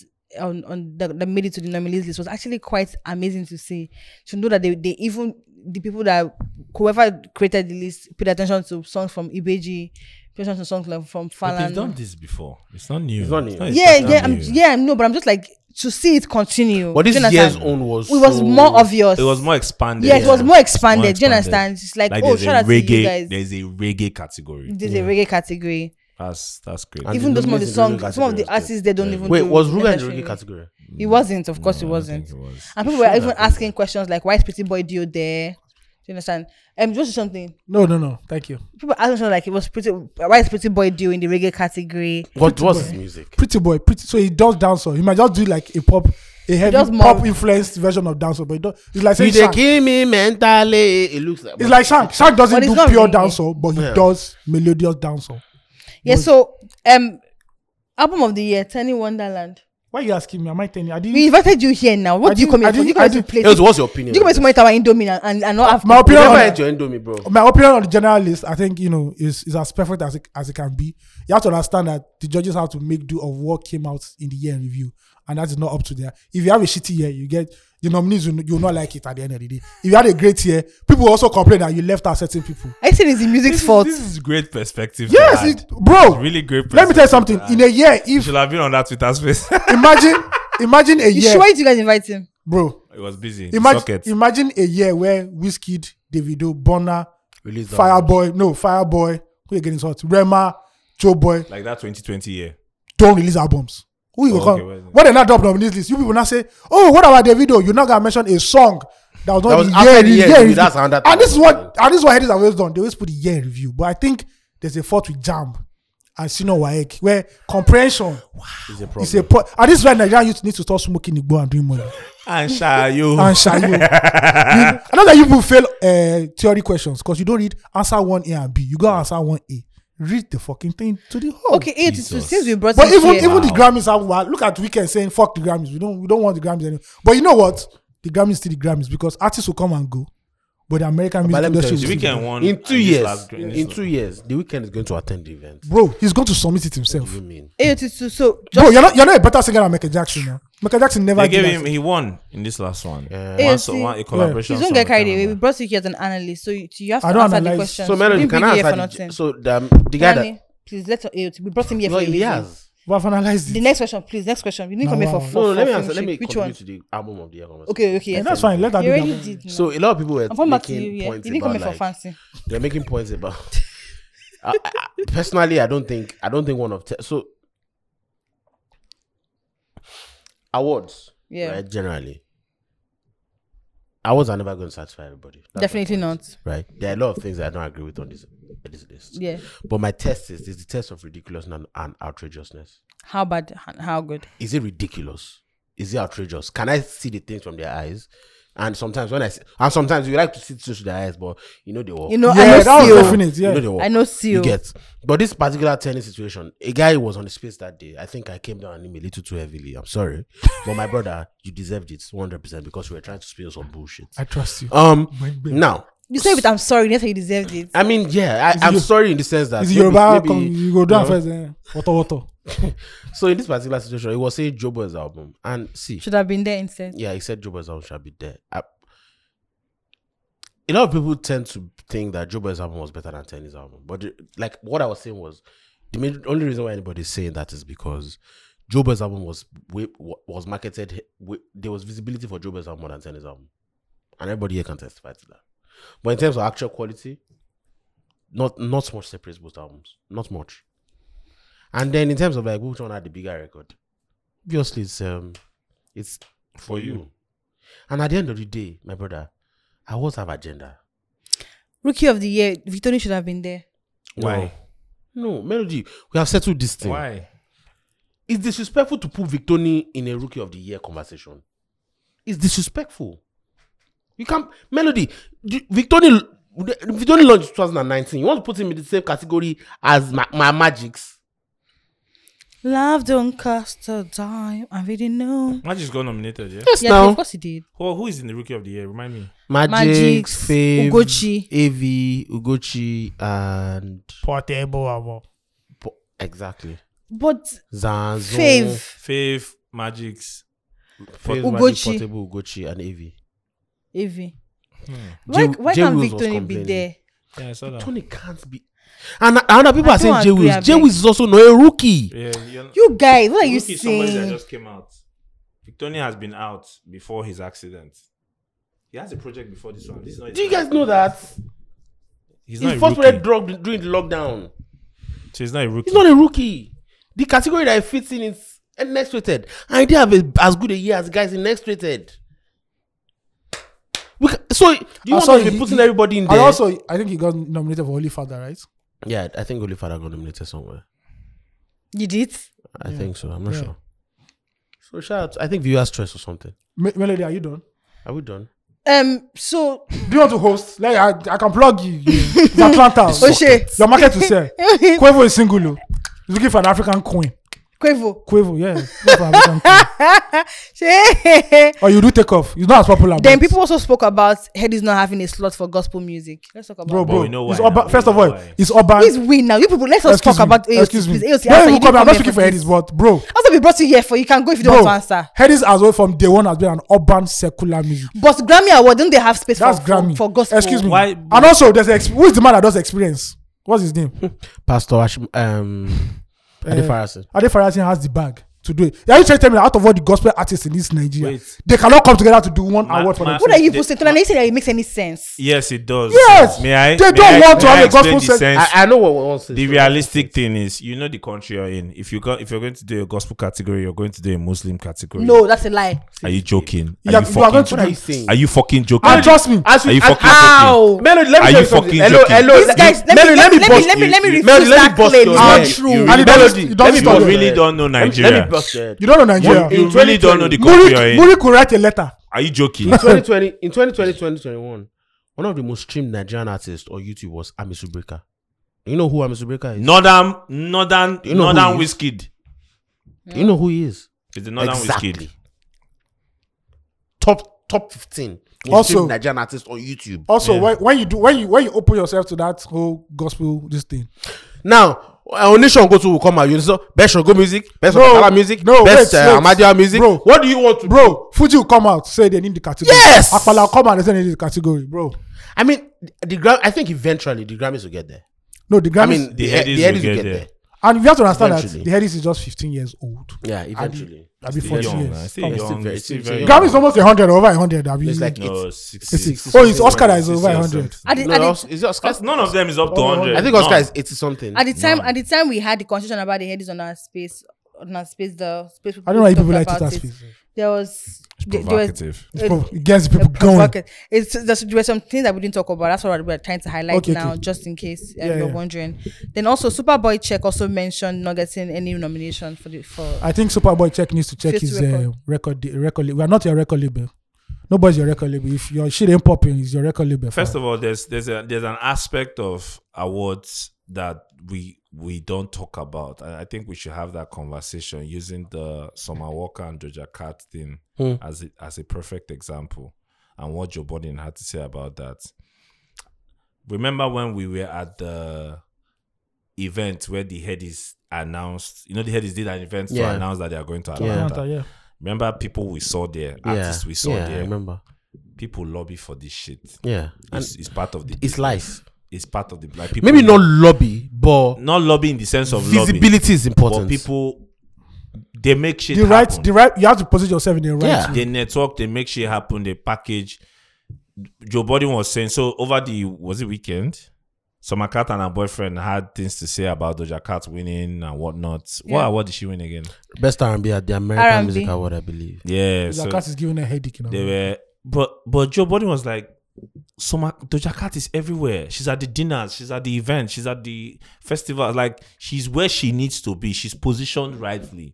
[SPEAKER 3] on on the, that made it to the nominees list was actually quite amazing to see. To know that they they even the people that whoever created the list paid attention to songs from Ibeji, paid attention to songs like from
[SPEAKER 5] But they've
[SPEAKER 3] Falan.
[SPEAKER 5] done this before. It's not new. It's
[SPEAKER 1] not new.
[SPEAKER 3] yeah, yeah, I'm, yeah, no, but I'm just like to see it continue.
[SPEAKER 1] But this
[SPEAKER 3] do you
[SPEAKER 1] year's
[SPEAKER 3] understand?
[SPEAKER 1] own was
[SPEAKER 3] it was
[SPEAKER 1] so-
[SPEAKER 3] more obvious.
[SPEAKER 5] It was more expanded.
[SPEAKER 3] Yeah, it was more expanded. Do you understand? It's like, oh,
[SPEAKER 5] there's a
[SPEAKER 3] shout out to you
[SPEAKER 5] reggae.
[SPEAKER 3] guys.
[SPEAKER 5] There's a reggae category.
[SPEAKER 3] There's a reggae category.
[SPEAKER 5] That's that's great.
[SPEAKER 1] And
[SPEAKER 3] even
[SPEAKER 1] the
[SPEAKER 3] though some of
[SPEAKER 1] nominees
[SPEAKER 3] the
[SPEAKER 1] in the
[SPEAKER 3] songs, some
[SPEAKER 1] category
[SPEAKER 3] of
[SPEAKER 1] was
[SPEAKER 3] the
[SPEAKER 1] good.
[SPEAKER 3] artists, they don't even.
[SPEAKER 1] Wait,
[SPEAKER 3] do
[SPEAKER 1] was Ruga in the
[SPEAKER 3] necessarily-
[SPEAKER 1] reggae category?
[SPEAKER 3] It wasn't, of course, it wasn't. And people were even asking questions like, "Why is Pretty Boy Dio there?" Do you understand? Um, just something.
[SPEAKER 4] No, no, no. Thank you.
[SPEAKER 3] People asking something like, "It was pretty. Why is Pretty Boy Dio in the reggae category?"
[SPEAKER 1] What was his music?
[SPEAKER 4] Pretty boy, pretty. So he does dancehall. He might just do like a pop, a heavy
[SPEAKER 3] does more-
[SPEAKER 4] pop influenced version of dancehall, but he don't, it's like
[SPEAKER 1] You
[SPEAKER 4] saying
[SPEAKER 1] they
[SPEAKER 4] Shank.
[SPEAKER 1] kill me mentally. It looks like
[SPEAKER 4] It's like Shank. Shank doesn't
[SPEAKER 3] But it's
[SPEAKER 4] do
[SPEAKER 3] not
[SPEAKER 4] pure
[SPEAKER 3] reggae.
[SPEAKER 4] dancehall, but he
[SPEAKER 1] Yeah.
[SPEAKER 4] does melodious dancehall.
[SPEAKER 3] Yeah. So, um, album of the year, Tiny Wonderland.
[SPEAKER 4] Why you asking me? Am I telling you? I didn't.
[SPEAKER 3] We invited you here now.
[SPEAKER 4] I
[SPEAKER 3] What do you
[SPEAKER 4] didn't-
[SPEAKER 3] come
[SPEAKER 4] I
[SPEAKER 3] here for? Do you
[SPEAKER 4] didn't-
[SPEAKER 3] come
[SPEAKER 4] I
[SPEAKER 3] here to
[SPEAKER 4] didn't-
[SPEAKER 3] play?
[SPEAKER 1] It was
[SPEAKER 3] Do
[SPEAKER 1] what's your opinion?
[SPEAKER 3] you come here to monitor our Indomie and- and and not have
[SPEAKER 4] My opinion
[SPEAKER 1] Never
[SPEAKER 4] on
[SPEAKER 1] ate your Indomie, bro.
[SPEAKER 4] my opinion on the general list, I think you know is is as perfect as it, as it can be. You have to understand that the judges have to make do of what came out in the year in review, and that is not up to them. If you have a shitty year, you get the nominees. You will not like it at the end of the day. If you had a great year, people also complain that you left out certain people.
[SPEAKER 3] I said it's the music's fault.
[SPEAKER 5] This is great perspective. to
[SPEAKER 4] Yes,
[SPEAKER 5] add.
[SPEAKER 4] it, bro.
[SPEAKER 5] It's really great.
[SPEAKER 4] Let me
[SPEAKER 5] perspective
[SPEAKER 4] tell you something.
[SPEAKER 5] to
[SPEAKER 4] In
[SPEAKER 5] add.
[SPEAKER 4] a year,
[SPEAKER 5] you
[SPEAKER 4] if
[SPEAKER 5] should have been on that Twitter space.
[SPEAKER 4] imagine, imagine a
[SPEAKER 3] You
[SPEAKER 4] year,
[SPEAKER 3] sure why did you guys invite him?
[SPEAKER 4] bro.
[SPEAKER 5] it was busy. in the
[SPEAKER 4] Imagine,
[SPEAKER 5] socket.
[SPEAKER 4] imagine a year where Wizkid, Davido, Bonner,
[SPEAKER 1] Release that one.
[SPEAKER 4] Fireboy, no Fireboy, who are getting hot, Rema, Joe Boy,
[SPEAKER 5] like that 2020 year.
[SPEAKER 4] don't release albums. Who you
[SPEAKER 5] Oh,
[SPEAKER 4] go
[SPEAKER 5] okay,
[SPEAKER 4] come?
[SPEAKER 5] well, yeah.
[SPEAKER 4] when they not drop nominees list, you people now say, "Oh, what about Davido? You not gonna mention a song that was
[SPEAKER 1] That
[SPEAKER 4] not
[SPEAKER 1] was
[SPEAKER 4] in
[SPEAKER 1] after
[SPEAKER 4] year,
[SPEAKER 1] the
[SPEAKER 4] in
[SPEAKER 1] year
[SPEAKER 4] year
[SPEAKER 1] review,
[SPEAKER 4] review."
[SPEAKER 1] that's another
[SPEAKER 4] And this is
[SPEAKER 1] thing.
[SPEAKER 4] what and this is what headies have always done. They always put the year in review, but I think there's a fault with Jam and Sino Waek where comprehension
[SPEAKER 1] It's a
[SPEAKER 4] is a
[SPEAKER 1] problem.
[SPEAKER 4] po- and this is why Nigerian youth need to stop smoking igbo and doing money
[SPEAKER 5] And Shayo.
[SPEAKER 1] Oh.
[SPEAKER 4] and shayo. You- I know that you people fail uh, theory questions because you don't read answer one A and B. You go answer one A. Read the fucking thing to the whole.
[SPEAKER 3] Okay, eight to
[SPEAKER 5] Jesus.
[SPEAKER 3] since we brought
[SPEAKER 4] But
[SPEAKER 3] him
[SPEAKER 4] even
[SPEAKER 3] here.
[SPEAKER 4] even the Grammys have one. Look at Weekend saying fuck the Grammys. We don't we don't want the Grammys anymore. But you know what? The Grammys is still the Grammys because artists will come and go, but the American music
[SPEAKER 1] let me tell you, the
[SPEAKER 5] The
[SPEAKER 4] industry will still be
[SPEAKER 5] weekend
[SPEAKER 4] there.
[SPEAKER 5] won.
[SPEAKER 1] In two
[SPEAKER 5] and this
[SPEAKER 1] years,
[SPEAKER 5] last green
[SPEAKER 1] in
[SPEAKER 5] is-
[SPEAKER 1] two years, the weekend is going to attend the event.
[SPEAKER 4] Bro, he's going to submit it himself.
[SPEAKER 1] What do you mean?
[SPEAKER 3] AOT2. So
[SPEAKER 4] Bro,
[SPEAKER 3] just
[SPEAKER 4] you're not you're not a better singer than Michael Jackson now. Michael Jackson never
[SPEAKER 5] They gave
[SPEAKER 4] did
[SPEAKER 5] him.
[SPEAKER 4] that.
[SPEAKER 5] He won in this last one.
[SPEAKER 1] Yeah.
[SPEAKER 5] One,
[SPEAKER 3] AFC.
[SPEAKER 5] so, one a collaboration.
[SPEAKER 3] please don't
[SPEAKER 5] song,
[SPEAKER 3] get
[SPEAKER 5] I can't
[SPEAKER 3] carried away. We
[SPEAKER 5] remember.
[SPEAKER 3] brought you here as an analyst, so you, you have to
[SPEAKER 4] I don't
[SPEAKER 3] answer the
[SPEAKER 4] analyze.
[SPEAKER 3] question.
[SPEAKER 1] So, Melody, can I answer? the- So, the, um, the guy that
[SPEAKER 3] please let AOT. We brought him here
[SPEAKER 1] well,
[SPEAKER 3] for a
[SPEAKER 1] he
[SPEAKER 3] reason.
[SPEAKER 1] has.
[SPEAKER 4] But I've analyzed
[SPEAKER 3] The
[SPEAKER 4] it.
[SPEAKER 3] next question, please. Next question. You didn't
[SPEAKER 4] No,
[SPEAKER 3] come here for
[SPEAKER 4] wow.
[SPEAKER 1] No,
[SPEAKER 3] for-
[SPEAKER 1] no, let
[SPEAKER 3] for
[SPEAKER 1] me answer. Let
[SPEAKER 3] friendship.
[SPEAKER 1] me
[SPEAKER 3] Which
[SPEAKER 1] contribute
[SPEAKER 3] one?
[SPEAKER 1] to the album of the year. conversation.
[SPEAKER 3] Okay, okay.
[SPEAKER 4] And that's fine. Let her
[SPEAKER 3] You
[SPEAKER 4] do
[SPEAKER 3] already
[SPEAKER 4] that.
[SPEAKER 3] did.
[SPEAKER 1] So a lot of people were
[SPEAKER 3] I'm coming back to
[SPEAKER 1] making
[SPEAKER 3] you. Yeah, you
[SPEAKER 1] points
[SPEAKER 3] didn't come
[SPEAKER 1] about
[SPEAKER 3] here for
[SPEAKER 1] like
[SPEAKER 3] fancy.
[SPEAKER 1] they're making points about. I, I, personally, I don't think I don't think one of te- so awards.
[SPEAKER 3] Yeah.
[SPEAKER 1] Right. Generally, awards are never going to satisfy everybody. That's my
[SPEAKER 3] Definitely
[SPEAKER 1] point,
[SPEAKER 3] not.
[SPEAKER 1] Right. There are a lot of things that I don't agree with on this this list.
[SPEAKER 3] Yeah.
[SPEAKER 1] But my test is is the test of ridiculousness and, and outrageousness.
[SPEAKER 3] How bad? h- How good?
[SPEAKER 1] Is it ridiculous? Is it outrageous? Can I see the things from their eyes? And sometimes when I see, and sometimes we like to see things through their eyes, but you know they were
[SPEAKER 3] You know,
[SPEAKER 4] yeah,
[SPEAKER 3] I
[SPEAKER 4] that
[SPEAKER 3] know
[SPEAKER 4] was
[SPEAKER 3] Seal.
[SPEAKER 4] definite. Yeah.
[SPEAKER 1] you know they were
[SPEAKER 3] I know Seal.
[SPEAKER 1] you get. But this particular tennis situation, a guy was on the space that day. I think I came down on him a little too heavily. I'm sorry, but my brother, you deserved it 100 percent because you were trying to spill some bullshit.
[SPEAKER 4] I trust you.
[SPEAKER 1] Um,
[SPEAKER 4] My baby.
[SPEAKER 1] now,
[SPEAKER 3] You say it. I'm sorry. That's how you deserved it.
[SPEAKER 1] I mean, yeah, I, I'm
[SPEAKER 4] your-
[SPEAKER 1] sorry in the sense that
[SPEAKER 4] Is it
[SPEAKER 1] Oh, maybe-
[SPEAKER 4] Yoruba?
[SPEAKER 1] maybe-
[SPEAKER 4] Come, You go down
[SPEAKER 1] no.
[SPEAKER 4] first. eh? Water, water.
[SPEAKER 1] So in this particular situation, it was saying Jobo's album, and see,
[SPEAKER 3] Should have been there instead.
[SPEAKER 1] yeah, he said Jobo's album shall be there. I, a lot of people tend to think that Jobo's album was better than Tenny's album, but the- like what I was saying was the main, only reason why anybody's saying that is because Jobo's album was wa- wa- was marketed. wa- There was visibility for Jobo's album more than Tenny's album, and everybody here can testify to that. But in terms of actual quality, Not not much separates both albums. Not much. And then in terms of like which one had the bigger record, obviously it's um it's
[SPEAKER 5] For you.
[SPEAKER 1] And at the end of the day, my brother, I always have agenda.
[SPEAKER 3] Rookie of the year, Vitoni should have been there.
[SPEAKER 5] Why?
[SPEAKER 1] No, Melody, we have settled this thing.
[SPEAKER 5] Why?
[SPEAKER 1] It's disrespectful to put Victoni in a rookie of the year conversation. It's disrespectful. You can't Melody d- Victoni Victoni launched in 2019. You want to put him in the same category as my, my magics.
[SPEAKER 3] Love don't cost a dime. I really know.
[SPEAKER 5] Magic's got nominated, yeah?
[SPEAKER 1] Yes,
[SPEAKER 3] Yes,
[SPEAKER 1] now
[SPEAKER 3] of course he did.
[SPEAKER 5] Well, who is in the Rookie of the Year? Remind me.
[SPEAKER 1] Magics,
[SPEAKER 3] Magics,
[SPEAKER 1] Fave,
[SPEAKER 3] Ugochi.
[SPEAKER 1] Avi, Ugochi, and
[SPEAKER 4] Portable abo.
[SPEAKER 1] Po- exactly
[SPEAKER 3] But
[SPEAKER 1] Zanzo,
[SPEAKER 3] Fave,
[SPEAKER 5] Faith, Magic's.
[SPEAKER 1] Fave,
[SPEAKER 3] Ugochi.
[SPEAKER 1] Magic, Portable, Ugochi, and Avi.
[SPEAKER 3] Evie.
[SPEAKER 4] Hmm.
[SPEAKER 3] Why,
[SPEAKER 1] J-
[SPEAKER 3] why
[SPEAKER 1] J
[SPEAKER 3] can't
[SPEAKER 1] Wills was
[SPEAKER 3] Victoni be
[SPEAKER 1] complaining.
[SPEAKER 3] there?
[SPEAKER 5] Yeah, I saw that.
[SPEAKER 1] Tony can't be. And and other people
[SPEAKER 3] I
[SPEAKER 1] are saying
[SPEAKER 3] don't
[SPEAKER 1] Jay
[SPEAKER 3] agree,
[SPEAKER 1] Wills.
[SPEAKER 3] abeg.
[SPEAKER 1] Jay Wills is also not a rookie.
[SPEAKER 5] Yeah, you're not-
[SPEAKER 3] You guys, what are you
[SPEAKER 5] Rookie is somebody that
[SPEAKER 3] saying?
[SPEAKER 5] just came out. Victoria has been out before his accident. He has a project before this one. This is not his
[SPEAKER 1] Do you
[SPEAKER 5] first
[SPEAKER 1] guys know
[SPEAKER 5] project.
[SPEAKER 1] that? His
[SPEAKER 5] He's not a
[SPEAKER 1] first
[SPEAKER 5] rookie.
[SPEAKER 1] red drug during the lockdown.
[SPEAKER 5] So he's not a rookie.
[SPEAKER 1] He's not a rookie. The category that he fits in is next rated. And he didn't have a, as good a year as guys in next rated. We ca- so do you want
[SPEAKER 4] Also,
[SPEAKER 1] us to be
[SPEAKER 4] he-
[SPEAKER 1] putting
[SPEAKER 4] he-
[SPEAKER 1] everybody in
[SPEAKER 4] And
[SPEAKER 1] there?
[SPEAKER 4] also, I think he got nominated for Holy Father, right?
[SPEAKER 1] yeah, I think Olifada got nominated somewhere.
[SPEAKER 3] You did?
[SPEAKER 1] I think so. I'm not
[SPEAKER 4] Yeah.
[SPEAKER 1] sure. So shout out. I think viewers choice or something.
[SPEAKER 4] Me- Melody, are you done?
[SPEAKER 1] Are we done?
[SPEAKER 3] Um, so
[SPEAKER 4] Do you want to host? Like I, I can plug you. you. It's Atlanta.
[SPEAKER 3] oh, Oshe.
[SPEAKER 4] Your market to sell. Quavo is single. oh. He's looking for an African queen.
[SPEAKER 3] Quavo.
[SPEAKER 4] Quavo, yeah. he's looking for an African queen.
[SPEAKER 3] Shey.
[SPEAKER 4] Or you do take off. You're not as popular.
[SPEAKER 3] then
[SPEAKER 4] but-
[SPEAKER 3] people also spoke about Headies not having a slot for gospel music. Let's talk about
[SPEAKER 4] Bro,
[SPEAKER 3] that.
[SPEAKER 4] bro.
[SPEAKER 5] we know
[SPEAKER 4] it's
[SPEAKER 5] why
[SPEAKER 4] urban,
[SPEAKER 5] now,
[SPEAKER 4] first
[SPEAKER 5] we
[SPEAKER 4] of
[SPEAKER 5] know
[SPEAKER 4] all,
[SPEAKER 5] why.
[SPEAKER 4] it's urban.
[SPEAKER 3] Please win now. You people, let us
[SPEAKER 4] Excuse
[SPEAKER 3] talk
[SPEAKER 4] me.
[SPEAKER 3] about AOC.
[SPEAKER 4] Excuse me.
[SPEAKER 3] Please, AOC,
[SPEAKER 4] Don't
[SPEAKER 3] answer.
[SPEAKER 4] even come,
[SPEAKER 3] You didn't
[SPEAKER 4] I'm not
[SPEAKER 3] come here
[SPEAKER 4] speaking for Edis, but bro,
[SPEAKER 3] Also, we brought you here for you can go if you don't
[SPEAKER 4] bro,
[SPEAKER 3] want to answer.
[SPEAKER 4] Headies as well from day one has been an urban secular music.
[SPEAKER 3] But Grammy Award, don't they have space
[SPEAKER 4] That's
[SPEAKER 3] for,
[SPEAKER 4] Grammy.
[SPEAKER 3] for for gospel?
[SPEAKER 4] Excuse me.
[SPEAKER 5] Why-
[SPEAKER 4] And also, there's exp- who is the man that does experience? What's his name?
[SPEAKER 1] Pastor Ashim, um, Ade Farasin.
[SPEAKER 4] Ade Farasin has the bag to do it. Are you trying to tell me that out of all the gospel artists in this Nigeria,
[SPEAKER 5] Wait.
[SPEAKER 4] they cannot come together to do one
[SPEAKER 5] Ma-
[SPEAKER 4] award for
[SPEAKER 5] ma-
[SPEAKER 4] themselves?
[SPEAKER 3] What are you
[SPEAKER 5] They-
[SPEAKER 3] people saying? Tonani, you say that it makes any sense.
[SPEAKER 5] Yes, it does.
[SPEAKER 4] Yes!
[SPEAKER 5] May I?
[SPEAKER 4] They
[SPEAKER 5] may
[SPEAKER 4] don't
[SPEAKER 5] I-
[SPEAKER 4] want to
[SPEAKER 5] may I
[SPEAKER 4] have a
[SPEAKER 5] explain
[SPEAKER 4] gospel
[SPEAKER 5] the
[SPEAKER 4] sense.
[SPEAKER 5] sense?
[SPEAKER 1] I, I know what one says.
[SPEAKER 5] the realistic thing is, you know the country you're in. If you go, if you're going to do a gospel category, you're going to do a Muslim category.
[SPEAKER 3] No, that's a lie.
[SPEAKER 5] Are you joking?
[SPEAKER 4] Yeah,
[SPEAKER 5] Are you
[SPEAKER 4] you are
[SPEAKER 5] fucking?
[SPEAKER 4] going to
[SPEAKER 1] What are
[SPEAKER 4] do-
[SPEAKER 1] you saying?
[SPEAKER 5] Are you fucking joking?
[SPEAKER 4] And trust me,
[SPEAKER 1] As
[SPEAKER 5] Are you fucking joking?
[SPEAKER 3] Ow.
[SPEAKER 1] Melody, let me tell
[SPEAKER 5] Are you
[SPEAKER 1] you something.
[SPEAKER 5] fucking
[SPEAKER 1] Hello,
[SPEAKER 5] joking?
[SPEAKER 1] hello.
[SPEAKER 3] These guys, let, me, let, me, let, me, let me, let me refuse
[SPEAKER 1] Melody, let me
[SPEAKER 3] that
[SPEAKER 1] bust
[SPEAKER 3] claim.
[SPEAKER 1] your
[SPEAKER 3] Not
[SPEAKER 1] head.
[SPEAKER 3] true.
[SPEAKER 1] You
[SPEAKER 4] And it
[SPEAKER 1] really-
[SPEAKER 4] doesn't- it doesn't
[SPEAKER 1] let me bust
[SPEAKER 4] stop there.
[SPEAKER 1] your
[SPEAKER 5] You really
[SPEAKER 1] head.
[SPEAKER 5] don't know
[SPEAKER 1] Let me-
[SPEAKER 5] Nigeria.
[SPEAKER 1] Let me bust your head.
[SPEAKER 4] You don't know Nigeria.
[SPEAKER 5] You really don't know the country you're
[SPEAKER 4] Muri,
[SPEAKER 5] in.
[SPEAKER 4] Muri could write a letter.
[SPEAKER 5] Are you joking?
[SPEAKER 1] In 2020, in 2020, 2021, one of the most streamed Nigerian artists on YouTube was Amisu Breaker. You know who Amisu Breaker is?
[SPEAKER 5] Northern, Northern,
[SPEAKER 1] You know who
[SPEAKER 5] Northern
[SPEAKER 1] he is?
[SPEAKER 5] whiskey.
[SPEAKER 1] You know who he is?
[SPEAKER 5] It's the Northern whiskey.
[SPEAKER 1] Top top 15 most
[SPEAKER 4] Also-
[SPEAKER 1] streamed Nigerian artist on YouTube.
[SPEAKER 4] Also, when, when you do, when you when you open yourself to that whole gospel this thing,
[SPEAKER 1] Now, our nation go to will come out. You know, best Shogo music, best
[SPEAKER 4] No,
[SPEAKER 1] Akala music,
[SPEAKER 4] no,
[SPEAKER 1] best
[SPEAKER 4] wait,
[SPEAKER 1] uh,
[SPEAKER 4] wait.
[SPEAKER 1] Ahmadiyya music.
[SPEAKER 4] Bro.
[SPEAKER 1] What do you want to
[SPEAKER 4] bro, Fuji will come out say they need the category.
[SPEAKER 1] Yes!
[SPEAKER 4] Akpala will come out and say they need the category, bro.
[SPEAKER 1] I mean, the Gram- I think eventually the Grammys will get there.
[SPEAKER 4] No, the Grammys.
[SPEAKER 1] I mean, the,
[SPEAKER 5] Headies
[SPEAKER 1] the
[SPEAKER 5] will
[SPEAKER 1] Headies will
[SPEAKER 5] get
[SPEAKER 1] get
[SPEAKER 5] there.
[SPEAKER 1] there.
[SPEAKER 4] and you have to understand
[SPEAKER 1] Eventually.
[SPEAKER 4] that the Headies is just 15 years old.
[SPEAKER 1] Yeah, eventually.
[SPEAKER 4] I'll be
[SPEAKER 5] Still
[SPEAKER 4] 40
[SPEAKER 5] young, man.
[SPEAKER 4] years.
[SPEAKER 5] Still
[SPEAKER 4] Come on.
[SPEAKER 1] Still
[SPEAKER 5] young,
[SPEAKER 1] very-
[SPEAKER 5] still
[SPEAKER 1] still
[SPEAKER 5] very
[SPEAKER 1] very
[SPEAKER 5] young.
[SPEAKER 4] Grammy is almost 100 over 100. I mean,
[SPEAKER 1] It's like
[SPEAKER 5] No,
[SPEAKER 1] it's-
[SPEAKER 5] sixty.
[SPEAKER 1] it's-
[SPEAKER 4] oh, it's Oscar that is
[SPEAKER 5] 60,
[SPEAKER 4] over
[SPEAKER 5] 100.
[SPEAKER 4] 100.
[SPEAKER 3] At the,
[SPEAKER 1] No,
[SPEAKER 3] at the-
[SPEAKER 1] Os- is it Oscar?
[SPEAKER 5] None of them is up to
[SPEAKER 4] Oh,
[SPEAKER 5] 100.
[SPEAKER 1] I think Oscar
[SPEAKER 5] None.
[SPEAKER 1] is 80 something.
[SPEAKER 3] at the time, at the time we had the conversation about the headies on our space, on our space, the space.
[SPEAKER 4] I don't know why people
[SPEAKER 3] talked
[SPEAKER 4] like to
[SPEAKER 3] about
[SPEAKER 4] start space.
[SPEAKER 3] There was there, there was
[SPEAKER 5] Provocative.
[SPEAKER 4] It's provo- It gets people going.
[SPEAKER 3] Provocative. It's there's, there were some things that we didn't talk about. That's what we're trying to highlight
[SPEAKER 4] Okay,
[SPEAKER 3] now,
[SPEAKER 4] okay.
[SPEAKER 3] just in case uh,
[SPEAKER 4] Yeah,
[SPEAKER 3] you're
[SPEAKER 4] yeah.
[SPEAKER 3] wondering. Then also, Superboy Check also mentioned not getting any nomination for the for.
[SPEAKER 4] I think Superboy Check needs to check
[SPEAKER 3] Fifth
[SPEAKER 4] his uh, record. the record label. We are not your record label. Nobody's your record label. If your shit ain't popping, it's your record label.
[SPEAKER 5] First of all, there's there's a there's an aspect of awards that we we don't talk about, and I think we should have that conversation using the Summer Walker and Doja Cat thing
[SPEAKER 1] Hmm.
[SPEAKER 5] as a, as a perfect example, and what Joe Budden had to say about that. Remember when we were at the event where the headies announced, you know, the headies did an event
[SPEAKER 1] Yeah.
[SPEAKER 5] to announce that they are going to
[SPEAKER 1] Yeah.
[SPEAKER 5] Atlanta.
[SPEAKER 4] yeah.
[SPEAKER 5] Remember people we saw there, artists we saw
[SPEAKER 1] yeah, I
[SPEAKER 5] there.
[SPEAKER 1] remember.
[SPEAKER 5] people lobby for this shit.
[SPEAKER 1] Yeah, and
[SPEAKER 5] It's, it's part of the
[SPEAKER 1] it's life.
[SPEAKER 5] it's part of the like people
[SPEAKER 1] Maybe not lobby, but
[SPEAKER 5] not lobby in the sense of lobby,
[SPEAKER 1] visibility is
[SPEAKER 5] but
[SPEAKER 1] important.
[SPEAKER 5] people they make shit
[SPEAKER 4] The right,
[SPEAKER 5] happen.
[SPEAKER 4] the right. You have to position yourself in the right.
[SPEAKER 1] Yeah.
[SPEAKER 5] they network, they make shit happen, they package. Joe Biden was saying so over the was it weekend, So my cat and her boyfriend had things to say about Doja Cat winning and whatnot. What
[SPEAKER 3] Yeah.
[SPEAKER 5] award did she win again?
[SPEAKER 1] Best R&B at the American
[SPEAKER 3] R&B.
[SPEAKER 1] Music Award, I believe.
[SPEAKER 5] Yeah,
[SPEAKER 4] That
[SPEAKER 5] so
[SPEAKER 4] cat is giving a headache. You know?
[SPEAKER 5] they were. But but Joe Biden was like, so my Doja Cat is everywhere. She's at the dinners, she's at the events, she's at the festivals. Like she's where she needs to be. She's positioned rightly.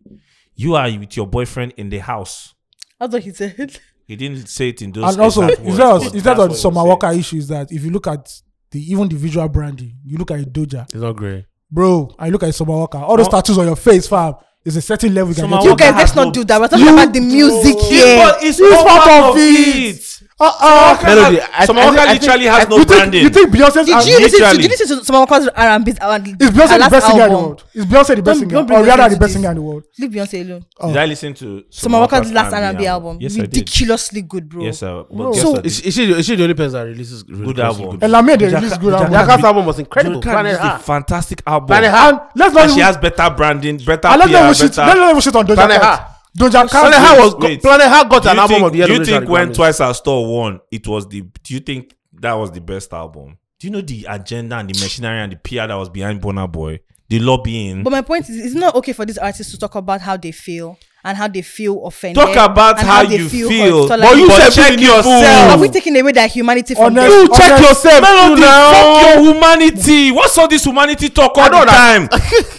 [SPEAKER 5] You are with your boyfriend in the house.
[SPEAKER 3] That's what he said.
[SPEAKER 5] He didn't say it in those.
[SPEAKER 4] and also
[SPEAKER 5] exact
[SPEAKER 4] is
[SPEAKER 5] words,
[SPEAKER 4] that
[SPEAKER 5] but
[SPEAKER 4] is that
[SPEAKER 5] that's
[SPEAKER 4] on
[SPEAKER 5] what he
[SPEAKER 4] summer
[SPEAKER 5] was saying.
[SPEAKER 4] walker issue is that if you look at the even the visual branding you look at doja
[SPEAKER 1] It's not great.
[SPEAKER 4] bro i look at summer walker all those tattoos on your face fam is a certain level you can
[SPEAKER 5] Summer
[SPEAKER 4] get
[SPEAKER 5] Walker
[SPEAKER 4] to.
[SPEAKER 3] You guys,
[SPEAKER 5] has
[SPEAKER 3] let's
[SPEAKER 5] no-
[SPEAKER 3] not do that. We're talking about the music here.
[SPEAKER 5] But it's,
[SPEAKER 4] It's
[SPEAKER 5] all
[SPEAKER 4] part
[SPEAKER 5] part
[SPEAKER 4] of
[SPEAKER 5] of
[SPEAKER 4] it.
[SPEAKER 5] it.
[SPEAKER 4] Uh-uh.
[SPEAKER 1] Melody, I-
[SPEAKER 5] Summer
[SPEAKER 1] I
[SPEAKER 5] Walker
[SPEAKER 1] think- I
[SPEAKER 5] literally
[SPEAKER 1] think-
[SPEAKER 5] has no
[SPEAKER 4] ah. you think,
[SPEAKER 5] branding.
[SPEAKER 4] you think beyonce's
[SPEAKER 3] Did you
[SPEAKER 4] is
[SPEAKER 3] listen
[SPEAKER 5] Uh,
[SPEAKER 3] to
[SPEAKER 5] literally.
[SPEAKER 3] did you listen to someone calls R&B and
[SPEAKER 4] beyonce the best singer in the
[SPEAKER 3] album?
[SPEAKER 4] world is beyonce the best
[SPEAKER 3] Don't-
[SPEAKER 4] singer or
[SPEAKER 3] don't bring
[SPEAKER 4] rihanna
[SPEAKER 3] Beyonce
[SPEAKER 4] the
[SPEAKER 3] to
[SPEAKER 4] best
[SPEAKER 3] this.
[SPEAKER 4] singer in the world
[SPEAKER 3] Leave Beyonce alone.
[SPEAKER 1] Oh.
[SPEAKER 5] Did I listen to
[SPEAKER 3] Summer Walker's last
[SPEAKER 5] R&B
[SPEAKER 3] R&B album.
[SPEAKER 5] Yes, I did.
[SPEAKER 3] Ridiculously good, bro.
[SPEAKER 5] Yes, sir. But
[SPEAKER 4] Bro.
[SPEAKER 5] guess
[SPEAKER 4] So-
[SPEAKER 5] what?
[SPEAKER 1] Is, is, she, the- is she the only person that releases
[SPEAKER 5] Good
[SPEAKER 1] releases
[SPEAKER 5] album.
[SPEAKER 4] and lamia dey release good
[SPEAKER 5] Doja
[SPEAKER 4] album
[SPEAKER 1] Doja
[SPEAKER 5] Cat-
[SPEAKER 1] Cat's album was incredible.
[SPEAKER 5] Doja Cat
[SPEAKER 1] Planet
[SPEAKER 5] is a
[SPEAKER 1] Earth.
[SPEAKER 5] fantastic
[SPEAKER 1] Planet
[SPEAKER 5] album.
[SPEAKER 4] and
[SPEAKER 1] Earth.
[SPEAKER 4] let's not
[SPEAKER 5] And she
[SPEAKER 4] even
[SPEAKER 5] has better branding, better
[SPEAKER 4] and
[SPEAKER 5] PR,
[SPEAKER 4] let's not even shit let's
[SPEAKER 5] better.
[SPEAKER 4] not even shit on doja
[SPEAKER 1] Planet
[SPEAKER 4] cat
[SPEAKER 1] Ha.
[SPEAKER 4] doja
[SPEAKER 1] Planet
[SPEAKER 4] cat
[SPEAKER 1] Her was
[SPEAKER 5] Wait.
[SPEAKER 1] go- Planet Her got
[SPEAKER 5] Do
[SPEAKER 1] an
[SPEAKER 5] you
[SPEAKER 1] album
[SPEAKER 5] think,
[SPEAKER 1] of the year.
[SPEAKER 5] do you
[SPEAKER 1] nomination at
[SPEAKER 5] think
[SPEAKER 1] the
[SPEAKER 5] when
[SPEAKER 1] Grammys.
[SPEAKER 5] Twice Our Store won, it was the? Do you think that was the best album? Do you know the agenda and the machinery and the PR that was behind Bonner Boy, the lobbying?
[SPEAKER 3] But my point is, it's not okay for these artists to talk about how they feel and how they feel offended.
[SPEAKER 5] Talk about
[SPEAKER 3] and
[SPEAKER 5] how
[SPEAKER 3] they
[SPEAKER 5] you feel,
[SPEAKER 3] hurt. So,
[SPEAKER 5] but
[SPEAKER 3] like,
[SPEAKER 5] you said
[SPEAKER 1] check
[SPEAKER 5] people-
[SPEAKER 1] yourself.
[SPEAKER 3] are we taking away their humanity from
[SPEAKER 4] Honest-
[SPEAKER 3] them?
[SPEAKER 1] You check
[SPEAKER 4] Honest-
[SPEAKER 1] yourself.
[SPEAKER 5] Melody,
[SPEAKER 1] too now.
[SPEAKER 5] fuck your humanity. What's all this humanity talk all
[SPEAKER 1] I know
[SPEAKER 5] the time?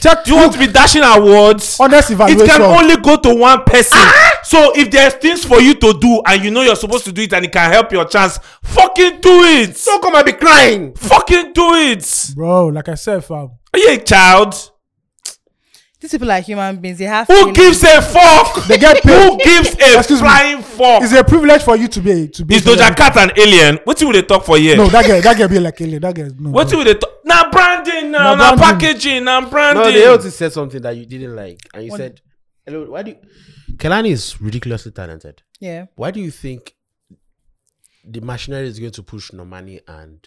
[SPEAKER 1] that.
[SPEAKER 5] Do you want to be dashing awards?
[SPEAKER 4] honest
[SPEAKER 5] It can
[SPEAKER 4] evaluation
[SPEAKER 5] only go to one person.
[SPEAKER 4] Ah!
[SPEAKER 5] So if there's things for you to do and you know you're supposed to do it and it can help your chance, fucking do it.
[SPEAKER 1] Don't come and be crying.
[SPEAKER 5] fucking do it.
[SPEAKER 4] bro like i said fam
[SPEAKER 5] Are you a child?
[SPEAKER 3] These people are human beings. They have
[SPEAKER 5] Who
[SPEAKER 3] feelings.
[SPEAKER 5] gives a fuck?
[SPEAKER 4] They get
[SPEAKER 5] Who
[SPEAKER 4] paid.
[SPEAKER 5] gives a
[SPEAKER 4] Excuse me.
[SPEAKER 5] flying fuck?
[SPEAKER 4] it's a privilege for you to be to be
[SPEAKER 5] Is Doja Cat an alien? What will they talk for here?
[SPEAKER 4] no that girl that girl be like alien that girl no
[SPEAKER 5] What
[SPEAKER 4] no.
[SPEAKER 5] will they talk? Now branding, now
[SPEAKER 4] Na
[SPEAKER 5] na
[SPEAKER 4] branding.
[SPEAKER 5] packaging, now
[SPEAKER 1] No,
[SPEAKER 5] branding.
[SPEAKER 1] the AOT said something that you didn't like, and you
[SPEAKER 3] What?
[SPEAKER 1] said, "Hello, why do you... Kelani is ridiculously talented?
[SPEAKER 3] Yeah.
[SPEAKER 1] Why do you think the machinery is going to push Normani and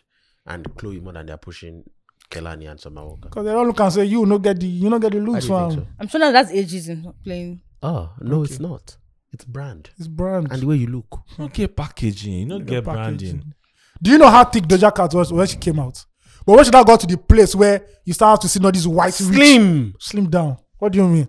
[SPEAKER 1] and Chloe more than they're pushing Kelani and Summer Walker?
[SPEAKER 4] Because they don't look and say you no get the you no get the
[SPEAKER 1] Why
[SPEAKER 4] looks
[SPEAKER 1] do you
[SPEAKER 4] from
[SPEAKER 1] think so?
[SPEAKER 3] I'm sure now that's ageism playing.
[SPEAKER 1] Oh no, it's not. It's brand
[SPEAKER 4] It's brand.
[SPEAKER 1] and the way you look.
[SPEAKER 5] You don't get packaging, you don't get branding.
[SPEAKER 4] packaging. Do you know how thick Doja Cat was when she came out? But when she now got to the place where you start to see all these white rich-
[SPEAKER 1] Slim.
[SPEAKER 4] slim down. What do you mean?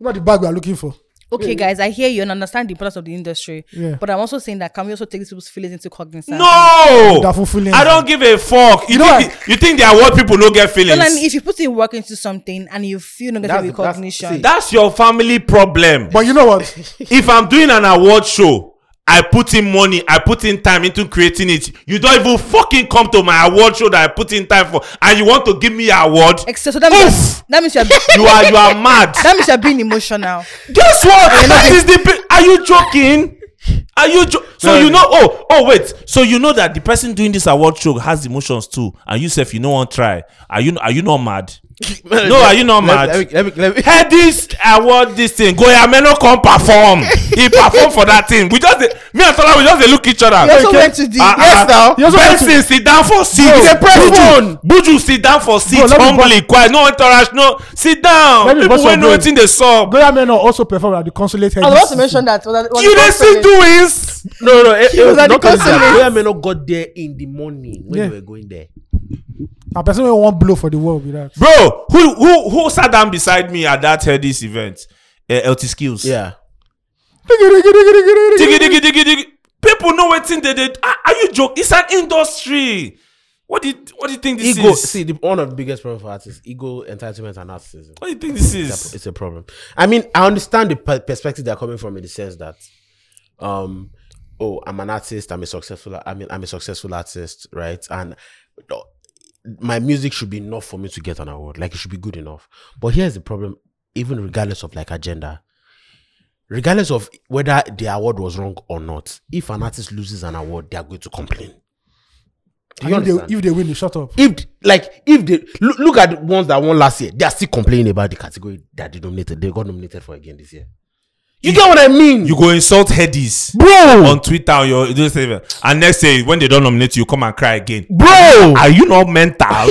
[SPEAKER 4] Not the bag we are looking for.
[SPEAKER 3] Okay, guys, I hear you and understand the importance of the industry.
[SPEAKER 4] Yeah.
[SPEAKER 3] But I'm also saying that can we also take these people's feelings into cognizance?
[SPEAKER 5] No,
[SPEAKER 4] That fulfilling.
[SPEAKER 5] I don't give a fuck. You,
[SPEAKER 4] You know
[SPEAKER 5] think you think they are what people don't get feelings?
[SPEAKER 3] So, like, if you put in work into something and you feel negative
[SPEAKER 1] That's the- that's-
[SPEAKER 3] recognition,
[SPEAKER 1] see,
[SPEAKER 5] That's your family problem.
[SPEAKER 4] But you know what?
[SPEAKER 5] if I'm doing an award show, I put in money, I put in time into creating it. You don't even fucking come to my award show that I put in time for, and you want to give me an award?
[SPEAKER 3] Except, so that means, that means you're
[SPEAKER 5] You are you are mad.
[SPEAKER 3] that means you're being emotional.
[SPEAKER 5] Guess what? That is the. pe- Are you joking? Are you jo- so
[SPEAKER 1] No,
[SPEAKER 5] you
[SPEAKER 1] no.
[SPEAKER 5] know? Oh, oh, wait. So you know that the person doing this award show has emotions too, and you if you don't want try. Are you are you not mad? No, are you not mad?
[SPEAKER 1] Let, me- let, me- let me- let me-
[SPEAKER 5] head this award this thing goya meno come perform he perform for that thing we just dey me and sola we just dey look each other.
[SPEAKER 3] He also
[SPEAKER 4] Okay.
[SPEAKER 3] went to the.
[SPEAKER 5] Ah,
[SPEAKER 1] Yes,
[SPEAKER 5] ah,
[SPEAKER 1] now.
[SPEAKER 4] He also went to-
[SPEAKER 5] benson sit down for seat
[SPEAKER 4] Bro, They press
[SPEAKER 5] buju
[SPEAKER 4] phone.
[SPEAKER 5] buju sit down for seat
[SPEAKER 4] Bro, let me
[SPEAKER 5] humbly quiet no entourage no sit down
[SPEAKER 4] Let me
[SPEAKER 5] people
[SPEAKER 4] burst
[SPEAKER 5] wey
[SPEAKER 4] your
[SPEAKER 5] know
[SPEAKER 4] brain.
[SPEAKER 5] wetin dey sup
[SPEAKER 4] Goya Menor also performed at the consulate head.
[SPEAKER 3] I want to mention that. Was that was
[SPEAKER 5] you dey
[SPEAKER 3] that
[SPEAKER 5] see
[SPEAKER 3] something-
[SPEAKER 5] doings
[SPEAKER 1] no, no.
[SPEAKER 4] eh,
[SPEAKER 1] It, it was
[SPEAKER 3] was at the
[SPEAKER 1] not only that.
[SPEAKER 3] consulate.
[SPEAKER 1] Where men not got there in the morning when
[SPEAKER 4] Yeah.
[SPEAKER 1] they were going there.
[SPEAKER 4] A person will one blow for the world with that.
[SPEAKER 5] bro who who who sat down beside me at that head this event uh, lt skills.
[SPEAKER 1] Yeah.
[SPEAKER 5] digi digi digi digi people know wetin dey dey ah are you joke it's an industry what do you what do you think this
[SPEAKER 1] ego.
[SPEAKER 5] is
[SPEAKER 1] See, the, one of the biggest problems for artists: ego, entitlement, and narcissism.
[SPEAKER 5] what do you think this
[SPEAKER 1] It's a,
[SPEAKER 5] is.
[SPEAKER 1] it's a problem. I mean, I understand the per- perspective they're coming from in the sense that, um, oh, I'm an artist. I'm a successful. I mean, I'm a successful artist, right? And uh, my music should be enough for me to get an award. Like it should be good enough. But here's the problem: even regardless of like agenda, regardless of whether the award was wrong or not, if an artist loses an award, they are going to complain. Do you
[SPEAKER 4] And if,
[SPEAKER 1] understand?
[SPEAKER 4] they, if they win, they shut up.
[SPEAKER 1] if like if they look, look at the ones that won last year they are still complaining about the category that they nominated they got nominated for again this year you, get what i mean
[SPEAKER 5] you go insult headies
[SPEAKER 1] bro
[SPEAKER 5] on twitter or your you don't even and next day when they don't nominate you come and cry again
[SPEAKER 1] bro
[SPEAKER 5] are you not mental are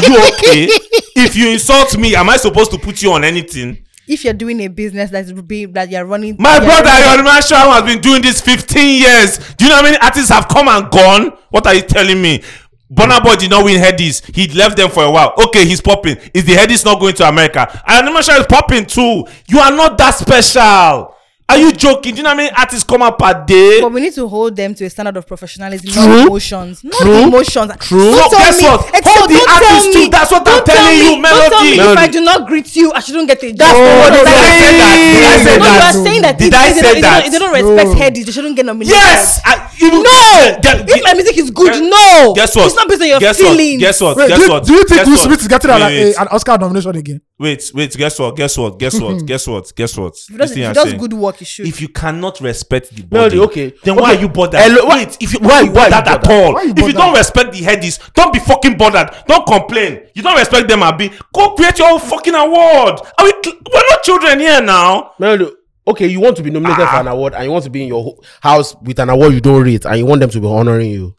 [SPEAKER 5] you okay if you insult me am i supposed to put you on anything
[SPEAKER 3] If you're doing a business that's be that you're running,
[SPEAKER 5] my
[SPEAKER 3] you're
[SPEAKER 5] brother
[SPEAKER 3] running-
[SPEAKER 5] yorima shaw has been doing this 15 years do you know how many artists have come and gone what are you telling me Burna Boy did not win headies. He left them for a while. Okay, he's popping. Is the headies not going to America? And Animation is popping too. You are not that special. Are you joking? Do you know how many artists come out per day?
[SPEAKER 3] But we need to hold them to a standard of professionalism, not emotions. Not emotions. True.
[SPEAKER 5] So
[SPEAKER 3] Don't tell
[SPEAKER 5] guess
[SPEAKER 3] me.
[SPEAKER 5] what?
[SPEAKER 3] Exo,
[SPEAKER 5] Hold the
[SPEAKER 3] don't tell
[SPEAKER 5] artist too.
[SPEAKER 3] me.
[SPEAKER 5] That's what I'm
[SPEAKER 3] Don't tell
[SPEAKER 5] telling
[SPEAKER 3] me.
[SPEAKER 5] you,
[SPEAKER 3] Don't tell me
[SPEAKER 5] Melody.
[SPEAKER 3] if I do not greet you, I shouldn't get a job.
[SPEAKER 5] no, no,
[SPEAKER 3] That's
[SPEAKER 5] no,
[SPEAKER 3] what
[SPEAKER 5] I
[SPEAKER 3] I'm
[SPEAKER 5] said
[SPEAKER 3] saying.
[SPEAKER 5] that. Did I say that? Did
[SPEAKER 3] no, You are saying that if
[SPEAKER 5] I
[SPEAKER 3] they
[SPEAKER 5] say
[SPEAKER 3] don't- if they don't-
[SPEAKER 5] that?
[SPEAKER 3] If they don't respect headies, they shouldn't get nominated.
[SPEAKER 5] Yes. I, you know-
[SPEAKER 3] No.
[SPEAKER 5] The- the-
[SPEAKER 3] If my music is good, no.
[SPEAKER 5] Guess what?
[SPEAKER 3] It's not based on your
[SPEAKER 5] guess
[SPEAKER 3] feelings.
[SPEAKER 5] What? Guess what?
[SPEAKER 4] Wait,
[SPEAKER 5] guess
[SPEAKER 4] do, you-
[SPEAKER 5] what?
[SPEAKER 4] do you think
[SPEAKER 5] guess
[SPEAKER 4] Will
[SPEAKER 5] what?
[SPEAKER 4] Smith is getting an,
[SPEAKER 5] Wait, wait.
[SPEAKER 4] a- an Oscar nomination again?
[SPEAKER 5] Wait, wait, guess what? Guess what? Guess what? guess what? Guess what?
[SPEAKER 3] If he
[SPEAKER 5] This
[SPEAKER 3] does,
[SPEAKER 5] thing
[SPEAKER 3] if he
[SPEAKER 5] I'm
[SPEAKER 3] does
[SPEAKER 5] saying.
[SPEAKER 3] good work, you should.
[SPEAKER 5] If you cannot respect the
[SPEAKER 1] No,
[SPEAKER 5] body,
[SPEAKER 1] the- okay.
[SPEAKER 5] then
[SPEAKER 1] Okay.
[SPEAKER 5] why are you bothered?
[SPEAKER 1] Hello, why-
[SPEAKER 5] Wait, if you,
[SPEAKER 1] why
[SPEAKER 5] why are
[SPEAKER 1] you
[SPEAKER 5] you bothered
[SPEAKER 1] bothered?
[SPEAKER 5] at all?
[SPEAKER 4] Why you
[SPEAKER 5] if you
[SPEAKER 4] bothered?
[SPEAKER 5] don't respect the headies, don't be fucking bothered. Don't complain. You don't respect them, Abi. Go create your own fucking award. Are we? cl- We're not children here now.
[SPEAKER 1] Melody, okay, you want to be nominated
[SPEAKER 5] Ah.
[SPEAKER 1] for an award and you want to be in your ho- house with an award you don't rate and you want them to be honoring you.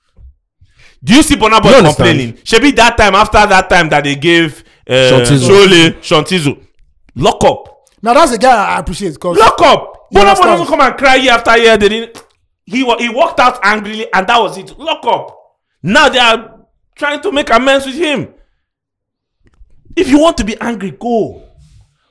[SPEAKER 5] Do you see Burna Boy
[SPEAKER 1] You understand?
[SPEAKER 5] complaining? Should be that time after that time that they gave uh,
[SPEAKER 1] Shantizo.
[SPEAKER 5] Shole Shantizo lock up.
[SPEAKER 4] Now that's the guy I appreciate because
[SPEAKER 5] lock up.
[SPEAKER 4] You
[SPEAKER 5] Burna Boy
[SPEAKER 4] understand?
[SPEAKER 5] doesn't come and cry year after year. They didn't. He wa- he walked out angrily, and that was it. Lock up. Now they are trying to make amends with him. If you want to be angry, go,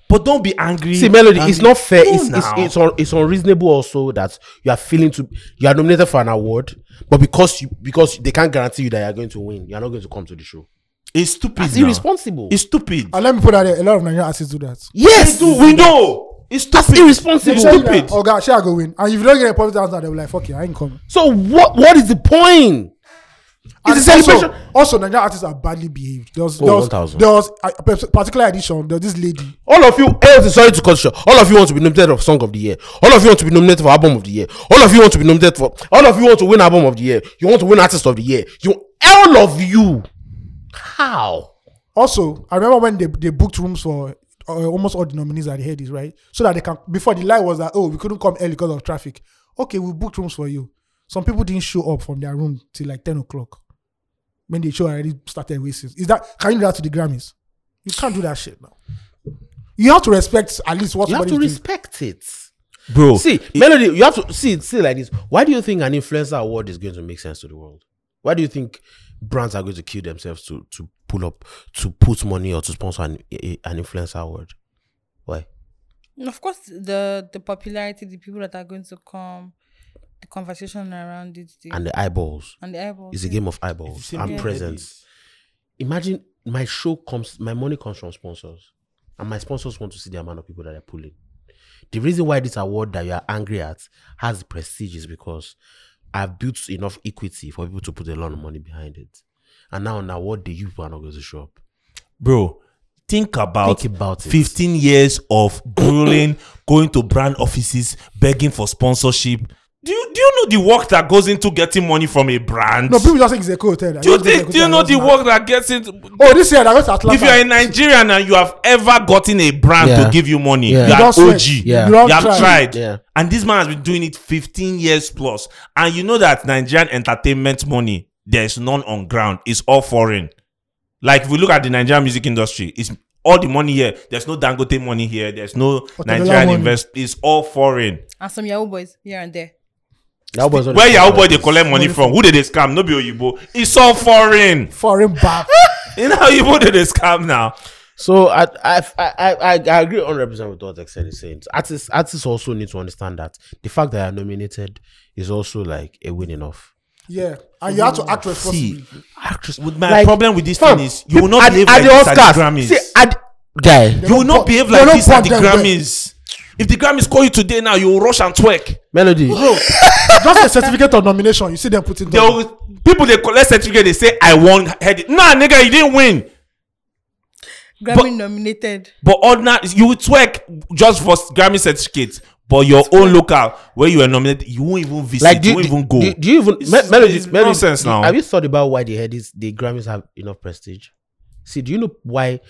[SPEAKER 5] but don't be angry.
[SPEAKER 1] See, Melody,
[SPEAKER 5] and-
[SPEAKER 1] it's not fair.
[SPEAKER 5] Go
[SPEAKER 1] It's it's
[SPEAKER 5] now.
[SPEAKER 1] it's, un, it's unreasonable also that you are feeling to you are nominated for an award, but because you because they can't guarantee you that you are going to win, you are not going to come to the show.
[SPEAKER 5] It's stupid.
[SPEAKER 1] It's
[SPEAKER 5] now.
[SPEAKER 1] irresponsible.
[SPEAKER 5] It's stupid.
[SPEAKER 4] and uh, let me put that there. A lot of Nigerian artists do that.
[SPEAKER 1] yes,
[SPEAKER 5] They do. We know. It's stupid.
[SPEAKER 1] that's irresponsible.
[SPEAKER 4] Tell you that,
[SPEAKER 5] Stupid.
[SPEAKER 4] Oh God, shall I go win? And if you don't get a positive answer, they'll be like, "Fuck you, I ain't coming."
[SPEAKER 1] So what what is the point?
[SPEAKER 4] And
[SPEAKER 1] It's a celebration.
[SPEAKER 4] Also, also, Nigerian artists are badly behaved. There was,
[SPEAKER 1] Oh,
[SPEAKER 4] there was,
[SPEAKER 1] 1000.
[SPEAKER 4] there was a a particular edition. There was this lady.
[SPEAKER 1] All of you, else, sorry to cut you short. All of you want to be nominated for Song of the Year. All of you want to be nominated for Album of the Year. All of you want to be nominated for. All of you want to win Album of the Year. You want to win Artist of the Year. You, all of you. How?
[SPEAKER 4] Also, I remember when they, they booked rooms for uh, almost all the nominees at the head is right, so that they can. Before the lie was that oh we couldn't come early because of traffic. Okay, we booked rooms for you. Some people didn't show up from their room till like ten o'clock when the show already started. Wasting. Is that can you do that to the Grammys? You can't do that shit now. You have to respect at least what Oh,
[SPEAKER 1] You have
[SPEAKER 4] somebody's
[SPEAKER 1] to
[SPEAKER 4] doing.
[SPEAKER 1] respect it.
[SPEAKER 5] bro.
[SPEAKER 1] See, Melody, you have to see it. See it like this. Why do you think an influencer award is going to make sense to the world? Why do you think brands are going to kill themselves to to pull up to put money or to sponsor an, a- an influencer award? Why?
[SPEAKER 3] Of course, the the popularity, the people that are going to come, the conversation around it, the, and,
[SPEAKER 1] And the eyeballs.
[SPEAKER 3] the eyeballs.
[SPEAKER 1] It's a
[SPEAKER 3] yeah.
[SPEAKER 1] game of eyeballs
[SPEAKER 5] same
[SPEAKER 1] and
[SPEAKER 5] with
[SPEAKER 1] presence. Imagine my show comes, my money comes from sponsors, and my sponsors want to see the amount of people that are pulling. The reason why this award that you are angry at has prestige is because I've built enough equity for people to put a lot of money behind it. And now on award day, you people are not going to show up.
[SPEAKER 5] bro think about,
[SPEAKER 1] Think about it.
[SPEAKER 5] 15 years of grueling going to brand offices begging for sponsorship do you, do you know the work that goes into getting money from a brand
[SPEAKER 4] No, people just think it's a cool hotel. that
[SPEAKER 5] do you
[SPEAKER 4] just think
[SPEAKER 5] think
[SPEAKER 4] it's
[SPEAKER 5] do you
[SPEAKER 4] a cool
[SPEAKER 5] know
[SPEAKER 4] hotel,
[SPEAKER 5] the
[SPEAKER 4] that's
[SPEAKER 5] work that gets into
[SPEAKER 4] nice. Oh, this year I went to Atlanta.
[SPEAKER 5] if you're a Nigerian and you have ever gotten a brand
[SPEAKER 1] Yeah.
[SPEAKER 5] to give you money,
[SPEAKER 1] Yeah.
[SPEAKER 5] you
[SPEAKER 1] You
[SPEAKER 5] are
[SPEAKER 4] don't
[SPEAKER 5] OG.
[SPEAKER 4] sweat.
[SPEAKER 1] Yeah.
[SPEAKER 4] You
[SPEAKER 5] You,
[SPEAKER 4] don't
[SPEAKER 5] have
[SPEAKER 4] try.
[SPEAKER 5] tried.
[SPEAKER 1] Yeah.
[SPEAKER 5] And this man has been doing it 15 years plus. And you know that Nigerian entertainment money, there's none on ground. It's all foreign. Like if we look at the Nigerian music industry, it's all the money here. There's no Dangote money here. There's no
[SPEAKER 4] Portobello
[SPEAKER 5] Nigerian
[SPEAKER 4] money.
[SPEAKER 5] invest. It's all foreign.
[SPEAKER 3] and some Yahoo boys here and there.
[SPEAKER 1] That was
[SPEAKER 5] Where your boy they collect money from? Who did they scam? No be Oyibo. It's all foreign.
[SPEAKER 4] foreign bar.
[SPEAKER 5] You know how Oyibo did they scam now?
[SPEAKER 1] So I I I I, I agree hundred percent with what Excel is saying. Artists artists also need to understand that the fact that they are nominated is also like a win enough.
[SPEAKER 4] yeah, and you have to act responsibly.
[SPEAKER 5] See, with my
[SPEAKER 1] Like,
[SPEAKER 5] problem with this
[SPEAKER 1] fam,
[SPEAKER 5] thing is you will not
[SPEAKER 1] at-
[SPEAKER 5] behave
[SPEAKER 1] at
[SPEAKER 5] like this at the
[SPEAKER 1] Oscars,
[SPEAKER 5] Grammys.
[SPEAKER 1] See, at, guy,
[SPEAKER 5] you will not behave
[SPEAKER 4] They
[SPEAKER 5] like
[SPEAKER 4] don't
[SPEAKER 5] this at
[SPEAKER 4] bond
[SPEAKER 5] the
[SPEAKER 4] them well.
[SPEAKER 5] Grammys. If the Grammys call you today now, you will rush and twerk.
[SPEAKER 1] Melody,
[SPEAKER 4] just a certificate of nomination. You see them putting.
[SPEAKER 5] They will, people they collect certificate, they say I won head. Nah, nigga, you didn't win.
[SPEAKER 3] Grammy
[SPEAKER 5] But-
[SPEAKER 3] nominated.
[SPEAKER 5] But ordinary, you will twerk just for Grammy certificate. But your own local where you were nominated, you won't even visit.
[SPEAKER 1] like do
[SPEAKER 5] you
[SPEAKER 1] you,
[SPEAKER 5] won't
[SPEAKER 1] do,
[SPEAKER 5] even go.
[SPEAKER 1] do, do you even
[SPEAKER 5] It's-
[SPEAKER 1] Me- Melody?
[SPEAKER 5] it's
[SPEAKER 1] Melody,
[SPEAKER 5] nonsense
[SPEAKER 1] do-
[SPEAKER 5] now.
[SPEAKER 1] Have you thought about why the headies, the Grammys have enough prestige? See, do you know why?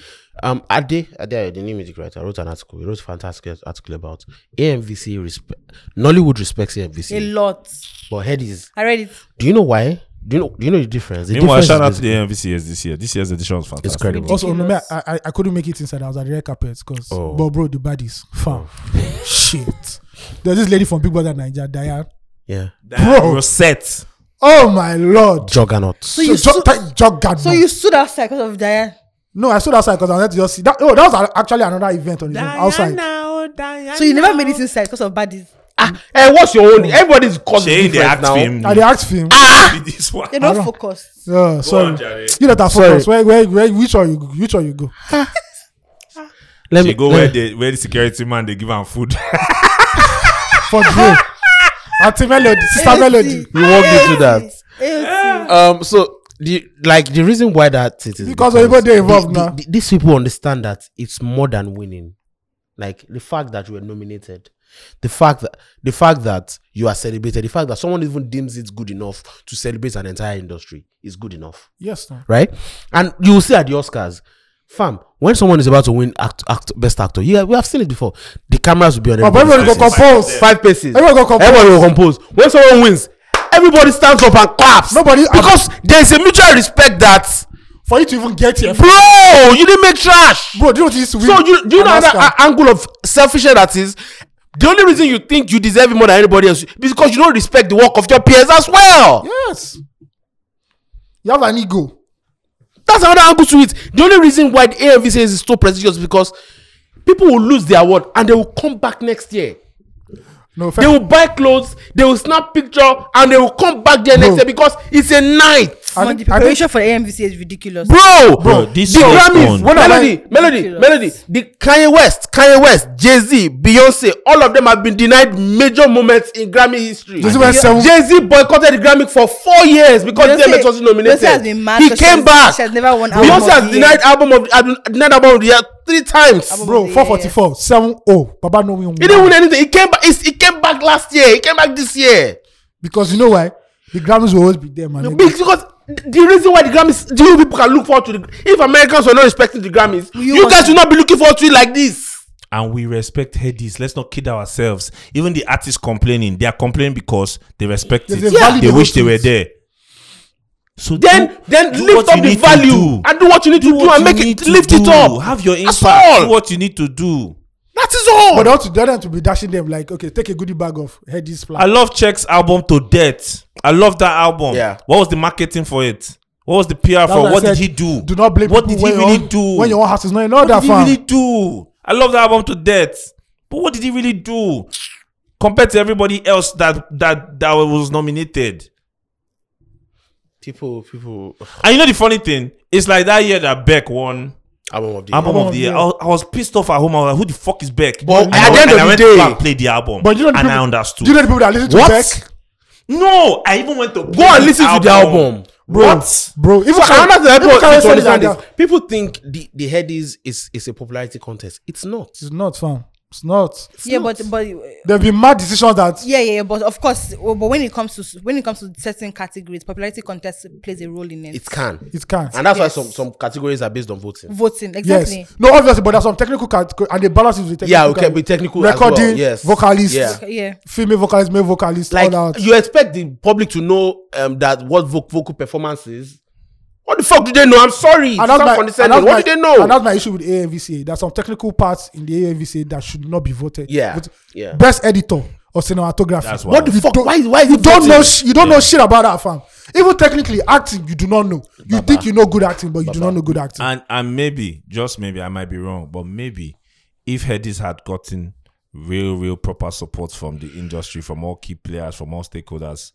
[SPEAKER 1] Um, Ade, Ade, the new music writer, wrote an article. He wrote a fantastic article about AMVC respect. Nollywood respects
[SPEAKER 3] A
[SPEAKER 1] AMVC,
[SPEAKER 3] lot.
[SPEAKER 1] but headies.
[SPEAKER 3] I read it.
[SPEAKER 1] Do you know why? Do you know? Do you know the difference? The
[SPEAKER 5] Meanwhile,
[SPEAKER 1] difference
[SPEAKER 5] shout
[SPEAKER 1] is
[SPEAKER 5] out to the
[SPEAKER 1] basically-
[SPEAKER 5] NVCS this year. This year's edition was fantastic.
[SPEAKER 1] It's credible.
[SPEAKER 4] Also, no, me, I, I I couldn't make it inside. I was at the red carpet because,
[SPEAKER 1] Oh.
[SPEAKER 4] but bro, the baddies, fam, shit. There's this lady from Big Brother Nigeria, Diane.
[SPEAKER 1] Yeah.
[SPEAKER 5] Bro, set.
[SPEAKER 4] Oh my lord.
[SPEAKER 1] Juggernauts.
[SPEAKER 3] So you
[SPEAKER 4] so,
[SPEAKER 3] stood-
[SPEAKER 4] so, juggernaut.
[SPEAKER 3] So you stood outside because of Diane.
[SPEAKER 4] no, I stood outside because I wanted to just see that. Oh, that was a- actually another event on the outside.
[SPEAKER 3] So you never made it inside because of baddies.
[SPEAKER 1] Ah, eh, what's your own? Everybody's causing
[SPEAKER 5] Shey, they
[SPEAKER 1] different
[SPEAKER 5] act
[SPEAKER 1] now.
[SPEAKER 5] him.
[SPEAKER 4] And they asked him.
[SPEAKER 5] Be this one.
[SPEAKER 3] You're not focused.
[SPEAKER 4] Yeah, sorry.
[SPEAKER 5] on, Jerry.
[SPEAKER 4] you let us
[SPEAKER 1] Sorry.
[SPEAKER 4] focus. Where, where, where, which one you, go- which one you go?
[SPEAKER 1] Let
[SPEAKER 5] They
[SPEAKER 1] me
[SPEAKER 5] go
[SPEAKER 1] let
[SPEAKER 5] where
[SPEAKER 1] me-
[SPEAKER 5] the where the security man they give him food.
[SPEAKER 4] For Dre. Auntie Melody, Sister Melody.
[SPEAKER 1] You walked into that.
[SPEAKER 3] AOC.
[SPEAKER 1] Um, so the like the reason why that it is
[SPEAKER 4] Because Oyibo dey involved
[SPEAKER 1] the-
[SPEAKER 4] now.
[SPEAKER 1] the- these people understand that it's more than winning. Like the fact that you were nominated, the fact that the fact that you are celebrated, the fact that someone even deems it good enough to celebrate an entire industry is good enough,
[SPEAKER 4] Yes, no.
[SPEAKER 1] right? And you will see at the Oscars, fam, when someone is about to win act, act best actor, yeah, we have seen it before. The cameras will be on
[SPEAKER 4] Oh, but everybody
[SPEAKER 1] everybody's
[SPEAKER 4] go
[SPEAKER 1] faces.
[SPEAKER 4] compose.
[SPEAKER 1] five paces.
[SPEAKER 4] Everybody go compose.
[SPEAKER 1] Everybody will compose. When someone wins, everybody stands up and claps.
[SPEAKER 4] Nobody-
[SPEAKER 1] because there is a mutual respect that,
[SPEAKER 4] For you to even get here.
[SPEAKER 1] bro, you didn't make trash.
[SPEAKER 4] Bro, do you know what this
[SPEAKER 1] so you do you know that ah. a- angle of selfishness that is. The only reason you think you deserve it more than anybody else is because you don't respect the work of your peers as well.
[SPEAKER 4] Yes. You have an ego.
[SPEAKER 1] That's another angle to it. The only reason why the AMV says it's so prestigious is because people will lose their award and they will come back next year.
[SPEAKER 4] No,
[SPEAKER 1] They
[SPEAKER 4] fair.
[SPEAKER 1] will buy clothes, they will snap picture, and they will come back there next
[SPEAKER 4] Bro.
[SPEAKER 1] year because it's a night.
[SPEAKER 4] I
[SPEAKER 3] Man, the
[SPEAKER 4] think- I think-
[SPEAKER 3] preparation for the AMVC is ridiculous.
[SPEAKER 1] bro,
[SPEAKER 5] Bro, this
[SPEAKER 1] the
[SPEAKER 5] show is
[SPEAKER 1] Grammys,
[SPEAKER 5] on.
[SPEAKER 4] When am
[SPEAKER 1] melody, melody,
[SPEAKER 3] Ridiculous.
[SPEAKER 1] melody, the Kanye West, Kanye West, Jay Z, Beyonce, all of them have been denied major moments in Grammy history.
[SPEAKER 4] Jay-Z went seven-
[SPEAKER 1] Jay Z boycotted the Grammy for four years because
[SPEAKER 3] Beyonce-
[SPEAKER 1] DMX wasn't nominated.
[SPEAKER 3] Beyonce has been mad
[SPEAKER 1] he
[SPEAKER 3] because
[SPEAKER 1] came
[SPEAKER 3] she's-
[SPEAKER 1] back.
[SPEAKER 3] she has never won album
[SPEAKER 1] Beyonce
[SPEAKER 3] of
[SPEAKER 1] has
[SPEAKER 3] the
[SPEAKER 1] denied album of uh, denied album of the year three times.
[SPEAKER 3] Album-
[SPEAKER 4] Bro,
[SPEAKER 3] Yeah.
[SPEAKER 4] 444, 7-0. oh. Baba no win.
[SPEAKER 1] He didn't win anything. He came back. He came back last year. He came back this year.
[SPEAKER 4] Because you know why? The Grammys will always be there, man.
[SPEAKER 1] Be- Because the reason why the Grammys, the only people can look forward to the if Americans were not respecting the Grammys, you, guys will not be looking forward to it like this.
[SPEAKER 5] and we respect headies. Let's not kid ourselves. Even the artists complaining, they are complaining because they respect
[SPEAKER 4] There's
[SPEAKER 5] it.
[SPEAKER 4] a value
[SPEAKER 5] They
[SPEAKER 4] they
[SPEAKER 5] wish they
[SPEAKER 4] hold to
[SPEAKER 5] were there.
[SPEAKER 4] it.
[SPEAKER 5] So
[SPEAKER 1] Then,
[SPEAKER 5] do-
[SPEAKER 1] then
[SPEAKER 5] do what
[SPEAKER 1] lift
[SPEAKER 5] you
[SPEAKER 1] up the
[SPEAKER 5] need to
[SPEAKER 1] value and do what you need to do,
[SPEAKER 5] what
[SPEAKER 1] and
[SPEAKER 5] you
[SPEAKER 1] make
[SPEAKER 5] need
[SPEAKER 1] it
[SPEAKER 5] to
[SPEAKER 1] lift it
[SPEAKER 5] do.
[SPEAKER 1] up.
[SPEAKER 5] Have your
[SPEAKER 1] That's
[SPEAKER 5] impact.
[SPEAKER 1] all.
[SPEAKER 5] Do what you need to do.
[SPEAKER 1] That is all.
[SPEAKER 4] But I want to the other one to be dashing them like, okay, take a goodie bag of head this
[SPEAKER 5] I
[SPEAKER 4] plan.
[SPEAKER 5] love Check's album to death. I love that album.
[SPEAKER 1] Yeah.
[SPEAKER 5] What was the marketing for it? What was the PR
[SPEAKER 4] That's
[SPEAKER 5] for?
[SPEAKER 4] why I
[SPEAKER 5] What
[SPEAKER 4] said,
[SPEAKER 5] did he do?
[SPEAKER 4] Do not blame
[SPEAKER 5] What
[SPEAKER 4] people
[SPEAKER 5] did he
[SPEAKER 4] when your
[SPEAKER 5] really
[SPEAKER 4] own-
[SPEAKER 5] do?
[SPEAKER 4] When your own house is not in
[SPEAKER 5] what
[SPEAKER 4] order,
[SPEAKER 5] did he
[SPEAKER 4] fam.
[SPEAKER 5] really do? I love that album to death. But what did he really do compared to everybody else that that that was nominated?
[SPEAKER 1] people, people,
[SPEAKER 5] And you know the funny thing? It's like that year that Beck won
[SPEAKER 1] album of the
[SPEAKER 5] album,
[SPEAKER 4] Album
[SPEAKER 5] of
[SPEAKER 4] of
[SPEAKER 5] the
[SPEAKER 4] the
[SPEAKER 5] year.
[SPEAKER 4] Year.
[SPEAKER 5] I, was, I was pissed off at home. I was like, who the fuck is Beck?
[SPEAKER 1] But
[SPEAKER 5] And
[SPEAKER 1] at
[SPEAKER 5] I
[SPEAKER 1] the end
[SPEAKER 5] and
[SPEAKER 1] of
[SPEAKER 5] I
[SPEAKER 1] the
[SPEAKER 5] went back
[SPEAKER 1] day-
[SPEAKER 5] and played the album.
[SPEAKER 4] But you know the
[SPEAKER 5] and
[SPEAKER 4] people-
[SPEAKER 5] I understood.
[SPEAKER 4] Do you know the people that listen to
[SPEAKER 1] What?
[SPEAKER 4] Beck?
[SPEAKER 5] no, I even went to
[SPEAKER 1] Go and listen to the album,
[SPEAKER 5] Bro.
[SPEAKER 1] What?
[SPEAKER 4] Bro, even
[SPEAKER 1] So
[SPEAKER 4] Kanye-
[SPEAKER 1] another thing that
[SPEAKER 4] even
[SPEAKER 1] people
[SPEAKER 4] Kanye
[SPEAKER 1] need to
[SPEAKER 4] said it
[SPEAKER 1] understand is
[SPEAKER 4] like that.
[SPEAKER 1] people think the the headies is is a popularity contest. It's not.
[SPEAKER 4] It's not, fam. It's not.
[SPEAKER 3] yeah, but but
[SPEAKER 4] There've been mad decisions that
[SPEAKER 3] yeah, yeah, yeah, but of course, oh, but when it comes to when it comes to certain categories, popularity contest plays a role in it.
[SPEAKER 1] It can,
[SPEAKER 4] it can't.
[SPEAKER 1] and that's why
[SPEAKER 3] Yes.
[SPEAKER 1] some some categories are based on voting.
[SPEAKER 3] voting exactly.
[SPEAKER 4] Yes. No, obviously, but there's some technical cat- and the balance is with technical.
[SPEAKER 1] Yeah, we can
[SPEAKER 4] cat-
[SPEAKER 1] be technical as well,
[SPEAKER 4] Recording,
[SPEAKER 1] yes.
[SPEAKER 4] vocalist,
[SPEAKER 1] Yeah.
[SPEAKER 3] Okay, yeah.
[SPEAKER 4] female vocalist, male vocalist,
[SPEAKER 1] like
[SPEAKER 4] all that.
[SPEAKER 1] you expect the public to know um, that what voc- vocal performance is. What the fuck do they know? I'm sorry.
[SPEAKER 4] And that's,
[SPEAKER 1] Stop
[SPEAKER 4] my, and
[SPEAKER 1] condescending.
[SPEAKER 4] that's
[SPEAKER 1] What
[SPEAKER 4] my-
[SPEAKER 1] do they know?
[SPEAKER 4] and that's my issue with AAVCA. There's some technical parts in the AAVCA that should not be voted.
[SPEAKER 1] Yeah,
[SPEAKER 4] Vote-
[SPEAKER 1] yeah.
[SPEAKER 4] Best editor or cinematography.
[SPEAKER 5] That's
[SPEAKER 1] what the
[SPEAKER 4] You
[SPEAKER 1] fuck?
[SPEAKER 4] don't-
[SPEAKER 1] Why? Why?
[SPEAKER 4] you don't know sh- you don't know shit about that fam even technically acting you do not know you think you know good acting but you do not know good acting
[SPEAKER 5] And and maybe, just maybe, I might be wrong, but maybe if Hedis had gotten real, real proper support from the industry, from all key players, from all stakeholders,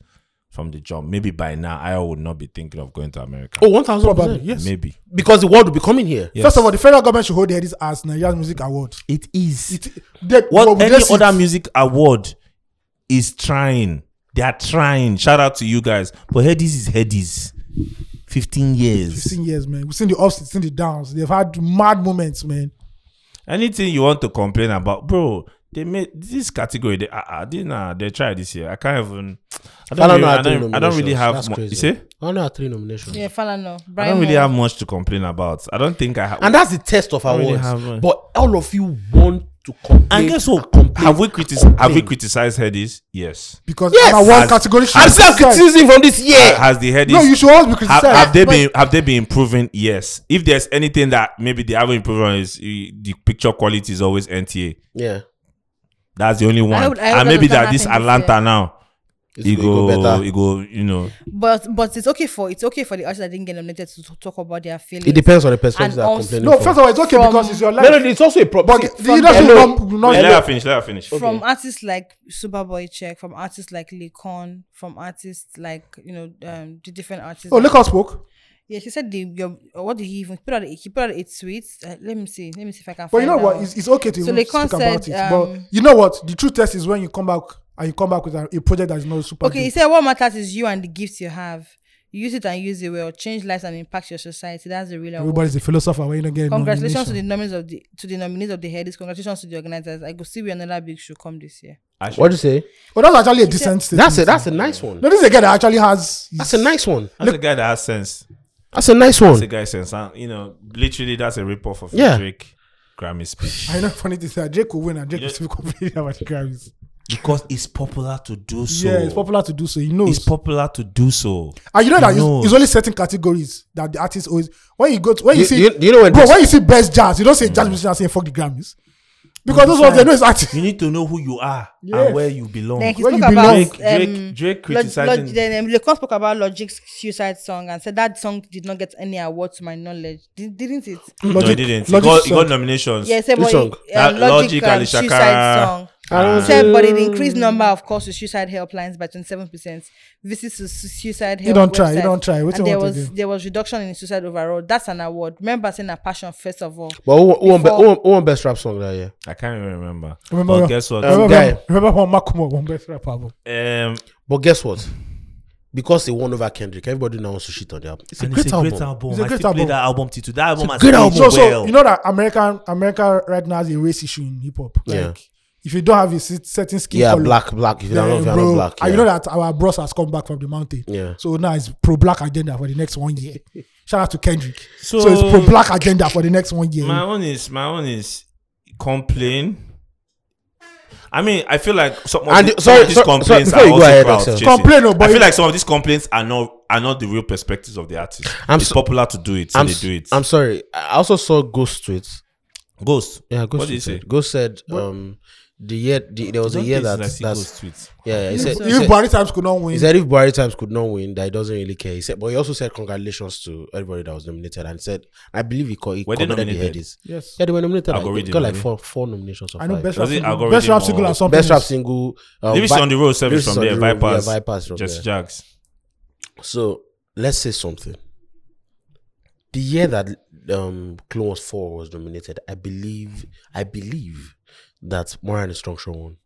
[SPEAKER 5] from the job, maybe by now I would not be thinking of going to America.
[SPEAKER 1] Oh, one thousand
[SPEAKER 4] probably
[SPEAKER 1] percent.
[SPEAKER 4] yes
[SPEAKER 5] Maybe.
[SPEAKER 1] Because the world will be coming here.
[SPEAKER 5] Yes.
[SPEAKER 4] first of all the federal government should hold their this as Nigerian music award
[SPEAKER 5] it is.
[SPEAKER 4] it, they,
[SPEAKER 5] what
[SPEAKER 4] we
[SPEAKER 5] any
[SPEAKER 4] just-
[SPEAKER 5] other music award is trying. They are trying. Shout out to you guys. But Hedis is Hedis. 15 years.
[SPEAKER 4] 15 years man we've seen the ups we've seen the downs they've had mad moments man
[SPEAKER 5] anything you want to complain about, bro. They made this category. They uh, uh, they, nah, they tried this year. I can't even. I don't,
[SPEAKER 1] Falana
[SPEAKER 5] really, I,
[SPEAKER 1] had three
[SPEAKER 5] don't, I don't really
[SPEAKER 1] nominations.
[SPEAKER 5] have.
[SPEAKER 1] That's
[SPEAKER 5] Mu- you
[SPEAKER 1] crazy.
[SPEAKER 5] see,
[SPEAKER 1] Falana had three nominations.
[SPEAKER 3] Yeah, Falana.
[SPEAKER 5] I don't really have much to complain about. I don't think I have.
[SPEAKER 1] And that's the test of
[SPEAKER 5] don't really
[SPEAKER 1] awards.
[SPEAKER 5] have one.
[SPEAKER 1] but all of you want to complain.
[SPEAKER 5] and guess what?
[SPEAKER 1] complain.
[SPEAKER 5] Have we criticized? Have we criticized Headies? Yes.
[SPEAKER 4] because
[SPEAKER 1] Yes.
[SPEAKER 4] our one
[SPEAKER 1] As-
[SPEAKER 4] category should
[SPEAKER 1] I'm
[SPEAKER 4] be
[SPEAKER 1] self
[SPEAKER 4] criticized.
[SPEAKER 1] criticism from this year.
[SPEAKER 5] Has the Headies?
[SPEAKER 4] no you should always be
[SPEAKER 5] have,
[SPEAKER 4] criticized
[SPEAKER 5] have they
[SPEAKER 3] but-
[SPEAKER 5] been? Have they been improving? Yes. If there's anything that maybe they haven't improved on is eh, the picture quality is always NTA.
[SPEAKER 1] yeah.
[SPEAKER 5] That's the only one.
[SPEAKER 3] hope- I hope
[SPEAKER 5] and
[SPEAKER 3] that
[SPEAKER 5] maybe
[SPEAKER 3] does not
[SPEAKER 5] that this
[SPEAKER 3] happen this
[SPEAKER 5] Atlanta now.
[SPEAKER 1] It's
[SPEAKER 5] you
[SPEAKER 1] go-
[SPEAKER 5] go,
[SPEAKER 1] it go better.
[SPEAKER 5] you go, you know.
[SPEAKER 3] But but it's okay for it's okay for the artists that didn't get nominated to to talk about their feelings.
[SPEAKER 1] It depends on the person that are
[SPEAKER 3] also-
[SPEAKER 1] complaining.
[SPEAKER 4] No,
[SPEAKER 1] for.
[SPEAKER 4] first of all, it's okay
[SPEAKER 3] From-
[SPEAKER 4] because it's your life.
[SPEAKER 1] Melody, it's also a problem.
[SPEAKER 4] but
[SPEAKER 1] See,
[SPEAKER 4] the
[SPEAKER 1] from
[SPEAKER 4] industry
[SPEAKER 1] the-
[SPEAKER 4] will not,
[SPEAKER 5] Wait,
[SPEAKER 4] will
[SPEAKER 5] let
[SPEAKER 4] not
[SPEAKER 5] her finish. Let her finish.
[SPEAKER 1] Oh,
[SPEAKER 3] From artists like Superboy Check, from artists like Lecon, from artists like you know um, the different artists.
[SPEAKER 4] Oh, Lakers spoke.
[SPEAKER 3] Yeah, she said the your, what did he even put out? A, he put out a tweet. Uh, let me see. Let me see if I can.
[SPEAKER 4] But you
[SPEAKER 3] find
[SPEAKER 4] know
[SPEAKER 3] that
[SPEAKER 4] what?
[SPEAKER 3] one.
[SPEAKER 4] It's, it's okay to
[SPEAKER 3] So
[SPEAKER 4] even
[SPEAKER 3] they
[SPEAKER 4] speak
[SPEAKER 3] can't
[SPEAKER 4] about
[SPEAKER 3] said,
[SPEAKER 4] it. But
[SPEAKER 3] um,
[SPEAKER 4] you know what? The true test is when you come back and you come back with a, a project that is not super.
[SPEAKER 3] okay, he
[SPEAKER 4] dope.
[SPEAKER 3] said what matters is you and the gifts you have. Use it and use it well. Change lives and impact your society. That's the real award.
[SPEAKER 4] everybody's a philosopher when you don't get a
[SPEAKER 3] Congratulations to
[SPEAKER 4] nomination.
[SPEAKER 3] the nominees of the to the nominees of the headies. Congratulations to the organizers. I go see we another big show come this year.
[SPEAKER 1] What do you say?
[SPEAKER 4] But that's actually a decent statement.
[SPEAKER 1] That's a that's a nice one.
[SPEAKER 4] No, this is a guy that actually has. his-
[SPEAKER 1] That's a nice one.
[SPEAKER 5] That's a guy that has sense.
[SPEAKER 1] That's a nice
[SPEAKER 5] That's a
[SPEAKER 1] one.
[SPEAKER 5] guy sense. And, you know, literally, that's a ripoff of
[SPEAKER 1] Yeah.
[SPEAKER 5] yeah. Drake Grammy speech.
[SPEAKER 4] I know funny to say Drake will win and Drake will still complain about the Grammys.
[SPEAKER 5] Because it's popular to do so.
[SPEAKER 4] yeah, it's popular to do so. He knows.
[SPEAKER 5] It's popular to do so.
[SPEAKER 4] and you know that
[SPEAKER 5] He
[SPEAKER 4] it's,
[SPEAKER 5] knows.
[SPEAKER 4] it's only certain categories that the artist always. When you go to, when you,
[SPEAKER 1] You,
[SPEAKER 4] see,
[SPEAKER 1] you- you know when
[SPEAKER 4] bro,
[SPEAKER 1] this-
[SPEAKER 4] when you see best jazz, you don't say jazz musician saying fuck the Grammys, because
[SPEAKER 5] Mm.
[SPEAKER 4] those ones they know it's artists.
[SPEAKER 5] You need to know who you are
[SPEAKER 4] Yes.
[SPEAKER 5] and Oh, where you belong.
[SPEAKER 3] Then he
[SPEAKER 4] Where
[SPEAKER 3] spoke
[SPEAKER 4] you
[SPEAKER 3] about
[SPEAKER 5] Drake, Drake,
[SPEAKER 3] um,
[SPEAKER 5] Drake
[SPEAKER 3] Log-
[SPEAKER 5] criticizing.
[SPEAKER 3] Log- then um, Lecon spoke about Logic's suicide song and said that song did not get any award to my knowledge. Did, didn't it?
[SPEAKER 5] no, he didn't. He
[SPEAKER 4] Logic
[SPEAKER 5] got, he
[SPEAKER 4] song.
[SPEAKER 5] got um, nominations.
[SPEAKER 3] Yeah, he said,
[SPEAKER 1] Which
[SPEAKER 3] but
[SPEAKER 1] song?
[SPEAKER 3] It, um,
[SPEAKER 5] That
[SPEAKER 3] Logic,
[SPEAKER 5] Logic,
[SPEAKER 3] um,
[SPEAKER 5] Alicia
[SPEAKER 3] suicide
[SPEAKER 5] Cara.
[SPEAKER 3] song.
[SPEAKER 1] I don't
[SPEAKER 3] said,
[SPEAKER 1] know.
[SPEAKER 3] but it increased number of calls to suicide helplines by 27%. Visits to su- suicide help
[SPEAKER 4] You don't try, you
[SPEAKER 3] websites,
[SPEAKER 4] don't try. What
[SPEAKER 3] and
[SPEAKER 4] you
[SPEAKER 3] there
[SPEAKER 4] want to
[SPEAKER 3] was
[SPEAKER 4] do?
[SPEAKER 3] there was reduction in suicide overall. That's an award. Remember saying a passion first of all.
[SPEAKER 1] But who, who, won be,
[SPEAKER 3] Before-
[SPEAKER 1] who, won, who won best rap song that year?
[SPEAKER 5] I can't even remember.
[SPEAKER 4] Remember-
[SPEAKER 5] but guess what?
[SPEAKER 1] Um,
[SPEAKER 4] Remember,
[SPEAKER 1] guy.
[SPEAKER 4] remember when Makumo won best rap album?
[SPEAKER 5] Um,
[SPEAKER 1] But guess what? Because they won over Kendrick, everybody now wants to shit on the album. It's a,
[SPEAKER 5] and
[SPEAKER 1] great, album.
[SPEAKER 4] It's a
[SPEAKER 5] I
[SPEAKER 4] great
[SPEAKER 5] still play
[SPEAKER 4] album.
[SPEAKER 5] that album till today. That album has
[SPEAKER 1] great
[SPEAKER 5] aged
[SPEAKER 1] album.
[SPEAKER 4] So,
[SPEAKER 5] Oh, well.
[SPEAKER 4] so you know that American America right now is a race issue in hip hop. Like,
[SPEAKER 1] Yeah.
[SPEAKER 4] If you don't have a cer- certain skin
[SPEAKER 1] Yeah,
[SPEAKER 4] color,
[SPEAKER 1] black, black. If you're not, if you're not
[SPEAKER 4] bro,
[SPEAKER 1] black, yeah.
[SPEAKER 4] and you know that our bros has come back from the mountain.
[SPEAKER 1] Yeah.
[SPEAKER 4] So now it's pro black agenda for the next one year. Shout out to Kendrick. So,
[SPEAKER 5] So-
[SPEAKER 4] it's pro black agenda for the next one year.
[SPEAKER 1] Mm.
[SPEAKER 5] my own is my own is complain. I mean, I feel like some of,
[SPEAKER 1] And
[SPEAKER 5] the-
[SPEAKER 1] the-
[SPEAKER 5] some
[SPEAKER 1] sorry,
[SPEAKER 5] of these
[SPEAKER 1] so- sorry,
[SPEAKER 5] complaints
[SPEAKER 1] before you go
[SPEAKER 5] are also
[SPEAKER 1] ahead,
[SPEAKER 5] crowd
[SPEAKER 1] Axel.
[SPEAKER 5] chasing.
[SPEAKER 4] Complain, oh, but
[SPEAKER 5] I
[SPEAKER 4] you-
[SPEAKER 5] feel like some of these complaints are not are not the real perspectives of the artist.
[SPEAKER 1] I'm
[SPEAKER 5] it's
[SPEAKER 1] so-
[SPEAKER 5] popular to do it, so
[SPEAKER 1] I'm,
[SPEAKER 5] they
[SPEAKER 1] s-
[SPEAKER 5] do it.
[SPEAKER 1] I'm sorry. I also saw Ghost tweet.
[SPEAKER 5] Ghost.
[SPEAKER 1] Yeah, Ghost
[SPEAKER 5] What did he
[SPEAKER 1] tweet said.
[SPEAKER 5] say?
[SPEAKER 1] Ghost said um, the year the, there was a
[SPEAKER 5] Don't
[SPEAKER 1] year
[SPEAKER 5] taste
[SPEAKER 1] that
[SPEAKER 5] like see
[SPEAKER 1] that's
[SPEAKER 5] Ghost tweets.
[SPEAKER 1] yeah. He said,
[SPEAKER 4] if
[SPEAKER 1] he said-
[SPEAKER 4] if Barry Times could not
[SPEAKER 1] He
[SPEAKER 4] win,
[SPEAKER 1] said if Buhari times could not win, that he doesn't really care. He said, but he also said congratulations to everybody that was nominated and said, I believe he, called, he
[SPEAKER 5] Were they
[SPEAKER 1] commended the
[SPEAKER 5] nominated?
[SPEAKER 1] headies.
[SPEAKER 4] yes.
[SPEAKER 1] Yeah, they were nominated.
[SPEAKER 5] I'll
[SPEAKER 1] Like,
[SPEAKER 5] go read
[SPEAKER 1] they
[SPEAKER 5] it,
[SPEAKER 1] got like
[SPEAKER 5] I'll
[SPEAKER 1] four four nominations. Or
[SPEAKER 4] I know
[SPEAKER 1] five.
[SPEAKER 4] best rap
[SPEAKER 5] Was it
[SPEAKER 4] single,
[SPEAKER 5] algorithm
[SPEAKER 4] best rap
[SPEAKER 5] or-
[SPEAKER 4] single and something.
[SPEAKER 1] best rap
[SPEAKER 4] else.
[SPEAKER 1] single. Um,
[SPEAKER 5] Lyrics
[SPEAKER 1] Vi-
[SPEAKER 5] on the road service
[SPEAKER 1] Lyrics
[SPEAKER 5] from
[SPEAKER 1] on
[SPEAKER 5] there,
[SPEAKER 1] the Road,
[SPEAKER 5] Vipers,
[SPEAKER 1] yeah, Vipers from
[SPEAKER 5] Just
[SPEAKER 1] there.
[SPEAKER 5] Jags.
[SPEAKER 1] So let's say something. The year that um Clone Wars Four was nominated, I believe, I believe that Moran Instruction won.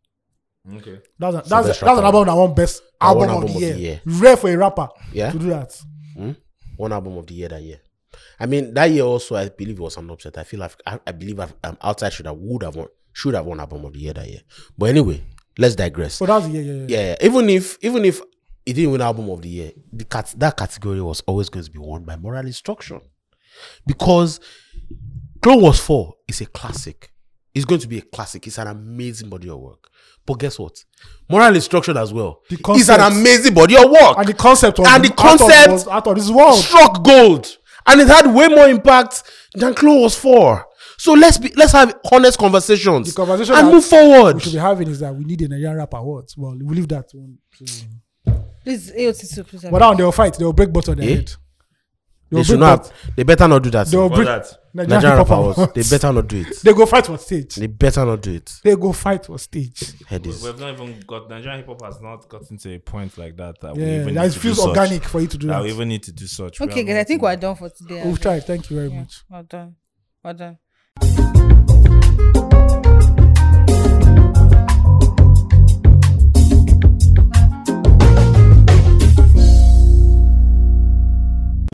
[SPEAKER 5] Okay.
[SPEAKER 4] That's, a, that's,
[SPEAKER 1] best
[SPEAKER 4] a-
[SPEAKER 1] rap
[SPEAKER 4] that's an album
[SPEAKER 1] album.
[SPEAKER 4] that won best
[SPEAKER 1] That
[SPEAKER 4] album,
[SPEAKER 1] won
[SPEAKER 4] of, the year. Rare for a rapper
[SPEAKER 1] Yeah,
[SPEAKER 4] to do that.
[SPEAKER 1] one album of the year that year. I mean, that year also, I believe it was an upset. I feel like I, I believe I've, um, outside should have would have won should have won album of the year that year. But anyway, let's digress.
[SPEAKER 4] So that's the year, yeah, yeah. yeah.
[SPEAKER 1] yeah, yeah. even if even if it didn't win album of the year, the cat that category was always going to be won by moral instruction because Clone Wars Four is a classic. It's going to be a classic. It's an amazing body of work. But guess what? Moral instruction as well.
[SPEAKER 4] The
[SPEAKER 1] It's an
[SPEAKER 4] concept-
[SPEAKER 1] amazing body of work
[SPEAKER 4] And the concept was
[SPEAKER 1] And the
[SPEAKER 4] out of-
[SPEAKER 1] concept-
[SPEAKER 4] was out of this world.
[SPEAKER 1] struck gold and it had way more impact than Clone Wars 4. So let's be let's have honest conversations
[SPEAKER 4] The conversation
[SPEAKER 1] and
[SPEAKER 4] that
[SPEAKER 1] move
[SPEAKER 4] we
[SPEAKER 1] forward.
[SPEAKER 4] should be having is that we need a Nigerian rap awards. Well, we leave that one. to-
[SPEAKER 3] Please AOT2, please.
[SPEAKER 4] But now they will fight. They will break butter on their
[SPEAKER 1] Eh?
[SPEAKER 4] head.
[SPEAKER 1] They should not. They better not do that.
[SPEAKER 4] They will
[SPEAKER 5] What's
[SPEAKER 4] break
[SPEAKER 5] that?
[SPEAKER 4] Nigerian,
[SPEAKER 1] Nigerian
[SPEAKER 4] hip-hop
[SPEAKER 1] rap awards. They
[SPEAKER 4] awards.
[SPEAKER 1] better not do it.
[SPEAKER 4] They go fight for stage.
[SPEAKER 1] They better not do it.
[SPEAKER 4] They go fight for stage.
[SPEAKER 1] Headies.
[SPEAKER 5] We've not even got Nigerian hip hop has not gotten to a point like that that we
[SPEAKER 4] Yeah,
[SPEAKER 5] even
[SPEAKER 4] that
[SPEAKER 5] need
[SPEAKER 4] it
[SPEAKER 5] to do
[SPEAKER 4] feels
[SPEAKER 5] such.
[SPEAKER 4] organic for you to do
[SPEAKER 5] That
[SPEAKER 4] that.
[SPEAKER 5] we even need to do such. We
[SPEAKER 3] Okay,
[SPEAKER 5] are
[SPEAKER 3] guys, I
[SPEAKER 5] not-
[SPEAKER 3] think we're done for today.
[SPEAKER 4] We've tried. Thank you very much.
[SPEAKER 3] Well done. Well done.